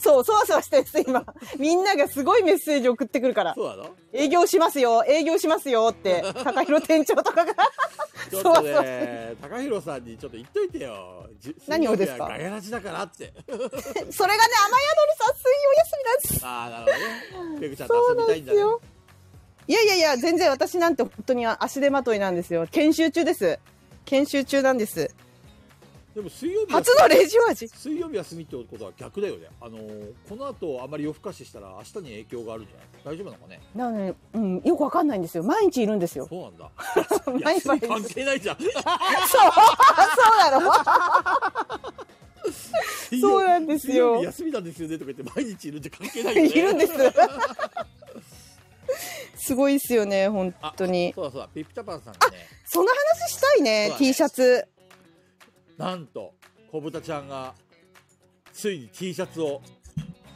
E: そうそわそわしてるんです今みんながすごいメッセージ送ってくるから
A: そうなの
E: 営業しますよ営業しますよって高弘店長と
A: (laughs)
E: かが
A: ちょっ
E: そわ
A: と
E: そわ
A: ね高弘さんにちょっと言っといてよじ
E: (laughs) 何をですか
A: 水曜日はガヤラジだから
E: (laughs)
A: って
E: それがね雨宿りさん水曜休みなんです
A: ああなるほどねペグちゃんと
E: そう
A: 遊び
E: なん
A: たいん
E: で
A: だ
E: す
A: ね
E: よ。いやいやいや、全然私なんて本当に足手まといなんですよ。研修中です。研修中なんです。
A: でも水曜日は
E: 初のレジオ味。
A: 水曜日休みってことは逆だよねあのーこの後あまり夜更かししたら明日に影響があるんじゃない大丈夫なのか
E: (laughs)
A: ね
E: なので、うん、よくわかんないんですよ。毎日いるんですよ。
A: そうなんだ
E: 毎
A: 休み
E: 晩いる。そう、 (laughs)
A: 関係ないじゃん
E: そうなの。そうなんです
A: 水曜
E: よ
A: 日。休みなんですよねとか言って毎日いるんじゃ関係ないよね
E: (laughs) いるんです。すごいですよね、本当に。
A: そうだそうだピピタパンさんがね
E: その話したいね、
A: そうだね
E: T シャツ。
A: なんと小豚ちゃんがついに T シャツを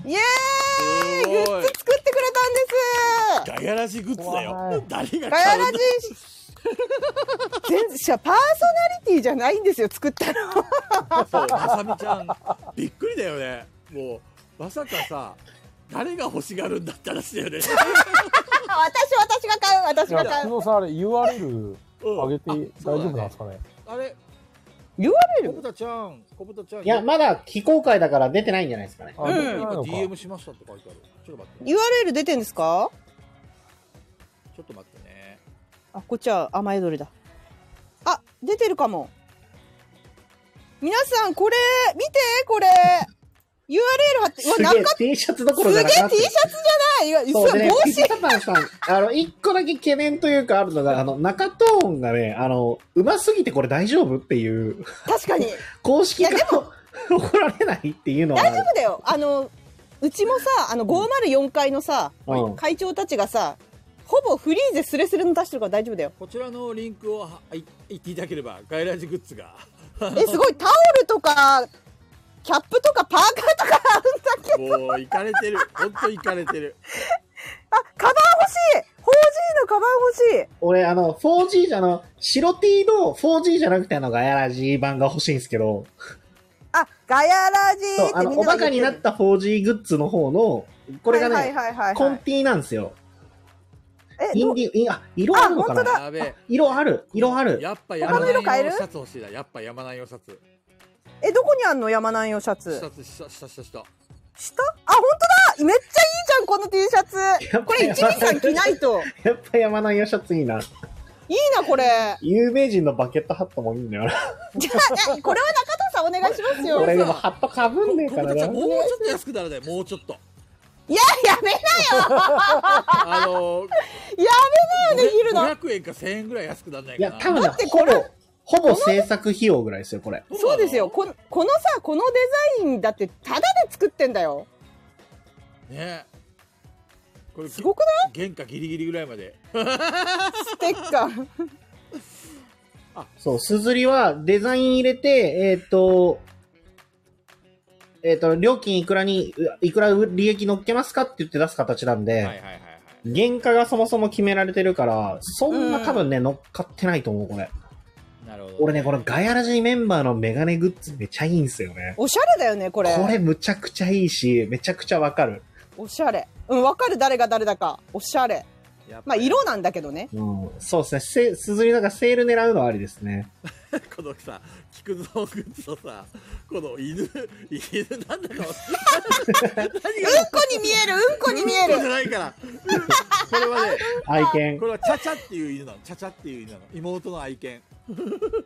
E: イエーイ
A: す
E: グッ
A: ごい
E: ズ作ってくれた
A: ガ
E: んです
A: ヤラジグッズだ
E: わ
A: よ誰が
E: ガヤ
A: 買
E: ラ
A: うん
E: ジ
A: だ
E: 全然パーソナリティじゃないんですよ作ったの
A: そうまさみちゃんびっくりだよねもうまさかさ誰が欲しがるんだって話だよね
E: 私私が買う私
C: いや、
E: が買
C: 久
E: う
C: 野さん、あれ、URL
A: (laughs) うん
C: 上げて大
A: そうだね
C: 丈夫なんですかね。
A: あれ
E: URL
A: 小豚ちゃん小豚ちゃん
D: いや、まだ非公開だから出てないんじゃないですかね。
C: あ
E: うん
C: 出てない
A: 今
C: のか
A: DM しましたって書いてあるちょっと待って
E: URL 出てんですか
A: ちょっと待ってね
E: あこっちは甘えどれだあ出てるかも皆さんこれ見てこれ URL 貼ってうわ
D: す
E: なん
D: げえ
E: か
D: T シャツどこ
E: す
D: ろ
E: げ
D: じ
E: え
D: ゃな
E: T
D: く
E: シ
D: な
E: ャ
D: って
E: ツ
D: る
E: じゃないいやう
D: そう
E: わ
D: でね、
E: 帽
D: ピ
E: 子
D: ピタパンさん、あの、一個だけ懸念というかあるのが、あの、中トーンがね、あの、うますぎてこれ大丈夫っていう、
E: 確かに
D: 公式
E: い
D: か
E: や
D: ら (laughs) 怒られないっていうのはあ
E: 大
D: る、
E: 丈夫だよあのうちもさあの504階のさ、
D: うん
E: 会長たちがさほぼフリーゼスレスレの出してるから大丈夫だ
D: (laughs)
E: よ
A: こちらのリンクをははい言っていただければガヤラジグッズが
E: えすごいタオルとかキャップとかパーカーとかあるんだけど
A: (laughs) もういかれてるほんといかれてる
E: あカバン欲しい 4G のカバン欲しい
D: 俺、あの、4G じゃ、あの、白 T の 4G じゃなくて、あの、ガヤラジー版が欲しいんですけど、
E: あガヤラジ
D: そう、
E: ーっ
D: あ
E: て
D: の、
E: みん
D: お
E: な
D: バ
E: が言
D: カにな
E: ってる
D: った 4G グッズの方の、これがね、
E: はいはいはいはい、
D: コ
E: は
D: ン
E: い、
D: ティなんですよ。
E: え
D: イ
E: ど
D: ン
E: う
D: ディ、インあ、色あるのか
E: あ本当
D: な
A: やべえ
D: 色ある、色ある。
A: やっぱや
E: 他
A: ま
E: の
A: ない
E: 色変える
A: 用シャツ欲しいだやっぱやまない用シャツ
E: えどこにあんの山南用シャツ
A: 下下下下下
E: 下あ本当だめっちゃいいじゃんこの T シャ
D: やっ
E: ツこ
D: ぱ
E: れ
D: り
E: 123着ないと
D: やっぱ山のよシャツいいな。
E: いいなこれ
D: 有名人のバケットハットもいいんだよな。
E: じゃあえこれは中藤さんお願いしますよ
D: 俺でもハットかぶんねえ
A: 小
D: から
A: 豚ちゃんも
D: な。
A: うちょっと安くなるねもうちょっと
E: いややめなよ
A: あのー
E: やめなよね昼の
A: 500円か1000円ぐらい安くなんない
D: い
A: かな
D: や、多分ね
E: だって
D: ほ
E: こ
D: ぼ
E: れ、
D: ほぼ制作費用ぐらいですよ、これ。
E: そうですよここのさこのデザインだってタダで作ってんだよ
A: ねこれ
E: すごくない
A: 原価ギリギリぐらいまで
E: ステッカー
D: そう、すずりはデザイン入れて、えーっ、と、えーっ、と、料金いくらに、ういくら利益乗っけますかって言って出す形なんで、
A: はいはいはいはい
D: 原価がそもそも決められてるから、そんな多分ね、乗っかってないと思う、これ。
A: なるほど
D: 俺ね、このガヤラジメンバーのメガネグッズめちゃいいんすよね。
E: おしゃれだよねこれ
D: これむちゃくちゃいいし、めちゃくちゃわかる。
E: おしゃれうんわかる誰が誰だかおしゃれ
A: やっぱ
E: まあ色なんだけどね
D: うん、そうですね。せ、鈴木なんかセール狙うのはありですね。
A: このさ菊蔵君とさこの犬犬なんだか
E: うんこに見えるうんこに見え
A: そうじゃ
E: る
A: ないからうんこれはね
D: 愛犬
A: こ。れはチャチャっていう犬なのチャチャっていう犬なの妹の愛犬
E: い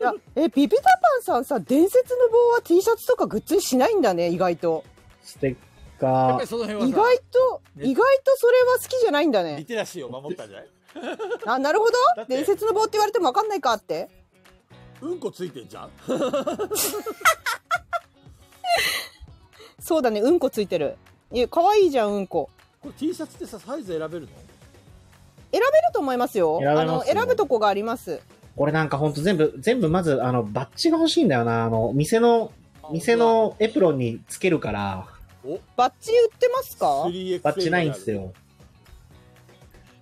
E: やえピピタパンさんさ伝説の棒は T シャツとかグッズにしないんだね意外と
D: ステッ
A: やっ
D: カ
A: ぱり
D: ー。
A: その辺
E: (laughs) 意
A: は
E: 外と
A: ね
E: 意外とそれは好きじゃないんだ
A: さ (laughs) リ
E: ね
A: テラシーを守ったんじゃない
E: あなるほど
A: だって
E: 伝説の棒って言われてもわかんないかって
A: うんこついてんじゃん
E: そうだねうんこついてるいや可愛いじゃんうんこ
A: これ T シャツってさサイズ選べるの
E: 選べると思いますよ
D: 選べます
E: あ
D: よ
E: の選ぶとこがあります
D: これなんかほんと全部、全部まず、あの、バッジが欲しいんだよな。あの、店の、店のエプロンにつけるから、
A: お
E: バッチ売ってますか
A: 3X
D: バッジないんですよ。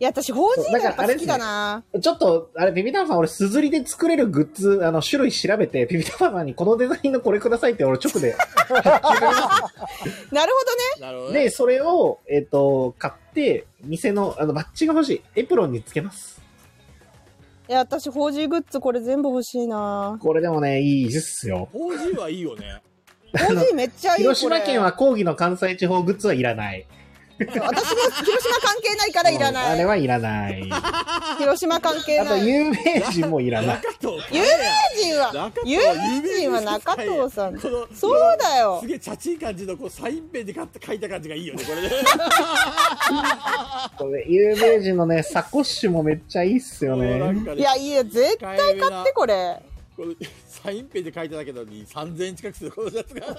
E: いや、私、法人がやっぱ好き
D: だ
E: だな。
D: ちょっと、あれ、ピピタパンさん、俺、すずりで作れるグッズ、あの、種類調べて、ピピタパンさんにこのデザインのこれくださいって、俺直で。
E: なるほどね。
A: なるほどね。
D: で、それを、えっ、と、買って、店の、あの、バッジが欲しい。エプロンにつけます。
E: いや、私、法人グッズこれ全部欲しい
D: (laughs)
E: な。
D: これでもね、いいですよ。
A: 法人はいいよね。
E: 法人めっちゃいい。
D: 広島県は
E: こ
D: 抗議の関西地方グッズはいらない。
E: れ。私も広島関係ないからいら
D: うんあ
E: な
D: れ
E: い。
D: はいらない。あ
E: (laughs) 広島関係
D: と、
E: ない。有
D: 有名人もいらない。
A: 中藤
E: 名人は
A: 中、藤
E: 有名人は中藤さん。
A: この
E: そうだよ
A: す。げえチャチい感じのこうサインペンで書いた感じがいいよねこれね
D: これ有名人
A: (laughs)
D: のね、サコッシュもめっちゃいいっすよ
A: な
D: ね。
A: んかね
E: いや、いいよ。絶対買って、これ。
A: これサインペンで書いただけなのに3000円近くするこのやつが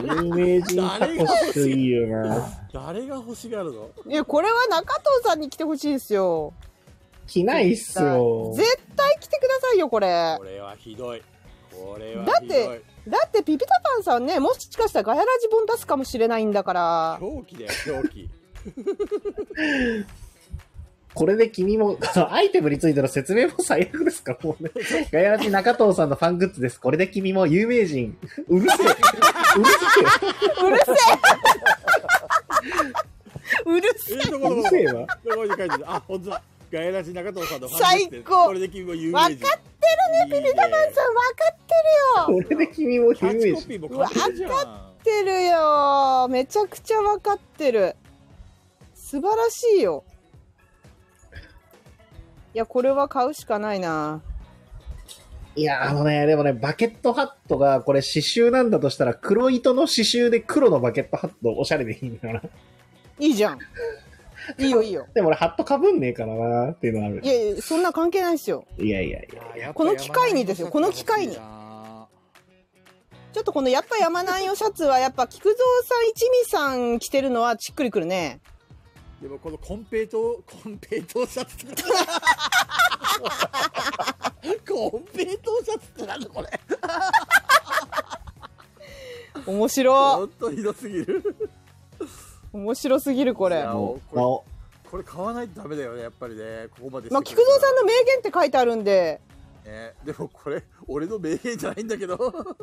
D: 有名人サコッシュいいよな。
A: 誰が欲しがるの
E: いや、これは中藤さんに来てほしいですよ。
D: 着ないっすよ。
E: 絶対来てくださいよ、これ
A: こ。れはひどいこれは
E: だっ
A: ひどい
E: て、だってピピタパンさんね、もしかしたらガヤラジ本出すかもしれないんだから。
A: 狂気だよ狂気
E: (laughs)
D: これで君も、 (laughs) あのアイテムについての説明も最悪ですかもうね。ガヤラジ中藤さんのファングッズです。これで君も有名人。うる
A: (laughs)
D: せえ。うるせ
E: うるせえうる
A: え
E: せえ
A: ーどこ
D: え。
A: ど
D: うる
A: こ
D: せえ
A: ど
D: わ。
A: こに書いてるあ本当だガヤラジ中藤さんのファンです
E: 最高
A: これで君も有名人
E: わかってるね、ピピタパンさん、わかってるよ。わか
D: これで君も
A: キャ
D: 有
A: ッチ
D: 名
A: コ
D: 人。
A: ピーも書いてるじゃん
E: ってるよ。めちゃくちゃわかってる。素晴らしいよ。いや、これは買うしかないな。
D: いや、あのね、でもね、バケットハットが、これ刺繍なんだとしたら、黒糸の刺繍で黒のバケットハット、おしゃれでいいんだよな。
E: いいじゃん。いいよ、いいよ。
D: でも俺、ハットかぶんねえからなっていうのがある
E: い。やいや、そんな関係ないですよ。
D: いやいやいや。
A: あやっぱ
E: この機会にですよこの機会に
A: あ
E: ちょっとこのやっぱ山南よシャツはやっぱ菊蔵さん一味さん着てるのはしっくりくるね。
A: ーでもこのコンペイトーコンペイトーシャツってコンペイトーシャツってなんだこれ
E: 面白
A: 本当ひどすぎる
E: 面白すぎるこれ。
A: もう
D: まあ
A: これこれ買わないとダメだよねやっぱりねここまで
E: まあ菊蔵さんの名言って書いてあるんで、
A: の、ね、でもこれ俺の名言じゃないんだけど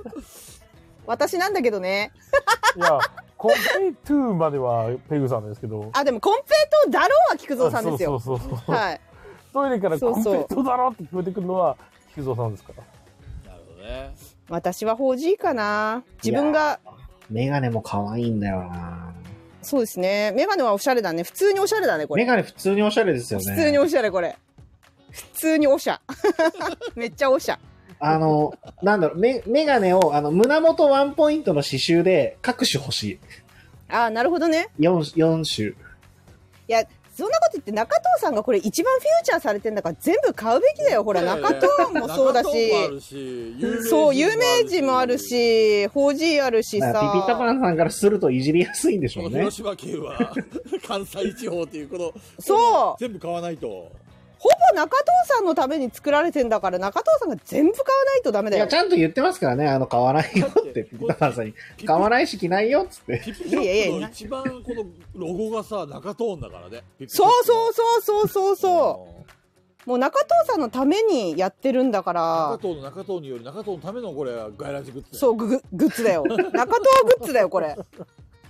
E: 私なんだけどね。
C: いや、コンペイトゥーまではペグさんですけど。
E: あ、でもコンペイトだろうは菊蔵さんですよ。
C: そうそうそうそう。
E: はい。
C: トイレから
E: そう
C: コ
E: そ
C: ン
E: う
C: ペイトゥーだろって聞こえてくるのは、菊蔵さんですから。
A: なるほどね
E: 私は 4G かな。自分が、
D: メガネも可愛いんだよな
E: そうですね。メガネはおしゃれだね。普通におしゃれだね、こ
D: メ
E: れ。
D: ガネ普通におしゃれですよね。
E: 普通におしゃれ、これ。普通におしゃ。 (laughs) めっちゃおしゃ。
D: あの、なんだろう、メメガネを、あの、胸元ワンポイントの刺繍で、各種欲し
E: あーなるほどね。
D: い。4、四種。
E: いや、そんなこと言って中藤さんがこれ一番フューチャーされてんだから全部買うべきだよ。ほら、中藤もそうだし。そう、有名人もあるし、4G あるし
D: だからピ
E: さ
D: ピ。タパンさんからするといじりやすいんでし
A: こ
D: ょ
A: の
D: うね
A: 広。島県は関西地方っていうこの
E: そう
A: 全部買わないと
E: ほぼ中藤さんのために作られてんだから、中藤さんが全部買わないとダメ
D: い
E: だ
D: や、
E: よ
D: ち。ゃんと言ってますからね、あの、買わないよっ
A: だって
D: て、 (laughs) ピピタパンさんに。買わないし着ないよっつって。
A: ピピショ
E: いやいや
A: ップ
E: い
A: の
E: や
A: 一番このロゴがさ中トーンだからね
E: そうそう
A: う
E: そうそうそうそう。もう中藤さんのためにやってるんだか
A: 中
E: ら、
A: トーンの中トーンにより中トーンのためのこれは外来ジグッズだよ
E: そう、グググッズだよ。中藤グッズだよ、これ。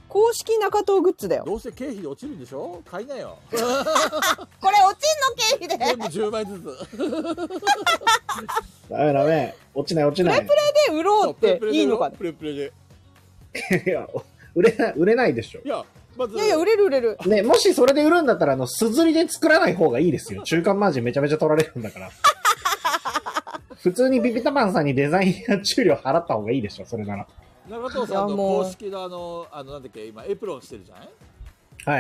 E: 公式中藤グッズだよ。
A: どうせ経費で落ちるんでしょ買いなよ
E: これ落ちんの経費で。
A: 全部10枚ずつ
D: ダメダメ。落ちない落ち
E: プ
D: な
E: レ
D: い
E: プ。レで売ろうっていいのかね
A: プレプレで
D: (laughs) いや、売れない、売れないでしょ
A: い。やまず
E: いやいや、売れる売れる。
D: ね、もしそれで売るんだったら、あの、すずりで作らない方がいいですよ。中間マージンめちゃめちゃ取られるんだから。普通にピピタパンさんにデザインや注料払った方がいいでしょ、それなら。
A: 中藤さん
E: いや
A: の
E: もう
A: 公式のあのあのなんだっけ今エプロンしてるじゃない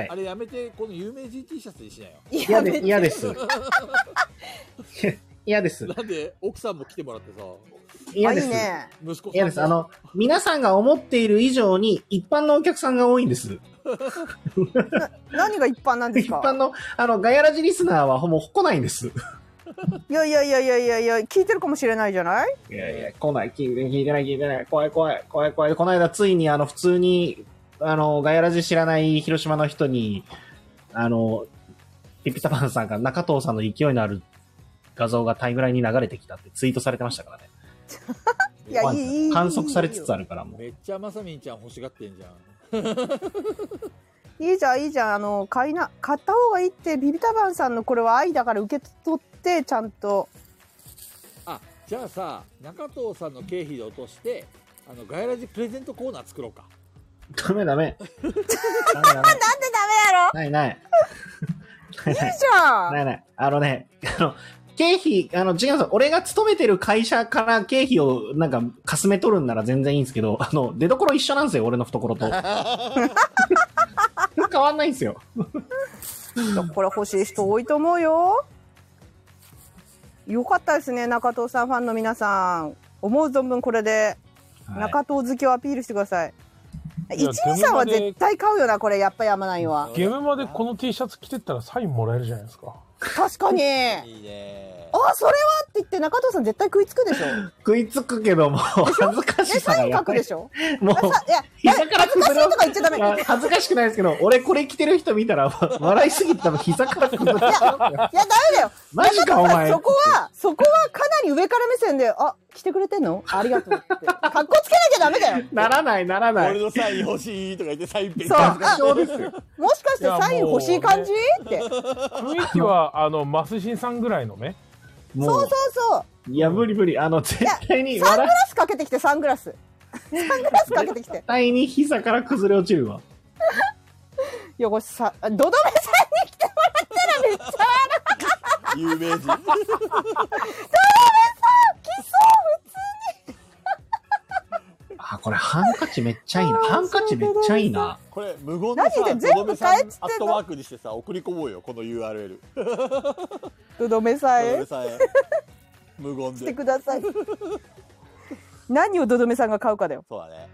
D: はい
A: あ。れやめてこの有名人 T シャツにしなよ
D: 嫌で、嫌です。 (laughs) 嫌です。
A: なんで奥さんも来てもらってさ
D: 嫌
E: あ
D: で
E: いい
D: す。
E: ね。
A: 息子さんも
D: 嫌です。あの、皆さんが思っている以上に一般のお客さんが多いんです。
E: 何が一般なんです
D: 一般
E: か
D: の、あの、ガヤラジリスナーはほぼ来ないんです。
E: いやいやいやいやいやいや、聞いてるかもしれないじゃない
D: いやいや、来ない、聞いて聞いてない、聞いてない、怖い怖い、怖い怖い。この間ついに、あの、普通に、あの、ガヤラジ知らない広島の人に、あの、ピピタパンさんが中藤さんの勢いのある画像がタイムラインに流れてきたってツイートされてましたからね。
E: いや
D: ファン
E: いいいい
D: 観測されつつあるからもう。
A: めっちゃまさみんちゃん欲しがってんじゃん。
E: いいじゃんいいじゃんあの買いな買った方がいいってビビタバンさんのこれは愛だから受け取ってちゃんと
A: あ、じゃあさ、中藤さんの経費で落として、あの、ガヤラジプレゼントコーナー作ろうか。
D: (laughs) ダメダメ。ダメダメ。
E: なんでダメやろ
D: ないない。 (laughs) ないない
E: いいじゃん
D: ないない。あのね、あの、経費、あの、違うんですよ。俺が勤めてる会社から経費をなんか、かすめ取るんなら全然いいんですけど、あの、出所一緒なんですよ、俺の懐と。 (laughs) 変わんないんですよ。
E: これ欲しい人多いと思うよよかったですね中藤さんファンの皆さん思う存分これで
D: はい
E: 中藤好きをアピールしてください、
C: いや
E: 一味さんは絶対買うよなこれやっぱやまないわ
C: ゲームまでこの T シャツ着てったらサインもらえるじゃないですか。
E: 確かにあ
O: いいね
E: それはって言って中藤さん絶対食いつくで
D: (laughs)
E: しょ
D: 食いつくけども、恥ずかし
E: え
D: さ
E: サ
D: が
E: イン
D: や
E: 書
D: っぱ
E: く
D: り
E: でしょ
D: もう、
E: いや
D: 膝から
E: 恥ずかしいとか言っちゃダメ
D: いや恥ずかしくないですけど、俺これ着てる人見たら、笑いすぎて多分膝から崩れちゃうよ
E: いやダメだよ
D: マジか、お前。
E: そこはそこはかなり上から目線であ来てくれてんのありがとう
D: (laughs)
E: ってかっこつけなきゃダメだよ
D: ならない、ならない。
A: 俺のサイン欲しいとか言ってサインペン
E: そうあ
D: そうですよ。
E: もしかしてサイン欲しい感じ、
C: い
E: って
C: 雰囲気は、あの、マスシンさんぐらいのね。
D: も
E: そうそう
D: う、
E: そう
D: いや、無理無理。あの、絶対に、
E: サング
D: 笑
E: ラスかけてきてサングラスサングラスかけてきて
D: 絶対に膝から崩れ落ちるわ。
E: いやこれさどどめさんに来てもらったらめっちゃ
A: 有名人。
D: あ、これハンカチめっちゃいいな。ハンカチめっちゃいいな。
A: これ、無言のさ、
E: マジで全
A: と
E: 部
A: どめさん
E: 変えっつってん
A: ア
E: の
A: ットマークにしてさ、送り込もうよ、この URL。
E: どどめさ
A: とど
E: え
A: めさんへ。 (laughs) 無言
E: して
A: で。
E: ください何をどどめさんが買うかだよ
A: そうだね。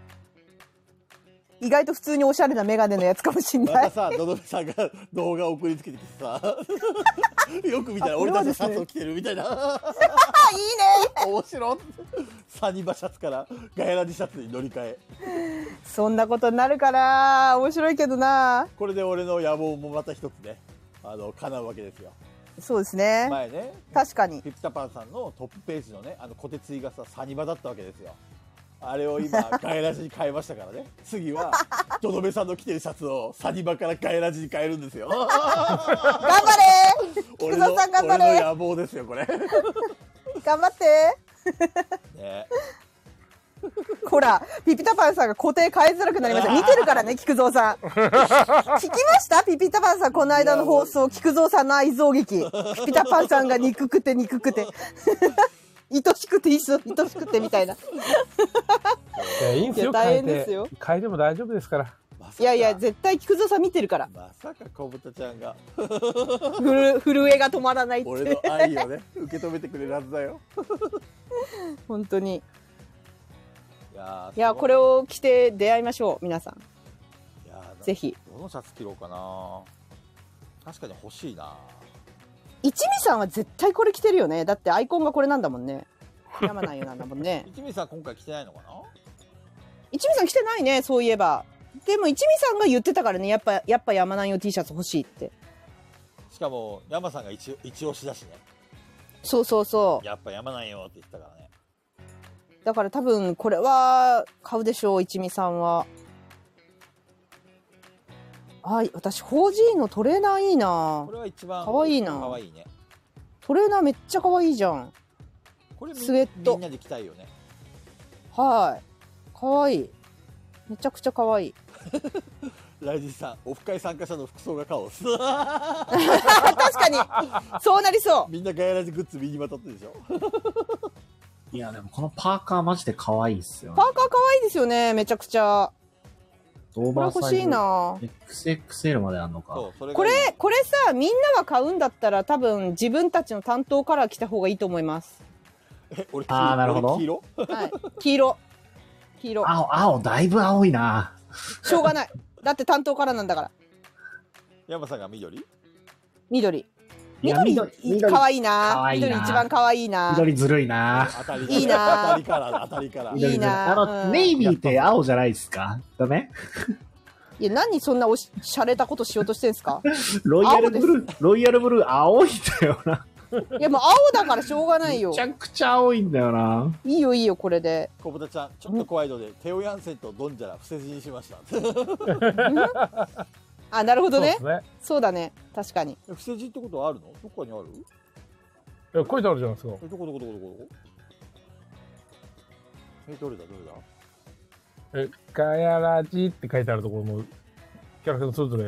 E: 意外と普通におしゃれなメガネのやつかもしん
A: ま (laughs)
E: な
A: た
E: い
A: さ、のどめさんが動画送りつけてきてさ、 (laughs) よく見た
E: あ
A: ら
E: これ
A: 俺
E: は
A: たちのシ
E: ですね
A: ャツを着てるみたいな。 (laughs)
E: あいいね
A: 面白いサニバシャツからガヤラジシャツに乗り換え。
E: そんなことになるから面白いけどな
A: これで俺の野望もまた一つね、あの、叶うわけですよ。
E: そうですね
A: 前ね、
E: 確かに
A: ピピタパンさんのトップページのね、あの、小手ついがさ、サニバだったわけですよ。あれを
E: (laughs)
A: 今、ガヤラジに変えましたからね。次は、とどめさんの着てるシャツをサニバからガヤラジに変えるんですよ。
E: 頑張れ
A: 俺
E: 菊
A: の
E: 蔵さん頑張
A: 俺
E: れ
A: の野望ですよ、こ (laughs) れ。
E: 頑張って
A: ね、
E: ほら、ピピタパンさんが固定変えづらくなりました。見てるからね、菊蔵
A: (laughs)
E: さん。聞きましたピピタパンさん、この間の放送、菊蔵さんの愛憎劇。ピピタパンさんが憎くて憎くて。 (laughs) 愛しくて、愛しくて、みたいな。
C: いや、いいんですよ。
E: いや大変
C: 変えて
E: ですよ
C: 変えても大丈夫ですから。
A: まさか
E: いやいや、絶対菊蔵さん見てるから。
A: まさか小豚ちゃんが
E: ふる震えが止まらないっ
A: 俺
E: て
A: の。愛をね受け止めてくれるはずだよ
E: 本当に。
A: いや
E: いや、これ
A: を
E: を着て出会いましょう、皆さん。ぜひ。
A: どのシャツ着ろうかな確かに欲しいな
E: 一味さんは絶対これ着てるよね。だってアイコンがこれなんだも
A: (laughs)
E: んね。山ないよなんだもんね。
A: 一味さん今回着てないのかな
E: 一味さん来てないねそういえばでも一味さんが言ってたからねやっぱやっぱ山南用 T シャツ欲しいって
A: しかも山さんが一一押しだしね
E: そうそうそ
A: やっぱ山ないよって言ってたからね
E: うだから多分これは買うでしょう一味さんははい私 4G のトレーナーいいな
A: これは一番
E: 可愛いな
A: 可愛いね
E: トレーナーめっちゃ可愛いじゃん
A: これみ
E: スウェット
A: みんなで着たいよね
E: はい可愛いめちゃくちゃ可愛い (laughs)
A: ライジンさんオフ会参加者の服装がカオス (laughs)
E: 確かにそうなりそ
A: みんなガヤラジグッズ身にまとってるでしょ
D: いや、でもこのパーカーマジで可愛いっすよ
E: うパ。ーカー可愛いですよねめちゃくちゃ
D: オー
E: これ
D: バー
E: 欲
D: サ
E: し
D: イ
E: い
D: ズ。
E: な
D: XXL まであんのか。
A: そうそれが
E: これ
A: いい
E: これさみんなが買うんだったら多分自分たちの担当カラー着た方がいいと思います、
A: え俺黄
D: あーなるほど
A: 俺黄色
E: はい、黄色黄色
D: 青、青、だいぶ青いな。
E: しょうがないだって担当カラーなんだから
A: 山さんが緑
E: 緑
D: いや
E: 緑かわいいな
D: かわいいな
E: 緑一番かわいいな
D: 緑ずるいな。
A: 当たり
E: いいな
A: 当たりから当たりから
E: いいな
D: あの、
E: うん (laughs)
D: ネイビーって青じゃないですかダメ
E: いや、何そんなおし、洒落たことしようとしてんすか
D: ロイヤルブルー、ロイヤルブルー青いんだよな。
E: いや、もう青だからしょうがないよ
D: めち。ゃくちゃ青いんだよな。
E: いいよ、いいよ、これで。
A: 小豚ちゃんちょっと怖いので、テオヤンセンとドンジャラ伏せ字にしました (laughs)
E: あ、なるほど
C: そう
E: ね。
C: ですね。
E: そうだね。確かに。
A: 伏せ字ってことはあるのどっかにある
C: いや書いてあるじゃないですか。
A: えどこどこどこどこえどれだどれだ
C: え、ガヤラジって書いてあるところも、キャラクターそれぞれ、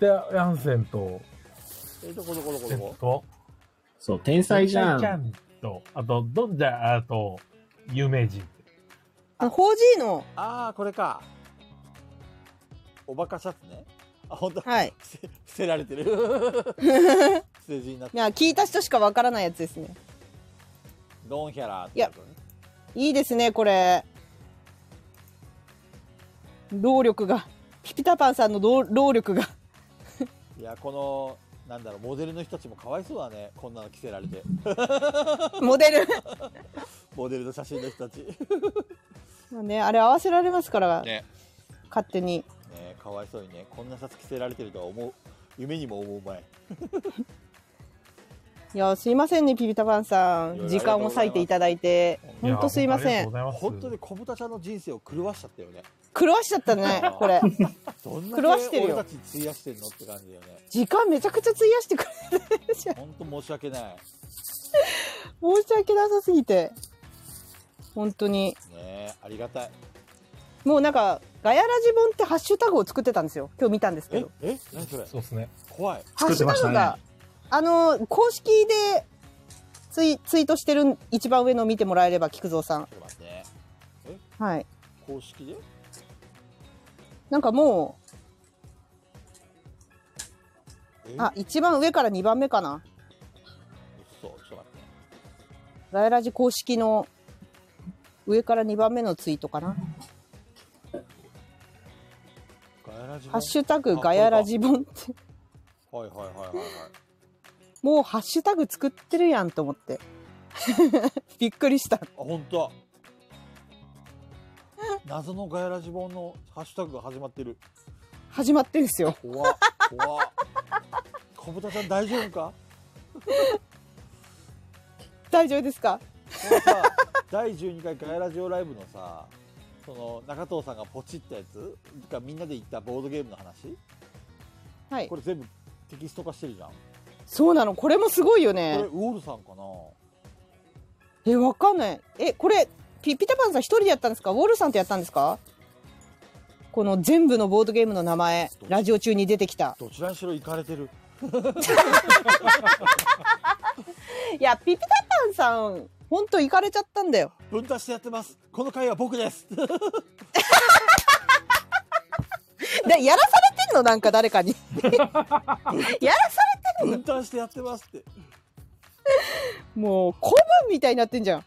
C: で、ヤンセンと、
A: えどこどこどこ
C: え
A: ど
C: っ
A: こ
C: と、
D: そう、天才じゃ
C: ちゃ
D: ん。
C: んと、あと、ドンジャーと、有名人。
E: あの、4G の、
A: ああこれかおバカシャツねあ本当だ
E: はい。
A: 伏せ伏せられ
E: (laughs)
A: てる伏せ字になっ
E: い
A: て
E: や、聞いた人しかわからないやつですね。
A: ドンヒャラーってことね
E: いいですね、これ。労力が。ピピタパンさんの労労
A: (laughs)
E: 力が。
A: いやこのなんだろうモデルの人たちもかわいそうだねこんなの着せられて
E: モデル。
A: モデルの写真の人たちね
E: まあね、あれ合わせられますから、
A: ね
E: 勝手に。
A: かわいそうにねこんなシャツ着せられてるとは思う夢にも思うまい
E: いや、すいませんね、ピピタパンさ
A: いや
E: ん。時間を割いていただいて。ほんとすいません。
C: や
A: 本当に。小豚ちゃんの人生を狂わしちゃったよね
E: 狂わしちゃったね、これ。
A: どん
E: 狂わし
A: だ
E: て
A: け
E: る
A: 俺
E: よ
A: たちに費やしてんのって感じだよね
E: 時間めちゃくちゃ費やしてくれてるじゃん。
A: 本当申し訳ないね
E: 申し訳なさすぎて。本当に。
A: えありがたい
E: もうなんか、ガヤラジ本ってハッシュタグを作ってたんですよ。今日見たんですけ
A: え
E: ど。
A: え何それ
C: そうですね。
A: 怖い
E: ハッシュ
D: 作
E: タ
D: っ
E: グ
D: てま
E: が、あの、公式でツイツイートしてる一番上のを見てもらえれば、菊蔵さん。
A: ちょっと待ってね
E: はい。
A: 公式で
E: なんかも
A: え
E: う、あ、一番上から二番目かな。
A: そうちょっと待ってね
E: ガヤラジ公式の上から二番目のツイートかな。
A: ガヤラジ
E: ハッ
A: ュ
E: シュタグガヤラジ本って。
A: はいはいはいはいはい
E: もうハッシュタグ作ってるやんと思って。 (laughs) びっくりした
A: あ。本当だ謎のガヤラジ本のハッシュタグが始まってる
E: 始まってるんですよ。
A: 怖っ怖っ小豚ちゃん大丈夫か
E: 大丈夫ですか
A: このさ (laughs) 第12回ガヤラジオライブのさその中藤さんがポチったやつがみんなで行ったボードゲームの話
E: はい
A: こ。れ全部テキスト化してるじゃん、
E: そうなの。これもすごいよ
A: こ
E: ね
A: れ。ウォールさんかな
E: え、わかんない。え、これ、ピピタパンさん一人でやったんですかウォールさんとやったんですかこの全部のボードゲームの名前、ラジオ中に出てきた。
A: どちらにしろ行かれてる
E: いや、ピピタパンさん、ほんと行かれちゃったんだよ。
A: 分担してやってますこの回は僕
E: (laughs)
A: です
E: で、やらされてんのなんか誰か (laughs) に。やらさ
A: 分担してやってますって
E: れ、もう、古文みたいになってんじゃん。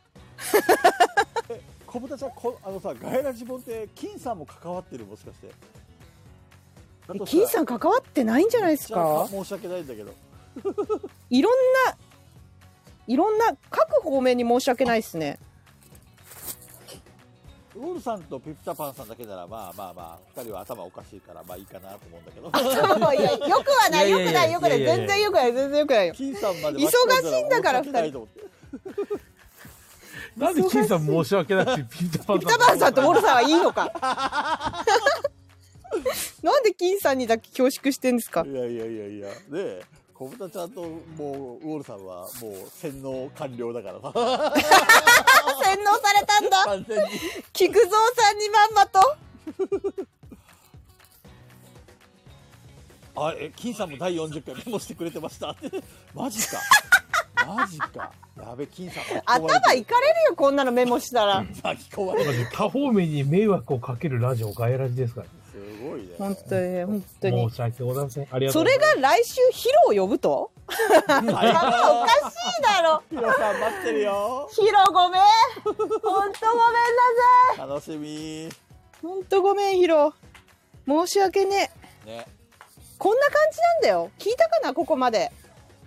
A: 小豚ちゃんこあのさガヤラジ本って金さんも関わってるもしかしてだ
E: え
A: としたら
E: 金さん関わってないんじゃないです
A: めっ
E: か
A: ちゃ申し訳ないんだけど
E: いろんな、いろんな、各方面に申し訳ないですね。
A: ウォールさんとピピタパンさんだけならまあまあまあ2人は頭おかしいからまあいいかなと思うんだけど
E: (laughs)
A: (laughs)
E: いや、よくはない、よくない、よくない、
C: いやいやいや
E: 全然よくない、全然よくないよ。
A: 金さんまで
E: 忙しいんだから
A: 申訳ないと思って
C: なんで金さん申し訳なくて、ピーターパン
E: ピタパンさんとウォ
C: 俺
E: ルさんはいいのか。 (laughs) なんで金さんにだけ恐縮してんですか。
A: いやいやいやいやねえ小豚ちゃんともうウォールさんはもう洗脳完了だから
E: (laughs)
A: さ
E: 洗脳されたんだ。
A: 完全に
E: 菊蔵さんにまんまと。
A: あえ金さんも第40回メモしてくれてましたってマジかマジかやべ金さん
E: 頭い
A: 巻き
E: かれるよ、こんなのメモしたら。
A: 込まれてる
C: 多方面に迷惑をかけるラジオ、ガヤラジですから、
A: すごいね
E: 本当にね、本当に
C: 申。し訳ございません。ありがとう
E: そ
C: ござ
E: れ
C: います。
E: が来週ヒロを呼ぶと。頭おかしいだろ。
A: ヒロさん待ってるよ
E: ヒロごめん。本当ごめんなさい。
A: 楽しみ
E: 本当ごめん、ヒロ。申し訳ねえ。
A: ね
E: こんな感じなんだよ。聞いたかな、ここまで。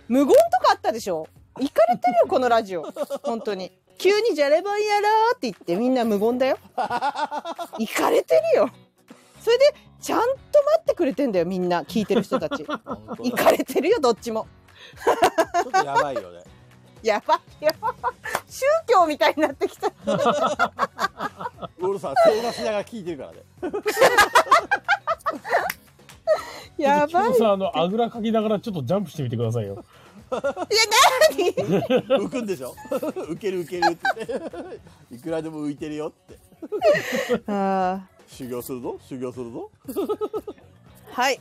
E: 無言とかあったでしょ行かれてるよ、このラジオ。本当に。急にじゃればんやろうって言ってみんな無言だよ。行かれてるよ。それで、ちゃんと待ってくれてんだよみんな聞いてる人たち
A: 本当
E: 行
A: だ
E: かれてるよどっちも
A: ちょっとやばいよね。
E: やばいやばい宗教みたいになってきた
A: ゴルさん、正座しながら聞いてるからね。
E: やばい
C: キムさん、あの、あぐらかきながらちょっとジャンプしてみてくださいよ。
E: いや何 (laughs)
A: 浮くんでしょ (laughs) 浮ける浮けるって言って。 (laughs) いくらでも浮いてるよって。
E: あ
A: 修行するぞ修行するぞ
E: ーはい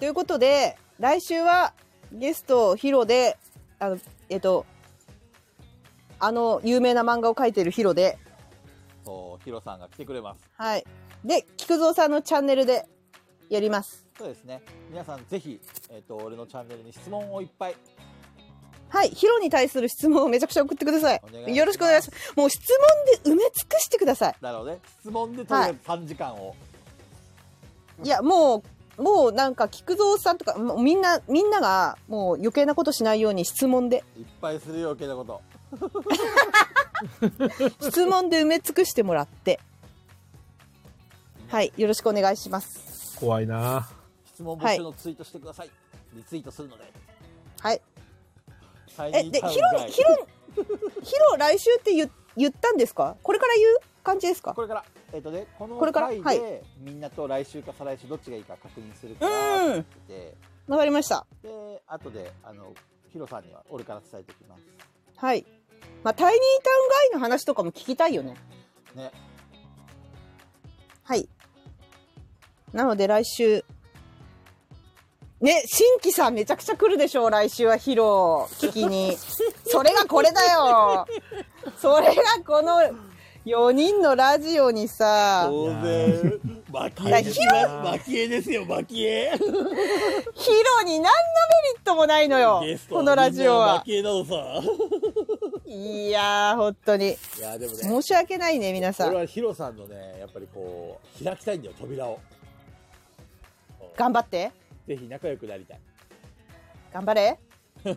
E: ということで来週はゲストヒロであのえっとあの有名な漫画を描いてるヒロで
A: そう、ヒロさんが来てくれます。
E: はいで菊蔵さんのチャンネルでやります
A: そうですね。皆さんぜひ、えっ、と、俺のチャンネルに質問をいっぱい。
E: はいヒロに対する質問をめちゃくちゃ送ってください
A: お願いします
E: よろしくお願いしますもう質問で埋め尽くしてください
A: なので、質問でとりあえず3時間を。
E: いやもうもうなんか菊蔵さんとかもうみんなみんながもう余計なことしないように質問で
A: いっぱいするよ、余計なこと。
E: 質問で埋め尽くしてもらってはいよろしくお願いします
C: 怖いな
A: 質問募集のツイートしてください。リツイートするので。
E: はい
A: タイ
E: え
A: ニ
E: で
A: ー
E: ヒ
A: タ
E: ロ
A: ウン
E: ヒ
A: ガイド
E: ロヒロ来週って言言ったんですかこれから言う感じですか
A: これから、えっ、とね、この
E: これから
A: 回で、
E: は
A: みんなと来週か再来週どっちがいいか確認するか
E: う
A: らって
E: ん
A: 言って
E: わかりました
A: て、で、後で、あの、ヒロさんには俺から伝えておきます。
E: はいまあタイニータウンガイの話とかも聞きたいよね
A: ね、
E: はいなので来週ね、新規さんめちゃくちゃ来るでしょう来週はヒロ聞きにそれがこれだよそれがこの4人のラジオにさ
A: 当然、マキエです
E: い
A: よ、マキエですよ、マキエ。
E: ヒロに何のメリットもないのよ
A: ゲスト
E: このラジオ
A: マ
E: は
A: キエなのさ。
E: いやー本当に
A: いや、でもね、
E: 申し訳ないね皆さ
A: 俺
E: ん
A: はヒロさんのね、やっぱりこう、開きたいんだよ、扉を。
E: 頑張って
A: ぜひ仲良くなりたい。
E: 頑張れ
A: なん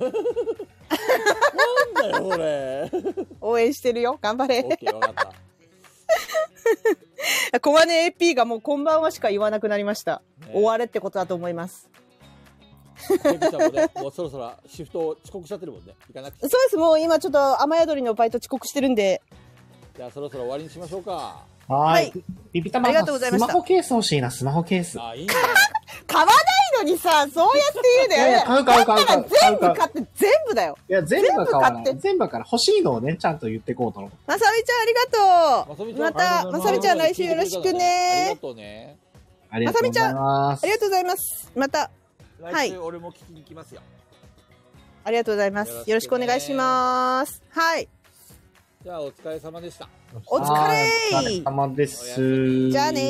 A: だよ、こ (laughs) れ。
E: 応援してるよ頑張
A: オッ
E: れ
A: ケー、わかった。
E: (laughs) コマネ AP がもうこんばんはしか言わなくなりました、
A: ね
E: 終われってことだと思います
A: ペグちゃんもね、もうそろそろシフト遅刻しちゃってるもんね。行かなくち
E: そ
A: ゃ
E: う。です、もう今ちょっと雨宿りのバイト遅刻してるんで、
A: じゃあそろそろ終わりにしましょうか。
D: は
E: はい
D: い。ピピタマ
E: ありがとうございました
D: スマホケース欲しいな、スマホケース。
A: あ、いいね。
E: 買わないのにさ、そうやって言うの
D: いやいや
E: や
D: 買
E: め
D: う買う買う
E: だから全部
D: 買う
E: 買って全部だよ。
D: いや、全部は買わな
E: 全部買っ
D: い。全部は買わない。欲しいのをね、ちゃんと言ってこうと思う。
E: まさみちゃんあ
A: まさ
E: り
A: み
E: が
A: ち
E: と
A: ゃん
E: う。また、まさみちゃん来週よろしく
A: あり
E: ね
A: が。とうね。
D: ありがとうございます。
E: ありがとうございます。また、い
A: 来週俺も聞きに来ますよ。
E: ありがとうございます。よ
A: よ
E: ろ
A: ろ
E: し
A: し
E: く
A: く
E: お
A: ね
E: 願いします。はい。
A: じゃあお疲れ様でした。
E: お疲
D: はいお疲れ
E: れ
D: 様です。
E: じゃあね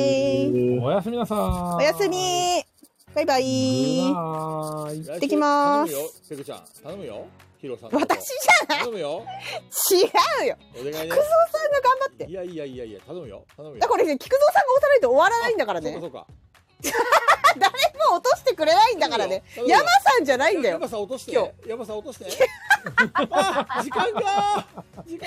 E: ー
C: おやすみなさーい。
E: おやすみバイバイ
C: グッバイ
A: 行
E: ってきまーす
A: 頼むよ、ペグちゃん。頼むよ。ヒロさんのこと。
E: 私じゃない
A: 頼むよ。
E: 違うよ
A: お願いね
E: 菊。蔵さんが頑張って
A: いやいやいやいや、頼むよ。頼むよ。
E: だこれね、菊蔵さんが押さないと終わらないんだから
A: そ
E: ね
A: うかそうか。
E: 誰も落としてくれないんだからね
A: そうだよ
E: 山さんじゃないんだよ
A: ヤ
E: (laughs)
A: マさん落として
E: 今。
A: ヤマさん落として。あ、時間かー。時間